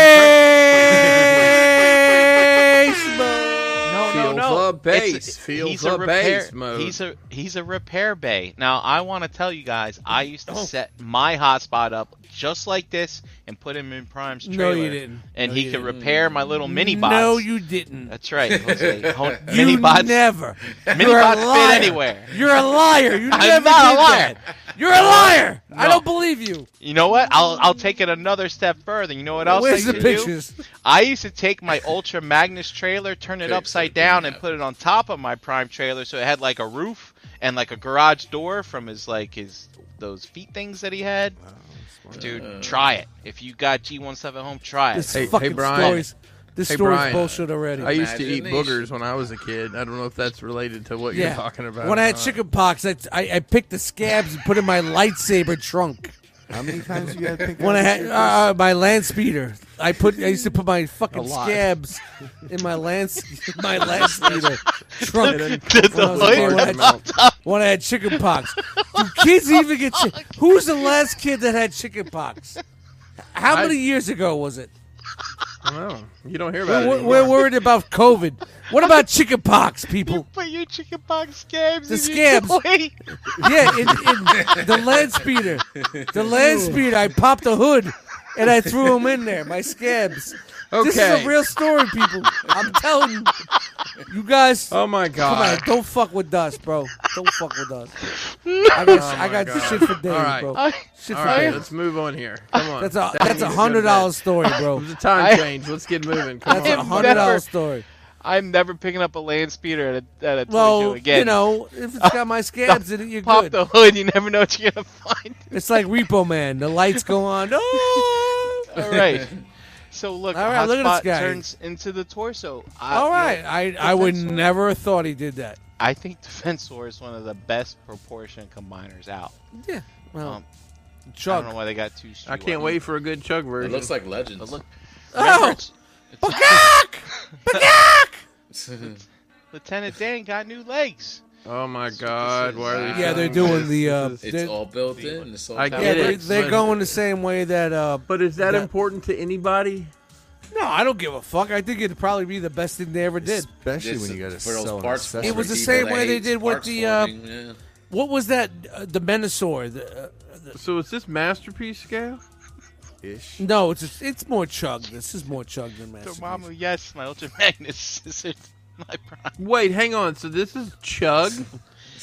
Speaker 2: mode.
Speaker 3: No, no,
Speaker 4: Feel
Speaker 3: no.
Speaker 4: the
Speaker 3: It's-
Speaker 4: bass. Feel
Speaker 3: he's
Speaker 4: the
Speaker 3: a repair,
Speaker 4: bass mode.
Speaker 3: He's a he's a repair bay. Now I want to tell you guys, I used to
Speaker 2: Oh.
Speaker 3: set my hotspot up just like this and put him in Prime's
Speaker 2: No,
Speaker 3: trailer.
Speaker 2: you didn't.
Speaker 3: And
Speaker 2: No,
Speaker 3: he
Speaker 2: you
Speaker 3: could
Speaker 2: didn't.
Speaker 3: repair my little mini bots.
Speaker 2: No, you didn't.
Speaker 3: That's right, Jose. Hon-
Speaker 2: You
Speaker 3: mini bots.
Speaker 2: never.
Speaker 3: mini
Speaker 2: You're a
Speaker 3: bots
Speaker 2: liar.
Speaker 3: fit anywhere.
Speaker 2: You're a liar. You
Speaker 3: I'm
Speaker 2: never
Speaker 3: not a
Speaker 2: did
Speaker 3: liar.
Speaker 2: that. You're a liar. I
Speaker 3: No.
Speaker 2: don't believe you.
Speaker 3: You know what? I'll I'll take it another step further. You know what else
Speaker 2: Where's
Speaker 3: I
Speaker 2: the
Speaker 3: used to do?
Speaker 2: pictures?
Speaker 3: I used to take my Ultra Magnus trailer, turn it
Speaker 1: Okay,
Speaker 3: upside
Speaker 1: so it
Speaker 3: down,
Speaker 1: didn't
Speaker 3: and put it on top of my Prime trailer, so it had like a roof and like a garage door from his like his those feet things that he had. Dude, try it. If you got G17 home, try
Speaker 2: This
Speaker 3: it.
Speaker 4: Hey- hey,
Speaker 2: fucking
Speaker 4: Brian.
Speaker 2: story's this
Speaker 4: Hey,
Speaker 2: story's
Speaker 4: Brian.
Speaker 2: bullshit already.
Speaker 4: I used to eat
Speaker 1: Imagination.
Speaker 4: boogers when I was a kid. I don't know if that's related to what
Speaker 2: yeah.
Speaker 4: you're talking about.
Speaker 2: When
Speaker 4: or
Speaker 2: I had
Speaker 3: Uh,
Speaker 4: not.
Speaker 2: chicken pox, I, I I picked the scabs and put in my lightsaber trunk.
Speaker 5: How many times you got to pick
Speaker 2: When
Speaker 5: out
Speaker 2: I
Speaker 5: the
Speaker 2: had
Speaker 5: shit?
Speaker 2: uh, my land speeder, I put I used to put my
Speaker 4: A
Speaker 2: fucking
Speaker 4: lot.
Speaker 2: scabs in my land my land speeder trunk.
Speaker 3: Did
Speaker 2: When I,
Speaker 3: the
Speaker 2: was
Speaker 3: hood
Speaker 2: a kid, when, I had, when I had chicken pox. Do kids even get
Speaker 4: Oh,
Speaker 2: chi- Who's the last kid that had chicken pox? How
Speaker 4: I-
Speaker 2: many years ago was it?
Speaker 4: I don't know. You don't hear about it.
Speaker 2: We're,
Speaker 4: anymore.
Speaker 2: we're worried about COVID. What about chicken pox, people?
Speaker 3: put your chicken box scabs
Speaker 2: The
Speaker 3: in your
Speaker 2: scabs.
Speaker 3: toy.
Speaker 2: Yeah, in, in the land speeder. The land speeder, I popped the hood and I threw them in there, my scabs. This is
Speaker 4: Okay.
Speaker 2: a real story, people. I'm telling you. You guys,
Speaker 4: oh my
Speaker 2: come on,
Speaker 4: god.
Speaker 2: don't fuck with us, bro. Don't fuck with us. I got, I got
Speaker 4: Oh God.
Speaker 2: shit for days,
Speaker 4: All right.
Speaker 2: bro. shit
Speaker 4: All
Speaker 2: for
Speaker 4: right,
Speaker 2: days.
Speaker 4: let's move on here. Come on.
Speaker 2: That's a
Speaker 4: That
Speaker 2: that's
Speaker 4: needs to
Speaker 2: a
Speaker 4: go
Speaker 2: hundred
Speaker 4: back.
Speaker 2: dollar story, bro.
Speaker 4: It was a time
Speaker 3: I-
Speaker 4: change. Let's get moving. Come
Speaker 2: That's a
Speaker 4: on.
Speaker 2: hundred dollar
Speaker 3: never-
Speaker 2: story.
Speaker 3: I'm never picking up a land speeder at a, at a toy show
Speaker 2: Well,
Speaker 3: again.
Speaker 2: you know, if it's got my scabs in it, you're
Speaker 3: Pop
Speaker 2: good.
Speaker 3: the hood, you never know what you're gonna find.
Speaker 2: It's like Repo Man. The lights go on. Oh,
Speaker 3: All right. So look,
Speaker 2: All right, look at this
Speaker 3: hotspot
Speaker 2: guy.
Speaker 3: turns into the torso. I,
Speaker 2: all
Speaker 3: you know,
Speaker 2: right. I I would
Speaker 3: Defensor.
Speaker 2: never have thought he did that.
Speaker 3: I think Defensor is one of the best proportion combiners out.
Speaker 2: Yeah. Well,
Speaker 3: Um, I don't know
Speaker 2: Chuck.
Speaker 3: why they got two.
Speaker 4: I can't wait for a good chug
Speaker 1: It
Speaker 4: version.
Speaker 1: looks like Legends.
Speaker 3: But look,
Speaker 2: Oh!
Speaker 3: remember, it's- it's- Lieutenant Dan got new legs.
Speaker 4: Oh my god, why are they?
Speaker 2: Yeah, they're
Speaker 4: showing
Speaker 2: doing
Speaker 4: this?
Speaker 2: the. Uh,
Speaker 4: This is-
Speaker 2: they're-
Speaker 1: It's all built in. It's all
Speaker 4: I
Speaker 1: powered
Speaker 2: yeah,
Speaker 4: get
Speaker 1: up.
Speaker 2: they're,
Speaker 4: it.
Speaker 2: they're going the same way that. Uh,
Speaker 4: But is that
Speaker 2: That-
Speaker 4: important to anybody?
Speaker 2: no, I don't give a fuck. I think it'd probably be the best thing they ever did.
Speaker 5: Especially when you got to
Speaker 1: This- for those
Speaker 5: sell an
Speaker 1: parts
Speaker 5: accessory.
Speaker 2: It was
Speaker 1: for
Speaker 2: the
Speaker 1: people
Speaker 2: same
Speaker 1: that
Speaker 2: way they
Speaker 1: hate
Speaker 2: did with
Speaker 1: sparks
Speaker 2: the, uh,
Speaker 1: floating, yeah.
Speaker 2: What was that? Uh, the Menosaur. The, uh,
Speaker 4: So is this masterpiece scale?
Speaker 5: ish.
Speaker 2: no, it's just, it's more chug. This is more chug than Master.
Speaker 3: Dormammu, yes, my Ultra Magnus is in my prime.
Speaker 4: Wait, hang on. So this is chug.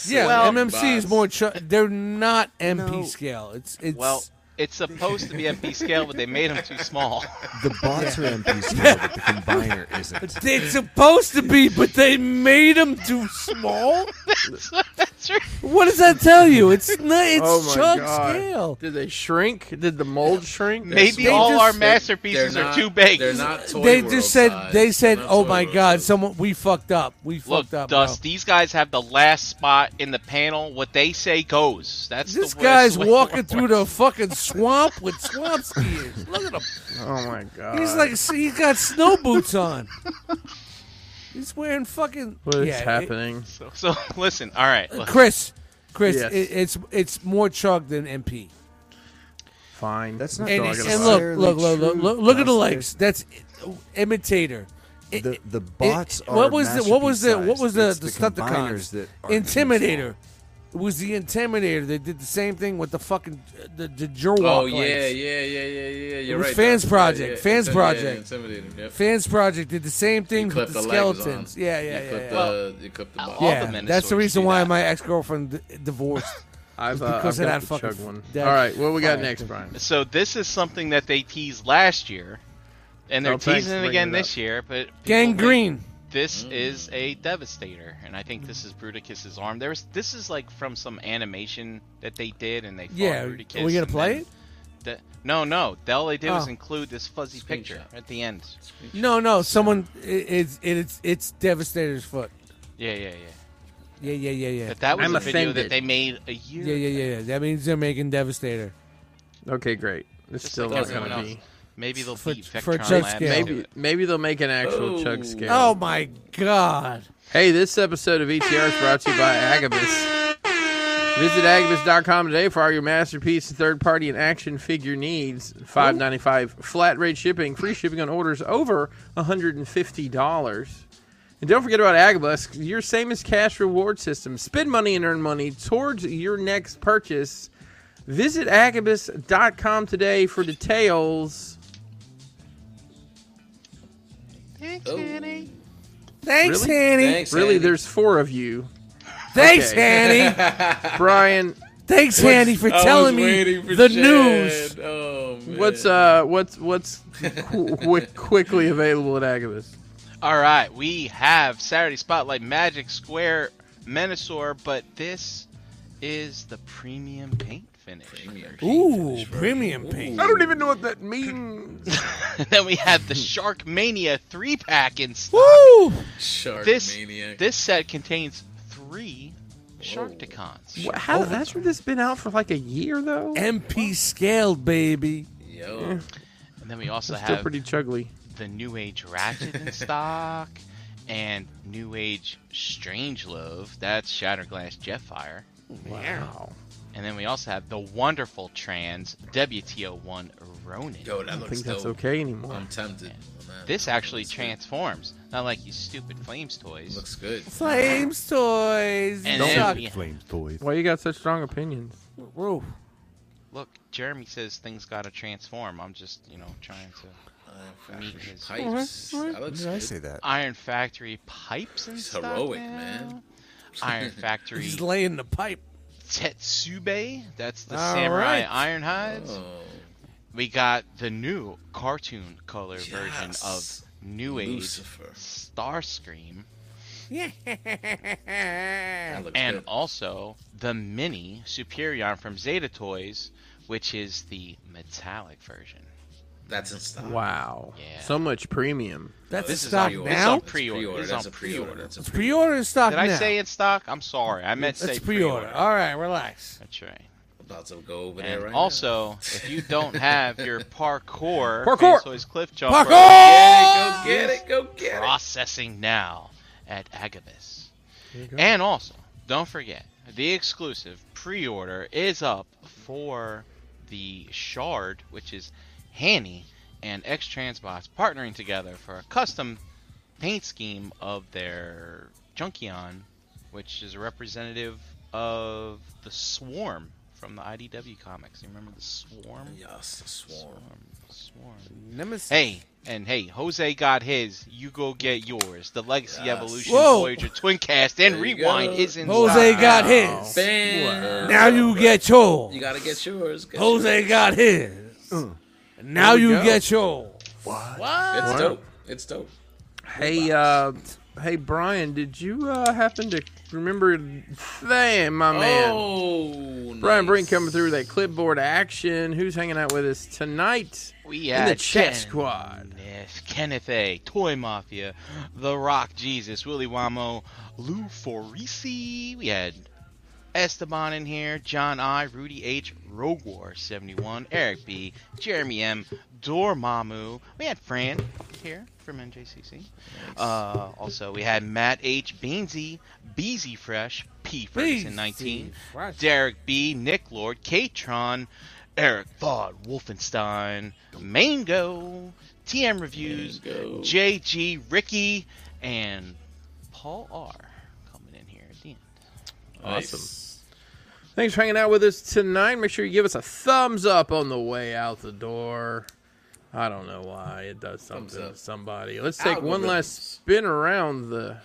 Speaker 2: Yeah,
Speaker 3: Well-
Speaker 2: MMC is more chug. They're not MP
Speaker 5: No.
Speaker 2: scale. It's it's.
Speaker 3: Well, it's supposed to be MP scale, but they made him too small.
Speaker 5: The bots are MP scale, but the combiner isn't.
Speaker 2: it's supposed to be, but they made them too small.
Speaker 3: That's right.
Speaker 2: What does that tell you? It's not. It's
Speaker 4: Oh my
Speaker 2: chug
Speaker 4: God.
Speaker 2: scale.
Speaker 4: Did they shrink? Did the mold shrink?
Speaker 3: Maybe
Speaker 2: They
Speaker 3: all
Speaker 2: just-
Speaker 3: our
Speaker 2: they're-
Speaker 1: They're
Speaker 3: masterpieces
Speaker 1: not-
Speaker 3: are too big.
Speaker 1: They're not toy
Speaker 2: they
Speaker 1: World
Speaker 2: just said.
Speaker 1: size.
Speaker 2: They said,
Speaker 1: They're not
Speaker 2: "Oh
Speaker 1: Toy
Speaker 2: my
Speaker 1: World
Speaker 2: God,
Speaker 1: size.
Speaker 2: someone we fucked up. We
Speaker 3: Look,
Speaker 2: fucked up." bro."
Speaker 3: Dust, these guys have the last spot in the panel. What they say goes. That's
Speaker 2: This
Speaker 3: the
Speaker 2: guy's
Speaker 3: worst way
Speaker 2: walking
Speaker 3: it
Speaker 2: through the
Speaker 3: works.
Speaker 2: fucking swamp with swamp skis. Look at him.
Speaker 4: Oh my god.
Speaker 2: He's like he's got snow boots on. He's wearing fucking.
Speaker 4: what is
Speaker 2: Yeah, it-
Speaker 4: happening?
Speaker 3: So, so listen, all right. Look,
Speaker 2: Chris, Chris,
Speaker 4: Yes.
Speaker 2: it, it's it's more chug than MP.
Speaker 4: Fine.
Speaker 5: That's not
Speaker 2: And,
Speaker 5: dog
Speaker 2: and
Speaker 5: at all.
Speaker 2: look, look, look, look,
Speaker 5: True
Speaker 2: look, look at the
Speaker 5: Dust.
Speaker 2: likes. That's imitator. It-
Speaker 5: The,
Speaker 2: it-
Speaker 5: the bots
Speaker 2: it-
Speaker 5: are
Speaker 2: what was the what was the
Speaker 5: masterpiece
Speaker 2: what was the
Speaker 5: sized.
Speaker 2: the
Speaker 5: It's
Speaker 2: Decepticons?
Speaker 5: combiners that are too
Speaker 2: Intimidator. It was the Intimidator. They did the same thing with the fucking the the Jurwalk
Speaker 1: Oh
Speaker 2: legs.
Speaker 1: yeah, yeah, yeah, yeah, yeah. You're
Speaker 2: was
Speaker 1: right.
Speaker 2: Fans
Speaker 1: Dust.
Speaker 2: Project, Fans
Speaker 1: Intim-
Speaker 2: Project.
Speaker 1: Yeah, intimidating. Yep.
Speaker 2: Fans Project did the same
Speaker 1: You
Speaker 2: thing
Speaker 1: clip
Speaker 2: with the,
Speaker 1: legs
Speaker 2: skeletons.
Speaker 1: on.
Speaker 2: Yeah, yeah,
Speaker 1: you
Speaker 2: yeah.
Speaker 1: clip
Speaker 2: yeah.
Speaker 1: The, you clip the
Speaker 3: Well,
Speaker 1: box.
Speaker 3: all
Speaker 2: yeah,
Speaker 3: the
Speaker 2: that's the
Speaker 3: Minosaurs
Speaker 2: reason
Speaker 3: do
Speaker 2: why
Speaker 3: that.
Speaker 2: my ex girlfriend divorced.
Speaker 4: I've, uh,
Speaker 2: because
Speaker 4: I've
Speaker 2: of
Speaker 4: got
Speaker 2: that
Speaker 4: the
Speaker 2: fucking
Speaker 4: chug one.
Speaker 2: that
Speaker 4: All right, what we got
Speaker 2: fire
Speaker 4: next,
Speaker 2: thing.
Speaker 4: Brian?
Speaker 3: So this is something that they teased last year, and they're
Speaker 4: Oh, thanks
Speaker 3: teasing
Speaker 4: for
Speaker 3: it
Speaker 4: bringing
Speaker 3: again
Speaker 4: it
Speaker 3: this
Speaker 4: up. Mm.
Speaker 3: year. But people
Speaker 2: Gang
Speaker 3: think
Speaker 2: Green.
Speaker 3: This is a devastator, and I think this is Bruticus's arm. There's this is like from some animation that they did, and they fought
Speaker 2: Yeah,
Speaker 3: Bruticus.
Speaker 2: are we gonna
Speaker 3: and
Speaker 2: play
Speaker 3: then
Speaker 2: it?
Speaker 3: the- no, no. The- All they did was
Speaker 2: Oh.
Speaker 3: include this fuzzy picture at the end.
Speaker 2: No, no. Someone i- it's it, it's it's Devastator's foot.
Speaker 3: Yeah, yeah, yeah.
Speaker 2: Yeah, yeah, yeah, yeah.
Speaker 3: But that was
Speaker 4: I'm
Speaker 3: a video
Speaker 4: offended.
Speaker 3: that they made a year.
Speaker 2: Yeah, yeah, yeah, yeah. That means they're making Devastator.
Speaker 4: Okay, great. It's
Speaker 3: Just
Speaker 4: still
Speaker 3: like
Speaker 4: not
Speaker 3: everyone
Speaker 4: gonna
Speaker 3: else.
Speaker 4: be.
Speaker 3: Maybe they'll
Speaker 2: For-
Speaker 3: beat
Speaker 2: for
Speaker 3: Vectron
Speaker 2: Chug
Speaker 3: Labs.
Speaker 2: Scale.
Speaker 3: to
Speaker 2: Yeah.
Speaker 4: Maybe
Speaker 3: it.
Speaker 4: maybe they'll make an actual
Speaker 1: Oh.
Speaker 4: chug scale.
Speaker 2: Oh my god.
Speaker 4: Hey, this episode of ETR is brought to you by Agabus. Visit agabus.com today for all your masterpiece, third party, and action figure needs. Five ninety five flat rate shipping, free shipping on orders over $150. And don't forget about Agabus, your same as cash reward system. Spend money and earn money towards your next purchase. Visit agabus.com today for details.
Speaker 1: Oh,
Speaker 2: Thanks,
Speaker 4: Really?
Speaker 2: Hanny.
Speaker 1: thanks.
Speaker 4: Really,
Speaker 1: Andy.
Speaker 4: there's four of you.
Speaker 2: Thanks,
Speaker 4: Okay.
Speaker 2: Hanny.
Speaker 4: Brian,
Speaker 2: Thanks, Hanny, for
Speaker 1: I
Speaker 2: telling
Speaker 1: was
Speaker 2: me
Speaker 1: waiting for
Speaker 2: the
Speaker 1: Chad.
Speaker 2: news.
Speaker 1: Oh, man.
Speaker 4: What's uh what's what's qu- quick- quickly available at Agabus?
Speaker 3: All right, we have Saturday Spotlight Magic Square Menosaur, but this is the premium paint finish.
Speaker 1: Premium
Speaker 2: Ooh, premium paint.
Speaker 4: I don't even know what that means.
Speaker 3: then we have the Shark Mania three pack in stock.
Speaker 2: Woo!
Speaker 1: shark
Speaker 3: This
Speaker 1: maniac?
Speaker 3: this set contains three Sharkticons.
Speaker 4: How, hasn't this been out for like a year though?
Speaker 2: MP scaled, baby.
Speaker 1: Yo,
Speaker 3: And then we also
Speaker 4: Still
Speaker 3: have
Speaker 4: pretty chugly.
Speaker 3: the New Age Ratchet in stock, and New Age Strangelove. That's Shatterglass Jetfire.
Speaker 4: Wow.
Speaker 3: And then we also have the wonderful trans WTO1 Ronin.
Speaker 1: yo, that
Speaker 4: I don't
Speaker 1: looks
Speaker 4: think that's
Speaker 1: dope.
Speaker 4: okay anymore.
Speaker 1: I'm tempted. on that.
Speaker 3: This actually
Speaker 1: Looks good.
Speaker 3: transforms, not like you stupid flames toys.
Speaker 1: Looks good.
Speaker 2: Flames toys.
Speaker 3: And
Speaker 2: Suck.
Speaker 3: then we,
Speaker 5: Flames toys.
Speaker 4: Why you got such strong opinions?
Speaker 2: Woo.
Speaker 3: look, Jeremy says things gotta transform. I'm just, you know, trying to.
Speaker 1: Uh,
Speaker 3: Meat is-
Speaker 1: pipes.
Speaker 2: Uh-huh.
Speaker 1: That
Speaker 5: When
Speaker 1: looks
Speaker 5: did I
Speaker 1: good.
Speaker 5: say that?
Speaker 2: Uh,
Speaker 3: Iron Factory pipes and
Speaker 1: It's
Speaker 3: stuff.
Speaker 1: heroic,
Speaker 3: now.
Speaker 1: man.
Speaker 3: Iron Factory
Speaker 2: He's laying the pipe.
Speaker 3: Tetsube. That's the
Speaker 2: All
Speaker 3: samurai
Speaker 2: right.
Speaker 3: iron hides.
Speaker 1: Oh,
Speaker 3: We got the new cartoon color version of
Speaker 1: Yes.
Speaker 3: New Age
Speaker 1: Lucifer.
Speaker 3: Starscream.
Speaker 1: that looks
Speaker 3: and
Speaker 1: good.
Speaker 3: also the mini Superior from Zeta Toys, which is the metallic version.
Speaker 1: that's in stock.
Speaker 4: Wow.
Speaker 3: Yeah.
Speaker 4: So much premium.
Speaker 2: That's
Speaker 1: This is
Speaker 2: stock
Speaker 1: pre-order. This is
Speaker 2: now.
Speaker 1: on pre-order.
Speaker 3: This is
Speaker 1: That's
Speaker 3: on
Speaker 1: a pre-order. That's a
Speaker 2: It's pre-order and stock
Speaker 3: Did
Speaker 2: now.
Speaker 3: I say in stock? I'm sorry, I meant to
Speaker 2: It's
Speaker 3: say
Speaker 2: pre-order. All right, relax.
Speaker 3: That's right.
Speaker 1: About to go over there
Speaker 3: And
Speaker 1: right now.
Speaker 3: also, if you don't have your parkour,
Speaker 4: Parkour!
Speaker 3: Face Toys Cliff Jumper,
Speaker 1: Go get it. Go get it.
Speaker 3: processing now at Agabus. And also, the don't forget the exclusive pre-order is up for the Shard, which is Hanny and X Transbots partnering together for a custom paint scheme of their Junkion, which is a representative of the Swarm from the IDW comics. You remember the Swarm?
Speaker 1: Yes, the swarm.
Speaker 3: Swarm. Swarm.
Speaker 2: Nemesis.
Speaker 3: Hey, and hey, Jose got his. You go get yours. The Legacy
Speaker 1: Yes.
Speaker 3: Evolution
Speaker 2: Whoa.
Speaker 3: Voyager Twin Cast and
Speaker 1: There you
Speaker 3: Rewind
Speaker 1: go.
Speaker 3: is in
Speaker 2: Jose
Speaker 3: stock.
Speaker 2: got his.
Speaker 1: Bam.
Speaker 2: Now you get yours.
Speaker 1: You gotta get yours. Get
Speaker 2: Jose got his.
Speaker 3: Mm.
Speaker 2: And now you get yours.
Speaker 1: yours. It's dope. It's dope.
Speaker 4: Hey, uh, hey, Brian, did you uh, happen to remember? Damn, my man,
Speaker 1: Oh, nice.
Speaker 4: Brian Brink coming through with that clipboard action. Who's hanging out with us tonight?
Speaker 3: We
Speaker 4: the
Speaker 3: had
Speaker 4: chat
Speaker 3: Ken,
Speaker 4: squad.
Speaker 3: Yes, Kenneth A, Toy Mafia, The Rock Jesus, Willy Wamo, Lou Forisi. We had Esteban in here, John I, Rudy H, Rogue War 71, Eric B, Jeremy M, Dormammu. We had Fran here from NJCC. Uh, also, we had Matt H, Beansy, Beezy Fresh, P Ferguson 19,
Speaker 2: Fresh.
Speaker 3: Derek B, Nick Lord, Katron, Eric Vaughn, Wolfenstein, Mango, TM Reviews,
Speaker 1: Mango.
Speaker 3: JG, Ricky, and Paul R coming in here at the end.
Speaker 1: Awesome.
Speaker 4: Thanks for hanging out with us tonight. Make sure you give us a thumbs up on the way out the door. I don't know why it does something
Speaker 1: Thumbs
Speaker 4: to
Speaker 1: up.
Speaker 4: somebody. Let's take one
Speaker 1: Algorithms.
Speaker 4: last spin around the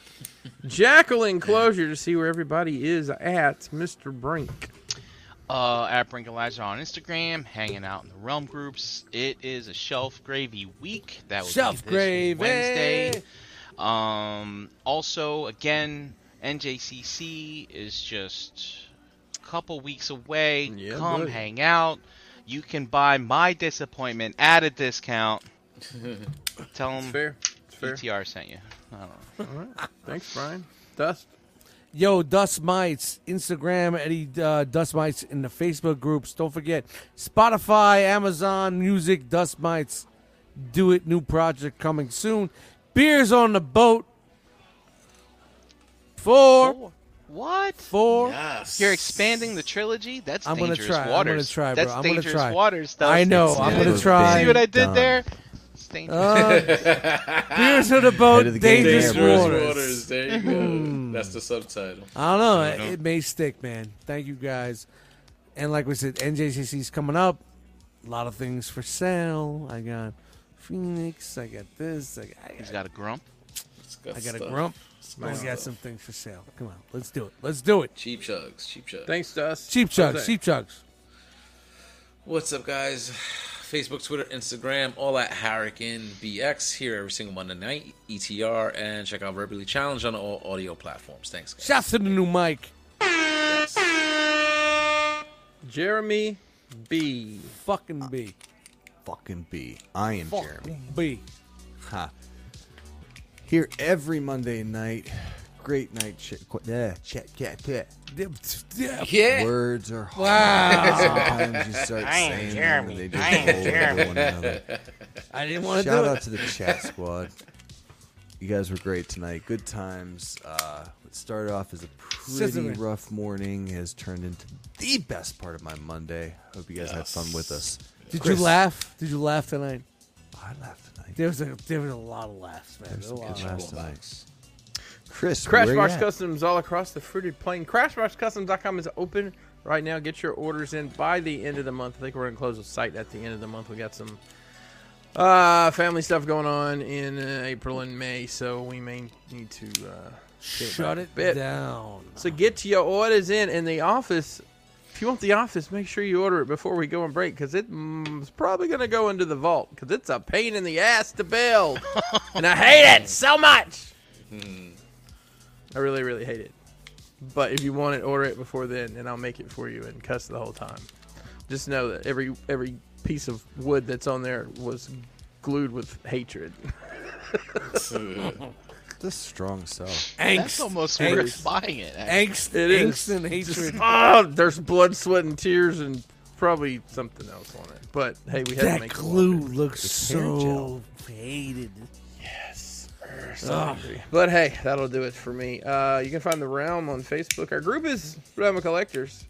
Speaker 4: jackal enclosure to see where everybody is at, Mr. Brink.
Speaker 3: uh, at Brink Elijah on Instagram, hanging out in the realm groups. It is a shelf gravy week. That was
Speaker 2: Shelf gravy.
Speaker 3: Wednesday. Um, also, again, NJCC is just a couple weeks away.
Speaker 4: Yeah,
Speaker 3: Come
Speaker 4: buddy.
Speaker 3: hang out. You can buy my disappointment at a discount. Tell them
Speaker 4: Fair. It's fair.
Speaker 3: ETR sent you. I don't know.
Speaker 4: Thanks, Brian. Dust.
Speaker 2: Yo, Dust Mites, Instagram, Eddie uh, Dust Mites, in the Facebook groups. Don't forget Spotify, Amazon Music, Dust Mites. Do it. New project coming soon. Beers on the boat. Four,
Speaker 3: What?
Speaker 2: four.
Speaker 1: Yes.
Speaker 3: You're expanding the trilogy? That's
Speaker 2: I'm gonna
Speaker 3: dangerous
Speaker 2: try. I'm gonna
Speaker 3: waters.
Speaker 2: try, bro.
Speaker 3: That's
Speaker 2: I'm gonna
Speaker 3: dangerous
Speaker 2: try.
Speaker 3: waters. Stuff.
Speaker 2: I know.
Speaker 3: It's-
Speaker 2: I'm gonna
Speaker 3: it's-
Speaker 2: try.
Speaker 3: See what I did
Speaker 5: Done.
Speaker 3: there? It's dangerous.
Speaker 2: Uh, beers on the boat.
Speaker 5: Head of the game
Speaker 2: dangerous
Speaker 5: there, bro.
Speaker 2: waters.
Speaker 1: waters. There you go. That's the subtitle.
Speaker 2: I don't know. It, it may stick, man. Thank you guys. And like we said, NJCC's coming up. A lot of things for sale. I got Phoenix. I got this. I got, I
Speaker 3: He's
Speaker 2: got,
Speaker 3: got a grump.
Speaker 1: It's good
Speaker 2: I got a
Speaker 1: stuff.
Speaker 2: grump.
Speaker 1: It's good
Speaker 2: I got
Speaker 1: stuff.
Speaker 2: some things for sale. Come on. Let's do it. Let's do it.
Speaker 1: cheap chugs. Cheap chugs.
Speaker 4: Thanks, Dust.
Speaker 2: Cheap chugs.
Speaker 4: Jose.
Speaker 2: Cheap chugs.
Speaker 1: What's up, guys? Facebook, Twitter, Instagram, all at Harrigan BX here every single Monday night, ETR, and check out Verbally Challenge on all audio platforms. Thanks, guys.
Speaker 2: Shouts to the new mic.
Speaker 4: Jeremy B.
Speaker 2: Fucking B.
Speaker 5: Fucking B. I am Jeremy.
Speaker 2: Fucking B.
Speaker 5: Ha. Here every Monday night. Great night. Ch- qu- yeah, chat, chat, chat.
Speaker 2: Yeah.
Speaker 5: Words are hard.
Speaker 2: Eh. Wow.
Speaker 5: Sometimes you start
Speaker 6: I am
Speaker 5: saying
Speaker 6: Jeremy.
Speaker 5: them and they
Speaker 6: I am
Speaker 5: just roll over
Speaker 6: Jeremy.
Speaker 5: one another.
Speaker 2: I didn't want to
Speaker 5: Shout
Speaker 2: do
Speaker 5: out
Speaker 2: it.
Speaker 5: to the chat squad. You guys were great tonight. Good times. Uh, what started off as a pretty
Speaker 2: Sizzling.
Speaker 5: rough morning has turned into the best part of my Monday. Hope you guys had fun with us.
Speaker 2: Did you
Speaker 5: Chris.
Speaker 2: laugh? Did you laugh tonight?
Speaker 5: I laughed tonight.
Speaker 2: There was a there was a lot of laughs, man. There was a
Speaker 5: some
Speaker 2: lot
Speaker 5: good
Speaker 2: of
Speaker 5: laughs
Speaker 2: laughs.
Speaker 5: tonight. Chris, where you
Speaker 4: Crashbox
Speaker 5: at?
Speaker 4: Customs all across the fruited plain. CrashboxCustoms.com is open right now. Get your orders in by the end of the month. I think we're going to close the site at the end of the month. We got some uh, family stuff going on in uh, April and May, so we may need to. Uh,
Speaker 2: Shut it
Speaker 4: Bit.
Speaker 2: down.
Speaker 4: so get your orders in. And the office, if you want the office, make sure you order it before we go on break because it's probably going to go into the vault because it's a pain in the ass to build. and I hate it so much. I really, really hate it. But if you want it, order it before then, and I'll make it for you and cuss the whole time. Just know that every every piece of wood that's on there was glued with hatred.
Speaker 5: The strong self.
Speaker 2: Angst.
Speaker 3: That's almost
Speaker 2: Angst.
Speaker 3: worth buying it. actually.
Speaker 2: angst,
Speaker 4: It
Speaker 2: angst
Speaker 4: is.
Speaker 2: and hatred.
Speaker 4: oh, there's blood, sweat, and tears, and probably something else on it. But hey, we had to
Speaker 2: that
Speaker 4: make
Speaker 2: glue
Speaker 4: It
Speaker 2: looks
Speaker 5: hair gel.
Speaker 2: so faded.
Speaker 4: yes, But hey, that'll do it for me. Uh, you can find the Realm on Facebook. Our group is Realm of Collectors.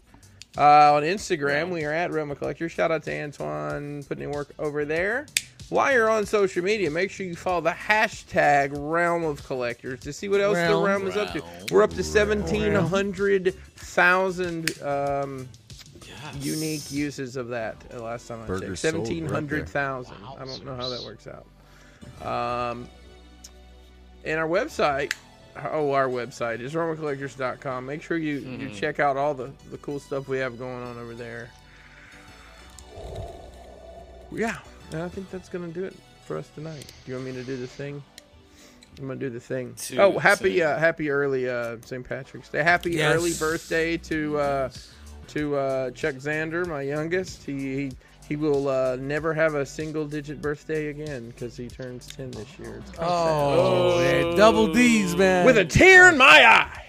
Speaker 4: Uh, on Instagram, we are at Realm of Collectors. Shout out to Antoine putting in work over there. While you're on social media, make sure you follow the hashtag Realm of Collectors to see what else
Speaker 2: Realm.
Speaker 4: the Realm is up to. We're up to 1,700,000 um, unique uses of that uh, last time I
Speaker 5: Burgers
Speaker 4: checked.
Speaker 5: sold, we're up there.
Speaker 4: 1,700,000. I don't know how that works out. Um, and our website, oh, our website is romancollectors.com. Make sure you, you check out all the, the cool stuff we have going on over there. Yeah, and I think that's going to do it for us tonight. Do you want me to do the thing? I'm gonna do the thing.
Speaker 1: Dude,
Speaker 4: oh, happy
Speaker 1: same.
Speaker 4: uh, happy early uh, St. Patrick's Day. Happy
Speaker 2: Yes.
Speaker 4: early birthday to uh, to uh, Chuck Xander, my youngest. He he, he will uh, never have a single digit birthday again because he turns ten this year. It's kinda
Speaker 2: Oh, man, double D's, man.
Speaker 4: sad. with a tear in my eye.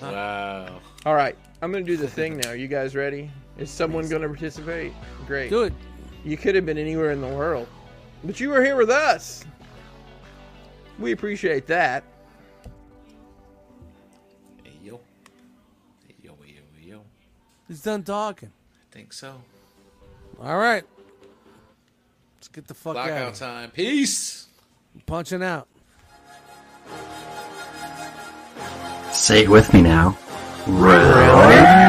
Speaker 1: Wow.
Speaker 4: All right, I'm gonna do the thing now. You guys ready? Is someone gonna participate? Great.
Speaker 2: do it.
Speaker 4: You could have been anywhere in the world, but you were here with us. We appreciate that.
Speaker 1: Hey, yo. Hey, yo, hey, yo, hey, yo.
Speaker 2: He's done talking.
Speaker 1: I think so.
Speaker 2: All right. Let's get the fuck out.
Speaker 1: Lockout time. Peace.
Speaker 2: Punching out.
Speaker 10: Say it with me now. Roar.